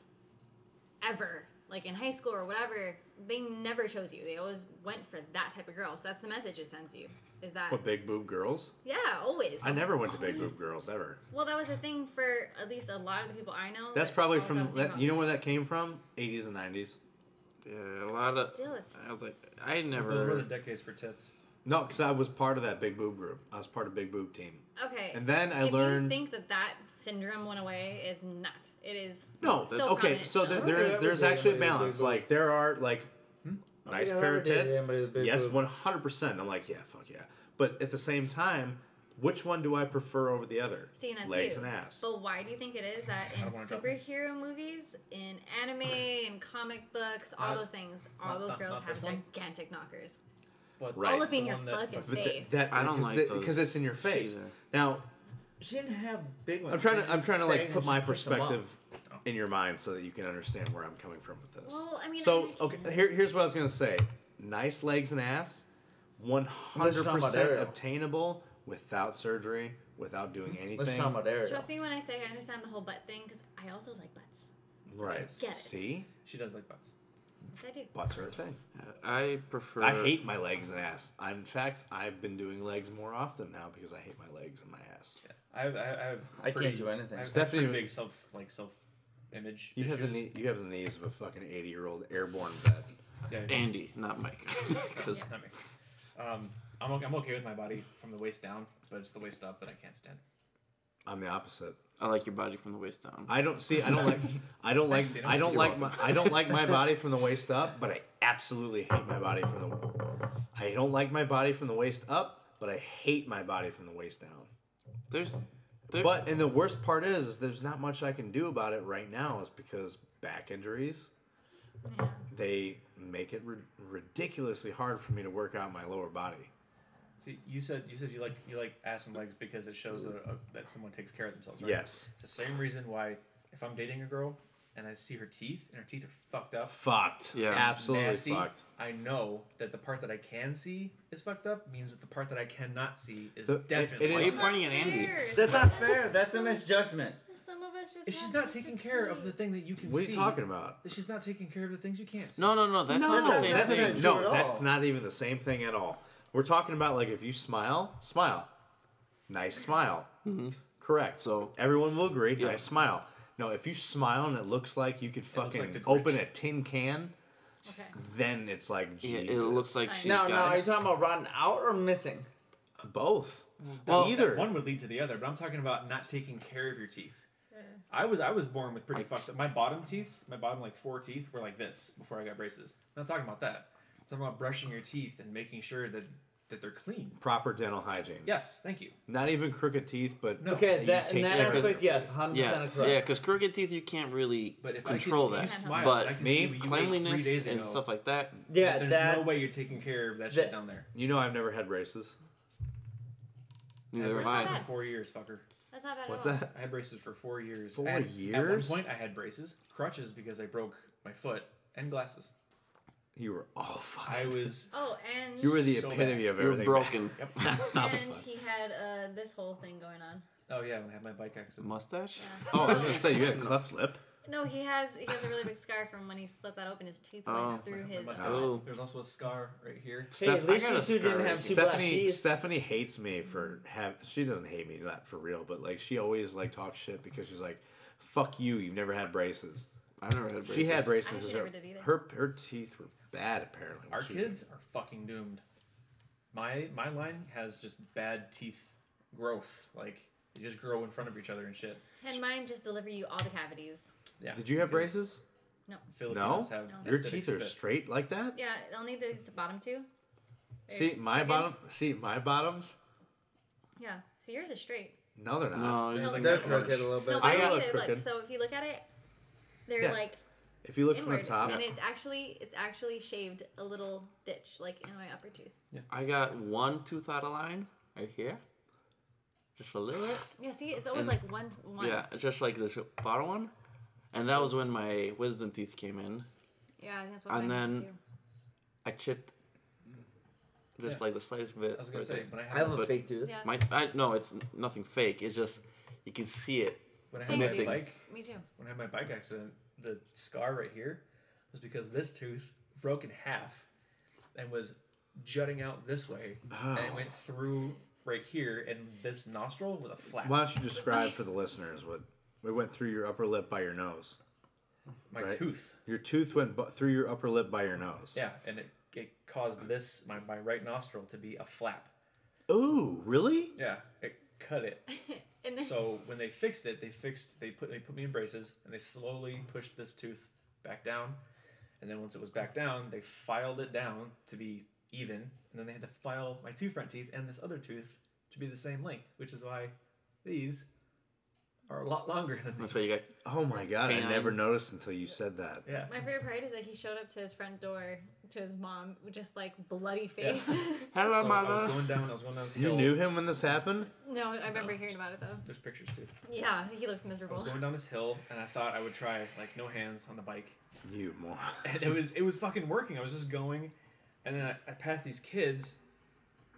Speaker 7: ever like in high school or whatever, they never chose you. They always went for that type of girl. So that's the message it sends you. Is that
Speaker 1: What big boob girls?
Speaker 7: yeah, always.
Speaker 1: I never went to big boob
Speaker 7: Always.
Speaker 1: girls ever.
Speaker 7: Well, that was a thing for at least a lot of the people I know.
Speaker 1: That's
Speaker 7: that
Speaker 1: probably
Speaker 7: also
Speaker 1: from
Speaker 7: have seen
Speaker 1: that, you know
Speaker 7: problems.
Speaker 1: where that came from? 80s and 90s.
Speaker 4: Yeah, a lot of.
Speaker 7: Still, it's-
Speaker 4: I was like, I never.
Speaker 3: Those were the decades for tits.
Speaker 1: No, because I was part of that big boob group. I was part of big boob team.
Speaker 7: Okay.
Speaker 1: And then I
Speaker 7: if
Speaker 1: learned.
Speaker 7: you think that that syndrome went away, it's not. It is.
Speaker 1: No,
Speaker 7: so
Speaker 1: okay.
Speaker 7: prominent
Speaker 1: So there,
Speaker 7: now.
Speaker 1: there is
Speaker 2: Okay.
Speaker 1: there's
Speaker 2: Everybody
Speaker 1: actually a
Speaker 2: with big
Speaker 1: balance.
Speaker 2: boobs.
Speaker 1: Like there are like nice
Speaker 2: Hmm? Yeah, I
Speaker 1: pair
Speaker 2: never
Speaker 1: of
Speaker 2: dated
Speaker 1: tits.
Speaker 2: anybody with big
Speaker 1: Yes,
Speaker 2: boobs.
Speaker 1: one hundred percent. I'm like, yeah, fuck yeah. But at the same time, which one do I prefer over the other?
Speaker 7: See, and that's
Speaker 1: legs
Speaker 7: you.
Speaker 1: and ass.
Speaker 7: But why do you think it is that in
Speaker 3: don't wanna drop it.
Speaker 7: superhero movies, in anime, in comic books, all
Speaker 3: Not-
Speaker 7: those things, all
Speaker 3: not-
Speaker 7: those
Speaker 3: not-
Speaker 7: girls
Speaker 3: not
Speaker 7: have
Speaker 3: this one?
Speaker 7: gigantic knockers,
Speaker 3: But
Speaker 1: Right.
Speaker 7: all up in
Speaker 3: The
Speaker 7: your
Speaker 3: one that-
Speaker 7: fucking
Speaker 3: but
Speaker 1: But th-
Speaker 7: face.
Speaker 1: that
Speaker 4: I don't
Speaker 1: because
Speaker 4: like
Speaker 1: the-
Speaker 4: those
Speaker 1: because it's in your face.
Speaker 4: either.
Speaker 1: Now
Speaker 2: she didn't have big ones.
Speaker 1: I'm trying to
Speaker 2: She's
Speaker 1: I'm trying to like
Speaker 2: saying
Speaker 1: put
Speaker 2: she
Speaker 1: my
Speaker 2: picked 'em up.
Speaker 1: perspective in your mind so that you can understand where I'm coming from with this.
Speaker 7: Well, I mean,
Speaker 1: so
Speaker 7: I-
Speaker 1: okay, here, here's what I was gonna say. Nice legs and ass, one hundred
Speaker 2: talk about
Speaker 1: percent
Speaker 2: Ariel.
Speaker 1: obtainable without surgery, without doing anything.
Speaker 2: Let's talk about Ariel.
Speaker 7: Trust me when I say I understand the whole butt thing because I also like butts.
Speaker 1: Right.
Speaker 7: Get it.
Speaker 1: See,
Speaker 3: She does like butts.
Speaker 7: Yes, I do.
Speaker 1: butts are a thing.
Speaker 4: I prefer.
Speaker 1: I hate my legs and ass. I, in fact, I've been doing legs more often now because I hate my legs and my ass.
Speaker 3: I have. I have. I, have
Speaker 2: I
Speaker 3: pretty-
Speaker 2: can't do anything.
Speaker 3: I have
Speaker 1: Stephanie-
Speaker 3: pretty big self like self image.
Speaker 1: You have the
Speaker 3: issues.
Speaker 1: knee, you have the knees of a fucking eighty year old airborne vet.
Speaker 3: Yeah, it is.
Speaker 4: Andy, not Mike. [LAUGHS] 'Cause
Speaker 3: Not me. Um, I'm, o- I'm okay with my body from the waist down, but it's the waist up that I can't stand.
Speaker 1: I'm the opposite.
Speaker 4: I like your body from the waist down.
Speaker 1: I don't see. I don't like. I don't like.
Speaker 3: Thanks, Dana.
Speaker 1: I don't
Speaker 3: You're
Speaker 1: like my. I don't like my body from the waist up, but I absolutely hate my body from the. I don't like my body from the waist up, but I hate my body from the waist down.
Speaker 4: There's, there,
Speaker 1: But and the worst part is, is there's not much I can do about it right now, is because back injuries. They make it rid ridiculously hard for me to work out my lower body.
Speaker 3: See, you said you said you like you like ass and legs because it shows that, uh, that someone takes care of themselves. Right?
Speaker 1: Yes.
Speaker 3: It's the same reason why if I'm dating a girl and I see her teeth and her teeth are fucked up,
Speaker 1: Fucked.
Speaker 4: Yeah.
Speaker 1: Absolutely
Speaker 3: nasty,
Speaker 1: fucked.
Speaker 3: I know that the part that I can see is fucked up means that the part that I cannot see is
Speaker 1: So it- it
Speaker 3: definitely.
Speaker 1: is-
Speaker 4: why are you
Speaker 1: It's
Speaker 4: pointing at Andy?
Speaker 7: Fair.
Speaker 2: That's
Speaker 7: Some
Speaker 2: not
Speaker 7: of
Speaker 2: fair.
Speaker 7: us-
Speaker 2: That's a misjudgment.
Speaker 7: Some of us just.
Speaker 3: if she's
Speaker 7: have
Speaker 3: not
Speaker 7: lesser
Speaker 3: taking care of the
Speaker 7: teeth.
Speaker 3: thing that you can
Speaker 1: What are
Speaker 3: see,
Speaker 1: you talking about?
Speaker 3: that she's not taking care of the things you can't see.
Speaker 4: No, no, no. That's not the
Speaker 2: No,
Speaker 4: same
Speaker 2: that's
Speaker 4: thing.
Speaker 2: not
Speaker 1: That's
Speaker 2: true
Speaker 1: no,
Speaker 2: at all.
Speaker 1: that's not even the same thing at all. We're talking about like if you smile, smile, nice smile, correct.
Speaker 4: So-
Speaker 1: everyone will agree,
Speaker 4: Yeah.
Speaker 1: nice smile. No, if you smile and it looks like you could
Speaker 3: looks
Speaker 1: fucking
Speaker 3: like the Grinch.
Speaker 1: open a tin can,
Speaker 7: Okay.
Speaker 1: then it's like
Speaker 4: Yeah,
Speaker 1: Jesus.
Speaker 4: it looks like she
Speaker 2: Now,
Speaker 4: got
Speaker 2: now, are
Speaker 4: it.
Speaker 2: you talking about rotten out or missing?
Speaker 1: both.
Speaker 4: Well,
Speaker 1: Either
Speaker 3: One would lead to the other, but I'm talking about not taking care of your teeth. I was I was born with pretty
Speaker 4: Like
Speaker 3: fucked up. My bottom teeth, my bottom like four teeth were like this before I got braces. I'm not talking about that. I'm talking about brushing your teeth and making sure that that they're clean.
Speaker 1: proper dental hygiene.
Speaker 3: Yes, thank you.
Speaker 1: Not even crooked teeth, but
Speaker 3: No.
Speaker 2: Okay,
Speaker 1: You
Speaker 2: that in
Speaker 1: take
Speaker 2: that
Speaker 1: care of
Speaker 2: aspect,
Speaker 1: it.
Speaker 2: yes, hundred
Speaker 4: Yeah,
Speaker 2: percent
Speaker 4: yeah,
Speaker 2: correct.
Speaker 4: because crooked teeth you can't really
Speaker 3: But if
Speaker 4: control
Speaker 3: I can,
Speaker 4: that.
Speaker 3: you smile,
Speaker 4: but
Speaker 3: I can
Speaker 1: me,
Speaker 3: see what you ate
Speaker 4: Cleanliness
Speaker 3: three days ago,
Speaker 4: and stuff like that.
Speaker 2: Yeah,
Speaker 3: There's
Speaker 2: that.
Speaker 3: no way you're taking care of that,
Speaker 2: that-
Speaker 3: shit down there.
Speaker 1: you know I've never had braces.
Speaker 3: I had
Speaker 4: Neither have
Speaker 3: braces
Speaker 4: I.
Speaker 7: Fine.
Speaker 3: for four years, fucker.
Speaker 7: That's not bad
Speaker 1: What's
Speaker 7: at all.
Speaker 1: that?
Speaker 3: I had braces for four years.
Speaker 1: Four
Speaker 3: and At one
Speaker 1: years?
Speaker 3: point, I had braces, crutches because I broke my foot, and glasses.
Speaker 1: You were oh fuck.
Speaker 3: I was
Speaker 7: Oh, and
Speaker 1: you were the
Speaker 3: so
Speaker 1: epitome
Speaker 3: bad.
Speaker 1: of
Speaker 4: You're
Speaker 1: everything.
Speaker 4: broken.
Speaker 7: and he had uh, this whole thing going on.
Speaker 3: oh yeah, when I had my bike accident.
Speaker 4: [LAUGHS] Mustache?
Speaker 1: oh, I was gonna say you had a cleft lip.
Speaker 7: No, he has he has a really big scar from when he slit that open. His tooth
Speaker 4: Oh,
Speaker 7: went through
Speaker 3: My
Speaker 7: his.
Speaker 3: mustache.
Speaker 4: Oh.
Speaker 3: There's also a scar right here.
Speaker 2: Hey, at
Speaker 1: Steph-
Speaker 2: least
Speaker 4: I got
Speaker 2: you
Speaker 4: a
Speaker 2: two didn't
Speaker 4: scar.
Speaker 2: have two black
Speaker 1: Stephanie
Speaker 2: teeth.
Speaker 1: Stephanie hates me for have she doesn't hate me not for real, but like she always like talks shit because she's like, "Fuck you, you've never had braces."
Speaker 4: I never had braces.
Speaker 1: She had braces.
Speaker 7: I actually
Speaker 1: 'cause
Speaker 7: never
Speaker 1: her,
Speaker 7: did either.
Speaker 1: her her teeth were bad apparently. when
Speaker 3: Our
Speaker 1: she was
Speaker 3: kids are fucking doomed. My my line has just bad teeth growth. Like they just grow in front of each other and shit.
Speaker 7: And mine just deliver you all the cavities.
Speaker 3: Yeah.
Speaker 1: young. Did you have
Speaker 3: because
Speaker 1: braces? No,
Speaker 3: Filipinos have
Speaker 1: your
Speaker 3: acidic
Speaker 1: teeth are
Speaker 3: spit.
Speaker 1: straight like that.
Speaker 7: Yeah, only these bottom two.
Speaker 1: See my
Speaker 7: Again?
Speaker 1: bottom. See my bottoms.
Speaker 7: Yeah, so yours are straight.
Speaker 1: No, they're not.
Speaker 4: No,
Speaker 3: They're
Speaker 4: you-
Speaker 7: like
Speaker 3: like
Speaker 7: that.
Speaker 3: that color.
Speaker 2: a little bit.
Speaker 7: No,
Speaker 1: I
Speaker 7: mine
Speaker 1: got
Speaker 7: either, like
Speaker 1: crooked.
Speaker 7: so. If you look at it, they're
Speaker 1: Yeah.
Speaker 7: like
Speaker 1: If you look
Speaker 7: inward,
Speaker 1: from the
Speaker 7: and
Speaker 1: top,
Speaker 7: it's actually it's actually shaved a little ditch, like in my upper tooth.
Speaker 4: I got one tooth out of line right here. Just a little bit.
Speaker 7: Yeah, see, it's
Speaker 4: And-
Speaker 7: always like one one.
Speaker 4: Yeah, just like the bottom one. And that was when my wisdom teeth came in.
Speaker 7: Yeah, that's what
Speaker 4: And
Speaker 7: mine had
Speaker 4: then-
Speaker 7: too.
Speaker 4: I chipped just
Speaker 3: Yeah.
Speaker 4: like the slightest bit.
Speaker 3: I was gonna
Speaker 4: right
Speaker 3: say
Speaker 4: there.
Speaker 3: when I
Speaker 2: I have
Speaker 3: had
Speaker 2: a
Speaker 4: But-
Speaker 2: fake tooth.
Speaker 7: Yeah,
Speaker 4: My, I, no, it's n- nothing fake. It's just you can see it.
Speaker 3: when I
Speaker 7: Same
Speaker 3: had my
Speaker 4: thing.
Speaker 3: bike
Speaker 7: me too.
Speaker 3: when I had my bike accident, the scar right here was because this tooth broke in half and was jutting out this way, and
Speaker 1: Oh.
Speaker 3: it went through right here, and this nostril was a flap.
Speaker 1: why don't you describe for the listeners what we went through your upper lip by your nose?
Speaker 3: My
Speaker 1: right.
Speaker 3: tooth.
Speaker 1: Your tooth went bu- through your upper lip by your nose.
Speaker 3: Yeah, and it, it caused this my, my right nostril to be a flap.
Speaker 1: Ooh, really?
Speaker 3: Yeah, it cut it.
Speaker 7: And then
Speaker 3: So when they fixed it, they fixed they put they put me in braces and they slowly pushed this tooth back down. And then once it was back down, they filed it down to be even, and then they had to file my two front teeth and this other tooth to be the same length, which is why these are a lot longer than
Speaker 4: That's why
Speaker 3: these.
Speaker 4: you got.
Speaker 1: Oh my god, I never
Speaker 4: Canines.
Speaker 1: noticed until you said that.
Speaker 3: Yeah.
Speaker 7: my favorite part is that he showed up to his front door to his mom with just like bloody
Speaker 4: [LAUGHS]
Speaker 7: face.
Speaker 4: Hello,
Speaker 3: So I was
Speaker 4: mother.
Speaker 3: going down. I was going down this
Speaker 1: You
Speaker 3: hill.
Speaker 1: knew him when this happened?
Speaker 7: no, I remember hearing about it though.
Speaker 3: There's pictures too.
Speaker 7: Yeah, he looks
Speaker 3: I was
Speaker 7: miserable.
Speaker 3: going down this hill, and I thought I would try like no hands on the bike,
Speaker 1: You
Speaker 3: [LAUGHS]
Speaker 1: moron.
Speaker 3: and it was it was fucking working. I was just going, and then I, I passed these kids,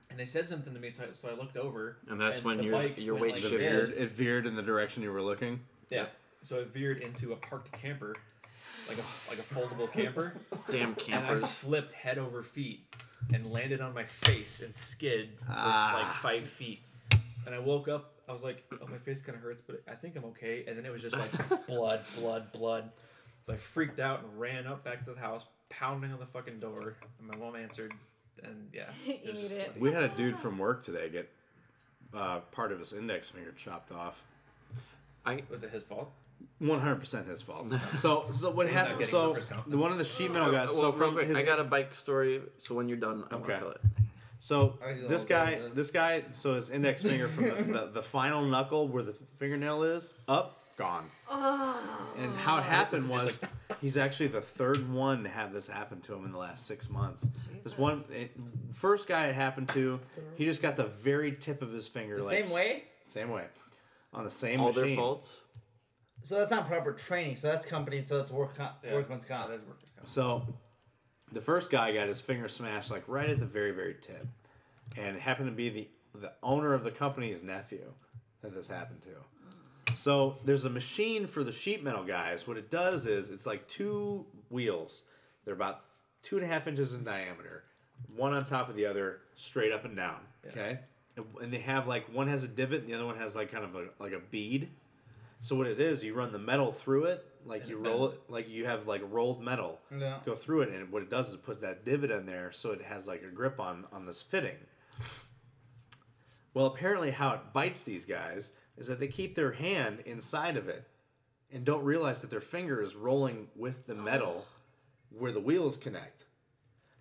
Speaker 3: and they said something to me. So I, so I looked over,
Speaker 4: And that's when
Speaker 3: the
Speaker 4: your-
Speaker 3: bike
Speaker 4: your
Speaker 3: went
Speaker 4: weight
Speaker 3: like
Speaker 1: It
Speaker 4: shifted.
Speaker 1: veered,
Speaker 3: this.
Speaker 1: it veered in the direction you were looking.
Speaker 3: yeah, so it veered into a parked camper, like a like a foldable camper,
Speaker 4: Damn
Speaker 3: and I
Speaker 4: campers.
Speaker 3: flipped head over feet, and landed on my face and skid for like
Speaker 1: Ah.
Speaker 3: five feet, and I woke up.
Speaker 1: [LAUGHS]
Speaker 3: I was like, oh, my face kind of hurts, but I think I'm okay. And then it was just like blood, blood, blood. So I freaked out and ran up back to the house, pounding on the fucking door. And my mom answered, and
Speaker 7: [LAUGHS]
Speaker 3: yeah, it
Speaker 7: You
Speaker 3: was just
Speaker 7: need it.
Speaker 3: funny.
Speaker 1: We had a dude from work today get uh, part of his index finger chopped off.
Speaker 3: Was it his fault?
Speaker 1: One hundred percent his
Speaker 3: [LAUGHS]
Speaker 1: fault. So, so what happened?
Speaker 3: getting
Speaker 1: So
Speaker 3: numbers count.
Speaker 1: the one of the sheet metal Oh, guys.
Speaker 4: Uh, well,
Speaker 1: So
Speaker 4: real
Speaker 1: from
Speaker 4: quick,
Speaker 1: his,
Speaker 4: I got a bike story. So when you're done, I want
Speaker 1: Okay.
Speaker 4: to tell it.
Speaker 1: so
Speaker 6: I can go
Speaker 1: this
Speaker 6: with
Speaker 1: guy,
Speaker 6: this.
Speaker 1: this guy, so his
Speaker 4: [LAUGHS]
Speaker 1: index finger from the, the, the final knuckle where the fingernail is up, gone. And how it happened was, he's actually the third one to have this happen to him in the last six months. This one, it, first guy it happened to, he just got the very tip of his finger,
Speaker 2: The
Speaker 1: like
Speaker 2: same way?
Speaker 1: same way, on the same
Speaker 4: All
Speaker 1: machine.
Speaker 4: their faults.
Speaker 2: So that's not proper training. So that's company. So it's work comp,
Speaker 3: Yeah,
Speaker 2: workman's comp.
Speaker 3: That is working.
Speaker 1: So the first guy got his finger smashed like right at the very, very tip. And it happened to be the the owner of the company's nephew that this happened to. So there's a machine for the sheet metal guys. What it does is it's like two wheels. They're about two and a half inches in diameter, one on top of the other, straight up and down. Okay, and, and they have like one has a divot, and the other one has like kind of a like a bead. So what it is, you run the metal through it, like you roll it, like you have like rolled metal
Speaker 2: Yeah.
Speaker 1: go through it, and what it does is it puts that divot in there, so it has like a grip on on this fitting. Well, apparently, how it bites these guys is that they keep their hand inside of it and don't realize that their finger is rolling with the metal where the wheels connect.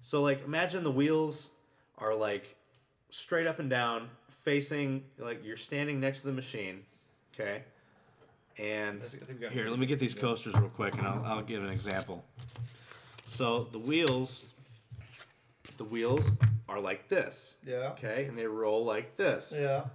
Speaker 1: So, like, imagine the wheels are like straight up and down, facing like you're standing next to the machine, okay? And
Speaker 3: I think we got
Speaker 1: here, let me get these coasters real quick, and I'll, I'll give an example. So the wheels, the wheels are like this,
Speaker 2: Yeah.
Speaker 1: okay, and they roll like this.
Speaker 2: Yeah.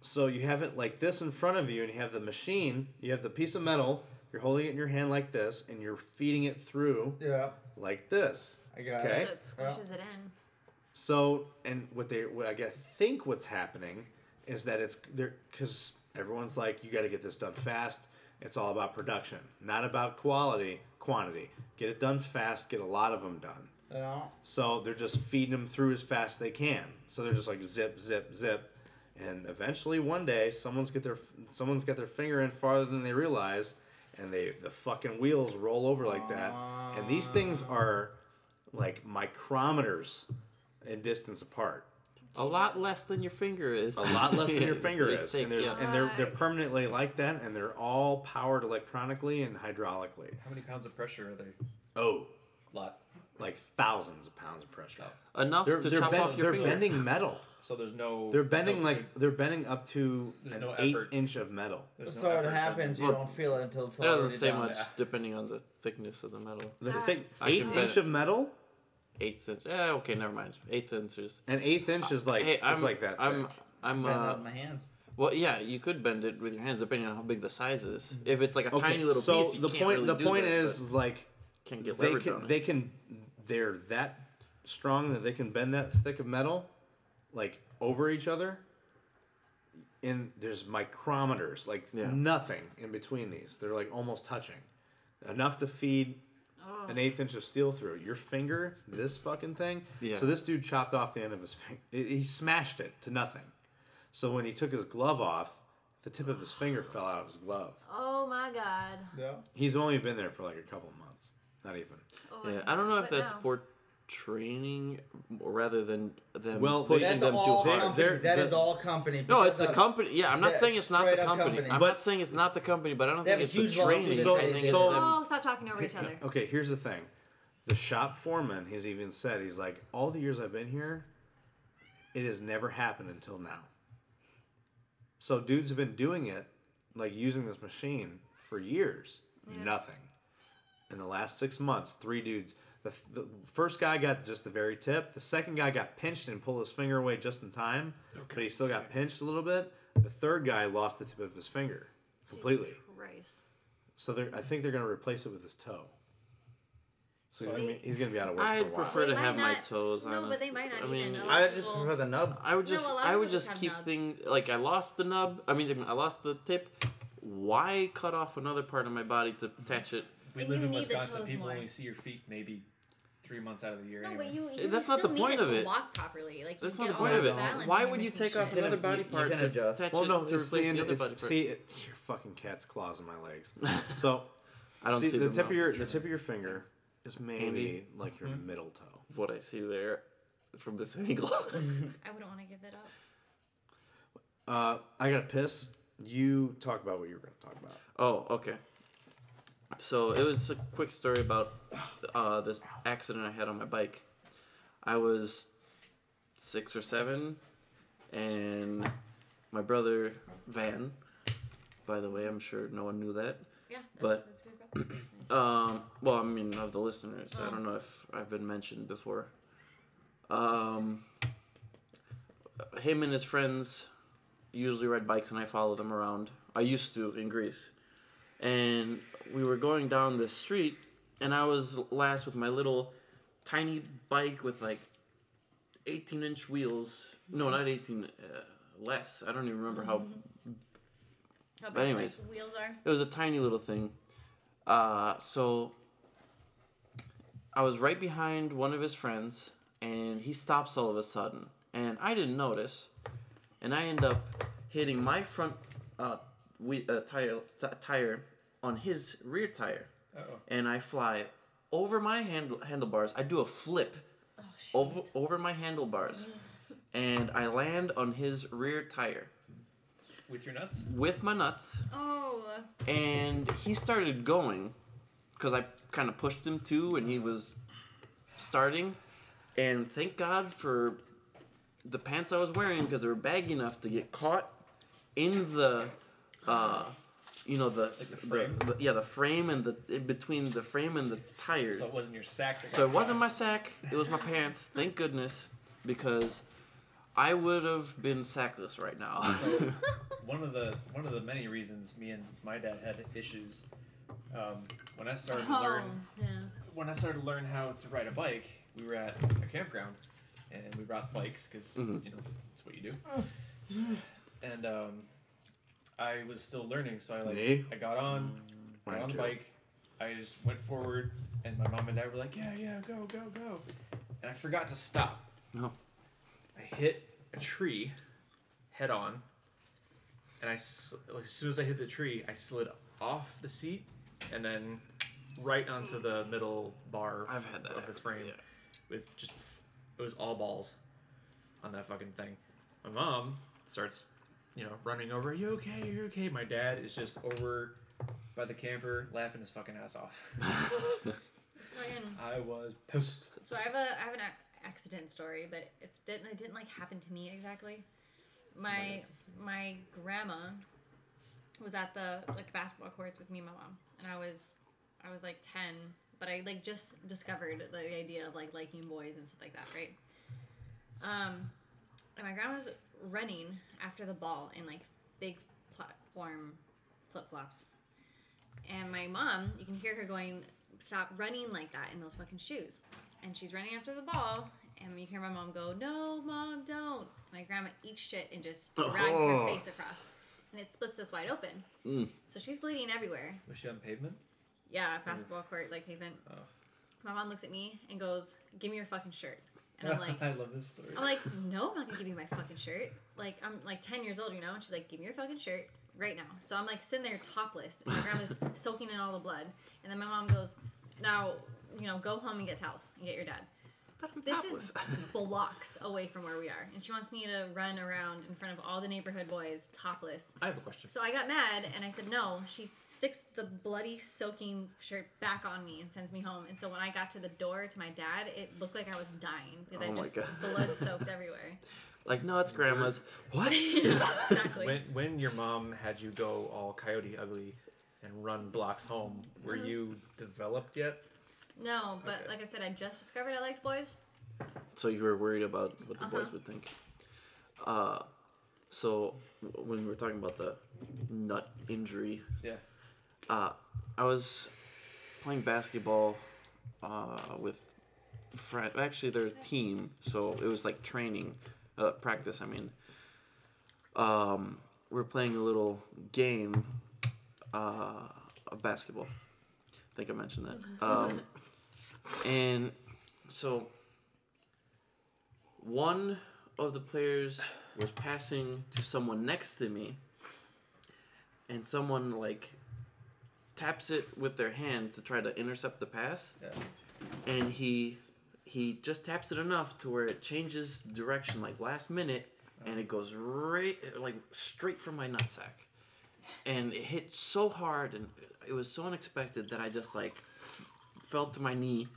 Speaker 1: So you have it like this in front of you, and you have the machine. You have the piece of metal. You're holding it in your hand like this, and you're feeding it through
Speaker 2: Yeah.
Speaker 1: like this.
Speaker 2: I got
Speaker 1: Okay.
Speaker 7: So it Oh. squishes it in.
Speaker 1: So, and what they, what I guess, think what's happening is that it's there because everyone's like, you got to get this done fast. It's all about production, not about quality, quantity. Get it done fast. Get a lot of them done.
Speaker 2: Yeah.
Speaker 1: So they're just feeding them through as fast as they can. So they're just like zip, zip, zip, and eventually one day someone's get their someone's got their finger in farther than they realize, and they the fucking wheels roll over like that. And these things are like micrometers in distance apart.
Speaker 4: A lot less than your finger is.
Speaker 1: A lot less than
Speaker 4: [LAUGHS]
Speaker 1: your
Speaker 4: Yeah,
Speaker 1: finger
Speaker 4: your
Speaker 1: is,
Speaker 4: stick,
Speaker 1: and there's
Speaker 4: yeah.
Speaker 1: and they're they're
Speaker 7: Right.
Speaker 1: permanently like that, and they're all powered electronically and hydraulically.
Speaker 3: How many pounds of pressure are there?
Speaker 1: Oh,
Speaker 3: lot.
Speaker 1: like thousands of pounds of pressure.
Speaker 4: enough
Speaker 1: They're,
Speaker 4: to
Speaker 1: they're
Speaker 4: chop
Speaker 1: ben-
Speaker 4: off your
Speaker 1: they're
Speaker 4: finger.
Speaker 1: bending metal.
Speaker 3: So there's no.
Speaker 1: They're bending
Speaker 3: no-
Speaker 1: like they're bending up to
Speaker 3: There's
Speaker 1: an
Speaker 3: no
Speaker 1: eighth
Speaker 3: effort.
Speaker 1: inch of metal.
Speaker 3: there's no
Speaker 2: so it
Speaker 3: effort.
Speaker 2: happens. You don't feel it until it's
Speaker 4: That doesn't
Speaker 2: already
Speaker 4: say
Speaker 2: done.
Speaker 4: much,
Speaker 3: Yeah.
Speaker 4: depending on the thickness of the metal.
Speaker 1: The
Speaker 7: That's-
Speaker 1: thick
Speaker 4: Ah, I can
Speaker 1: eighth
Speaker 4: bet
Speaker 1: inch
Speaker 4: it.
Speaker 1: of metal,
Speaker 4: Eighth inch. Eh, okay, never mind. Eighth inches.
Speaker 1: an eighth inch is like
Speaker 4: Uh, hey,
Speaker 1: is
Speaker 4: I'm
Speaker 1: like that.
Speaker 4: I'm.
Speaker 1: thick.
Speaker 4: I'm.
Speaker 2: Bend
Speaker 4: Uh,
Speaker 2: out my hands.
Speaker 4: well, yeah, you could bend it with your hands, depending on how big the size is.
Speaker 2: Mm-hmm.
Speaker 4: If it's like a tiny little
Speaker 1: so
Speaker 4: piece, you
Speaker 1: the
Speaker 4: can't
Speaker 1: point
Speaker 4: really
Speaker 1: the
Speaker 4: do
Speaker 1: point
Speaker 4: that,
Speaker 1: is
Speaker 4: but
Speaker 1: is like
Speaker 4: can't get
Speaker 1: they
Speaker 4: leverage on
Speaker 1: can
Speaker 4: it.
Speaker 1: they can they're that strong that they can bend that thick of metal like over each other. And there's micrometers, like
Speaker 4: Yeah.
Speaker 1: nothing in between these. They're like almost touching, enough to feed
Speaker 7: Oh.
Speaker 1: an eighth inch of steel through your finger. This fucking thing.
Speaker 4: Yeah.
Speaker 1: So this dude chopped off the end of his finger. He smashed it to nothing. So when he took his glove off, the tip of his finger fell out of his glove.
Speaker 7: Oh my god.
Speaker 2: Yeah.
Speaker 1: He's only been there for like a couple of months, not even.
Speaker 7: Oh,
Speaker 4: Yeah,
Speaker 7: can
Speaker 4: I don't know if
Speaker 7: just put it
Speaker 4: that's
Speaker 7: now.
Speaker 4: poor training rather than them
Speaker 1: Well, they-
Speaker 4: pushing
Speaker 2: That's
Speaker 4: them too
Speaker 2: all
Speaker 4: hard.
Speaker 2: company.
Speaker 1: They're-
Speaker 2: That
Speaker 1: they're-
Speaker 2: is all company.
Speaker 4: No,
Speaker 2: because
Speaker 4: it's the
Speaker 2: of-
Speaker 4: company. Yeah, I'm not
Speaker 2: Yeah,
Speaker 4: saying it's not the
Speaker 2: straight up
Speaker 4: company.
Speaker 2: company.
Speaker 4: I'm
Speaker 1: But-
Speaker 4: not saying it's not the company, but I don't
Speaker 2: They
Speaker 4: think
Speaker 2: have
Speaker 4: it's
Speaker 2: a
Speaker 4: the
Speaker 2: huge lawsuit
Speaker 4: training.
Speaker 2: in
Speaker 1: So-
Speaker 4: I think it's
Speaker 1: so-
Speaker 4: them-
Speaker 7: Oh, stop talking
Speaker 4: [LAUGHS]
Speaker 7: over each other.
Speaker 1: Okay, here's the thing. The shop foreman has even said he's like, all the years I've been here, it has never happened until now. So dudes have been doing it, like using this machine for years. Nothing. In the last six months, three dudes. The, the first guy got just the very tip. The second guy got pinched and pulled his finger away just in time, but he still got pinched a little bit. The third guy lost the tip of his finger completely.
Speaker 7: Christ.
Speaker 1: So they're, I think they're going to replace it with his toe. So he's going to be, he's going to be out of work for a
Speaker 4: I'd
Speaker 1: while.
Speaker 4: prefer to
Speaker 7: They
Speaker 4: have
Speaker 7: might
Speaker 4: my
Speaker 7: not-
Speaker 4: toes.
Speaker 7: no, but
Speaker 4: honestly.
Speaker 7: they might not
Speaker 4: I mean,
Speaker 7: even. A lot
Speaker 2: I
Speaker 7: of
Speaker 2: would just
Speaker 7: people-
Speaker 2: prefer the nub. [LAUGHS]
Speaker 4: I would
Speaker 7: No,
Speaker 4: just,
Speaker 7: a lot of
Speaker 4: I would
Speaker 7: people just
Speaker 4: just
Speaker 7: have
Speaker 4: keep
Speaker 7: nubs.
Speaker 4: things like I lost the nub. I mean, I lost the tip. Why cut off another part of my body to attach it?
Speaker 3: We
Speaker 7: You
Speaker 3: live in
Speaker 7: need the
Speaker 3: Wisconsin.
Speaker 7: toes
Speaker 3: People
Speaker 7: more.
Speaker 3: only see your feet maybe three months out of the year.
Speaker 7: No,
Speaker 3: anyway.
Speaker 7: but you,
Speaker 4: Eh,
Speaker 7: you
Speaker 4: that's
Speaker 7: still
Speaker 4: not the
Speaker 7: need
Speaker 4: point
Speaker 7: it
Speaker 4: of
Speaker 7: to
Speaker 4: it.
Speaker 7: walk properly. Like
Speaker 4: That's
Speaker 7: you
Speaker 4: not the
Speaker 7: get
Speaker 4: point
Speaker 7: all
Speaker 4: of it.
Speaker 7: balance
Speaker 4: Why
Speaker 7: and
Speaker 4: would you
Speaker 7: everything.
Speaker 4: take off
Speaker 2: You can-
Speaker 4: another body
Speaker 2: you
Speaker 4: part
Speaker 2: can
Speaker 4: to
Speaker 2: adjust.
Speaker 4: attach
Speaker 1: Well, no,
Speaker 4: it to
Speaker 1: it's the
Speaker 4: replace
Speaker 1: end.
Speaker 4: the other
Speaker 1: It's,
Speaker 4: body part?
Speaker 1: see, it, your fucking cat's claws on my legs. So
Speaker 4: I don't see,
Speaker 1: the
Speaker 4: them
Speaker 1: tip
Speaker 4: though.
Speaker 1: of your the tip of your finger is maybe,
Speaker 4: Maybe.
Speaker 1: like your middle toe.
Speaker 4: what I see there from this [LAUGHS] angle.
Speaker 7: I wouldn't want to give it up.
Speaker 1: Uh, I gotta piss. You talk about what you were gonna talk about.
Speaker 4: oh, okay. So it was a quick story about uh, this accident I had on my bike. I was six or seven, and my brother Van. By the way, I'm sure no one knew that.
Speaker 7: Yeah, that's,
Speaker 4: But-
Speaker 7: that's good.
Speaker 4: [CLEARS THROAT]
Speaker 7: bro. Nice.
Speaker 4: Um, well, I mean, of the listeners, I
Speaker 7: Oh.
Speaker 4: don't know if I've been mentioned before. Um, him and his friends usually ride bikes, and I follow them around. I used to in Greece, and we were going down this street, and I was last with my little tiny bike with like 18 inch wheels. No, not 18, uh, less. I don't even remember how
Speaker 7: How big,
Speaker 4: but anyways.
Speaker 7: like, Oh, wheels are.
Speaker 4: it was a tiny little thing. Uh, so I was right behind one of his friends, and he stops all of a sudden, and I didn't notice, and I end up hitting my front uh, we, uh, tire t- tire on his rear tire,
Speaker 3: Uh-oh.
Speaker 4: and I fly over my handle handlebars. I do a flip
Speaker 7: Oh, shit.
Speaker 4: over over my handlebars, and I land on his rear tire
Speaker 3: With your nuts?
Speaker 4: with my nuts
Speaker 7: Oh,
Speaker 4: and he started going because I kind of pushed him too, and he was starting. And thank God for the pants I was wearing because they were baggy enough to get caught in the, uh, you know the,
Speaker 3: the
Speaker 4: the-
Speaker 3: frame?
Speaker 4: the- yeah the frame and the in between the frame and the tire.
Speaker 3: So it wasn't your sack. that
Speaker 4: So
Speaker 3: got
Speaker 4: it wasn't
Speaker 3: caught.
Speaker 4: my sack, it was my pants, thank goodness, because I would have been sackless right now.
Speaker 3: So one of the one of the many reasons me and my dad had issues um, when I started to learn
Speaker 7: oh, yeah.
Speaker 3: when I started to learn how to ride a bike, we were at a campground, and we brought bikes because
Speaker 4: Mhm.
Speaker 3: you know it's what you do. and um, I was still learning, so I like
Speaker 1: Me?
Speaker 3: I got on, got
Speaker 4: Mm,
Speaker 1: Mine
Speaker 3: on the
Speaker 1: too.
Speaker 3: bike. I just went forward, and my mom and dad were like, "Yeah, yeah, go, go, go," and I forgot to stop.
Speaker 4: No.
Speaker 3: I hit a tree head on, and I s- as soon as I hit the tree, I slid off the seat, and then right onto the middle bar
Speaker 4: [LAUGHS] I've had that
Speaker 3: of the
Speaker 4: happen,
Speaker 3: frame
Speaker 4: yeah.
Speaker 3: with just it was all balls on that fucking thing. My mom starts, you know, running over. you okay? you okay? My dad is just over by the camper, laughing his fucking ass
Speaker 4: [LAUGHS]
Speaker 3: off.
Speaker 7: Fucking-
Speaker 3: I was pissed.
Speaker 7: So I have a I have an ac- accident story, but it's didn't it didn't like happen to me exactly. My my grandma was at the like basketball courts with me and my mom, and I was I was like ten, but I like just discovered the idea of like liking boys and stuff like that, right? Um, and my grandma's running after the ball in like big platform flip flops, and my mom, you can hear her going, "Stop running like that in those fucking shoes." And she's running after the ball, and you hear my mom go, "No, mom, don't!" My grandma eats shit and just drags her face across, and it splits this wide open. So she's bleeding everywhere.
Speaker 3: Was she on pavement?
Speaker 7: Yeah, basketball court, like pavement.
Speaker 3: Oh.
Speaker 7: My mom looks at me and goes, "Give me your fucking shirt,"
Speaker 3: [LAUGHS]
Speaker 7: and I'm like. Oh.
Speaker 3: I love this story.
Speaker 7: I'm like, no, I'm not gonna give you my fucking shirt. Like, I'm like 10 years old, you know? And she's like, give me your fucking shirt right now. So I'm like sitting there topless, and my grandma's soaking in all the blood. And then my mom goes, now, you know, go home and get towels and get your dad. This is blocks away from where we are. And she wants me to run around in front of all the neighborhood boys topless.
Speaker 3: I have a question.
Speaker 7: So I got mad and I said no. She sticks the bloody soaking shirt back on me and sends me home. And so when I got to the door to my dad, it looked like I was dying because
Speaker 4: Oh
Speaker 7: I
Speaker 4: my
Speaker 7: just
Speaker 4: God.
Speaker 7: blood
Speaker 4: [LAUGHS]
Speaker 7: soaked everywhere. [LAUGHS]
Speaker 4: like, no, it's grandma's. What?
Speaker 7: exactly.
Speaker 3: When when your mom had you go all coyote ugly and run blocks home, were you developed yet?
Speaker 7: no, but
Speaker 3: Okay.
Speaker 7: like I said, I just discovered I liked boys.
Speaker 4: So you were worried about what the boys
Speaker 7: Uh-huh.
Speaker 4: would think. Uh, so w- when we were talking about the nut injury,
Speaker 3: Yeah.
Speaker 4: uh, I was playing basketball uh, with friend. Actually, their team, so it was like training, uh, practice. I mean, um, we we're playing a little game uh, of basketball. I think I mentioned that. Um, and so one of
Speaker 3: [SIGHS]
Speaker 4: the players was passing to someone next to me, and someone like taps it with their hand to try to intercept the pass,
Speaker 3: Yeah.
Speaker 4: and he he just taps it enough to where it changes direction like last minute, and it goes right like straight from my nutsack, and it hit so hard and it was so unexpected that I just like fell to my knee,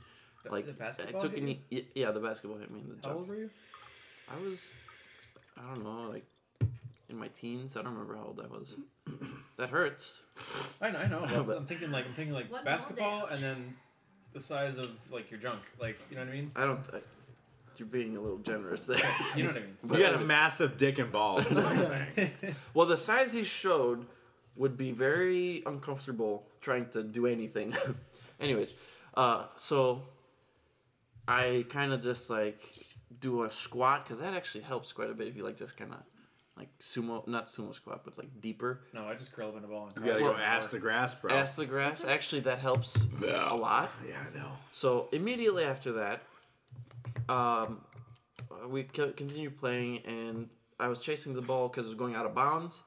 Speaker 3: The-
Speaker 4: like
Speaker 3: the
Speaker 4: I
Speaker 3: basketball
Speaker 4: took a
Speaker 3: hit
Speaker 4: knee. y- Yeah, the basketball hit me in the
Speaker 3: How
Speaker 4: jump.
Speaker 3: old were you?
Speaker 4: I was, I don't know, like in my teens. I don't remember how old I was. that hurts.
Speaker 3: I know, I know. but I'm- [LAUGHS]
Speaker 4: But-
Speaker 3: I'm thinking like I'm thinking like
Speaker 7: What an old
Speaker 3: basketball, and then the size of like your junk. Like you know what I mean?
Speaker 4: I don't. I, you're being a little generous [LAUGHS] there.
Speaker 3: You know what I mean?
Speaker 4: But
Speaker 1: you got
Speaker 4: it
Speaker 1: a
Speaker 4: was-
Speaker 1: massive dick and balls. is what I'm saying.
Speaker 4: Well, the size he showed would be very uncomfortable trying to do anything. [LAUGHS] Anyways, uh, so I kind of just like do a squat because that actually helps quite a bit if you like just kind of like sumo, not sumo squat, but like deeper.
Speaker 3: No, I just curl up in a ball and
Speaker 1: You gotta
Speaker 4: Well,
Speaker 1: go ass to grass, bro.
Speaker 4: Ass the grass. Actually, that helps a lot.
Speaker 1: yeah, I know.
Speaker 4: So immediately after that, um, uh, we co- continued playing, and I was chasing the ball because it was going out of bounds.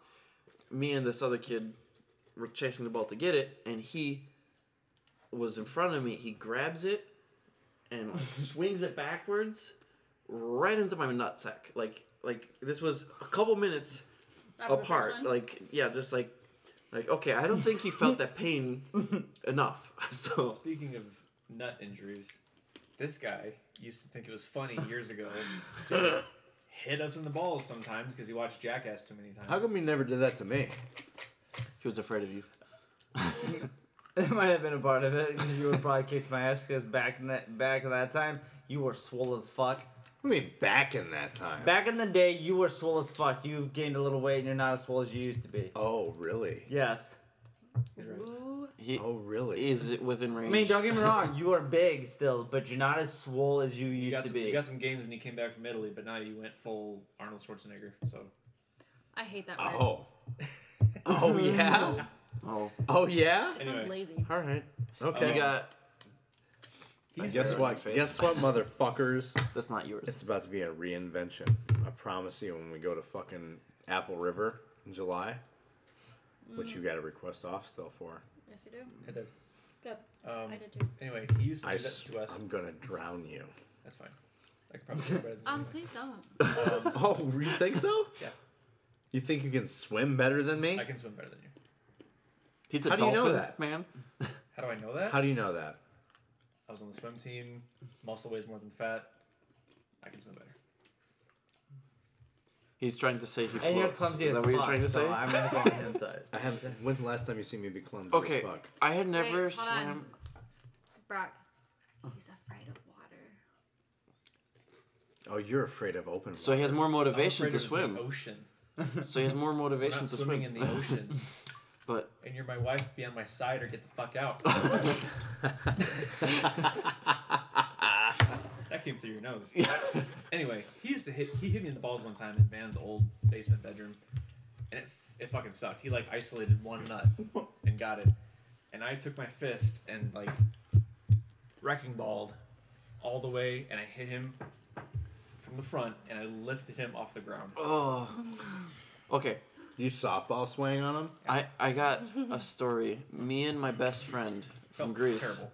Speaker 4: Me and this other kid were chasing the ball to get it, and he was in front of me. He grabs it and [LAUGHS] like swings it backwards, right into my nutsack. Like like this was a couple minutes
Speaker 7: After the first
Speaker 4: apart.
Speaker 7: one?
Speaker 4: Like yeah, just like like okay, I don't think he felt that pain [LAUGHS] enough. So
Speaker 3: Speaking of nut injuries, this guy used to think it was funny years ago to just hit us in the balls sometimes because he watched Jackass too many times.
Speaker 8: How come you never did that to me?
Speaker 4: he was afraid of you.
Speaker 2: That might have been a part of it because you would probably kicked my ass because back in that back in that time you were swole as fuck.
Speaker 1: I mean, back in that time.
Speaker 2: Back in the day you were swole as fuck. You've gained a little weight and you're not as swole as you used to be.
Speaker 1: oh, really?
Speaker 2: Yes.
Speaker 7: Ooh,
Speaker 4: He
Speaker 1: Oh, really?
Speaker 4: is it within range.
Speaker 2: I mean, don't get me wrong, you are big still, but you're not as swole as you
Speaker 3: You
Speaker 2: used
Speaker 3: got,
Speaker 2: to
Speaker 3: some,
Speaker 2: be.
Speaker 3: you got some gains when you came back from Italy, but now you went full Arnold Schwarzenegger. So
Speaker 7: I hate that word.
Speaker 1: Oh. [LAUGHS] Oh yeah.
Speaker 4: Oh,
Speaker 1: Oh yeah.
Speaker 7: It sounds
Speaker 3: Anyway.
Speaker 7: lazy.
Speaker 4: all right.
Speaker 1: Okay.
Speaker 4: You got
Speaker 1: Guess what? Guess
Speaker 3: [LAUGHS]
Speaker 1: what, motherfuckers?
Speaker 4: that's not yours.
Speaker 1: It's about to be a reinvention. I promise you, when we go to fucking Apple River in July, which you got a request off still for,
Speaker 7: Yes, you do.
Speaker 3: I did.
Speaker 7: Good.
Speaker 3: Um,
Speaker 7: I did too.
Speaker 3: anyway, he used to
Speaker 1: I
Speaker 3: do that to us.
Speaker 1: am gonna drown you.
Speaker 3: That's fine. I could probably say it better than
Speaker 7: Um,
Speaker 3: you. Um,
Speaker 7: please don't. Um, [LAUGHS]
Speaker 1: Oh, you think so?
Speaker 3: [LAUGHS] Yeah.
Speaker 1: You think you can swim better than me?
Speaker 3: I can swim better than you.
Speaker 4: He's a
Speaker 1: How do you
Speaker 4: dolphin
Speaker 1: know that?
Speaker 4: man.
Speaker 3: How do I know that?
Speaker 1: How do you know that?
Speaker 3: I was on the swim team. Muscle weighs more than fat. I can swim better.
Speaker 4: He's trying to say he floats.
Speaker 2: and you're clumsy
Speaker 4: Is
Speaker 2: as
Speaker 4: that
Speaker 2: fuck.
Speaker 4: what you're trying to
Speaker 2: so
Speaker 4: say?
Speaker 2: I'm gonna go on him side.
Speaker 1: I have. When's the last time you seen me be clumsy
Speaker 4: okay,
Speaker 1: as fuck?
Speaker 4: I had never
Speaker 7: Wait, hold on.
Speaker 4: swam.
Speaker 7: Brock, he's afraid of water.
Speaker 1: Oh, you're afraid of open.
Speaker 4: So he has more
Speaker 3: I'm
Speaker 4: motivation
Speaker 3: afraid of
Speaker 4: to
Speaker 3: the
Speaker 4: swim.
Speaker 3: ocean.
Speaker 4: So he has more
Speaker 3: I'm
Speaker 4: motivation
Speaker 3: not
Speaker 4: to
Speaker 3: swimming
Speaker 4: swim.
Speaker 3: in the ocean.
Speaker 4: But
Speaker 3: and you're my wife, be on my side or get the fuck
Speaker 4: [LAUGHS]
Speaker 3: out. [LAUGHS] that came through your
Speaker 4: [LAUGHS]
Speaker 3: nose. anyway, he used to hit. He hit me in the balls one time in Van's old basement bedroom, and it, it fucking sucked. He like isolated one nut and got it, and I took my fist and like wrecking balled all the way, and I hit him from the front, and I lifted him off the ground.
Speaker 4: oh, [LAUGHS] okay.
Speaker 1: You softball swing on him?
Speaker 4: I I got a story. Me and my best friend from
Speaker 3: Felt
Speaker 4: Greece.
Speaker 3: Terrible.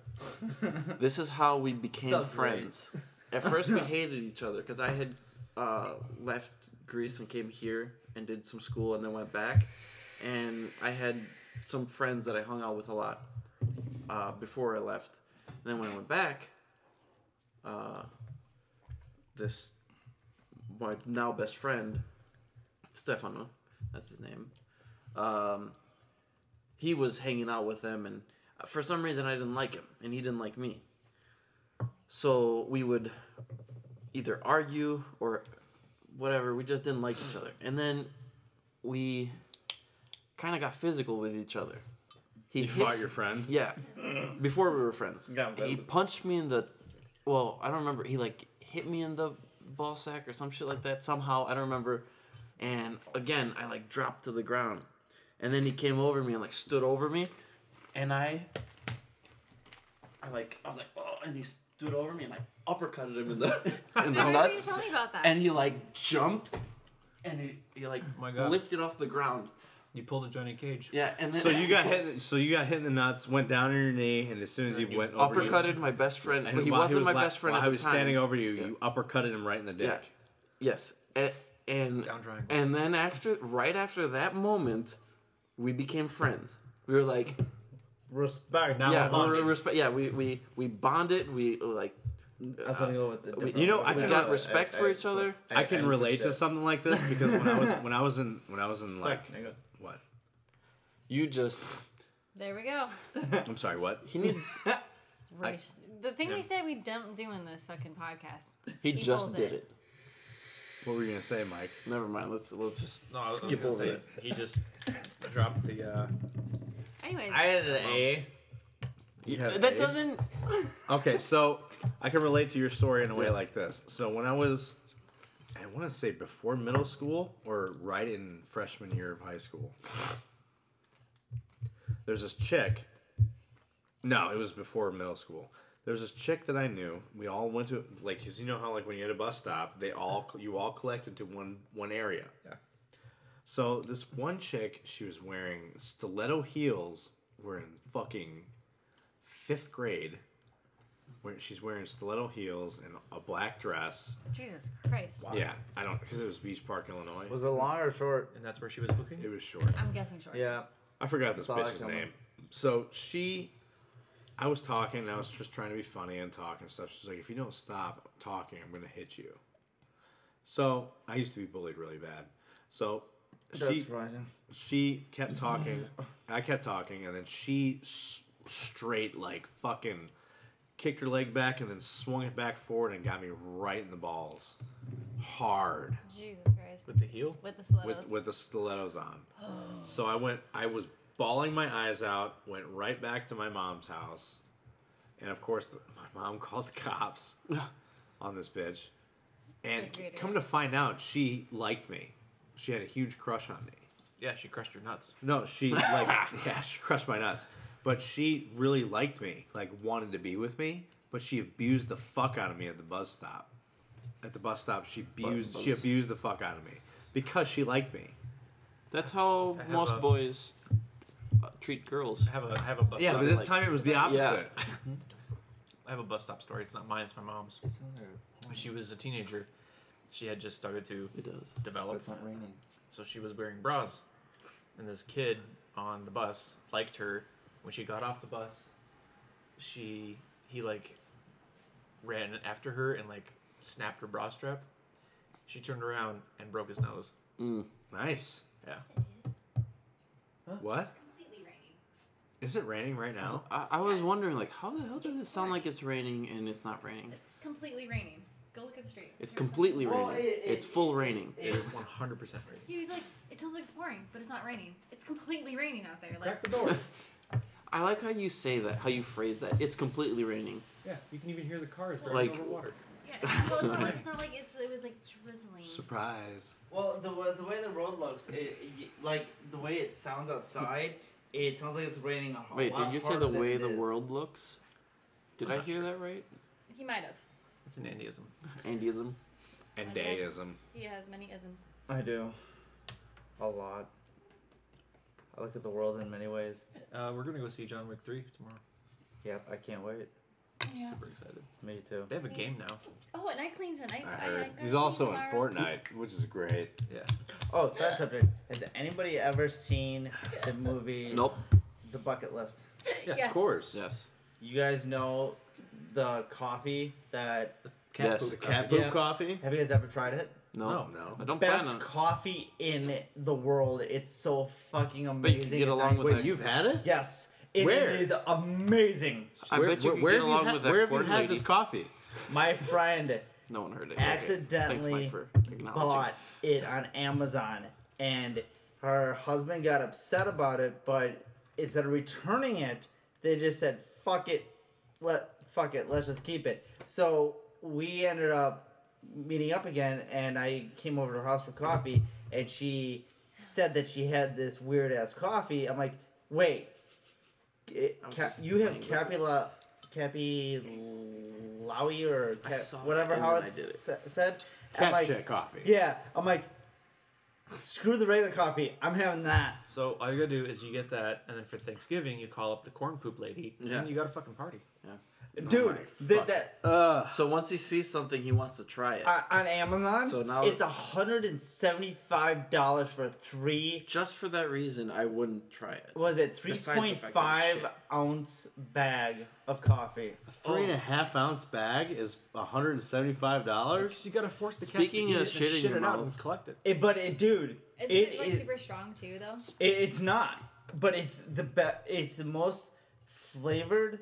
Speaker 4: [LAUGHS] This is how we became
Speaker 2: Felt great.
Speaker 4: friends. At first, we hated each other because I had uh, left Greece and came here and did some school and then went back. And I had some friends that I hung out with a lot uh, before I left. And then when I went back, uh, this my now best friend, Stefano, that's his name. Um, he was hanging out with them, and for some reason I didn't like him, and he didn't like me. So we would either argue or whatever. We just didn't like each other, and then we kind of got physical with each other. He
Speaker 1: You
Speaker 4: hit-
Speaker 1: fought your friend?
Speaker 4: yeah. Before we were friends. he punched me in the well, I don't remember. He like hit me in the ball sack or some shit like that somehow. I don't remember. And again, I like dropped to the ground. And then he came over me and like stood over me and I I like I was like, "Oh," and he stood over me and like uppercutted him in the [LAUGHS] in the
Speaker 7: I remember you
Speaker 4: nuts.
Speaker 7: told me about that.
Speaker 4: And he like jumped and he, he like
Speaker 9: my God.
Speaker 4: lifted off the ground.
Speaker 9: You pulled a Johnny Cage.
Speaker 4: Yeah, and then
Speaker 1: So you got hit. So you got hit in the nuts. Went down on your knee, and as soon as you went over, you-
Speaker 4: uppercutted my best friend.
Speaker 1: and
Speaker 4: but he
Speaker 1: while
Speaker 4: wasn't
Speaker 1: was
Speaker 4: my
Speaker 1: la-
Speaker 4: best friend
Speaker 1: While
Speaker 4: at
Speaker 1: he
Speaker 4: the
Speaker 1: was
Speaker 4: time.
Speaker 1: standing over you.
Speaker 4: Yeah.
Speaker 1: You uppercutted him right in the dick.
Speaker 4: Yeah. Yes. And and,
Speaker 9: Down triangle.
Speaker 4: and then after right after that moment, we became friends. We were like
Speaker 2: [LAUGHS] Respect.
Speaker 9: Now
Speaker 4: yeah,
Speaker 9: we're
Speaker 4: we
Speaker 9: bonded.
Speaker 4: respect yeah, we we we bonded, we like
Speaker 2: That's something with the
Speaker 4: we,
Speaker 2: different-
Speaker 1: You know, I
Speaker 4: we
Speaker 1: can-
Speaker 4: got respect for each other.
Speaker 1: I can relate to something like this because when I was when I was in when I was in like what
Speaker 4: You just
Speaker 7: There we go.
Speaker 1: I'm sorry what [LAUGHS]
Speaker 4: he needs
Speaker 7: Race- the thing we said we don't do in this fucking podcast.
Speaker 4: he
Speaker 7: He
Speaker 4: just
Speaker 7: pulls
Speaker 4: did
Speaker 7: it.
Speaker 4: it.
Speaker 1: what were you gonna say Mike
Speaker 4: Never mind. Let's let's just
Speaker 9: No, I was, I was
Speaker 4: skip
Speaker 9: gonna
Speaker 4: over
Speaker 9: say,
Speaker 4: it.
Speaker 9: He just dropped the. Uh,
Speaker 7: Anyways,
Speaker 6: I had an A.
Speaker 1: you have
Speaker 4: That
Speaker 1: AIDS?
Speaker 4: doesn't
Speaker 1: okay so I can relate to your story in a way
Speaker 4: Yes.
Speaker 1: like this so when I was I want to say before middle school or right in freshman year of high school there's this chick no it was before middle school there's this chick that I knew. We all went to like, cause you know how like when you're at a bus stop, they all you all collected to one one area.
Speaker 9: Yeah.
Speaker 1: So this one chick, she was wearing stiletto heels. We're in fucking fifth grade. Where she's wearing stiletto heels and a black dress.
Speaker 7: Jesus Christ.
Speaker 1: Yeah, I don't because it was Beach Park, Illinois.
Speaker 2: Was it long or short?
Speaker 9: and that's where she was looking.
Speaker 1: it was short.
Speaker 7: I'm guessing short.
Speaker 2: Yeah.
Speaker 1: I forgot this
Speaker 2: Saw that
Speaker 1: bitch's
Speaker 2: coming.
Speaker 1: name. So she, I was talking, and I was just trying to be funny and talking and stuff. She's like, if you don't stop talking, I'm gonna hit you. So I used to be bullied really bad. So
Speaker 2: That's
Speaker 1: she
Speaker 2: surprising.
Speaker 1: she kept talking, I kept talking, and then she s- straight like fucking kicked her leg back and then swung it back forward and got me right in the balls, hard
Speaker 7: Jesus Christ.
Speaker 9: With the heel.
Speaker 7: With the stilettos.
Speaker 1: with with the stilettos on. so I went. I was bawling my eyes out. Went right back to my mom's house, and of course, the, my mom [LAUGHS] called the cops
Speaker 9: [LAUGHS]
Speaker 1: on this bitch. And
Speaker 7: Agreed.
Speaker 1: come to find out, she liked me. She had a huge crush on me.
Speaker 9: Yeah, she crushed your nuts.
Speaker 1: No,
Speaker 4: [LAUGHS]
Speaker 1: she like yeah, she crushed my nuts. But she really liked me, like wanted to be with me. But she abused the fuck out of me at the bus stop. At the bus stop, she abused she
Speaker 4: bus.
Speaker 1: abused the fuck out of me because she liked me.
Speaker 4: that's how
Speaker 9: have
Speaker 4: most
Speaker 9: a-
Speaker 4: boys uh, treat girls.
Speaker 9: I have a I have a bus.
Speaker 1: Yeah,
Speaker 9: stop,
Speaker 1: but this
Speaker 9: like-
Speaker 1: time it was the opposite.
Speaker 9: I have a bus stop story. It's not mine. It's my mom's. When she was a teenager, she had just started to
Speaker 4: It does.
Speaker 9: develop.
Speaker 8: It's not raining.
Speaker 9: So she was wearing bras. And this kid on the bus liked her. When she got off the bus, she he like ran after her and like snapped her bra strap. She turned around and broke his nose.
Speaker 4: Mm.
Speaker 1: Nice.
Speaker 9: Yeah.
Speaker 1: What?
Speaker 7: Completely raining.
Speaker 1: Is it raining right now?
Speaker 4: I, I was wondering like how the hell does it sound like it's raining and it's not raining?
Speaker 7: It's completely raining. Go look at the street.
Speaker 4: It's completely
Speaker 2: Well,
Speaker 4: raining.
Speaker 2: it- it-
Speaker 4: it's full raining.
Speaker 9: It is 100% raining.
Speaker 7: He was like, it sounds like it's pouring, but it's not raining. It's completely raining out there. Like,
Speaker 2: Crack the doors.
Speaker 4: I like how you say that, how you phrase that. It's completely raining.
Speaker 9: Yeah, you can even hear the cars
Speaker 4: driving Like- over water.
Speaker 7: yeah, it's, well, it's, not, it's not like it's. It was like drizzling.
Speaker 1: Surprise.
Speaker 2: Well, the wa- the way the road looks, it, y- like the way it sounds outside, it sounds like it's raining a whole
Speaker 4: Wait,
Speaker 2: lot
Speaker 4: did you say
Speaker 2: harder
Speaker 4: the
Speaker 2: than
Speaker 4: way
Speaker 2: it
Speaker 4: the
Speaker 2: is.
Speaker 4: world looks? Did
Speaker 9: I'm
Speaker 4: I
Speaker 9: not
Speaker 4: hear
Speaker 9: sure.
Speaker 4: that right?
Speaker 7: He might have.
Speaker 9: It's an Andyism.
Speaker 4: Andyism.
Speaker 1: And
Speaker 7: I guess.
Speaker 1: dayism.
Speaker 7: He has many isms.
Speaker 2: I do, a lot. I look at the world in many ways.
Speaker 9: Uh, we're going to go see John Wick 3 tomorrow.
Speaker 2: Yep, I can't wait.
Speaker 9: I'm super excited.
Speaker 2: Me too.
Speaker 9: They have a game now.
Speaker 7: Oh, and I cleaned tonight's.
Speaker 1: I
Speaker 7: I
Speaker 1: heard.
Speaker 7: got
Speaker 1: He's
Speaker 7: clean
Speaker 1: also in
Speaker 7: tomorrow.
Speaker 1: Fortnite, which is great.
Speaker 9: Yeah.
Speaker 2: Oh, side subject. Has anybody ever seen the movie
Speaker 4: Nope.
Speaker 2: The Bucket List?
Speaker 7: [LAUGHS] Yes.
Speaker 1: Of course.
Speaker 4: Yes.
Speaker 2: You guys know the coffee that.
Speaker 4: Yes.
Speaker 9: poop
Speaker 4: The
Speaker 9: coffee.
Speaker 1: Cat poop
Speaker 2: Yeah.
Speaker 1: coffee?
Speaker 2: Have you guys ever tried it?
Speaker 4: No.
Speaker 1: No.
Speaker 4: I don't plan
Speaker 2: Best
Speaker 4: on.
Speaker 2: coffee in the world. It's so fucking amazing.
Speaker 4: But you can get
Speaker 2: It's
Speaker 4: along
Speaker 2: like-
Speaker 4: with
Speaker 1: Wait,
Speaker 4: that.
Speaker 1: you've had it?
Speaker 2: Yes. It is
Speaker 1: Where?
Speaker 2: amazing.
Speaker 4: I bet you could get
Speaker 1: have
Speaker 4: along
Speaker 1: had-
Speaker 4: with that
Speaker 1: Where have you
Speaker 4: corn
Speaker 1: had
Speaker 4: lady.
Speaker 1: this coffee?
Speaker 2: My friend
Speaker 4: [LAUGHS] No one heard it.
Speaker 2: accidentally
Speaker 4: Okay. Thanks, Mike, for
Speaker 2: bought
Speaker 4: acknowledging.
Speaker 2: it on Amazon and her husband got upset about it, but instead of returning it, they just said, fuck it, let fuck it, let's just keep it. So we ended up meeting up again and I came over to her house for coffee and she said that she had this weird ass coffee. I'm like, wait. It,
Speaker 4: I was
Speaker 2: ca-
Speaker 4: just
Speaker 2: you have
Speaker 4: playing with it.
Speaker 2: Capula Capilawi or
Speaker 4: I
Speaker 2: Cap,
Speaker 4: saw that
Speaker 2: whatever
Speaker 4: and
Speaker 2: how
Speaker 4: then I
Speaker 2: it's
Speaker 4: did it.
Speaker 2: sa- said. I'm
Speaker 1: Cat
Speaker 2: like,
Speaker 1: shit coffee.
Speaker 2: yeah, I'm like, Screw the regular coffee. I'm having that.
Speaker 3: So all you gotta do is you get that, and then for Thanksgiving you call up the corn poop lady,
Speaker 4: Yeah.
Speaker 3: and you got a fucking party.
Speaker 4: Oh
Speaker 3: Oh
Speaker 2: Dude, th- that
Speaker 4: Uh, so once he sees something, he wants to try it.
Speaker 2: uh, on Amazon,
Speaker 4: So now-
Speaker 2: it's hundred and seventy-five dollars for three.
Speaker 4: Just for that reason, I wouldn't try it.
Speaker 2: Was it three
Speaker 4: Besides the
Speaker 2: point
Speaker 4: fact that it's
Speaker 2: five
Speaker 4: shit.
Speaker 2: ounce bag of coffee?
Speaker 8: A three and a half ounce bag is $175.
Speaker 3: You gotta force the
Speaker 4: Speaking
Speaker 3: cats
Speaker 4: of
Speaker 3: to eat it and
Speaker 4: shit in
Speaker 3: shit
Speaker 4: your
Speaker 3: it out
Speaker 4: mouth.
Speaker 3: and collect it.
Speaker 2: It, but it, dude,
Speaker 7: Isn't
Speaker 2: it
Speaker 7: it, like
Speaker 2: is-
Speaker 7: super strong too, though?
Speaker 2: It, it's not, but it's the best. It's the most flavored,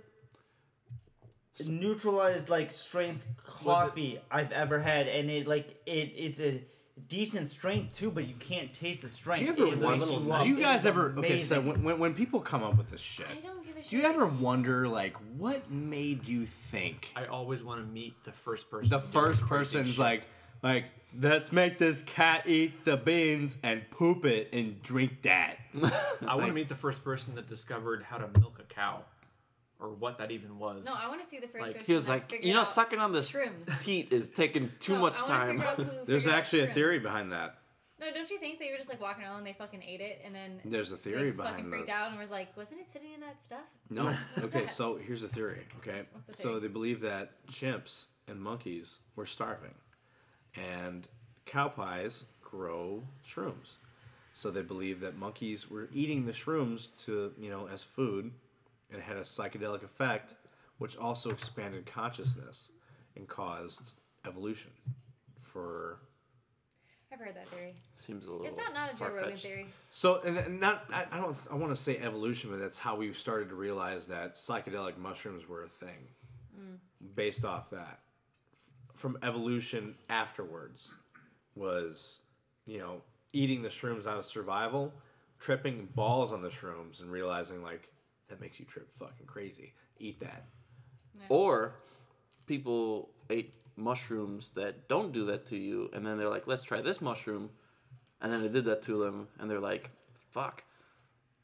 Speaker 2: neutralized like strength coffee I've ever had, and it like it. It's a decent strength too, but you can't taste the strength.
Speaker 8: Do you ever
Speaker 2: It is
Speaker 8: wonder?
Speaker 2: like
Speaker 8: Do
Speaker 2: love-
Speaker 8: you
Speaker 2: it
Speaker 8: guys
Speaker 2: is
Speaker 8: ever? Okay, so
Speaker 2: amazing.
Speaker 8: when, when, when people come up with this shit,
Speaker 7: I don't give a shit.
Speaker 8: do you ever wonder like what made you think
Speaker 3: I always want to meet the first person.
Speaker 8: the
Speaker 3: to do
Speaker 8: first
Speaker 3: crazy
Speaker 8: person's
Speaker 3: shit.
Speaker 8: like like let's make this cat eat the beans and poop it and drink that.
Speaker 3: I want
Speaker 8: like-
Speaker 3: to meet the first person that discovered how to milk a cow, or what that even was.
Speaker 7: No, I want to see the first
Speaker 3: Like,
Speaker 7: person.
Speaker 4: He was
Speaker 7: that
Speaker 4: like,
Speaker 7: figured
Speaker 4: you know,
Speaker 7: out-
Speaker 4: sucking on this
Speaker 7: shrooms."
Speaker 4: teat is taking [LAUGHS] too
Speaker 7: No,
Speaker 4: much
Speaker 7: I wanna
Speaker 4: time. [LAUGHS]
Speaker 7: figure out who
Speaker 1: There's
Speaker 7: figured out
Speaker 1: actually a
Speaker 7: shrooms.
Speaker 1: theory behind that.
Speaker 7: No, don't you think they were just like walking around and they fucking ate it and then
Speaker 1: [LAUGHS] There's a
Speaker 7: they
Speaker 1: theory
Speaker 7: fucking
Speaker 1: behind
Speaker 7: freaked
Speaker 1: this.
Speaker 7: out and was like, wasn't it sitting in that stuff?
Speaker 1: No. [LAUGHS] okay,
Speaker 7: that?
Speaker 1: so here's a theory. Okay,
Speaker 7: What's the
Speaker 1: so
Speaker 7: theory?
Speaker 1: they believe that chimps and monkeys were starving, and cow pies grow shrooms. So they believe that monkeys were eating the shrooms to you know as food, and it had a psychedelic effect, which also expanded consciousness and caused evolution. For
Speaker 7: I've heard that theory.
Speaker 4: Seems a little.
Speaker 7: It's not not a Joe Rogan
Speaker 4: far-fetched.
Speaker 7: theory.
Speaker 1: so and then not I, I don't I want to say evolution, but that's how we started to realize that psychedelic mushrooms were a thing, based off that. F- From evolution afterwards, was you know eating the shrooms out of survival, tripping balls on the shrooms, and realizing like that makes you trip fucking crazy. Eat that.
Speaker 4: Or people ate mushrooms that don't do that to you, and then they're like, let's try this mushroom, and then it did that to them, and they're like, fuck,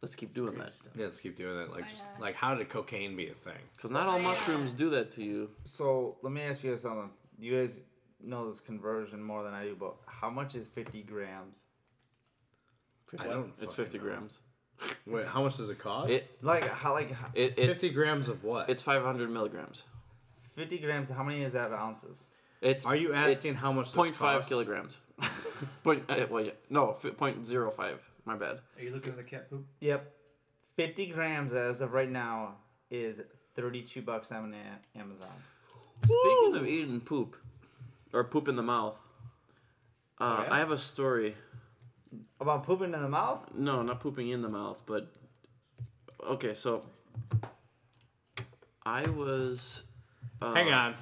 Speaker 4: let's keep doing that.
Speaker 1: Yeah, let's keep doing that. Like just
Speaker 7: not?
Speaker 1: like how did cocaine be a thing?
Speaker 4: Because not all
Speaker 7: Yeah.
Speaker 4: mushrooms do that to you.
Speaker 2: So let me ask you guys something. You guys know this conversion more than I do, but how much is fifty grams?
Speaker 1: I don't.
Speaker 4: It's
Speaker 1: fucking
Speaker 4: 50
Speaker 1: know.
Speaker 4: grams.
Speaker 1: Wait, how much does it cost?
Speaker 4: It,
Speaker 2: Like how like how,
Speaker 4: it, it's,
Speaker 1: Fifty grams of what?
Speaker 4: it's 500 milligrams.
Speaker 2: fifty grams? How many is that in ounces?
Speaker 4: It's
Speaker 1: Are you
Speaker 4: it's
Speaker 1: asking how much this
Speaker 4: 0.5
Speaker 1: costs?
Speaker 4: kilograms. [LAUGHS] point, uh, well, yeah. No, f- 0.05. My bad.
Speaker 9: Are you looking at the cat poop?
Speaker 2: Yep, fifty grams as of right now is thirty-two bucks on A- Amazon.
Speaker 4: Speaking of eating poop, or poop in the mouth, uh,
Speaker 1: Oh,
Speaker 9: yeah?
Speaker 4: I have a story.
Speaker 2: About pooping in the mouth?
Speaker 4: No, not pooping in the mouth, but okay. So I was. Uh,
Speaker 1: Hang on. Um,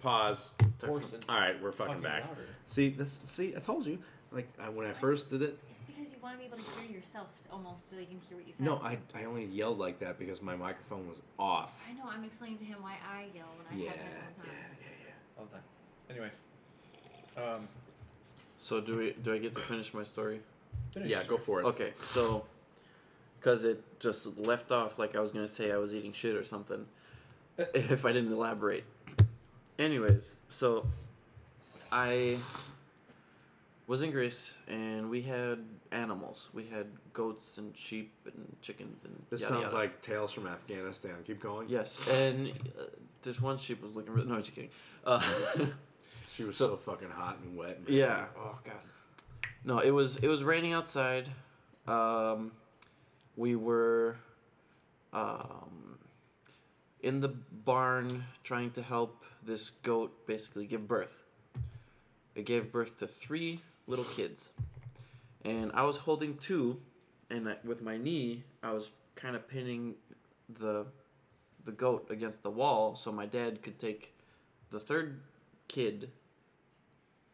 Speaker 1: Pause.
Speaker 3: Orson.
Speaker 1: All right, we're
Speaker 9: Oh,
Speaker 1: fucking back. See, that's see, I told you. Like I, when I first did it,
Speaker 7: It's because you want to be able to hear yourself almost so you can hear what you said.
Speaker 1: no, I, I only yelled like that because my microphone was off.
Speaker 7: I know. I'm explaining to him why I yell when I
Speaker 1: Yeah,
Speaker 7: have headphones on.
Speaker 9: All the time. Anyway. Um,
Speaker 4: So do we? Do I get to finish my story?
Speaker 9: finish
Speaker 1: yeah,
Speaker 9: this.
Speaker 1: go for it.
Speaker 4: Okay, so because it just left off like I was gonna say I was eating shit or something [LAUGHS] if I didn't elaborate. Anyways, so I was in Greece and we had animals. We had goats and sheep and chickens and
Speaker 1: This
Speaker 4: yada,
Speaker 1: sounds
Speaker 4: yada.
Speaker 1: like tales from Afghanistan. Keep going.
Speaker 4: yes. And uh, this one sheep was looking really. No, I'm just kidding. Uh,
Speaker 1: She was so,
Speaker 4: So-
Speaker 1: fucking hot and wet. And
Speaker 4: Yeah.
Speaker 1: Oh god.
Speaker 4: No, it was it was raining outside. Um, we were um, in the barn trying to help this goat basically give birth. It gave birth to three little kids, and I was holding two, and I, with my knee I was kind of pinning the the goat against the wall so my dad could take the third kid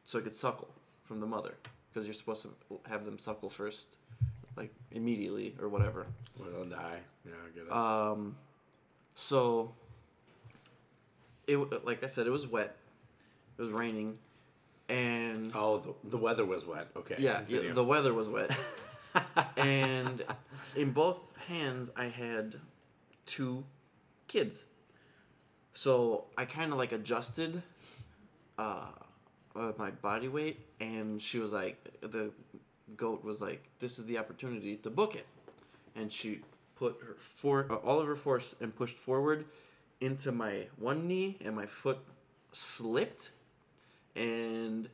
Speaker 4: so it could suckle from the mother because you're supposed to have them suckle first, like immediately or whatever.
Speaker 1: Well, they'll die. Yeah, I get it.
Speaker 4: Um, so it w- like I said, it was wet, it was raining, and
Speaker 1: oh, the, the weather was wet. Okay.
Speaker 4: yeah,
Speaker 1: continue.
Speaker 4: yeah, the weather
Speaker 1: [LAUGHS]
Speaker 4: was wet, and in both hands I had two kids, so I kind of like adjusted. Uh, uh, my body weight, and she was like, the goat was like, this is the opportunity to book it, and she put her for uh, all of her force and pushed forward into my one knee, and my foot slipped, and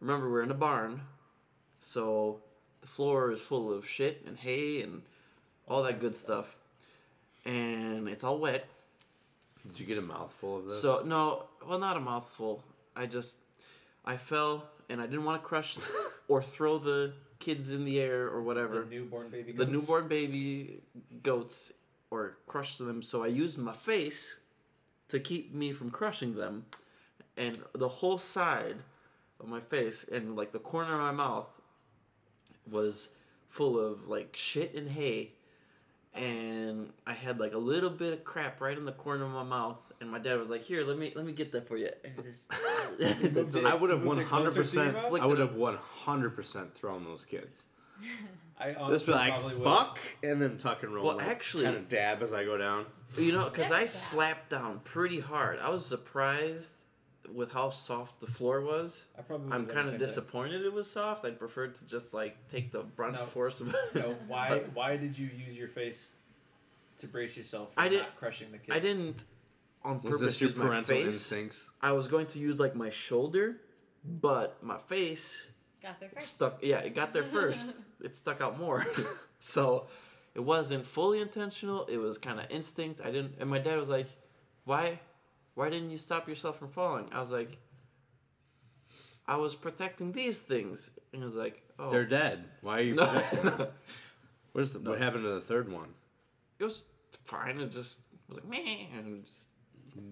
Speaker 4: remember we're in a barn, so the floor is full of shit and hay and all that good stuff, and it's all wet.
Speaker 1: Did you get a mouthful of this?
Speaker 4: So no, well, not a mouthful. I just, I fell and I didn't want to crush [LAUGHS] or throw the kids in the air or whatever.
Speaker 3: The newborn baby.
Speaker 4: The
Speaker 3: goats.
Speaker 4: newborn baby goats or crush them. So I used my face to keep me from crushing them, and the whole side of my face and like the corner of my mouth was full of like shit and hay and I had like a little bit of crap right in the corner of my mouth, and my dad was like, "Here, let me let me get that for you." [LAUGHS] And it just- That's
Speaker 1: I would have
Speaker 3: Moved
Speaker 1: one
Speaker 3: it closer
Speaker 1: hundred
Speaker 3: to your
Speaker 1: percent.
Speaker 3: mouth?
Speaker 1: I would have one hundred percent thrown those kids.
Speaker 3: I
Speaker 1: Just
Speaker 3: honestly
Speaker 1: be like
Speaker 3: probably would.
Speaker 1: fuck, and then tuck and roll.
Speaker 4: Well, actually-
Speaker 1: kind of dab as I go down.
Speaker 4: you know, because I
Speaker 7: Yeah.
Speaker 4: slapped down pretty hard. I was surprised with how soft the floor was.
Speaker 3: I probably. would
Speaker 4: I'm
Speaker 3: have done
Speaker 4: kind
Speaker 3: the same
Speaker 4: of
Speaker 3: thing.
Speaker 4: disappointed it was soft. I preferred to just like take the brunt
Speaker 3: No.
Speaker 4: force. Of [LAUGHS]
Speaker 3: No, why? Why did you use your face to brace yourself for
Speaker 4: I didn't-
Speaker 3: not crushing the kid?
Speaker 4: I didn't on
Speaker 1: Was
Speaker 4: purpose
Speaker 1: this your
Speaker 4: use my
Speaker 1: parental
Speaker 4: face.
Speaker 1: instincts?
Speaker 4: I was going to use like my shoulder, but my face
Speaker 7: Got there first.
Speaker 4: stuck yeah it got there first it stuck out more so it wasn't fully intentional it was kind of instinct i didn't and my dad was like why why didn't you stop yourself from falling i was like i was protecting these things and he was like oh
Speaker 1: They're dead. Why are you?
Speaker 4: no,
Speaker 1: [LAUGHS] Where's the, what happened to the third one?
Speaker 4: it was fine it just was like man and just,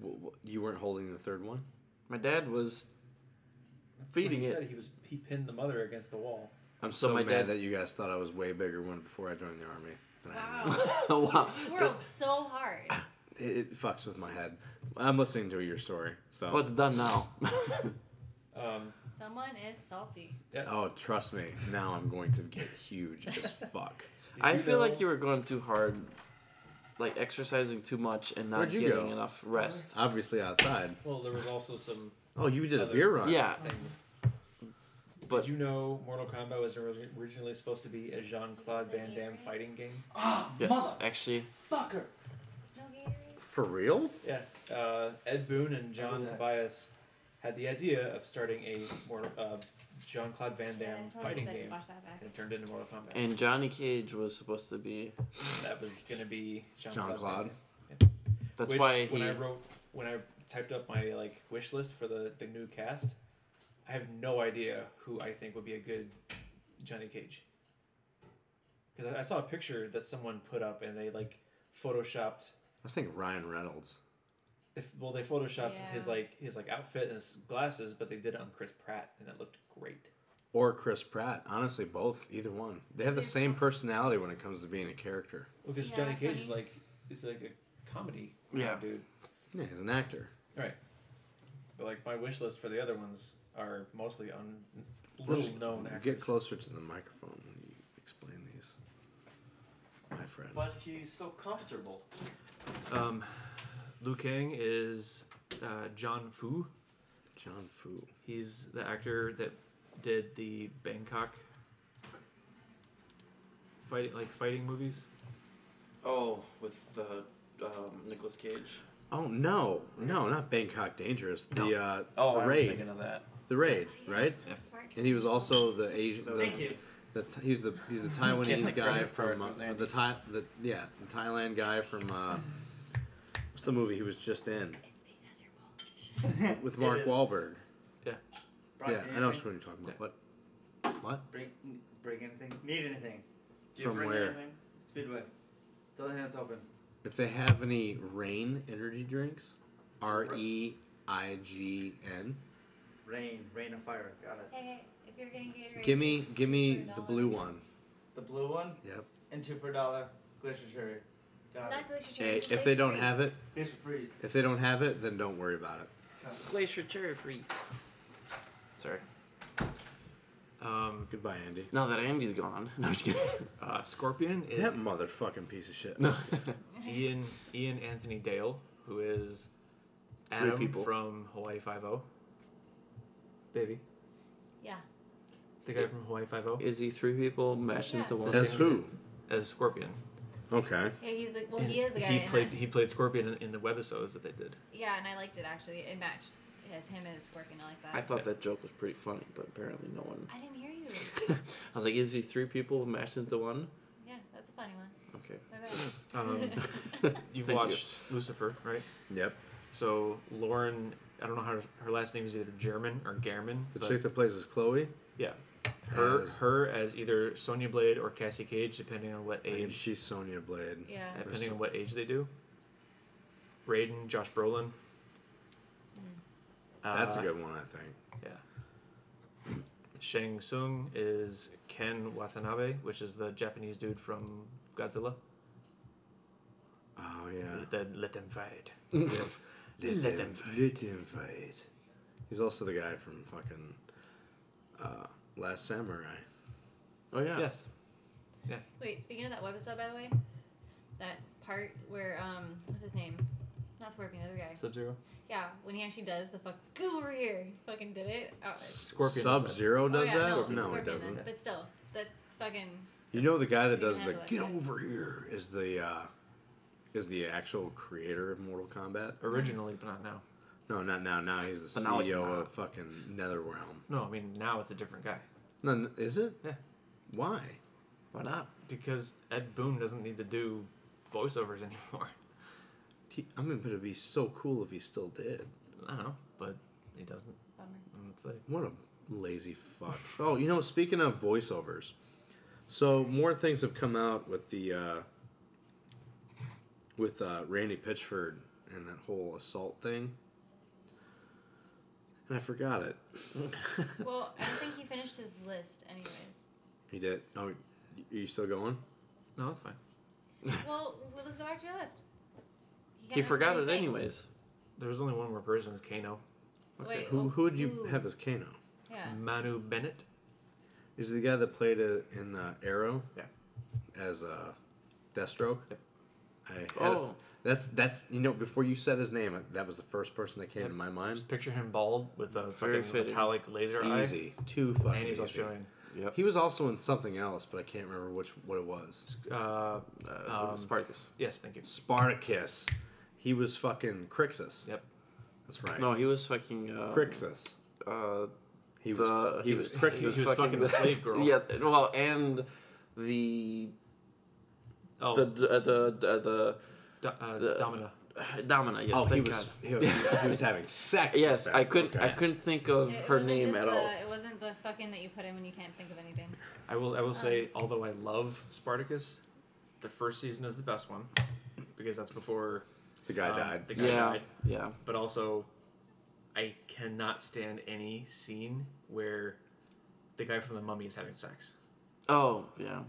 Speaker 1: W- w- You weren't holding the third one.
Speaker 4: my dad was
Speaker 3: That's
Speaker 4: feeding
Speaker 3: what he
Speaker 4: it.
Speaker 3: Said he was he pinned the mother against the wall.
Speaker 1: I'm
Speaker 4: So
Speaker 1: so,
Speaker 4: my
Speaker 1: mad
Speaker 4: dad-
Speaker 1: that you guys thought I was way bigger when before I joined the army. Than I am now.
Speaker 7: Wow.
Speaker 1: [LAUGHS]
Speaker 7: You
Speaker 4: wow.
Speaker 7: swirled so hard.
Speaker 1: It, it fucks with my head. I'm listening to your story. So
Speaker 4: well it's
Speaker 3: [LAUGHS]
Speaker 4: done now [LAUGHS]
Speaker 3: Um,
Speaker 7: Someone is salty.
Speaker 1: oh, trust me. Now I'm going to get huge as [LAUGHS] fuck.
Speaker 3: did
Speaker 4: i
Speaker 3: you
Speaker 4: feel
Speaker 3: know-
Speaker 4: like you were going too hard like exercising too much and not
Speaker 1: Where'd you
Speaker 4: getting
Speaker 1: go?
Speaker 4: enough rest
Speaker 1: Obviously outside.
Speaker 3: Well, there was also some
Speaker 1: Oh, you did a
Speaker 3: Other-
Speaker 1: beer run.
Speaker 4: yeah
Speaker 3: things.
Speaker 4: But-
Speaker 3: did you know Mortal Kombat was ori- originally supposed to be a Jean Claude Van Damme fighting game?
Speaker 13: Ah,
Speaker 4: yes actually
Speaker 13: motherfucker.
Speaker 7: No Gary's.
Speaker 1: For real?
Speaker 3: Yeah. Uh, Ed Boon and John Tobias had the idea of starting a Mortal, uh, Jean Claude Van
Speaker 7: Yeah, I
Speaker 3: Damme
Speaker 7: totally
Speaker 3: fighting
Speaker 7: did
Speaker 3: game,
Speaker 7: watch that back.
Speaker 3: and it turned into Mortal Kombat.
Speaker 4: And Johnny Cage was supposed to be.
Speaker 3: that was gonna be Jean
Speaker 1: Jean Claude.
Speaker 3: Claude.
Speaker 4: That's
Speaker 3: Which,
Speaker 4: why
Speaker 3: when
Speaker 4: he.
Speaker 3: I wrote when I typed up my like wish list for the the new cast, I have no idea who I think would be a good Johnny Cage. Because I, I saw a picture that someone put up and they like photoshopped.
Speaker 1: I think Ryan Reynolds.
Speaker 3: They, f- well, they photoshopped his
Speaker 7: Yeah.
Speaker 3: like his like outfit and his glasses, but they did it on Chris Pratt and it looked great.
Speaker 1: Or Chris Pratt. Honestly, both. Either one. They have the same personality when it comes to being a character.
Speaker 3: Well, because
Speaker 7: Yeah,
Speaker 3: Johnny Cage is
Speaker 7: funny.
Speaker 3: like is like a comedy
Speaker 4: Yeah.
Speaker 3: dude.
Speaker 1: Yeah, he's an actor.
Speaker 3: Right. But like my wish list for the other ones are mostly on little known actors.
Speaker 1: Get closer to the microphone when you explain these, my friend.
Speaker 4: But he's so comfortable.
Speaker 14: Um, Liu Kang is uh, John Fu.
Speaker 1: John Fu.
Speaker 14: He's the actor that did the Bangkok fight like fighting movies.
Speaker 4: Oh, with the um, Nicolas Cage.
Speaker 1: Oh no, no, not Bangkok Dangerous. The
Speaker 4: No.
Speaker 1: uh,
Speaker 4: Oh,
Speaker 1: the
Speaker 4: I was
Speaker 1: raid,
Speaker 4: thinking of that.
Speaker 1: the raid, right?
Speaker 7: So smart.
Speaker 1: And he was also the Asian. The,
Speaker 4: Thank
Speaker 1: you. The, Th- he's the he's the
Speaker 4: Get the
Speaker 1: Taiwanese guy
Speaker 4: credit for it,
Speaker 1: from uh,
Speaker 4: it was Andy.
Speaker 1: the Thai the yeah the Thailand guy from uh, what's the movie he was just in
Speaker 7: It's because you're Polish.
Speaker 1: with Mark
Speaker 2: is.
Speaker 1: Wahlberg.
Speaker 2: [LAUGHS] Brought
Speaker 1: yeah, I know what
Speaker 2: anything?
Speaker 1: you're talking about. What?
Speaker 2: Bring, bring anything. Need anything? Do you
Speaker 1: From
Speaker 2: bring
Speaker 1: where?
Speaker 2: Anything? Speedway. Throw the hands open.
Speaker 1: If they have any rain energy drinks, R E I G N.
Speaker 2: Rain, rain of fire. Got it.
Speaker 7: Hey, hey, if you're getting Gatorade,
Speaker 1: Give me
Speaker 7: it's
Speaker 1: give me
Speaker 7: for a
Speaker 1: the
Speaker 7: dollar.
Speaker 1: blue one.
Speaker 2: The blue one
Speaker 1: Yep.
Speaker 2: and two for a dollar. Glacier cherry. Got it.
Speaker 7: Not glacier cherry,
Speaker 1: Hey,
Speaker 7: just
Speaker 1: Eh, if they
Speaker 7: glacier
Speaker 1: don't
Speaker 7: freeze.
Speaker 1: have it,
Speaker 2: Glacier freeze.
Speaker 1: if they don't have it, then don't worry about it.
Speaker 4: Glacier Cherry Freeze. Sorry.
Speaker 14: Um,
Speaker 1: Goodbye, Andy.
Speaker 4: Now that Andy's gone. No, I'm just kidding.
Speaker 14: uh, Scorpion is
Speaker 1: That motherfucking piece of shit.
Speaker 4: No.
Speaker 7: Mm-hmm.
Speaker 14: Ian Ian Anthony Dale, who is
Speaker 4: Three
Speaker 14: Adam
Speaker 4: people.
Speaker 14: from Hawaii Five O.
Speaker 3: baby.
Speaker 7: Yeah.
Speaker 3: The guy from Hawaii Five O
Speaker 4: [LAUGHS] Is he three people mashed
Speaker 7: Yeah.
Speaker 4: into one?
Speaker 3: That's-
Speaker 1: As who?
Speaker 3: as Scorpion.
Speaker 1: Okay.
Speaker 7: Yeah, he's the well, he is the guy.
Speaker 3: He
Speaker 7: in
Speaker 3: played
Speaker 7: that.
Speaker 3: he played Scorpion in, in the webisodes that they did.
Speaker 7: Yeah, and I liked it actually. It matched as him as Scorpion. I like that.
Speaker 4: I thought that joke was pretty funny, but apparently no one.
Speaker 7: I didn't hear you.
Speaker 4: I was like, is he three people mashed into one?
Speaker 7: Yeah, that's a funny one.
Speaker 4: Okay.
Speaker 7: Bye
Speaker 1: [LAUGHS]
Speaker 7: bye.
Speaker 3: Um, you
Speaker 4: Thank you.
Speaker 3: watched Lucifer, right?
Speaker 1: Yep.
Speaker 3: So Lauren, I don't know how her, her last name is either German or German.
Speaker 1: The
Speaker 3: but-
Speaker 1: chick that plays is Chloe.
Speaker 3: Yeah. Her,
Speaker 1: As-
Speaker 3: her as either Sonya Blade or Cassie Cage, depending on what
Speaker 1: I mean,
Speaker 3: age,
Speaker 1: she's Sonya Blade.
Speaker 7: [LAUGHS] Yeah.
Speaker 3: depending on what age they do. Raiden, Josh Brolin.
Speaker 7: Mm-hmm.
Speaker 1: That's
Speaker 3: Uh,
Speaker 1: a good one, I think.
Speaker 3: Yeah. Shang Tsung is Ken Watanabe, which is the Japanese dude from Godzilla.
Speaker 1: Oh yeah.
Speaker 3: The Let Them Fight.
Speaker 1: Let,
Speaker 3: Let
Speaker 1: them,
Speaker 3: them fight.
Speaker 1: let them fight. He's also the guy from fucking uh, Last Samurai.
Speaker 4: Oh yeah.
Speaker 3: Yes.
Speaker 7: Wait, speaking of that webisode, by the way, that part where um, what's his name? Not Scorpion, the other guy.
Speaker 3: Sub Zero.
Speaker 7: Yeah, when he actually does the fuck, go over here. He fucking did it. Oh, it's-
Speaker 3: Scorpion does that.
Speaker 1: Sub Zero
Speaker 7: oh,
Speaker 1: does
Speaker 7: yeah,
Speaker 1: that?
Speaker 7: No,
Speaker 1: No, he
Speaker 7: Scorpion
Speaker 1: doesn't.
Speaker 7: Then, but still, that's fucking.
Speaker 1: You know the guy that does the
Speaker 7: handle it.
Speaker 1: "Get over here" is the uh, is the actual creator of Mortal Kombat.
Speaker 3: Originally, but not now.
Speaker 1: No, not now. Now he's the
Speaker 4: But now he's
Speaker 1: CEO
Speaker 4: not.
Speaker 1: of fucking Netherrealm.
Speaker 3: No, I mean now it's a different guy
Speaker 1: No, n- is it?
Speaker 3: Yeah.
Speaker 1: Why?
Speaker 4: Why not?
Speaker 3: because Ed Boon doesn't need to do voiceovers [LAUGHS] anymore.
Speaker 1: He, I mean, but it'd be so cool if he still did.
Speaker 3: I don't know, but he doesn't.
Speaker 7: Bummer.
Speaker 3: I'm say.
Speaker 1: What a lazy fuck. Oh, you know, speaking of voiceovers, so more things have come out with the uh, with uh, Randy Pitchford and that whole assault thing, and I forgot it.
Speaker 7: Well, I think he finished his list,
Speaker 4: [LAUGHS]
Speaker 7: anyways.
Speaker 1: He did. Oh, y- are you still going?
Speaker 3: No, that's fine.
Speaker 7: Well, well, let's go back to your list.
Speaker 4: He
Speaker 7: kinda
Speaker 4: forgot
Speaker 7: finished
Speaker 4: it
Speaker 7: saying-
Speaker 4: anyways.
Speaker 3: There was only one more person. Is Kano.
Speaker 7: Wait,
Speaker 1: Who
Speaker 7: well,
Speaker 1: who would you have as Kano?
Speaker 7: Yeah.
Speaker 3: Manu Bennett.
Speaker 1: Is he the guy that played uh in uh, Arrow?
Speaker 3: Yeah.
Speaker 1: As uh, Deathstroke.
Speaker 3: Yep.
Speaker 1: I had a f-
Speaker 4: Oh.
Speaker 1: that's that's you know before you said his name that was the first person that came
Speaker 3: Yep.
Speaker 1: to my mind.
Speaker 3: Just picture him bald with a
Speaker 4: Very
Speaker 3: fucking
Speaker 4: fitting.
Speaker 3: metallic laser eye.
Speaker 1: Easy, too fucking
Speaker 3: And he's
Speaker 1: easy.
Speaker 3: Australian.
Speaker 4: Yep.
Speaker 1: He was also in something else, but I can't remember which what it was.
Speaker 3: Uh,
Speaker 4: Uh,
Speaker 3: Um,
Speaker 4: Spartacus.
Speaker 3: yes, thank you.
Speaker 1: Spartacus. He was fucking Crixus.
Speaker 3: Yep.
Speaker 1: That's right.
Speaker 4: No, he was fucking. Um,
Speaker 1: Crixus.
Speaker 4: Uh,
Speaker 1: He was
Speaker 4: the
Speaker 1: he was Crixus.
Speaker 3: he was fucking
Speaker 4: [LAUGHS]
Speaker 3: the slave girl.
Speaker 4: Yeah. Well, and the
Speaker 3: Oh,
Speaker 4: the the the the,
Speaker 3: Do- uh,
Speaker 4: the-
Speaker 3: Domina.
Speaker 4: the Domina. Yes.
Speaker 1: oh, he
Speaker 4: thank
Speaker 1: was,
Speaker 4: God.
Speaker 1: he was he was having sex. with
Speaker 4: Yes,
Speaker 1: that.
Speaker 4: I couldn't.
Speaker 1: Okay.
Speaker 4: I couldn't think of
Speaker 7: It- it
Speaker 4: her
Speaker 7: wasn't
Speaker 4: name
Speaker 7: just
Speaker 4: at
Speaker 7: the,
Speaker 4: all.
Speaker 7: It wasn't the fucking that you put in when you can't think of anything.
Speaker 3: I will. I will say, although I love Spartacus, the first season is the best one because that's before
Speaker 1: The guy
Speaker 4: uh,
Speaker 3: um,
Speaker 1: died.
Speaker 3: The guy
Speaker 4: Yeah,
Speaker 3: died.
Speaker 4: yeah.
Speaker 3: But also, I cannot stand any scene where the guy from the Mummy is having sex.
Speaker 4: Oh, yeah.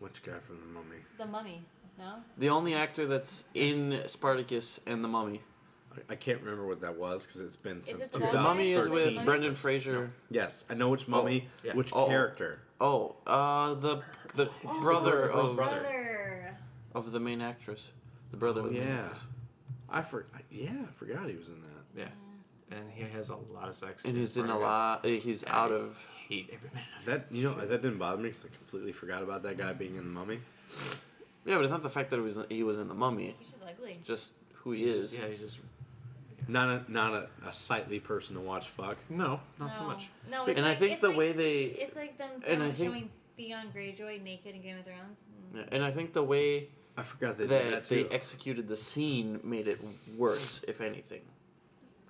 Speaker 1: Which guy from the Mummy?
Speaker 7: The Mummy. No.
Speaker 4: The only actor that's in Spartacus and The Mummy.
Speaker 1: I, I can't remember what that was because it's been since
Speaker 7: it the
Speaker 1: two
Speaker 7: guy?
Speaker 4: The Mummy is with
Speaker 7: 2013.
Speaker 4: Brendan Fraser.
Speaker 1: Yes, I know which mummy,
Speaker 3: yeah.
Speaker 1: which
Speaker 4: Oh.
Speaker 1: character.
Speaker 4: Oh, uh, the the brother
Speaker 3: the girl
Speaker 4: of
Speaker 3: Brother.
Speaker 7: Brother.
Speaker 4: of the main actress. The brother.
Speaker 1: Oh,
Speaker 4: of the main
Speaker 1: yeah.
Speaker 4: actress.
Speaker 1: I for I, yeah, I forgot he was in that.
Speaker 3: Yeah, and he has a lot of sex.
Speaker 4: And he's in a
Speaker 3: Spartacus.
Speaker 4: lot. uh, He's
Speaker 3: And
Speaker 4: out
Speaker 3: I
Speaker 4: of.
Speaker 3: Hate every minute of
Speaker 1: That you know that didn't bother me because I completely forgot about that guy being in the mummy.
Speaker 4: Yeah, but it's not the fact that it was he was in The Mummy.
Speaker 7: He's just ugly.
Speaker 4: Just who he
Speaker 3: it.
Speaker 4: is.
Speaker 3: Yeah, he's just
Speaker 1: Not a not a, a sightly person to watch. Fuck.
Speaker 3: no, not
Speaker 7: no.
Speaker 3: so much.
Speaker 7: No. It's
Speaker 4: And I
Speaker 7: like-
Speaker 4: think
Speaker 7: it's
Speaker 4: the
Speaker 7: like,
Speaker 4: way they
Speaker 7: It's like them
Speaker 4: and I
Speaker 7: um,
Speaker 4: think-
Speaker 7: showing Theon Greyjoy naked in Game of Thrones. Mm.
Speaker 4: Yeah, and I think the way
Speaker 1: I forgot they
Speaker 4: that,
Speaker 1: did that
Speaker 4: they
Speaker 1: too.
Speaker 4: executed the scene made it worse, if anything.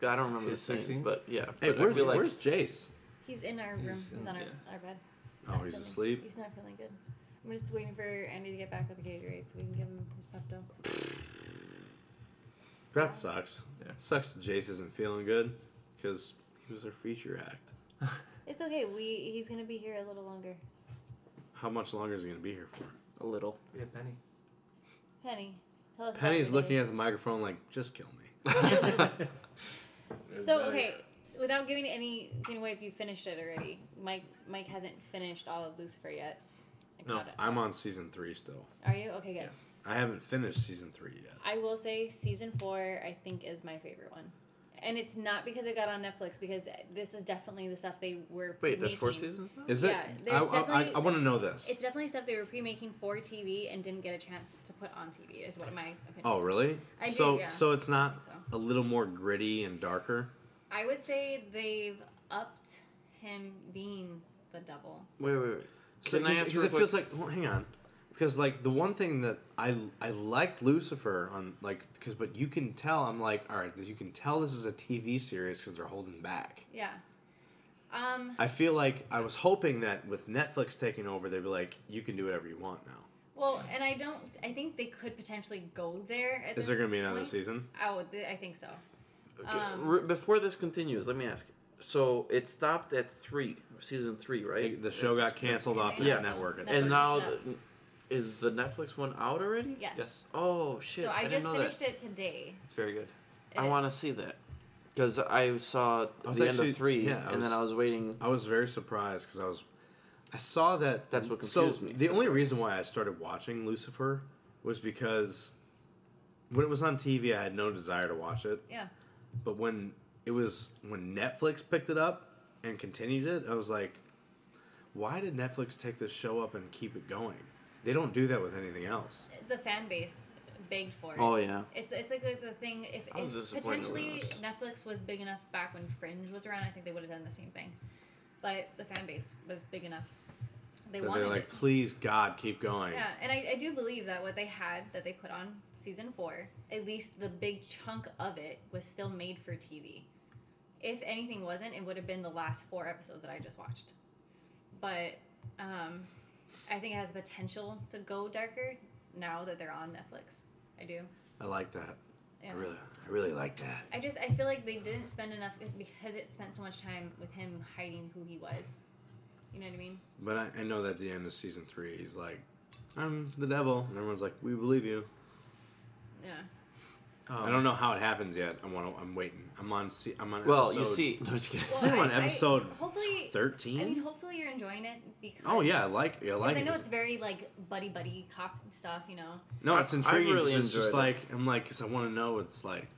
Speaker 4: I don't remember
Speaker 3: His
Speaker 4: the
Speaker 3: sex
Speaker 4: scenes,
Speaker 3: scenes?
Speaker 4: but yeah.
Speaker 1: hey,
Speaker 4: but I
Speaker 1: where's
Speaker 4: feel like-
Speaker 1: where's Jace?
Speaker 7: He's in our room.
Speaker 3: He's
Speaker 7: He's,
Speaker 3: in-
Speaker 7: on our,
Speaker 3: yeah.
Speaker 7: our bed.
Speaker 1: Oh,
Speaker 7: not
Speaker 1: he's
Speaker 7: feeling-
Speaker 1: asleep?
Speaker 7: He's not feeling good. I'm just waiting for Andy to get back with the Gatorade so we can give him
Speaker 1: [SIGHS]
Speaker 7: his Pepto.
Speaker 1: That sucks.
Speaker 3: Yeah.
Speaker 1: It sucks. That Jace isn't feeling good because he was our feature act.
Speaker 7: It's okay. We he's gonna be here a little longer.
Speaker 1: How much longer is he gonna be here for?
Speaker 4: a little.
Speaker 3: We have Penny.
Speaker 7: Penny, tell us.
Speaker 1: Penny's looking at the microphone like, just kill me. [LAUGHS]
Speaker 4: [LAUGHS]
Speaker 7: So okay, without giving anything away, if you finished it already, Mike Mike hasn't finished all of Lucifer yet. I
Speaker 3: No.
Speaker 7: caught it.
Speaker 1: I'm on season three still.
Speaker 7: Are you okay? Good.
Speaker 1: I haven't finished season three yet.
Speaker 7: I will say season four I think is my favorite one. and it's not because it got on Netflix because this is definitely the stuff they were.
Speaker 4: Wait, there's four
Speaker 7: pre-making.
Speaker 4: seasons now.
Speaker 1: Is
Speaker 7: Yeah,
Speaker 1: it?
Speaker 7: there's
Speaker 1: I, I, I,
Speaker 7: definitely-
Speaker 1: I want to know this.
Speaker 7: It's definitely stuff they were pre-making for TV and didn't get a chance to put on TV. Is what my opinion.
Speaker 1: oh,
Speaker 7: is.
Speaker 1: really?
Speaker 7: I do,
Speaker 1: so
Speaker 7: yeah.
Speaker 1: so it's not
Speaker 7: So.
Speaker 1: a little more gritty and darker.
Speaker 7: I would say they've upped him being the double.
Speaker 4: Wait, wait, wait.
Speaker 1: So
Speaker 4: Can I
Speaker 1: because
Speaker 4: ask
Speaker 1: because
Speaker 4: real
Speaker 1: it feels like well, hang on, because like the one thing that I I liked Lucifer on like because but you can tell I'm like all right you can tell this is a TV series because they're holding back.
Speaker 7: Yeah. Um.
Speaker 1: I feel like I was hoping that with Netflix taking over they'd be like you can do whatever you want now.
Speaker 7: Well, and I don't. I think they could potentially go there. At
Speaker 1: Is
Speaker 7: this
Speaker 1: there gonna be another
Speaker 7: point.
Speaker 1: season?
Speaker 7: Oh, th- I think so.
Speaker 4: Okay,
Speaker 7: Um,
Speaker 4: re- before this continues, let me ask. So it stopped at three, season three, right?
Speaker 1: The show got canceled off
Speaker 7: Yeah.
Speaker 1: its network. I think.
Speaker 4: and
Speaker 7: Netflix
Speaker 4: now,
Speaker 7: picked
Speaker 4: the- is the Netflix one out already?
Speaker 7: Yes.
Speaker 3: Yes.
Speaker 4: Oh shit!
Speaker 7: so
Speaker 4: I,
Speaker 7: I,
Speaker 4: didn't
Speaker 7: just
Speaker 4: know
Speaker 7: finished
Speaker 4: that.
Speaker 7: it today.
Speaker 3: It's very good.
Speaker 7: It
Speaker 4: I want to
Speaker 7: is-
Speaker 4: see that because I saw
Speaker 1: was
Speaker 4: the end
Speaker 1: actually-
Speaker 4: of three,
Speaker 1: yeah, I
Speaker 4: and
Speaker 1: was-
Speaker 4: then I was waiting.
Speaker 1: I was very surprised because I was, I saw that.
Speaker 4: That's what
Speaker 1: so
Speaker 4: confused me.
Speaker 1: The only reason why I started watching Lucifer was because when it was on TV, I had no desire to watch it.
Speaker 7: Yeah.
Speaker 1: But when it was when Netflix picked it up and continued it, I was like, why did Netflix take this show up and keep it going? They don't do that with anything else.
Speaker 7: The fan base begged for it.
Speaker 4: Oh yeah.
Speaker 7: It's it's like the, the thing if,
Speaker 4: I was
Speaker 7: if
Speaker 4: disappointed when
Speaker 7: potentially
Speaker 4: it was-
Speaker 7: Netflix was big enough back when Fringe was around, I think they would have done the same thing. But the fan base was big enough. They
Speaker 1: That
Speaker 7: wanted
Speaker 1: they're like,
Speaker 7: it.
Speaker 1: please God, keep going.
Speaker 7: Yeah, and I, I do believe that what they had that they put on season four, at least the big chunk of it was still made for TV. If anything wasn't, it would have been the last four episodes that I just watched. But um, I think it has potential to go darker now that they're on Netflix. I do.
Speaker 1: I like that.
Speaker 7: Yeah.
Speaker 1: I really, I really like that.
Speaker 7: I just I feel like they didn't spend enough is because it spent so much time with him hiding who he was. You know what I mean?
Speaker 1: But I, I know that at the end of season three, he's like, I'm the devil. And everyone's like, we believe you.
Speaker 7: Yeah.
Speaker 1: Oh.
Speaker 4: Um,
Speaker 1: I don't know how it happens yet. I want to, I'm waiting. I'm on, se- I'm on
Speaker 4: Well, you
Speaker 1: episode-
Speaker 4: see, no, just kidding.
Speaker 1: I think I'm on
Speaker 7: I- I-
Speaker 1: episode
Speaker 7: hopefully-
Speaker 1: 13.
Speaker 7: I mean, hopefully you're enjoying it because
Speaker 1: Mm-hmm. oh, yeah, I like, I
Speaker 7: Because
Speaker 1: like
Speaker 7: I
Speaker 1: it.
Speaker 7: know it's very like buddy buddy cop stuff, you know.
Speaker 1: no, it's
Speaker 4: I- I
Speaker 1: intriguing. 'cause
Speaker 4: really
Speaker 1: it's just
Speaker 4: enjoyed
Speaker 1: like, I'm like, because I want to know, it's like,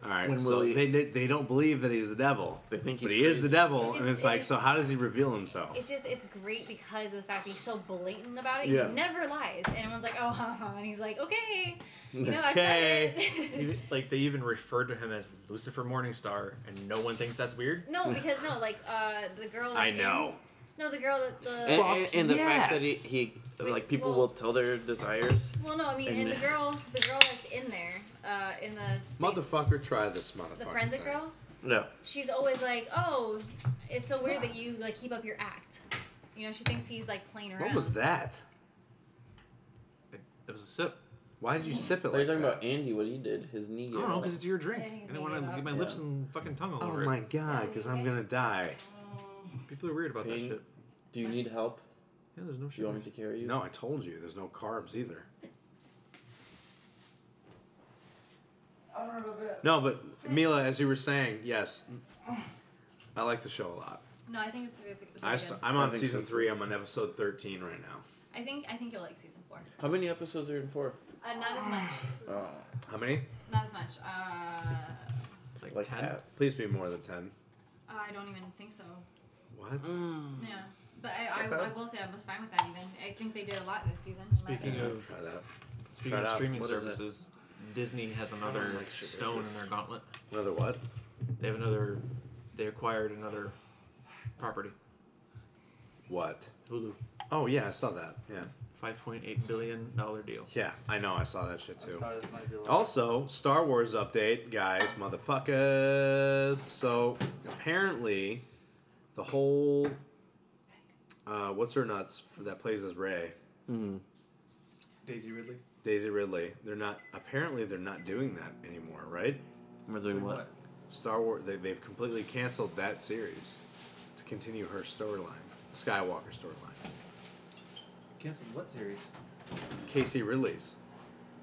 Speaker 1: all right,
Speaker 4: When
Speaker 1: so
Speaker 4: will he-
Speaker 1: they, they, they don't believe that he's the devil.
Speaker 4: They think
Speaker 1: but
Speaker 4: he's
Speaker 1: he is the
Speaker 4: crazy.
Speaker 1: devil.
Speaker 7: It's-
Speaker 1: and it's
Speaker 7: it
Speaker 1: like,
Speaker 7: is-
Speaker 1: so how does he reveal himself?
Speaker 7: It's just it's great because of the fact that he's so blatant about it.
Speaker 4: Yeah.
Speaker 7: He never lies, and everyone's like, "Oh, [LAUGHS] ha, ha," and he's like, "Okay, you know,
Speaker 1: Okay.
Speaker 7: I'm
Speaker 1: [LAUGHS]
Speaker 7: excited." [LAUGHS]
Speaker 3: Even- like they even referred to him as Lucifer Morningstar, and no one thinks that's weird.
Speaker 7: no, because no, like uh, the girl.
Speaker 1: I
Speaker 7: in-
Speaker 1: know.
Speaker 7: no, the girl that the.
Speaker 4: and, and, and the fact that he,
Speaker 1: yes.
Speaker 4: he
Speaker 7: Wait,
Speaker 4: like people
Speaker 7: well-
Speaker 4: will tell their desires.
Speaker 7: well, no, I mean, and,
Speaker 4: and-
Speaker 7: the girl, the girl that's in there, uh, in the space,
Speaker 1: Motherfucker, try this motherfucker.
Speaker 7: the forensic
Speaker 1: thing.
Speaker 7: girl.
Speaker 4: No.
Speaker 7: She's always like, "Oh, it's so weird that you like keep up your act." You know, she thinks he's like playing around.
Speaker 1: What was that?
Speaker 3: It, it was a sip.
Speaker 1: Why did you sip it
Speaker 4: They're
Speaker 1: like
Speaker 4: talking
Speaker 1: that?
Speaker 4: about Andy, what he did, his knee.
Speaker 3: I don't know because it's your drink,
Speaker 7: Yeah, he's
Speaker 3: and I want
Speaker 7: making
Speaker 3: to
Speaker 7: it
Speaker 3: get my
Speaker 7: up.
Speaker 3: lips
Speaker 4: Yeah.
Speaker 3: and fucking tongue all
Speaker 1: Oh
Speaker 3: over
Speaker 1: my
Speaker 3: it.
Speaker 1: god, because I'm gonna die.
Speaker 3: People are weird about that
Speaker 4: Pain.
Speaker 3: shit.
Speaker 4: Do you need help?
Speaker 3: Yeah, there's no
Speaker 4: Do you want me
Speaker 3: shit.
Speaker 4: to carry you?
Speaker 1: No, I told you, there's no carbs either.
Speaker 11: I don't know about that.
Speaker 1: No, but Mila, as you were saying, yes, I like the show a lot.
Speaker 7: No, I think it's it's. it's
Speaker 1: I
Speaker 7: really
Speaker 1: st-
Speaker 7: good.
Speaker 1: I'm on
Speaker 4: I think
Speaker 1: season
Speaker 4: so, too.
Speaker 1: three. I'm on episode thirteen right now.
Speaker 7: I think I think you'll like season four.
Speaker 4: How many episodes are in four?
Speaker 7: Uh, not as much.
Speaker 4: Oh,
Speaker 1: How many?
Speaker 7: Not as much. Uh,
Speaker 3: It's
Speaker 4: like
Speaker 3: like ten.
Speaker 4: half.
Speaker 1: Please be more than ten.
Speaker 7: I don't even think so.
Speaker 1: What?
Speaker 7: Yeah, but I, I, I will say I was fine with that. Even I think they did a lot this season. in my
Speaker 3: Speaking
Speaker 7: opinion.
Speaker 3: of
Speaker 1: Try that.
Speaker 3: speaking
Speaker 1: Try it
Speaker 3: of
Speaker 1: out.
Speaker 3: streaming
Speaker 4: What is it?
Speaker 3: services, Disney has another
Speaker 4: don't
Speaker 3: like
Speaker 4: like sugar.
Speaker 3: stone in
Speaker 4: This-
Speaker 3: their gauntlet.
Speaker 1: Another what?
Speaker 3: They have another. They acquired another property.
Speaker 1: What?
Speaker 3: Hulu,
Speaker 1: Oh yeah, I saw that. Yeah,
Speaker 3: five point eight billion dollar deal.
Speaker 1: yeah, I know. I saw that shit too.
Speaker 9: Sorry, this might be a little-
Speaker 1: Also, Star Wars update, guys, motherfuckers. So apparently, the whole uh, what's her nuts f- that plays as Ray,
Speaker 4: Mm.
Speaker 9: Daisy Ridley.
Speaker 1: Daisy Ridley. They're not apparently they're not doing that anymore, right?
Speaker 4: We're doing what?
Speaker 1: Star Wars they, they've completely canceled that series to continue her storyline, Skywalker storyline.
Speaker 9: Canceled what series?
Speaker 1: Casey Ridley's.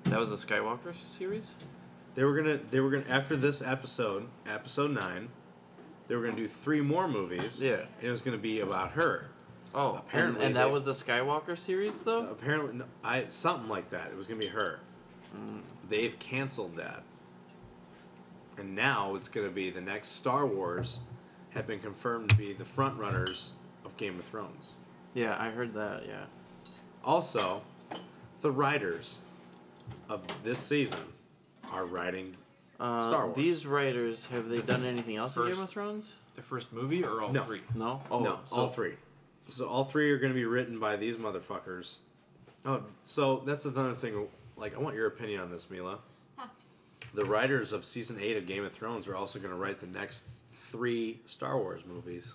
Speaker 4: That was the Skywalker series.
Speaker 1: They were gonna they were gonna after this episode, episode nine, they were gonna do three more movies.
Speaker 4: Yeah.
Speaker 1: and it was gonna be about her.
Speaker 4: Oh, Uh,
Speaker 1: Apparently
Speaker 4: and, and that
Speaker 1: they-
Speaker 4: was the Skywalker series, though.
Speaker 1: Apparently, no, I something like that. It was gonna be her. They've canceled that. and now it's going to be the next Star Wars have been confirmed to be the front runners of Game of Thrones.
Speaker 4: Yeah, I heard that. Yeah.
Speaker 1: Also, the writers of this season are writing
Speaker 4: Uh,
Speaker 1: Star Wars.
Speaker 4: These writers have they done anything else in Game of
Speaker 3: first-
Speaker 4: Thrones?
Speaker 3: The first movie or all
Speaker 1: No.
Speaker 3: three?
Speaker 4: No.
Speaker 1: no,
Speaker 4: Oh, so-
Speaker 1: all three. So all three are going to be written by these motherfuckers. Oh, so that's another thing. Like, I want your opinion on this, Mila. The writers of season eight of Game of Thrones are also going to write the next three Star Wars movies.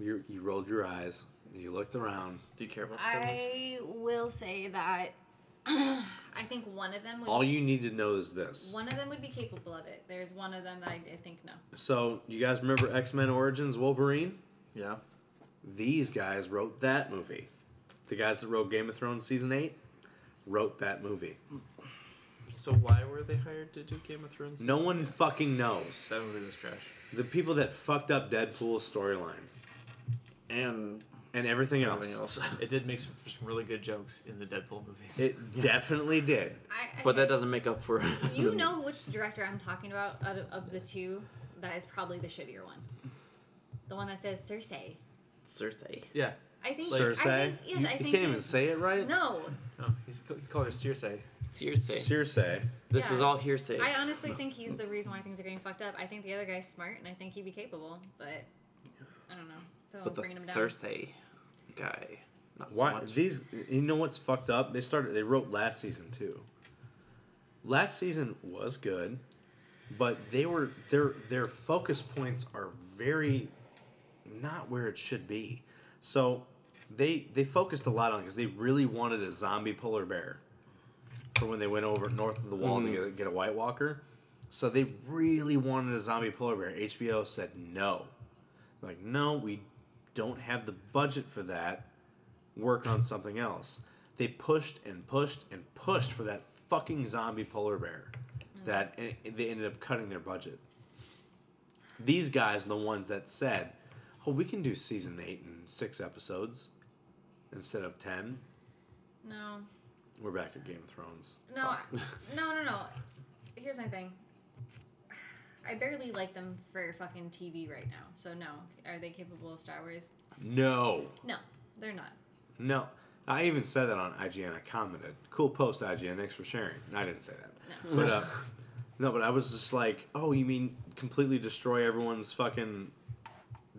Speaker 1: You you rolled your eyes. You looked around.
Speaker 4: Do you care about? Star Wars?
Speaker 7: I will say that [CLEARS THROAT] I think one of them would
Speaker 1: All you need to know is this.
Speaker 7: one of them would be capable of it. There's one of them that I, I think no.
Speaker 1: So you guys remember X Men Origins Wolverine?
Speaker 4: Yeah.
Speaker 1: these guys wrote that movie. The guys that wrote Game of Thrones season eight wrote that movie.
Speaker 4: So why were they hired to do Game of Thrones?
Speaker 1: No one fucking knows.
Speaker 3: That movie was trash.
Speaker 1: The people that fucked up Deadpool's storyline
Speaker 4: And
Speaker 1: and everything
Speaker 4: nothing
Speaker 1: else.
Speaker 4: else.
Speaker 3: It did make some, for some really good jokes in the Deadpool movies.
Speaker 1: It definitely did.
Speaker 7: I, I
Speaker 4: [LAUGHS] but that
Speaker 7: think
Speaker 4: doesn't make up for. [LAUGHS]
Speaker 7: You
Speaker 4: the-
Speaker 7: know which director I'm talking about out of, of the two. That is probably the shittier one. The one that says Cersei.
Speaker 4: Cersei.
Speaker 3: yeah.
Speaker 7: I think. I
Speaker 1: Cersei.
Speaker 7: think, yes,
Speaker 1: you,
Speaker 7: I
Speaker 1: you
Speaker 7: think
Speaker 1: can't even
Speaker 7: he's-
Speaker 1: say it right.
Speaker 7: No,
Speaker 3: Oh, he's, he called her Circe.
Speaker 4: Cersei.
Speaker 1: Cersei.
Speaker 4: this
Speaker 7: yeah.
Speaker 4: is all hearsay.
Speaker 7: I honestly think he's the reason why things are getting fucked up. I think the other guy's smart, and I think he'd be capable, but I don't know. Don't
Speaker 4: but the
Speaker 7: bringing him down.
Speaker 4: Cersei guy. Not
Speaker 1: Why
Speaker 4: so much.
Speaker 1: these? You know what's fucked up? They started. They wrote last season too. Last season was good, but they were their their focus points are very not where it should be. So they they focused a lot on because they really wanted a zombie polar bear for when they went over north of the wall to
Speaker 4: Mm-hmm.
Speaker 1: get, get a White Walker. So they really wanted a zombie polar bear. HBO said no. Like no, we don't have the budget for that work on something else. They pushed and pushed and pushed for that fucking zombie polar bear that and they ended up cutting their budget. These guys are the ones that said, oh, we can do season eight in six episodes instead of ten.
Speaker 7: No,
Speaker 1: We're back at Game of Thrones.
Speaker 7: no, I, no, no, no. Here's my thing. I barely like them for fucking TV right now. So no, are they capable of Star Wars?
Speaker 1: [LAUGHS] No.
Speaker 7: No, they're not.
Speaker 1: No. I even said that on IGN. I commented, "Cool post, IGN. Thanks for sharing." I didn't say that, but uh, no. But I was just like, "Oh, you mean completely destroy everyone's fucking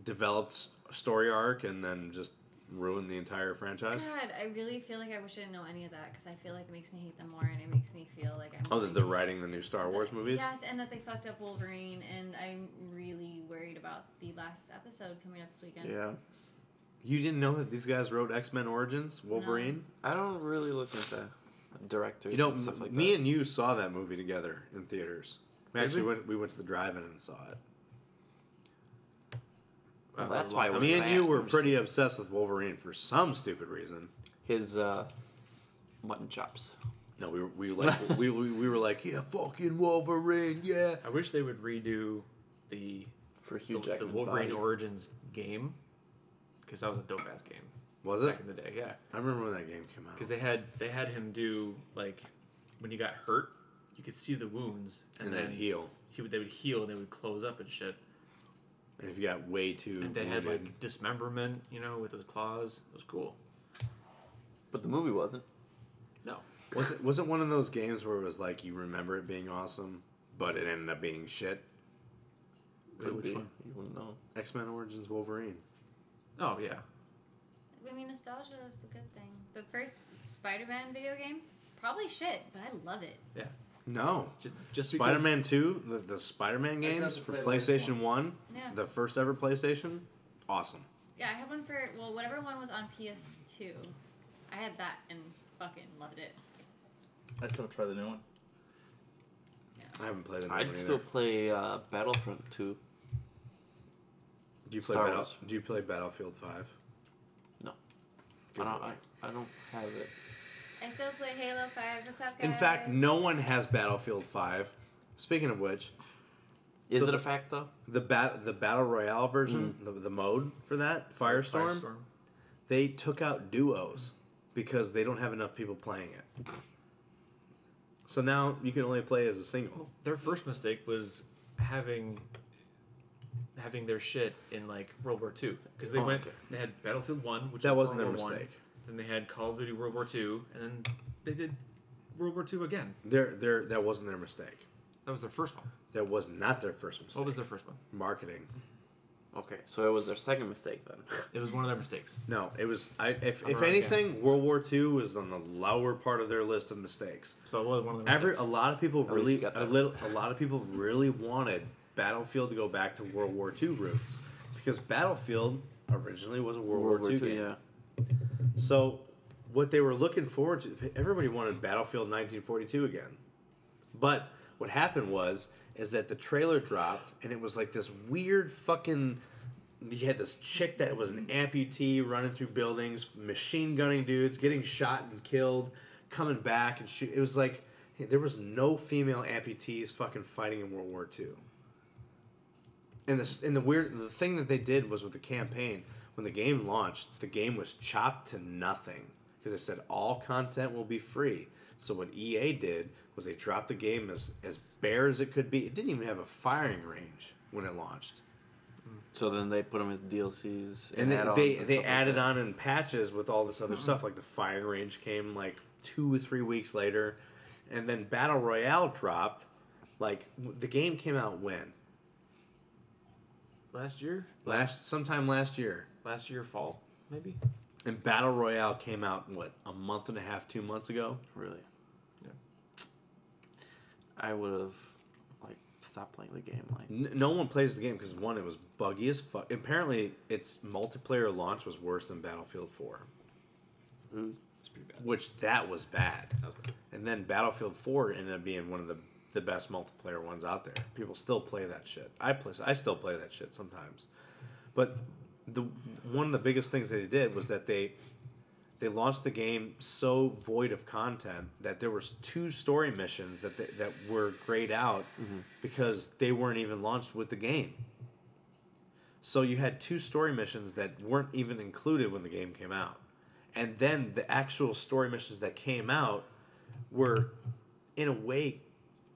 Speaker 1: developed s- story arc and then just ruin the entire franchise?"
Speaker 7: God, I really feel like I wish I didn't know any of that because I feel like it makes me hate them more and it makes me feel like I'm.
Speaker 1: Oh, that they're writing the new Star Wars movies.
Speaker 7: Yes, and that they fucked up Wolverine, and I'm really worried about the last episode coming up this weekend.
Speaker 4: Yeah.
Speaker 1: You didn't know that these guys wrote X Men Origins Wolverine.
Speaker 4: I don't really look at the directors
Speaker 1: You know,
Speaker 4: and stuff like
Speaker 1: me
Speaker 4: that.
Speaker 1: and you saw that movie together in theaters. We
Speaker 4: Did
Speaker 1: actually
Speaker 4: we?
Speaker 1: went. We went to the drive-in and saw it.
Speaker 4: Well, that's why it was
Speaker 1: Me and you
Speaker 4: bad.
Speaker 1: were pretty obsessed with Wolverine for some stupid reason.
Speaker 4: his uh, mutton chops.
Speaker 1: No, we were, we like we, we, we were like yeah, fucking Wolverine, yeah.
Speaker 3: I wish they would redo the
Speaker 4: For Hugh
Speaker 3: the, the
Speaker 4: Jackman's
Speaker 3: Wolverine
Speaker 4: body.
Speaker 3: Origins game because that was a dope ass game
Speaker 1: Was it?
Speaker 3: back in the day. Yeah,
Speaker 1: I remember when that game came out.
Speaker 3: because they had they had him do like when he got hert, you could see the wounds,
Speaker 1: and then heal,
Speaker 3: He would they would heal and they would close up and shit.
Speaker 1: and if you got way too,
Speaker 3: And they had
Speaker 1: wounded-
Speaker 3: like dismemberment, you know, with his claws. It was cool.
Speaker 4: But the movie wasn't.
Speaker 3: No,
Speaker 1: was it was it one of those games where it was like you remember it being awesome, but it ended up being shit?
Speaker 3: Wait, which
Speaker 4: be.
Speaker 3: one?
Speaker 4: You wouldn't know.
Speaker 1: X Men Origins Wolverine.
Speaker 3: Oh yeah,
Speaker 7: I mean, nostalgia is a good thing. The first Spider-Man video game, probably shit, but I love it.
Speaker 1: No,
Speaker 3: Ju- just
Speaker 1: Spider Man Two, the, the Spider Man
Speaker 2: I just
Speaker 1: games
Speaker 2: have
Speaker 1: for
Speaker 2: to play the latest
Speaker 1: PlayStation One,
Speaker 7: Yeah,
Speaker 1: the first ever PlayStation, awesome.
Speaker 7: yeah. I had one for well, whatever one was on PS2. I had that and fucking loved it.
Speaker 2: I still try the new one.
Speaker 1: I haven't played it.
Speaker 4: I'd still play uh, Battlefront 2.
Speaker 1: Do you play
Speaker 4: Star
Speaker 1: Battle-
Speaker 4: Wars.
Speaker 1: Do you play Battlefield Five?
Speaker 4: No. I don't. I, I don't have it.
Speaker 7: I still play Halo Five. What's up, guys?
Speaker 1: In fact, no one has Battlefield Five. Speaking of which,
Speaker 4: Is
Speaker 1: So
Speaker 4: it
Speaker 1: the-
Speaker 4: a fact though?
Speaker 1: the bat the battle royale version,
Speaker 9: Mm.
Speaker 1: the, the mode for that Firestorm, they took out duos because they don't have enough people playing it. So now you can only play as a single.
Speaker 9: Oh, Their first mistake was having having their shit in like World War II because they
Speaker 1: Oh,
Speaker 9: went
Speaker 1: okay.
Speaker 9: they had Battlefield One, which
Speaker 1: That
Speaker 9: was
Speaker 1: wasn't their
Speaker 9: World War One.
Speaker 1: mistake.
Speaker 9: Then they had Call of Duty World War Two, and then they did World War Two again.
Speaker 1: Their, their, that wasn't their mistake.
Speaker 9: That was their first one.
Speaker 1: That was not their first mistake.
Speaker 9: What was their first one?
Speaker 1: marketing?
Speaker 4: Okay, so it was their second mistake then.
Speaker 9: It was one of their mistakes.
Speaker 1: No, it was. I, if if
Speaker 9: wrong, yeah.
Speaker 1: anything, World War II was on the lower part of their list of mistakes.
Speaker 9: So it was one of their
Speaker 1: Every
Speaker 9: mistakes.
Speaker 1: a lot of people
Speaker 4: least
Speaker 1: really
Speaker 4: you got
Speaker 1: a
Speaker 4: that.
Speaker 1: little a lot of people really wanted Battlefield to go back to World War II roots because Battlefield originally was a World, War, II, game.
Speaker 4: yeah.
Speaker 1: So what they were looking forward to, everybody wanted Battlefield 1942 again. But what happened was is that the trailer dropped and it was like this weird fucking you had this chick that was an amputee running through buildings, machine gunning dudes, getting shot and killed, coming back and shoot. It was like hey, there was no female amputees fucking fighting in World War II. And the and the weird the thing that they did was with the campaign when the game launched, the game was chopped to nothing because it said all content will be free. So what EA did was they dropped the game as as bare as it could be. It didn't even have a firing range when it launched,
Speaker 4: So then they put them as DLCs
Speaker 1: and
Speaker 4: and, add-ons
Speaker 1: they they,
Speaker 4: and
Speaker 1: they
Speaker 4: stuff like
Speaker 1: added
Speaker 4: that.
Speaker 1: on in patches with all this other stuff. Like the firing range came like two or three weeks later, and then battle royale dropped. Like w- the game came out when
Speaker 9: Last year,
Speaker 1: last sometime last year.
Speaker 9: last year fall maybe.
Speaker 1: And Battle Royale came out what a month and a half, two months ago.
Speaker 4: Really?
Speaker 9: Yeah.
Speaker 4: I would have like stopped playing the game. Like
Speaker 1: N- no one plays the game because one, it was buggy as fuck. Apparently, its multiplayer launch was worse than Battlefield Four,
Speaker 4: ooh,
Speaker 9: It's pretty bad.
Speaker 1: which that was bad.
Speaker 9: That was bad.
Speaker 1: And then Battlefield Four ended up being one of the the best multiplayer ones out there. People still play that shit. I play. I still play that shit sometimes. But the one of the biggest things that they did was that they they launched the game so void of content that there was two story missions that they, that were grayed out
Speaker 9: Mm-hmm.
Speaker 1: because they weren't even launched with the game. So you had two story missions that weren't even included when the game came out. And then the actual story missions that came out were in a way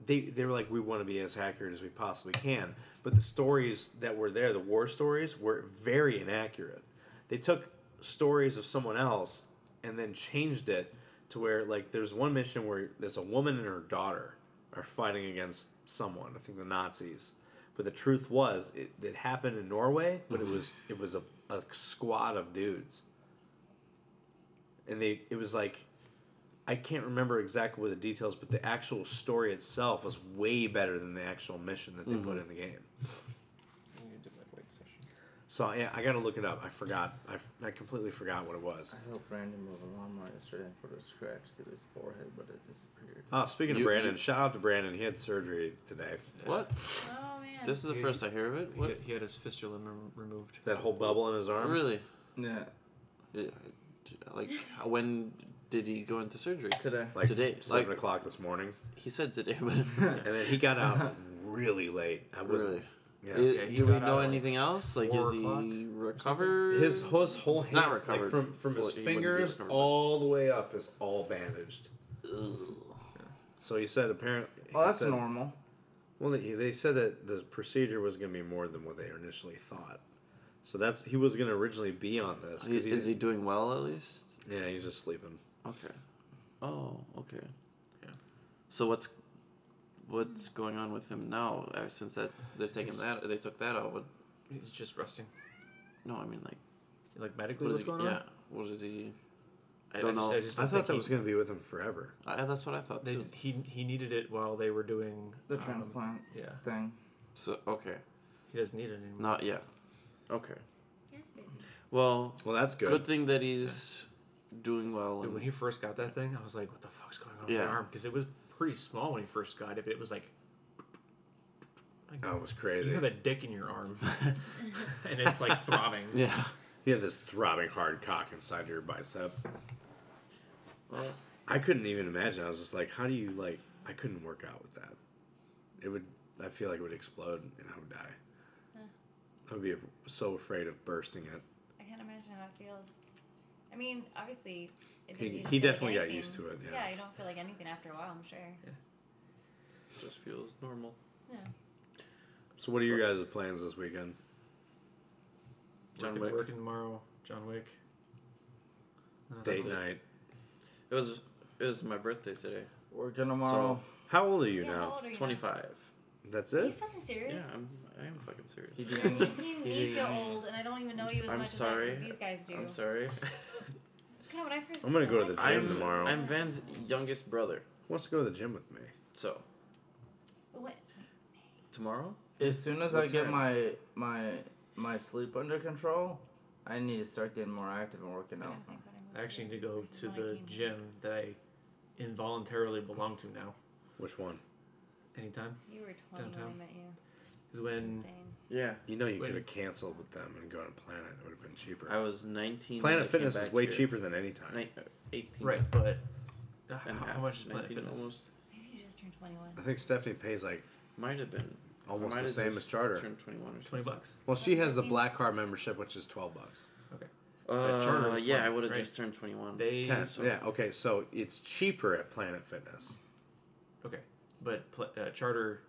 Speaker 1: they they were like we want to be as accurate as we possibly can but the stories that were there the war stories were very inaccurate they took stories of someone else and then changed it to where like there's one mission where there's a woman and her daughter are fighting against someone i think the nazis but the truth was it, it happened in norway but it was it was a, a squad of dudes and they it was like I can't remember exactly what the details, but the actual story itself was way better than the actual mission that they
Speaker 4: Mm-hmm.
Speaker 1: put in the game.
Speaker 9: I need to do my white session.
Speaker 1: So yeah, I got to look it up. I forgot. I, f- I completely forgot what it was.
Speaker 6: I helped Brandon move a lawnmower yesterday and put a scratch through his forehead, but it disappeared.
Speaker 1: Oh, speaking
Speaker 4: You-
Speaker 1: of Brandon,
Speaker 4: you-
Speaker 1: shout out to Brandon. He had surgery today.
Speaker 4: what?
Speaker 7: Oh man.
Speaker 4: This is the
Speaker 9: Yeah.
Speaker 4: first I hear of it.
Speaker 9: He
Speaker 4: What?
Speaker 9: had- He had his fistula rem- removed.
Speaker 1: That whole bubble in his arm.
Speaker 4: Really?
Speaker 6: Yeah,
Speaker 4: Yeah, Like when did he go into surgery?
Speaker 6: today.
Speaker 1: Like
Speaker 4: Today,
Speaker 1: seven
Speaker 4: like-
Speaker 1: o'clock this morning,
Speaker 4: He said today, [LAUGHS]
Speaker 9: [LAUGHS]
Speaker 4: but
Speaker 1: and then he
Speaker 4: [LAUGHS]
Speaker 1: got out really late. I
Speaker 4: really.
Speaker 1: wasn't. Yeah.
Speaker 4: I-
Speaker 9: Yeah, he
Speaker 4: do we
Speaker 9: got out
Speaker 4: know
Speaker 9: at, like,
Speaker 4: anything else? Like,
Speaker 9: four
Speaker 4: is he
Speaker 9: o'clock
Speaker 4: recovered?
Speaker 1: His his whole hand,
Speaker 4: Not
Speaker 1: like,
Speaker 4: recovered.
Speaker 1: from from his
Speaker 4: Fully, he wouldn't be
Speaker 1: fingers
Speaker 4: recovered, but-
Speaker 1: all the way up, is all bandaged.
Speaker 4: Ugh.
Speaker 1: So he said apparently.
Speaker 2: Oh, that's
Speaker 1: said,
Speaker 2: normal.
Speaker 1: Well, they, they said that the procedure was going to be more than what they initially thought. So that's he was going to originally be on this.
Speaker 4: Is,
Speaker 1: 'cause
Speaker 4: he, is he doing well at least?
Speaker 1: Yeah, he's just sleeping.
Speaker 4: Okay. Oh, okay.
Speaker 9: Yeah.
Speaker 4: So what's what's going on with him now? Uh, Since that's they're taking that they took that out. What,
Speaker 9: He's just resting.
Speaker 4: no, I mean like
Speaker 9: Like medically,
Speaker 4: what is
Speaker 9: what's
Speaker 4: he?
Speaker 9: going on?
Speaker 4: Yeah. What is he?
Speaker 9: I,
Speaker 4: Don't
Speaker 9: just-
Speaker 4: know.
Speaker 9: just
Speaker 1: I
Speaker 9: don't
Speaker 1: thought
Speaker 9: think
Speaker 1: that
Speaker 9: he-
Speaker 1: was going to be with him forever.
Speaker 4: I, that's what I thought
Speaker 9: They
Speaker 4: too.
Speaker 9: did, he he needed it while they were doing
Speaker 2: The
Speaker 9: um,
Speaker 2: transplant
Speaker 9: Yeah,
Speaker 2: thing.
Speaker 4: So okay,
Speaker 9: he doesn't need it anymore.
Speaker 4: not yeah. Okay.
Speaker 7: Yes, baby.
Speaker 4: Well,
Speaker 1: Well, that's
Speaker 4: good,
Speaker 1: good.
Speaker 4: thing that he's doing well.
Speaker 9: Dude,
Speaker 4: And,
Speaker 9: when he first got that thing, I was like, "What the fuck's going on with
Speaker 4: Yeah.
Speaker 9: your arm?" Because it was pretty small when he first got it, but it was like, like
Speaker 4: Oh,
Speaker 1: That was
Speaker 9: you
Speaker 1: crazy.
Speaker 9: have a dick in
Speaker 4: [LAUGHS]
Speaker 9: your arm, and it's like throbbing.
Speaker 4: yeah.
Speaker 1: You have this throbbing hard cock inside your bicep.
Speaker 4: Well,
Speaker 1: I couldn't even imagine. I was just like, how do you like? I couldn't work out with that. It would. I feel like it would explode and I would die. I would be so afraid of bursting it.
Speaker 7: I can't imagine how it feels. I I mean, obviously, it
Speaker 1: He-
Speaker 7: didn't- you don't
Speaker 1: he
Speaker 7: feel like
Speaker 1: definitely got
Speaker 7: anything.
Speaker 1: used to it, yeah.
Speaker 7: you don't feel like anything after a while. I'm sure.
Speaker 4: Just feels normal.
Speaker 7: Yeah.
Speaker 1: So, what are your guys' plans this weekend?
Speaker 4: John
Speaker 9: Working-
Speaker 4: Wick.
Speaker 9: Working tomorrow, John Wick. No, that's
Speaker 1: Date
Speaker 9: it.
Speaker 1: night.
Speaker 4: It was it was my birthday today.
Speaker 2: Working tomorrow.
Speaker 1: How old are you
Speaker 7: yeah, How
Speaker 1: now?
Speaker 7: old are you now?
Speaker 4: Twenty five.
Speaker 1: That's
Speaker 7: Are you
Speaker 1: it.
Speaker 7: fucking
Speaker 4: Yeah,
Speaker 7: serious?
Speaker 4: I'm I am fucking serious.
Speaker 2: He
Speaker 7: You're
Speaker 2: did-
Speaker 7: making me feel
Speaker 4: Yeah.
Speaker 7: old, and I don't even know
Speaker 4: I'm
Speaker 7: you
Speaker 4: s-
Speaker 7: as
Speaker 4: I'm
Speaker 7: much
Speaker 4: sorry.
Speaker 7: as I, these guys
Speaker 4: [LAUGHS]
Speaker 7: do.
Speaker 4: I'm sorry.
Speaker 7: God, when I first um,
Speaker 1: I'm gonna go to
Speaker 7: met
Speaker 1: the
Speaker 7: Mike-
Speaker 1: gym
Speaker 4: [LAUGHS] I'm
Speaker 1: tomorrow.
Speaker 4: I'm Van's youngest brother.
Speaker 1: Who wants to go to the gym with me?
Speaker 4: So
Speaker 7: What?
Speaker 4: tomorrow?
Speaker 2: As soon as
Speaker 4: What
Speaker 2: I get
Speaker 4: time?
Speaker 2: my my my sleep under control, I need to start getting more active and working out.
Speaker 9: I actually need to go to the gym that I involuntarily belong to now.
Speaker 1: Which one?
Speaker 9: Anytime
Speaker 7: You were 20 when I
Speaker 9: Downtown.
Speaker 7: met you.
Speaker 9: is when
Speaker 7: Insane.
Speaker 4: Yeah.
Speaker 1: You know, you
Speaker 9: Wait.
Speaker 1: could have canceled with them and gone to Planet. It would have been cheaper.
Speaker 4: I was nineteen. when I
Speaker 1: Planet
Speaker 4: came
Speaker 1: Fitness is
Speaker 4: back
Speaker 1: way
Speaker 4: here.
Speaker 1: cheaper than any time.
Speaker 4: Nin- uh, eighteen.
Speaker 9: right, but uh,
Speaker 4: And
Speaker 9: how,
Speaker 4: half,
Speaker 9: how much is Planet
Speaker 4: 19
Speaker 9: Fitness?
Speaker 4: Almost
Speaker 7: Maybe you just turned 21.
Speaker 1: I think Stephanie pays like
Speaker 4: might have been
Speaker 1: almost
Speaker 4: might
Speaker 1: the
Speaker 4: have
Speaker 1: same
Speaker 4: just
Speaker 1: as Charter.
Speaker 4: Turned twenty one or
Speaker 9: Twenty
Speaker 4: something.
Speaker 9: bucks.
Speaker 1: Well, she has the
Speaker 7: Fourteen.
Speaker 1: black card membership, which is twelve bucks.
Speaker 4: Uh,
Speaker 9: But Charter was
Speaker 4: yeah, I
Speaker 9: 20,
Speaker 4: would have
Speaker 9: right?
Speaker 4: just turned twenty one.
Speaker 9: They
Speaker 1: Ten.
Speaker 4: so-
Speaker 1: Yeah. Okay. So it's cheaper at Planet Fitness.
Speaker 9: okay, but pl- uh, Charter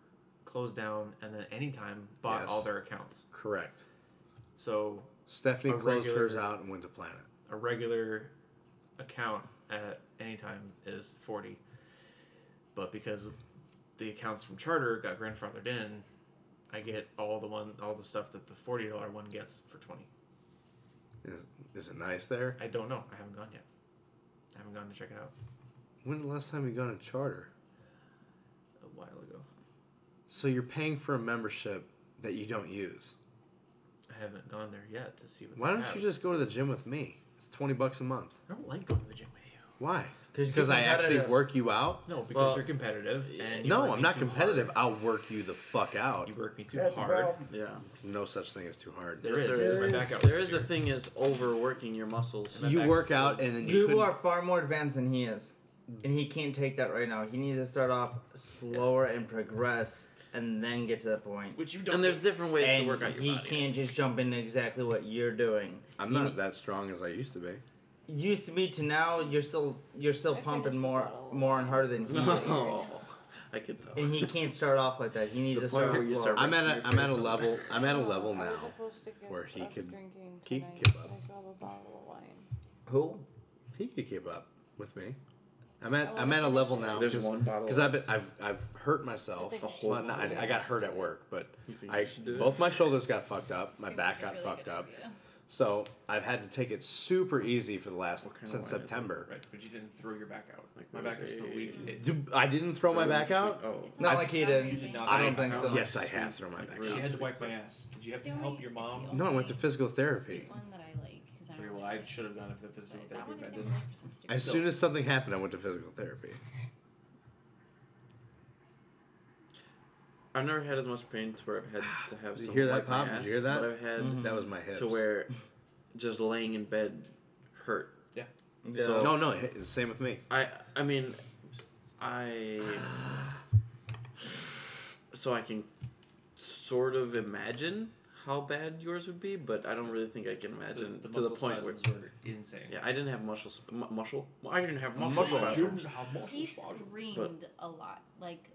Speaker 9: closed down, and then Anytime bought all
Speaker 1: Yes.
Speaker 9: their accounts.
Speaker 1: Correct.
Speaker 9: So
Speaker 1: Stephanie
Speaker 9: A
Speaker 1: closed hers
Speaker 9: regular-
Speaker 1: out and went to Planet.
Speaker 9: a regular account at Anytime is forty, but because the accounts from Charter got grandfathered in, I get all the one all the stuff that the forty dollar one gets for twenty.
Speaker 1: Is, is it nice there?
Speaker 9: I don't know. I haven't gone yet. I haven't gone to check it out
Speaker 1: When's the last time you got a charter?
Speaker 9: a while ago.
Speaker 1: So you're paying for a membership that you don't use.
Speaker 9: I haven't gone there yet to see what.
Speaker 1: Why
Speaker 9: they
Speaker 1: don't
Speaker 9: have.
Speaker 1: you just go to the gym with me? It's twenty bucks a month.
Speaker 9: I don't like going to the gym with you.
Speaker 1: Why?
Speaker 2: 'Cause you're
Speaker 1: Because I actually
Speaker 2: competitive.
Speaker 1: work you out.
Speaker 9: No, because
Speaker 4: Well,
Speaker 9: you're competitive. And you work
Speaker 1: No,
Speaker 9: me
Speaker 1: I'm not
Speaker 9: too
Speaker 1: competitive.
Speaker 9: hard.
Speaker 1: I'll work you the fuck out.
Speaker 9: You work me too
Speaker 2: That's a
Speaker 9: hard.
Speaker 2: problem.
Speaker 4: Yeah.
Speaker 1: It's no such thing as too hard.
Speaker 9: There is.
Speaker 4: There
Speaker 9: There
Speaker 4: is.
Speaker 9: is. My back out
Speaker 4: There
Speaker 9: was
Speaker 4: is a
Speaker 9: here.
Speaker 4: thing is overworking your muscles.
Speaker 9: my
Speaker 1: you
Speaker 9: back
Speaker 1: work
Speaker 9: still-
Speaker 1: out and then you
Speaker 2: People
Speaker 1: couldn't-
Speaker 2: are far more advanced than he is, and he can't take that right now. He needs to start off slower and progress, and then get to that point.
Speaker 9: Which you don't.
Speaker 4: And there's different ways
Speaker 2: and
Speaker 4: to work out your
Speaker 2: he
Speaker 4: body. [LAUGHS]
Speaker 2: can't just jump into exactly what you're doing.
Speaker 1: I'm not that strong as I used to be.
Speaker 2: Used to be to now, you're still you're still
Speaker 7: I
Speaker 2: pumping
Speaker 7: finished
Speaker 2: more
Speaker 7: the bottle.
Speaker 2: more and harder than he is.
Speaker 4: [LAUGHS] No, I could tell.
Speaker 2: and he
Speaker 1: [LAUGHS]
Speaker 2: can't start off like that. He needs
Speaker 4: The
Speaker 2: to
Speaker 4: point
Speaker 2: start
Speaker 4: where you
Speaker 2: slow.
Speaker 4: start-
Speaker 1: I'm at
Speaker 4: resting
Speaker 1: a
Speaker 4: your
Speaker 1: I'm at a
Speaker 4: face on
Speaker 1: level I'm at a level
Speaker 15: I was
Speaker 9: [LAUGHS]
Speaker 1: now.
Speaker 15: supposed to get
Speaker 1: where he
Speaker 15: up
Speaker 1: could-
Speaker 15: drinking
Speaker 1: he could
Speaker 15: tonight,
Speaker 1: give up.
Speaker 15: but I saw the bottle of wine.
Speaker 2: Who?
Speaker 1: He could keep up with me. I'm at
Speaker 7: I
Speaker 1: I'm at a
Speaker 7: love
Speaker 1: level
Speaker 7: that.
Speaker 1: now
Speaker 4: There's
Speaker 1: because
Speaker 4: one bottle
Speaker 1: I've been, I've I've hurt myself.
Speaker 15: think I should
Speaker 1: Well,
Speaker 15: do
Speaker 1: not-
Speaker 15: that.
Speaker 1: I, I got hurt at work, but
Speaker 4: You think
Speaker 1: I
Speaker 4: you should do that?
Speaker 1: both my shoulders got fucked up, my
Speaker 7: Seems like
Speaker 1: back
Speaker 7: a
Speaker 1: got
Speaker 7: really
Speaker 1: fucked
Speaker 7: good
Speaker 1: up.
Speaker 7: idea.
Speaker 1: So I've had to take it super easy for the last
Speaker 4: kind of
Speaker 1: since
Speaker 4: wine is it?
Speaker 1: September.
Speaker 9: Right, but you didn't throw your back out.
Speaker 4: Like
Speaker 9: my
Speaker 4: there
Speaker 9: back
Speaker 4: was
Speaker 9: is still
Speaker 4: a-
Speaker 9: weak. It's-
Speaker 1: Do- I didn't throw my back out.
Speaker 4: Oh.
Speaker 7: It's
Speaker 2: Not
Speaker 7: not
Speaker 2: like he
Speaker 7: so
Speaker 2: did.
Speaker 7: amazing.
Speaker 2: I don't think so.
Speaker 1: Yes, I have thrown my back
Speaker 4: Really?
Speaker 9: She
Speaker 1: out.
Speaker 9: had to wipe my ass. Did you have
Speaker 7: It's
Speaker 9: to
Speaker 7: the
Speaker 9: help
Speaker 7: only-
Speaker 9: your
Speaker 7: it's the
Speaker 9: mom?
Speaker 7: only
Speaker 1: No, I went to physical therapy.
Speaker 7: sweet one that I like, 'cause I
Speaker 9: Okay,
Speaker 7: don't
Speaker 9: well,
Speaker 7: like
Speaker 9: I
Speaker 7: it.
Speaker 9: should have gone to the physical
Speaker 7: But That
Speaker 9: therapy,
Speaker 7: one
Speaker 9: but I
Speaker 7: is
Speaker 9: didn't.
Speaker 7: for some stupid
Speaker 1: As soon as something happened, I went to physical therapy.
Speaker 4: I've never had as much pain to where I've had to have.
Speaker 1: Did you
Speaker 4: someone
Speaker 1: hear that,
Speaker 4: wipe
Speaker 1: Pop?
Speaker 4: my
Speaker 1: Did you
Speaker 4: ass,
Speaker 1: hear that? Mm-hmm.
Speaker 4: But I've had
Speaker 1: That was my hips.
Speaker 4: Hmm. to where just laying in bed hurt.
Speaker 9: Yeah.
Speaker 2: Yeah.
Speaker 4: So
Speaker 1: No, no, it- same with me.
Speaker 4: I I mean, I so I can sort of imagine how bad yours would be, but I don't really think I can imagine to the
Speaker 9: muscle
Speaker 4: point where.
Speaker 9: spasms were insane.
Speaker 4: Yeah, I didn't have muscle, sp- mu- muscle. Well, I didn't have muscle.
Speaker 7: Muscle.
Speaker 4: spasms
Speaker 7: He screamed a lot. Like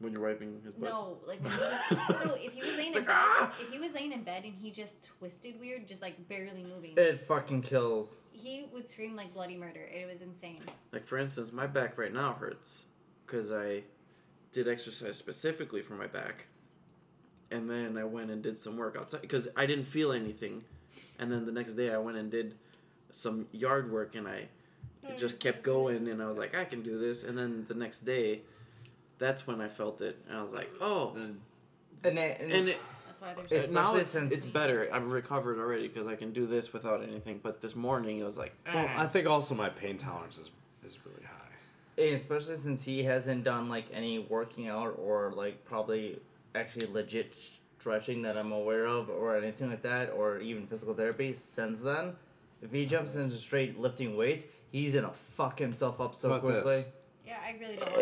Speaker 4: When you're wiping his butt.
Speaker 7: no, like when
Speaker 1: [LAUGHS]
Speaker 7: he was, no. If he was laying
Speaker 4: It's like,
Speaker 7: in bed,
Speaker 4: "Ah!"
Speaker 7: if he was laying in bed and he just twisted weird, just like barely moving,
Speaker 2: It fucking kills.
Speaker 7: he would scream like bloody murder. It was insane.
Speaker 4: Like for instance, my back right now hurts because I did exercise specifically for my back, and then I went and did some work outside because I didn't feel anything, and then the next day I went and did some yard work and I
Speaker 2: Mm.
Speaker 4: it just kept going and I was like I can do this, and then the next day, that's when I felt it and I was like oh,
Speaker 3: Mm.
Speaker 9: And
Speaker 2: And it, and,
Speaker 4: and it,
Speaker 7: That's why there's.
Speaker 4: it's now
Speaker 2: Especially
Speaker 4: it's,
Speaker 2: since-
Speaker 4: it's better. I've recovered already because I can do this without anything. But this morning it was like
Speaker 2: Oh
Speaker 1: Well, I think also my pain tolerance is, is really high.
Speaker 2: and especially since he hasn't done like any working out or like probably actually legit stretching that I'm aware of or anything like that or even physical therapy since then. If he jumps into straight lifting weights, he's gonna fuck himself up so
Speaker 1: How about
Speaker 2: quickly.
Speaker 1: this?
Speaker 7: Yeah, I really don't want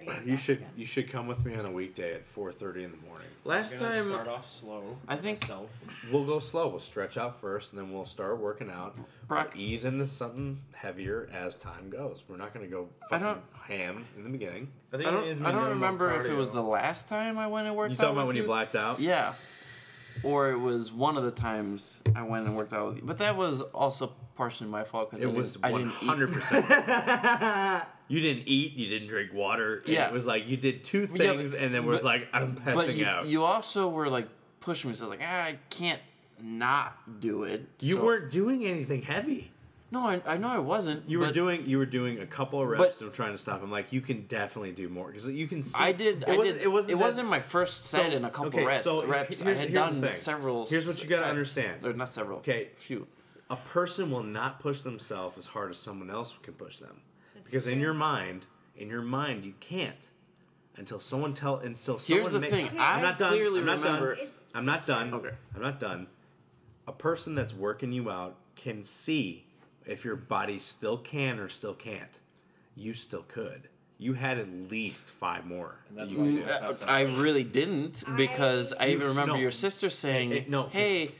Speaker 7: to go
Speaker 1: Oh, You should you should come with me on a weekday at 4:30 in the morning.
Speaker 4: Last
Speaker 3: I'm gonna
Speaker 4: time,
Speaker 3: start off slow.
Speaker 4: I think-
Speaker 3: myself.
Speaker 1: We'll go slow. We'll stretch out first, and then we'll start working out.
Speaker 4: Brock-
Speaker 1: We'll ease into something heavier as time goes. We're not going to go
Speaker 4: I
Speaker 1: fucking
Speaker 4: don't-
Speaker 1: ham in the beginning.
Speaker 6: I, think
Speaker 4: I
Speaker 6: it needs to
Speaker 4: don't,
Speaker 6: be
Speaker 4: I don't
Speaker 6: minimal
Speaker 4: remember if it
Speaker 6: cardio.
Speaker 4: was the last time I went and worked
Speaker 1: You talking
Speaker 4: out
Speaker 1: about when
Speaker 4: with
Speaker 1: you blacked out?
Speaker 4: Yeah. Or it was one of the times I went and worked out with you. But that was also partially my fault because I
Speaker 1: It
Speaker 4: didn't,
Speaker 1: was
Speaker 4: I didn't eat. [LAUGHS]
Speaker 1: 100%. you didn't eat, you didn't drink water. and
Speaker 4: Yeah.
Speaker 1: It was like you did two
Speaker 4: Yeah, but-
Speaker 1: things and then was
Speaker 4: but-
Speaker 1: like, I'm
Speaker 4: But
Speaker 1: passing
Speaker 4: you,
Speaker 1: out. You,
Speaker 4: you also were like pushing me, so like, ah, I can't not do it. So-
Speaker 1: weren't doing anything heavy.
Speaker 4: No, I, I know I wasn't.
Speaker 1: You were
Speaker 4: but
Speaker 1: doing you were doing a couple of reps and trying to stop him. Like you can definitely do more because you can see
Speaker 4: I did.
Speaker 1: It
Speaker 4: I
Speaker 1: wasn't.
Speaker 4: did.
Speaker 1: It wasn't. that-
Speaker 4: my first set
Speaker 1: So-
Speaker 4: in a couple
Speaker 1: okay,
Speaker 4: reps.
Speaker 1: so
Speaker 4: reps. I
Speaker 1: here's-
Speaker 4: had
Speaker 1: here's the
Speaker 4: done
Speaker 1: thing.
Speaker 4: several.
Speaker 1: Here's what you
Speaker 4: got
Speaker 1: gotta understand.
Speaker 4: Or not several.
Speaker 1: Okay.
Speaker 4: Few.
Speaker 1: a person will not push themselves as hard as someone else can push them
Speaker 7: That's
Speaker 1: because in
Speaker 7: true.
Speaker 1: your mind in your mind you can't until someone tell until someone
Speaker 4: Here's the
Speaker 1: ma-
Speaker 4: thing.
Speaker 7: Okay.
Speaker 4: I
Speaker 1: I'm not done.
Speaker 4: clearly
Speaker 1: I'm not done.
Speaker 4: remember.
Speaker 7: It's
Speaker 1: i'm not done
Speaker 4: Okay.
Speaker 1: i'm not done a person that's working you out can see if your body still can or still can't you still could you had at least five more
Speaker 3: And that's
Speaker 1: you
Speaker 3: why
Speaker 1: could
Speaker 3: you
Speaker 1: do.
Speaker 3: were passed out.
Speaker 4: uh, I really didn't because I, even
Speaker 1: You've-
Speaker 4: remember
Speaker 1: no.
Speaker 4: your sister saying,
Speaker 1: It- it- no, 'cause-
Speaker 4: "Hey,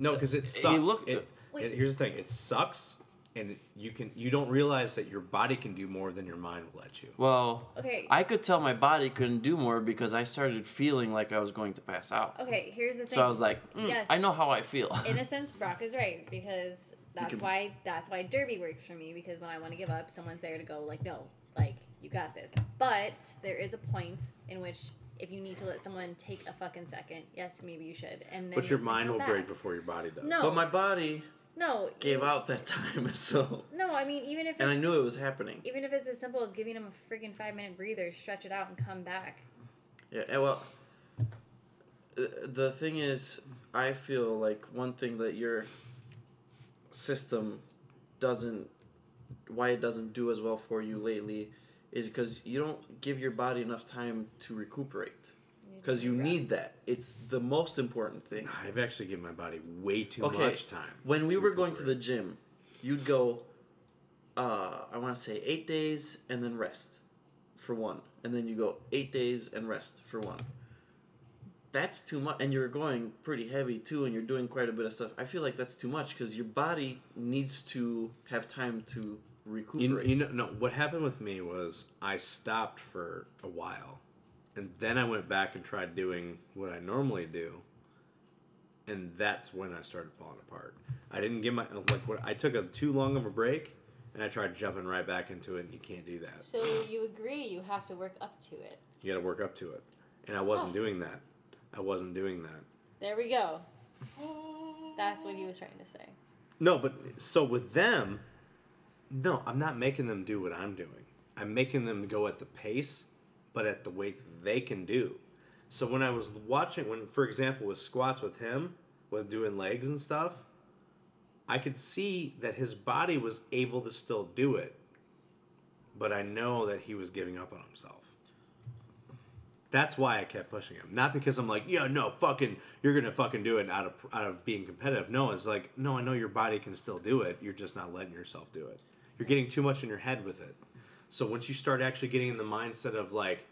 Speaker 1: No, because it sucks.
Speaker 4: look-
Speaker 1: It-
Speaker 7: Wait.
Speaker 1: it- here's the thing: it sucks, and you can you don't realize that your body can do more than your mind will let you.
Speaker 4: well,
Speaker 7: Okay.
Speaker 4: I could tell my body couldn't do more because I started feeling like I was going to pass out.
Speaker 7: Okay, here's the thing.
Speaker 4: So I was like, [LAUGHS] "Mm,
Speaker 7: Yes.
Speaker 4: I know how I feel. [LAUGHS]
Speaker 7: in a sense, Brock is right because that's
Speaker 4: can-
Speaker 7: why that's why derby works for me because when I want to give up, someone's there to go like, no, like you got this. But there is a point in which if you need to let someone take a fucking second, yes, maybe you should. And then
Speaker 1: But your
Speaker 7: you can
Speaker 1: mind
Speaker 7: come
Speaker 1: will
Speaker 7: back.
Speaker 1: break before your body does.
Speaker 7: No,
Speaker 4: But my body
Speaker 7: no,
Speaker 4: gave
Speaker 7: e-
Speaker 4: out that [LAUGHS] time, so
Speaker 7: No, I mean even if
Speaker 4: and I
Speaker 7: it's-
Speaker 4: knew it was happening.
Speaker 7: even if it's as simple as giving them a freaking five minute breather, stretch it out and come back.
Speaker 4: Yeah, and well, uh, the thing is, I feel like one thing that your system doesn't, why it doesn't do as well for you lately, is because you don't give your body enough time to recuperate. Because you need that. It's the most important thing.
Speaker 1: I've actually given my body way too
Speaker 4: Okay.
Speaker 1: much time.
Speaker 4: When we
Speaker 1: to
Speaker 4: were going to the
Speaker 1: recuperate.
Speaker 4: gym, you'd go, uh, I want to say eight days and then rest for one. And then you go eight days and rest for one. That's too much. And you're going pretty heavy too, and you're doing quite a bit of stuff. I feel like that's too much because your body needs to have time to
Speaker 1: you,
Speaker 4: recuperate.
Speaker 1: you know, no, what happened with me was I stopped for a while, and then I went back and tried doing what I normally do, and that's when I started falling apart. I didn't get my uh, like what I took a too long of a break, and I tried jumping right back into it, and you can't do that.
Speaker 7: So you agree you have to work up to it.
Speaker 1: You got to work up to it. And I wasn't
Speaker 7: Oh.
Speaker 1: doing that. I wasn't doing that.
Speaker 7: There we go. That's what he was trying to say.
Speaker 1: No, but so with them, no, I'm not making them do what I'm doing. I'm making them go at the pace, but at the weight they can do. So when I was watching, when for example with squats with him, with doing legs and stuff, I could see that his body was able to still do it, but I know that he was giving up on himself. That's why I kept pushing him. Not because I'm like, yeah, no, fucking, you're gonna fucking do it out of out of being competitive. No, it's like, no, I know your body can still do it. You're just not letting yourself do it. You're getting too much in your head with it. So once you start actually getting in the mindset of like,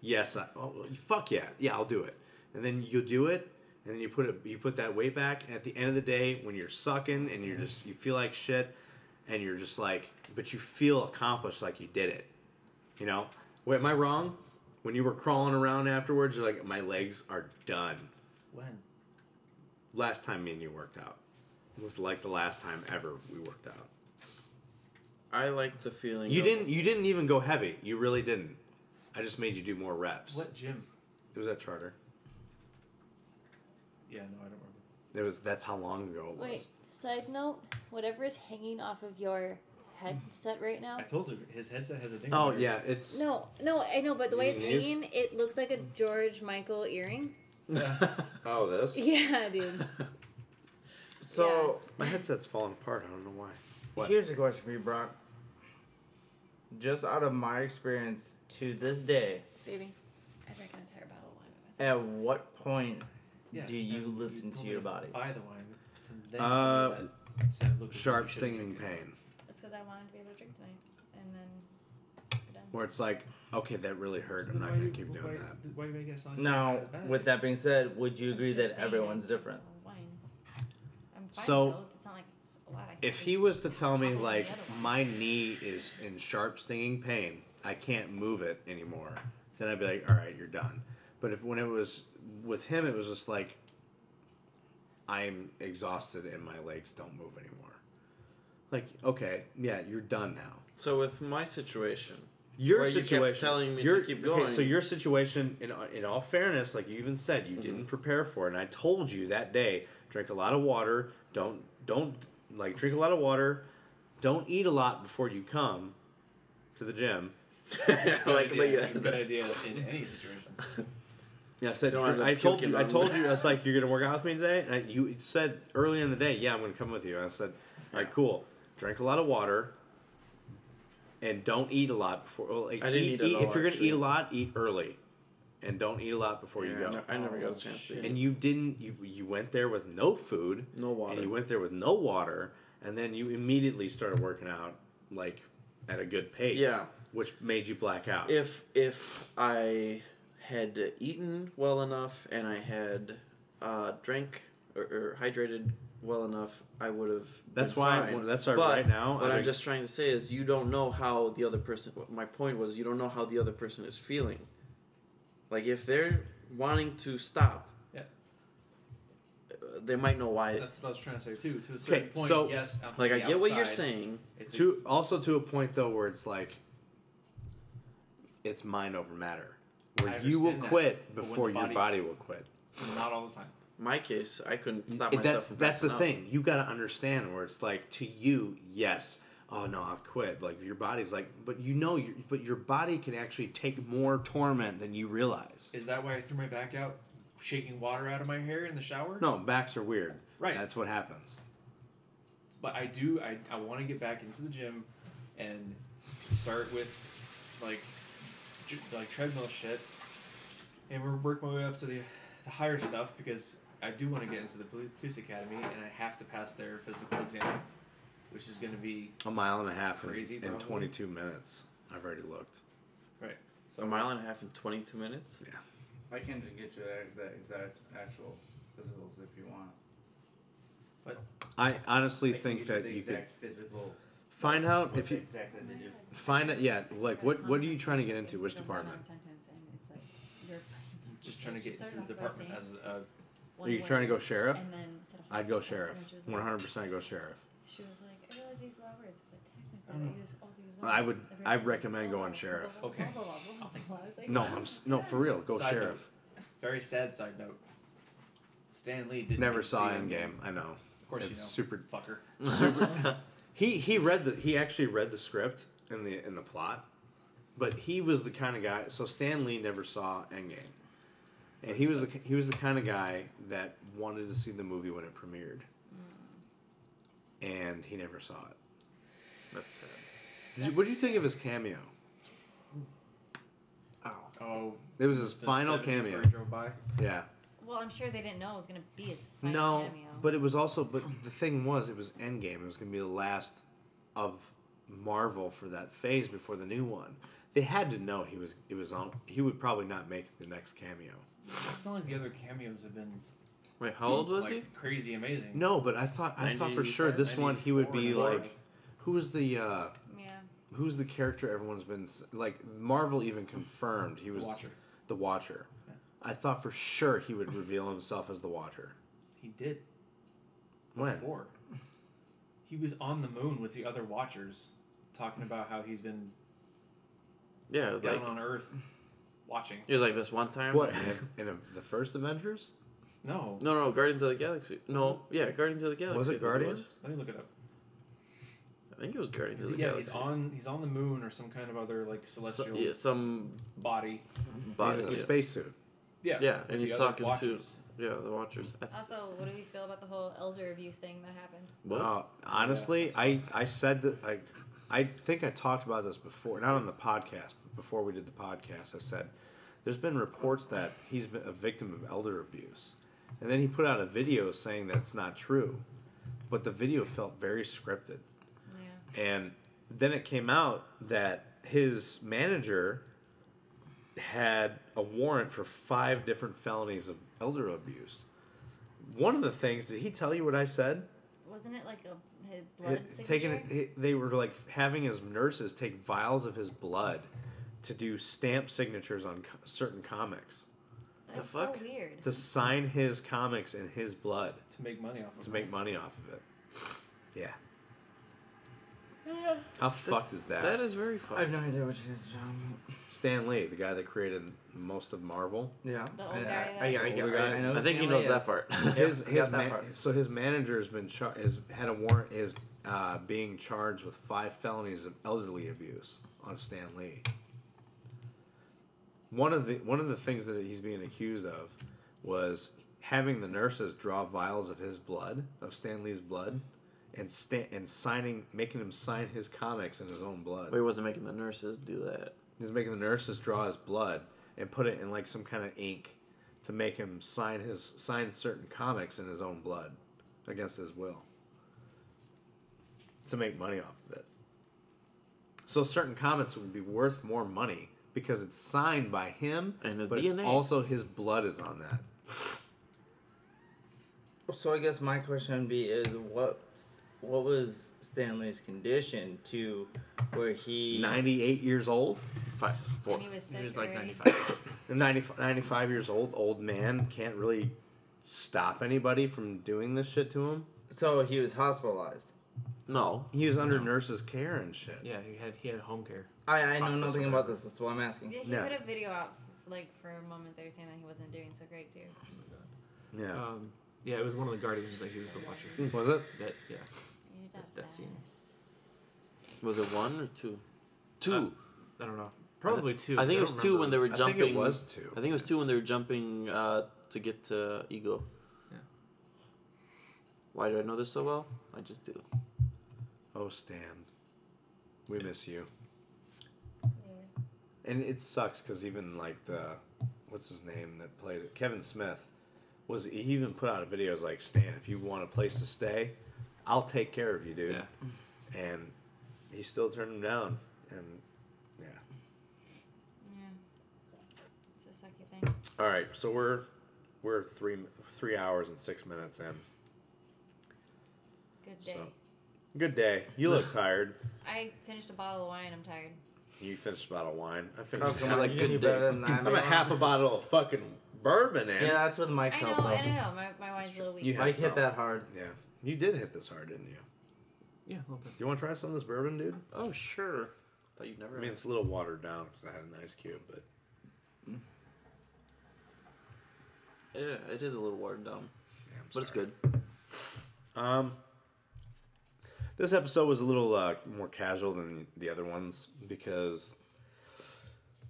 Speaker 1: yes, I, oh, fuck yeah, yeah, I'll do it, and then you do it, and then you put it, you put that weight back. And at the end of the day, when you're sucking and you're just you feel like shit, and you're just like, but you feel accomplished, like you did it. You know, wait, am I wrong? When you were crawling around afterwards, you're like, my legs are done.
Speaker 3: when?
Speaker 1: Last time me and you worked out it was like the last time ever we worked out.
Speaker 4: I like the feeling.
Speaker 1: You
Speaker 4: of-
Speaker 1: didn't. You didn't even go heavy. You really didn't. I just made you do more reps.
Speaker 3: What gym?
Speaker 1: It was at Charter.
Speaker 3: Yeah, no, I don't remember.
Speaker 1: It was. That's how long ago it was.
Speaker 7: Wait, side note, whatever is hanging off of your
Speaker 9: Mm.
Speaker 7: headset right now.
Speaker 3: I told you his headset has a thing.
Speaker 1: Oh
Speaker 3: where-
Speaker 1: yeah, it's.
Speaker 7: No, no, I know, but the way it's
Speaker 1: You mean his?
Speaker 7: hanging, it looks like a George Michael earring. [LAUGHS]
Speaker 1: Oh, this.
Speaker 7: Yeah,
Speaker 9: [LAUGHS]
Speaker 7: dude.
Speaker 2: So
Speaker 1: My headset's falling apart. I don't know why. What?
Speaker 2: here's a question for you, Brock. Just out of my experience to this day,
Speaker 7: Baby, I drank an entire bottle of wine. by myself.
Speaker 2: at what point
Speaker 3: Yeah,
Speaker 2: do you
Speaker 3: and
Speaker 2: listen to
Speaker 3: told
Speaker 2: your
Speaker 3: me
Speaker 2: body?
Speaker 3: Buy the wine. And then
Speaker 1: Uh,
Speaker 3: you did that. Said, "Look, you
Speaker 1: Sharp
Speaker 3: should've
Speaker 1: stinging
Speaker 3: drank it."
Speaker 1: pain.
Speaker 7: It's because I wanted to be able to drink tonight, and then we're done.
Speaker 1: where it's like, okay, that really hurt. I'm not gonna keep doing that.
Speaker 3: Why are you making a song?
Speaker 9: Now,
Speaker 3: that's bad?
Speaker 9: with that being said, would you agree
Speaker 7: I'm
Speaker 9: that
Speaker 7: just saying.
Speaker 9: everyone's different?
Speaker 7: Wine. I'm fine,
Speaker 1: So,
Speaker 7: though. It's not like it's a lot I can
Speaker 1: If
Speaker 7: do.
Speaker 1: he was to tell me
Speaker 7: Probably
Speaker 1: like
Speaker 7: the other one.
Speaker 1: my knee is in sharp stinging pain, I can't move it anymore, then I'd be like, all right, you're done. But if when it was with him, it was just like, I'm exhausted and my legs don't move anymore. Like, okay, yeah, you're done now.
Speaker 4: [LAUGHS] So with my situation,
Speaker 1: Your
Speaker 4: Where you kept
Speaker 1: situation,
Speaker 4: telling me to
Speaker 1: your-
Speaker 4: keep
Speaker 1: Okay,
Speaker 4: going.
Speaker 1: so your situation, in in all fairness, like you even said, you
Speaker 4: Mm-hmm.
Speaker 1: didn't prepare for it, and I told you that day: drink a lot of water. Don't don't like drink a lot of water. Don't eat a lot before you come to the gym.
Speaker 4: [LAUGHS] like,
Speaker 3: idea.
Speaker 4: like-
Speaker 3: good idea in any situation.
Speaker 1: Yeah, I said.
Speaker 4: Don't
Speaker 1: dr-
Speaker 4: wanna
Speaker 1: I
Speaker 4: puke
Speaker 1: told
Speaker 4: in
Speaker 1: you. I
Speaker 4: on
Speaker 1: told
Speaker 4: me.
Speaker 1: you. I was
Speaker 4: [LAUGHS]
Speaker 1: like, "You're gonna work out with me today." And I, you said early in the day, "Yeah, I'm gonna come with you." And I said, "All right, cool. Drink a lot of water, and don't eat a lot before." Well, like,
Speaker 4: I didn't
Speaker 1: eat,
Speaker 4: eat at
Speaker 1: eat-
Speaker 4: all,
Speaker 1: If you're gonna eat
Speaker 4: actually.
Speaker 1: a lot, eat early, and don't eat a lot before you go.
Speaker 3: Yeah,
Speaker 4: No, I never got a chance to.
Speaker 1: And you didn't. You you went there with no food,
Speaker 4: No water.
Speaker 1: and you went there with no water, and then you immediately started working out like at a good pace.
Speaker 4: Yeah.
Speaker 1: which made you black out.
Speaker 4: if if I had eaten well enough and I had uh, drank or, or hydrated well enough, I would have.
Speaker 1: That's
Speaker 4: been
Speaker 1: why-
Speaker 4: fine.
Speaker 1: that's why
Speaker 4: But
Speaker 1: right now,
Speaker 4: What
Speaker 1: I
Speaker 4: I'm
Speaker 1: think-
Speaker 4: just trying to say is, you don't know how the other person. what My point was, you don't know how the other person is feeling. Like if they're wanting to stop,
Speaker 3: Yeah.
Speaker 4: uh, they might know why.
Speaker 3: That's what I was trying to say too. To a certain point,
Speaker 1: so-
Speaker 3: yes. I'm from
Speaker 4: like I
Speaker 3: the
Speaker 4: get what you're
Speaker 3: outside.
Speaker 4: saying.
Speaker 3: It's a,
Speaker 1: to also to a point though where it's like it's mind over matter
Speaker 3: I
Speaker 1: where you will
Speaker 3: understand that,
Speaker 1: quit
Speaker 3: but when
Speaker 1: before
Speaker 3: the
Speaker 1: your
Speaker 3: body-
Speaker 1: body will quit
Speaker 3: not all the time.
Speaker 4: In my case, I couldn't stop
Speaker 1: It-
Speaker 4: myself.
Speaker 1: that's
Speaker 4: from
Speaker 1: that's the
Speaker 4: passing out.
Speaker 1: thing you got to understand where it's like to you yes oh no i'll quit like your body's like but you know you but your body can actually take more torment than you realize
Speaker 3: Is that why I threw my back out, shaking water out of my hair in the shower?
Speaker 1: no backs are weird
Speaker 3: Right.
Speaker 1: that's what happens
Speaker 3: But I do. I, I want to get back into the gym, and start with, like, j- like treadmill shit, and we're work my way up to the, the higher stuff because I do want to get into the poli- police academy and I have to pass their physical exam, which is going to be
Speaker 1: a mile and a half in,
Speaker 3: Crazy,
Speaker 1: in
Speaker 3: probably.
Speaker 1: 22 minutes i've already looked
Speaker 3: right.
Speaker 4: A mile and a half in 22 minutes.
Speaker 2: I can get you the, the exact actual physicals if you want.
Speaker 1: i honestly
Speaker 2: I can
Speaker 1: think
Speaker 2: get you
Speaker 1: that
Speaker 2: the
Speaker 1: you could
Speaker 2: exact physical.
Speaker 1: find out if
Speaker 2: what's
Speaker 1: you
Speaker 2: exactly that you
Speaker 1: find out yeah like what what are you trying to get into
Speaker 7: It's
Speaker 1: which
Speaker 7: the
Speaker 1: department
Speaker 7: one-on sentence, and it's like you're-
Speaker 3: Just trying to
Speaker 7: She
Speaker 3: get into
Speaker 7: started
Speaker 3: the
Speaker 7: off by
Speaker 3: department
Speaker 7: saying
Speaker 3: as a
Speaker 1: Are
Speaker 7: one
Speaker 1: you
Speaker 7: word,
Speaker 1: trying to go sheriff?
Speaker 7: and then said a
Speaker 1: I'd go
Speaker 7: hundred
Speaker 1: sheriff.
Speaker 7: times, and she was
Speaker 1: One
Speaker 7: like-
Speaker 1: hundred percent go sheriff.
Speaker 7: She was like, I realize you use a lot of words, but technically I use also use one
Speaker 1: Mm. I
Speaker 7: word.
Speaker 1: would-
Speaker 7: Every
Speaker 1: I
Speaker 7: sentence,
Speaker 1: recommend
Speaker 7: blah,
Speaker 1: going
Speaker 7: blah,
Speaker 1: sheriff.
Speaker 7: blah, blah,
Speaker 3: Okay.
Speaker 7: blah, blah, blah, blah, blah, blah. I was like,
Speaker 1: No, I'm s- no for real. Go
Speaker 3: Side note.
Speaker 1: sheriff.
Speaker 3: very sad side note. Stan Lee didn't
Speaker 1: Never
Speaker 3: even
Speaker 1: saw
Speaker 3: see it.
Speaker 1: Endgame. I know.
Speaker 3: Of course
Speaker 1: It's
Speaker 3: you
Speaker 1: super.
Speaker 3: know, fucker.
Speaker 1: He he read the he actually read the script and the in the plot, but he was the kind of guy. So Stan Lee never saw Endgame, and he was the, he was the kind of guy that wanted to see the movie when it premiered, and he never saw it.
Speaker 4: That's uh, it.
Speaker 1: Did you, what did you think of his cameo?
Speaker 3: Oh,
Speaker 1: It was his
Speaker 3: the
Speaker 1: final
Speaker 3: 70s
Speaker 1: cameo.
Speaker 3: where he drove by.
Speaker 1: Yeah.
Speaker 7: Well, I'm sure they didn't know it was gonna be his final
Speaker 1: No,
Speaker 7: cameo.
Speaker 1: but it was also but the thing was it was Endgame. It was gonna be the last of Marvel for that phase before the new one. They had to know he was it was on. He would probably not make the next cameo.
Speaker 3: It's not like the other cameos have been
Speaker 4: Wait, how old was
Speaker 3: like,
Speaker 4: he?
Speaker 3: Crazy amazing.
Speaker 1: No, but I thought I thought for sure this one he would be
Speaker 3: 94,
Speaker 1: like, who was the uh,
Speaker 7: yeah,
Speaker 1: who's the character everyone's been s- like Marvel even confirmed he was
Speaker 3: Watcher.
Speaker 1: the Watcher. I thought for sure he would reveal himself as the Watcher.
Speaker 3: He did
Speaker 1: When
Speaker 3: before. He was on the moon with the other Watchers, talking about how he's been
Speaker 4: Yeah,
Speaker 3: down
Speaker 4: like
Speaker 3: on Earth, watching.
Speaker 4: it was like this one time.
Speaker 1: what in, in the first Avengers
Speaker 3: No,
Speaker 4: [LAUGHS] No, no, Guardians of the Galaxy. No, yeah, Guardians of the Galaxy.
Speaker 1: was
Speaker 4: I
Speaker 1: it
Speaker 4: think
Speaker 1: Guardians?
Speaker 3: let me look it up.
Speaker 4: was. I think it was Guardians of the
Speaker 3: yeah, he's
Speaker 4: Galaxy.
Speaker 3: on he's on the moon or some kind of other like
Speaker 4: So-
Speaker 3: celestial
Speaker 4: yeah, some
Speaker 3: body.
Speaker 1: He's
Speaker 4: body.
Speaker 1: in a
Speaker 4: yeah.
Speaker 1: spacesuit.
Speaker 3: Yeah,
Speaker 4: Yeah,
Speaker 3: with
Speaker 4: and
Speaker 3: the
Speaker 4: he's
Speaker 3: other
Speaker 4: talking to-
Speaker 3: Watchers.
Speaker 4: Yeah, the Watchers. I-
Speaker 7: Also, what do we feel about the whole elder abuse thing that happened?
Speaker 4: What?
Speaker 1: Uh, honestly, I, I said that like I think I talked about this before, not on the podcast, but before we did the podcast, I said there's been reports that he's been a victim of elder abuse, and then he put out a video saying that's not true, but the video felt very scripted,
Speaker 7: Yeah.
Speaker 1: and then it came out that his manager had a warrant for five different felonies of elder abuse. One of the things did he tell you what I said?
Speaker 7: Wasn't it like a his blood
Speaker 1: It- taking it, he- they were like having his nurses take vials of his blood to do stamp signatures on co- certain comics
Speaker 7: That's
Speaker 4: fuck?
Speaker 7: so weird.
Speaker 1: to sign his comics in his blood
Speaker 3: to make money off of
Speaker 1: to
Speaker 3: it.
Speaker 1: make money off of it. [SIGHS] Yeah. How fucked is that?
Speaker 4: That is very fucked.
Speaker 2: I have no idea what you guys are talking about.
Speaker 1: Stan Lee, the guy that created most of
Speaker 2: [LAUGHS]
Speaker 1: Marvel.
Speaker 2: Yeah.
Speaker 7: The
Speaker 2: I-
Speaker 7: old
Speaker 2: I- I-
Speaker 7: guy that-
Speaker 2: I- I-
Speaker 1: Older guy.
Speaker 2: know
Speaker 4: I think he
Speaker 2: Stanley
Speaker 4: knows that
Speaker 1: [LAUGHS]
Speaker 2: is.
Speaker 4: part.
Speaker 1: His,
Speaker 2: I
Speaker 1: his
Speaker 2: got that
Speaker 1: ma-
Speaker 2: part.
Speaker 1: so his manager has been char- has had a warrant is uh, being charged with five felonies of elderly abuse on Stan Lee. One of the one of the things that he's being accused of was having the nurses draw vials of his blood of Stan Lee's blood, and sta- and signing making him sign his comics in his own blood.
Speaker 4: But he wasn't making the nurses do that.
Speaker 1: He's making the nurses draw his blood and put it in like some kind of ink to make him sign his sign certain comics in his own blood against his will to make money off of it. So certain comics would be worth more money because it's signed by him,
Speaker 4: And his
Speaker 1: but it's
Speaker 4: DNA.
Speaker 1: also his blood is on that.
Speaker 2: So I guess my question would be: Is what what was Stanley's condition to where he?
Speaker 1: Ninety-eight years old,
Speaker 4: Five, four.
Speaker 7: and he was sick.
Speaker 3: He was like
Speaker 7: already.
Speaker 3: 95.
Speaker 1: 90, 95 years old, old man can't really stop anybody from doing this shit to him.
Speaker 2: So he was hospitalized.
Speaker 4: No.
Speaker 1: He was under nurses' care and shit.
Speaker 3: yeah, he had he had home care.
Speaker 2: I I know
Speaker 3: Hospice
Speaker 2: nothing
Speaker 3: or
Speaker 2: about this. That's why I'm asking.
Speaker 7: Yeah, he
Speaker 1: No.
Speaker 7: put a video out like for a moment there saying that he wasn't doing so great too.
Speaker 1: Yeah.
Speaker 3: Um, yeah, it was one of the guardians that he was the watcher.
Speaker 1: Was it?
Speaker 3: That yeah,
Speaker 7: You did
Speaker 3: That's- that scene.
Speaker 7: best.
Speaker 4: Was it one or two? Two.
Speaker 3: I don't know. Probably two.
Speaker 4: I think it was two when they were
Speaker 1: I
Speaker 4: jumping.
Speaker 1: think it was two.
Speaker 4: I think it was two when they were jumping uh, to get to Ego.
Speaker 3: Yeah.
Speaker 4: Why do I know this so well? I just do.
Speaker 1: Oh, Stan, we miss you.
Speaker 7: Yeah.
Speaker 1: And it sucks because even like the, what's his name that played it, Kevin Smith, was he even put out a video was like Stan, if you want a place to stay, I'll take care of you, dude.
Speaker 3: Yeah.
Speaker 1: And he still turned him down, and yeah.
Speaker 7: yeah. It's a sucky thing.
Speaker 1: All right, so we're we're three three hours and six minutes in.
Speaker 7: Good day.
Speaker 1: So- Good day. You look tired.
Speaker 7: I finished a bottle of wine. I'm tired.
Speaker 1: You finished a bottle of wine. I
Speaker 2: Oh,
Speaker 1: finished.
Speaker 2: come on,
Speaker 4: Like,
Speaker 2: you can
Speaker 4: good
Speaker 2: do
Speaker 4: day.
Speaker 2: better than that.
Speaker 1: I'm a half a bottle of fucking bourbon in.
Speaker 2: Yeah, that's what Mike's
Speaker 7: I know.
Speaker 2: helped
Speaker 7: I
Speaker 2: out.
Speaker 7: don't know. My, my wine's a little weak.
Speaker 1: You
Speaker 2: Mike
Speaker 1: had some.
Speaker 2: hit that hard.
Speaker 1: Yeah. You did hit this hard, didn't you?
Speaker 3: Yeah, a little bit.
Speaker 1: Do you want to try some of this bourbon, dude?
Speaker 4: Oh sure. Thought you'd never.
Speaker 1: I mean, it's a little watered down because I had an ice cube, but
Speaker 4: yeah, it is a little watered down,
Speaker 1: yeah, I'm
Speaker 4: but it's
Speaker 1: sorry.
Speaker 4: good.
Speaker 1: Um, this episode was a little uh, more casual than the other ones because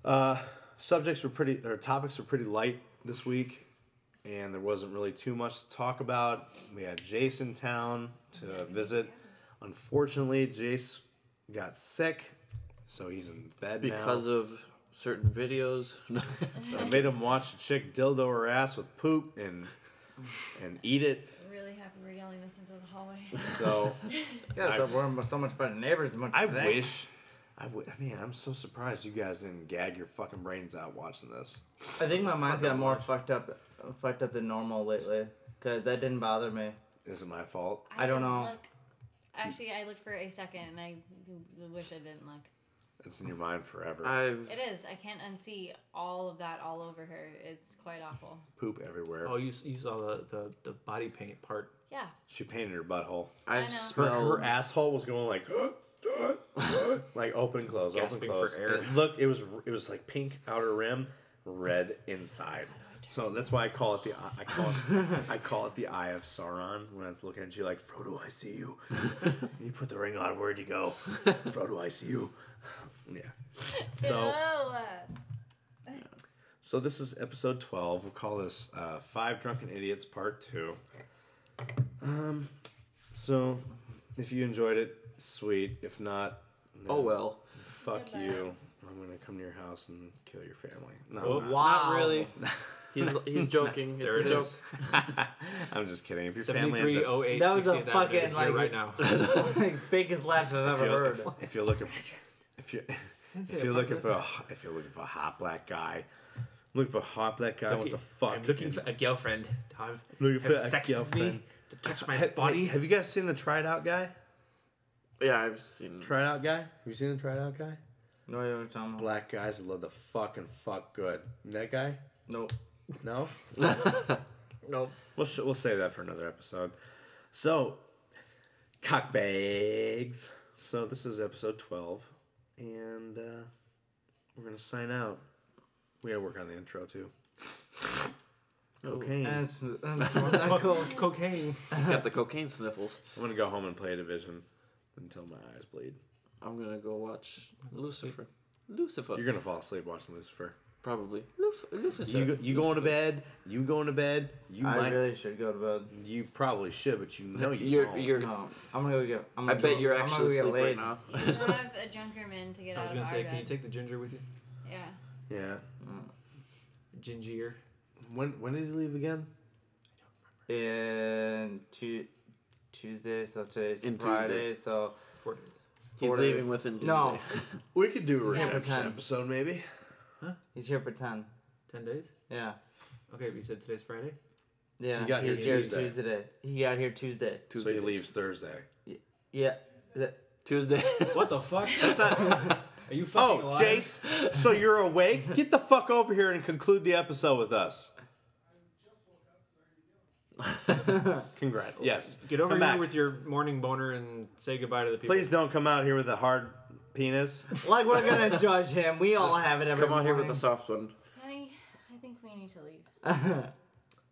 Speaker 1: uh, subjects were pretty or topics were pretty light this week, and there wasn't really too much to talk about. We had Jace in town to visit. Unfortunately, Jace got sick, so he's in bed now.
Speaker 4: Because of certain videos.
Speaker 1: I made him watch a chick dildo her ass with poop and and eat it.
Speaker 7: I'm really happy we're yelling this into the hallway.
Speaker 1: So
Speaker 2: Yeah,
Speaker 1: I-
Speaker 2: so we're so much better neighbors. Than what
Speaker 1: I
Speaker 2: you think.
Speaker 1: wish. I w- man, I'm so surprised you guys didn't gag your fucking brains out watching this.
Speaker 2: I think my mind's got more fucked up, fucked up than normal lately. Cause that didn't bother me.
Speaker 1: Is it my fault?
Speaker 2: I don't
Speaker 7: didn't
Speaker 2: know.
Speaker 7: Look. Actually, I looked for a second and I wish I didn't look.
Speaker 1: It's in your mind forever.
Speaker 4: I've
Speaker 7: It is. I can't unsee all of that all over her. It's quite awful.
Speaker 1: Poop everywhere.
Speaker 3: Oh, you, s- you saw the, the, the body paint part.
Speaker 7: Yeah.
Speaker 1: She painted her butthole.
Speaker 7: I
Speaker 4: I've
Speaker 7: know.
Speaker 1: Her,
Speaker 4: smelled.
Speaker 1: her asshole was going like, [GASPS] like open close, open
Speaker 3: Gasping for
Speaker 1: close.
Speaker 3: air.
Speaker 1: It looked. It was. It was like pink outer rim, red inside. So that's why I call it the eye- I call it, I call it the eye of Sauron when it's looking at you like Frodo, I see you. you put the ring on. Where'd you go, Frodo? I see you. Yeah. So
Speaker 7: Ew.
Speaker 1: so this is episode twelve. We'll call this uh, Five Drunken Idiots Part Two. Um, so if you enjoyed it, sweet. If not, then-
Speaker 4: Oh well.
Speaker 1: Fuck
Speaker 7: Goodbye.
Speaker 1: you. I'm gonna come to your house and kill your family. No,
Speaker 3: Oh.
Speaker 1: I'm not.
Speaker 2: Oh.
Speaker 4: Not
Speaker 2: [LAUGHS]
Speaker 4: really. He's he's joking. It's
Speaker 3: There
Speaker 4: a
Speaker 3: it
Speaker 4: joke.
Speaker 3: is.
Speaker 1: I'm just kidding. If your family ends up,
Speaker 3: 7308.
Speaker 2: That was a
Speaker 3: CC, would
Speaker 2: fucking,
Speaker 3: be here
Speaker 2: like-
Speaker 3: right now. oh,
Speaker 2: like fakest laugh I've
Speaker 1: if
Speaker 2: ever
Speaker 1: you're,
Speaker 2: heard.
Speaker 1: if, if you're looking for, if you If you're looking for a, if you're looking for a hot black guy, looking for a hot black guy wants to fuck.
Speaker 3: I'm looking
Speaker 1: and-
Speaker 3: for a girlfriend. to Have,
Speaker 1: Looking
Speaker 3: have
Speaker 1: for a
Speaker 3: sex with me
Speaker 1: girlfriend.
Speaker 3: to touch my
Speaker 1: Hey, hey,
Speaker 3: body.
Speaker 1: Have you guys seen the tried out guy?
Speaker 4: Yeah, I've seen.
Speaker 1: Tried out guy? Have you seen the tried out guy?
Speaker 2: No, you know what I'm talking about.
Speaker 1: Black guys that love to fuck and fuck good. That guy?
Speaker 2: Nope.
Speaker 1: [LAUGHS] No.
Speaker 2: Nope.
Speaker 1: We'll sh- we'll say that for another episode. So, cockbags. So this is episode twelve, and uh, we're gonna sign out. We gotta work on the intro [LAUGHS] too. Cocaine.
Speaker 2: That's, that's not cool.
Speaker 3: cocaine.
Speaker 4: He's got the cocaine sniffles.
Speaker 1: I'm gonna go home and play Division until my eyes bleed.
Speaker 4: I'm gonna go watch Lucifer. Lucifer.
Speaker 1: You're gonna fall asleep watching Lucifer.
Speaker 4: Probably. Luf- Lucifer.
Speaker 1: You go, you going to bed? You going to bed? You
Speaker 2: I
Speaker 1: might.
Speaker 2: really should go to bed.
Speaker 1: You probably should, but you know you
Speaker 4: You're,
Speaker 1: don't.
Speaker 4: you're,
Speaker 2: No, I'm gonna go get. I'm
Speaker 4: I
Speaker 2: gonna
Speaker 4: bet
Speaker 2: go-
Speaker 4: you're
Speaker 2: I'm gonna
Speaker 4: actually
Speaker 2: go get
Speaker 4: asleep right
Speaker 2: laid.
Speaker 4: now.
Speaker 7: You don't have a junkerman to get
Speaker 3: I
Speaker 7: out
Speaker 3: was
Speaker 7: of
Speaker 3: gonna
Speaker 7: our
Speaker 3: say,
Speaker 7: bed.
Speaker 3: can you take the ginger with you?
Speaker 7: yeah.
Speaker 1: yeah.
Speaker 3: Ginger.
Speaker 1: When when does he leave again?
Speaker 2: And tu- Tuesday, so today's
Speaker 4: And
Speaker 2: Friday,
Speaker 4: Tuesday.
Speaker 2: so
Speaker 3: Four days.
Speaker 4: He's
Speaker 2: Four
Speaker 4: leaving
Speaker 2: days.
Speaker 4: within Tuesday.
Speaker 2: No.
Speaker 1: We could do a
Speaker 2: Yeah,
Speaker 1: redemption
Speaker 2: pretend.
Speaker 1: episode maybe.
Speaker 2: he's here for ten.
Speaker 3: Ten days?
Speaker 2: Yeah.
Speaker 3: Okay, but you said today's Friday?
Speaker 2: Yeah,
Speaker 1: He got
Speaker 2: he's
Speaker 1: here
Speaker 2: here
Speaker 1: Tuesday.
Speaker 2: Tuesday. He got here Tuesday.
Speaker 1: So he leaves Thursday.
Speaker 2: Yeah. Is it?
Speaker 4: Tuesday. [LAUGHS]
Speaker 3: What the fuck?
Speaker 1: That's not.
Speaker 3: Are you fucking
Speaker 1: oh,
Speaker 3: alive?
Speaker 1: Jace. So you're [LAUGHS] awake? Get the fuck over here and conclude the episode with
Speaker 4: [LAUGHS]
Speaker 1: us. Congrats. Yes.
Speaker 3: Get over
Speaker 1: Come
Speaker 3: here
Speaker 1: back.
Speaker 3: with your morning boner and say goodbye to the people.
Speaker 1: Please don't come out here with a hard penis.
Speaker 2: Like we're
Speaker 4: [LAUGHS]
Speaker 2: gonna judge him. We all have it every
Speaker 4: Come on here with the
Speaker 2: morning.
Speaker 4: soft one.
Speaker 7: Honey, I think we need to leave.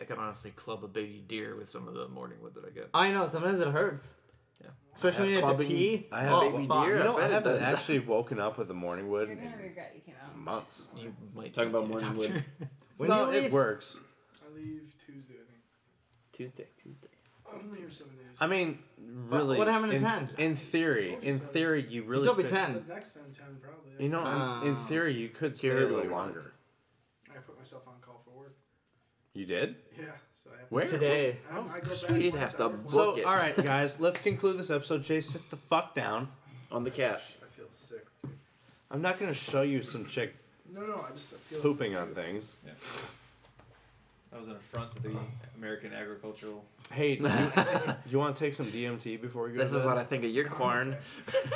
Speaker 3: I could honestly club a baby deer with some of the morning wood that I get.
Speaker 2: [LAUGHS] I know. Sometimes it hurts.
Speaker 3: Yeah.
Speaker 2: Especially when you have to
Speaker 4: clubbing-
Speaker 2: pee.
Speaker 1: I have
Speaker 2: oh,
Speaker 1: baby
Speaker 2: fuck.
Speaker 4: deer.
Speaker 1: You know, I
Speaker 4: I bet it
Speaker 1: haven't
Speaker 4: does.
Speaker 1: actually woken up with a morning wood
Speaker 7: You're gonna
Speaker 1: in
Speaker 7: regret you came out.
Speaker 1: months.
Speaker 3: You might
Speaker 4: Talking
Speaker 3: need
Speaker 4: about
Speaker 3: to see a
Speaker 4: morning wood.
Speaker 3: doctor.
Speaker 2: When
Speaker 1: no,
Speaker 2: you leave,
Speaker 1: it works.
Speaker 5: I leave Tuesday, I think.
Speaker 4: Tuesday. Tuesday.
Speaker 5: I'm leaving seven days.
Speaker 1: I mean, really.
Speaker 2: what happened to
Speaker 1: in,
Speaker 2: 10?
Speaker 1: In theory, in theory, you really.
Speaker 2: Don't be
Speaker 1: could-
Speaker 2: 10.
Speaker 5: So next time, ten probably. I,
Speaker 1: You know, I'm- in
Speaker 2: Ah.
Speaker 1: theory, you could stay a
Speaker 4: Gary
Speaker 1: little
Speaker 4: would.
Speaker 1: longer.
Speaker 5: I put myself on call for work.
Speaker 1: You did?
Speaker 5: Yeah, so I have
Speaker 1: Where?
Speaker 2: today.
Speaker 5: I, don't- I go back
Speaker 4: Sweet,
Speaker 5: twice
Speaker 4: have to
Speaker 5: after-
Speaker 1: So,
Speaker 4: book it
Speaker 1: all right, guys, let's conclude this episode. Jay, sit the fuck down.
Speaker 4: on the cat.
Speaker 5: I feel sick.
Speaker 1: I'm not gonna show you some chick
Speaker 5: No, no, I just feel
Speaker 1: pooping on things.
Speaker 3: That was an affront [LAUGHS] to the American agricultural.
Speaker 1: Hey, do you,
Speaker 2: [LAUGHS]
Speaker 1: you want to take some DMT before we go?
Speaker 4: This
Speaker 1: to
Speaker 4: is what I
Speaker 1: bed?
Speaker 4: think of your corn.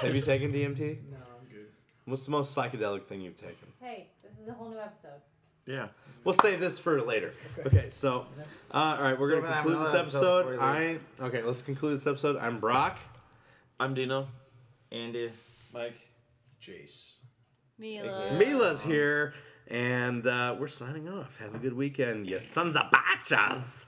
Speaker 1: Have you taken DMT?
Speaker 5: No, I'm good.
Speaker 1: What's the most psychedelic thing you've taken?
Speaker 7: Hey, this is a whole new episode.
Speaker 4: Yeah.
Speaker 1: We'll save this for later. Okay, so, uh, all right, we're
Speaker 2: So we're
Speaker 1: gonna
Speaker 2: gonna have
Speaker 1: conclude this
Speaker 2: another episode
Speaker 1: episode.
Speaker 2: before
Speaker 1: I
Speaker 2: we
Speaker 1: okay, let's conclude this episode. I'm Brock.
Speaker 4: I'm Dino.
Speaker 2: Andy.
Speaker 3: Mike.
Speaker 5: Jace.
Speaker 7: Mila.
Speaker 1: Mila's here, and uh, we're signing off. Have a good weekend, you sons of bitches.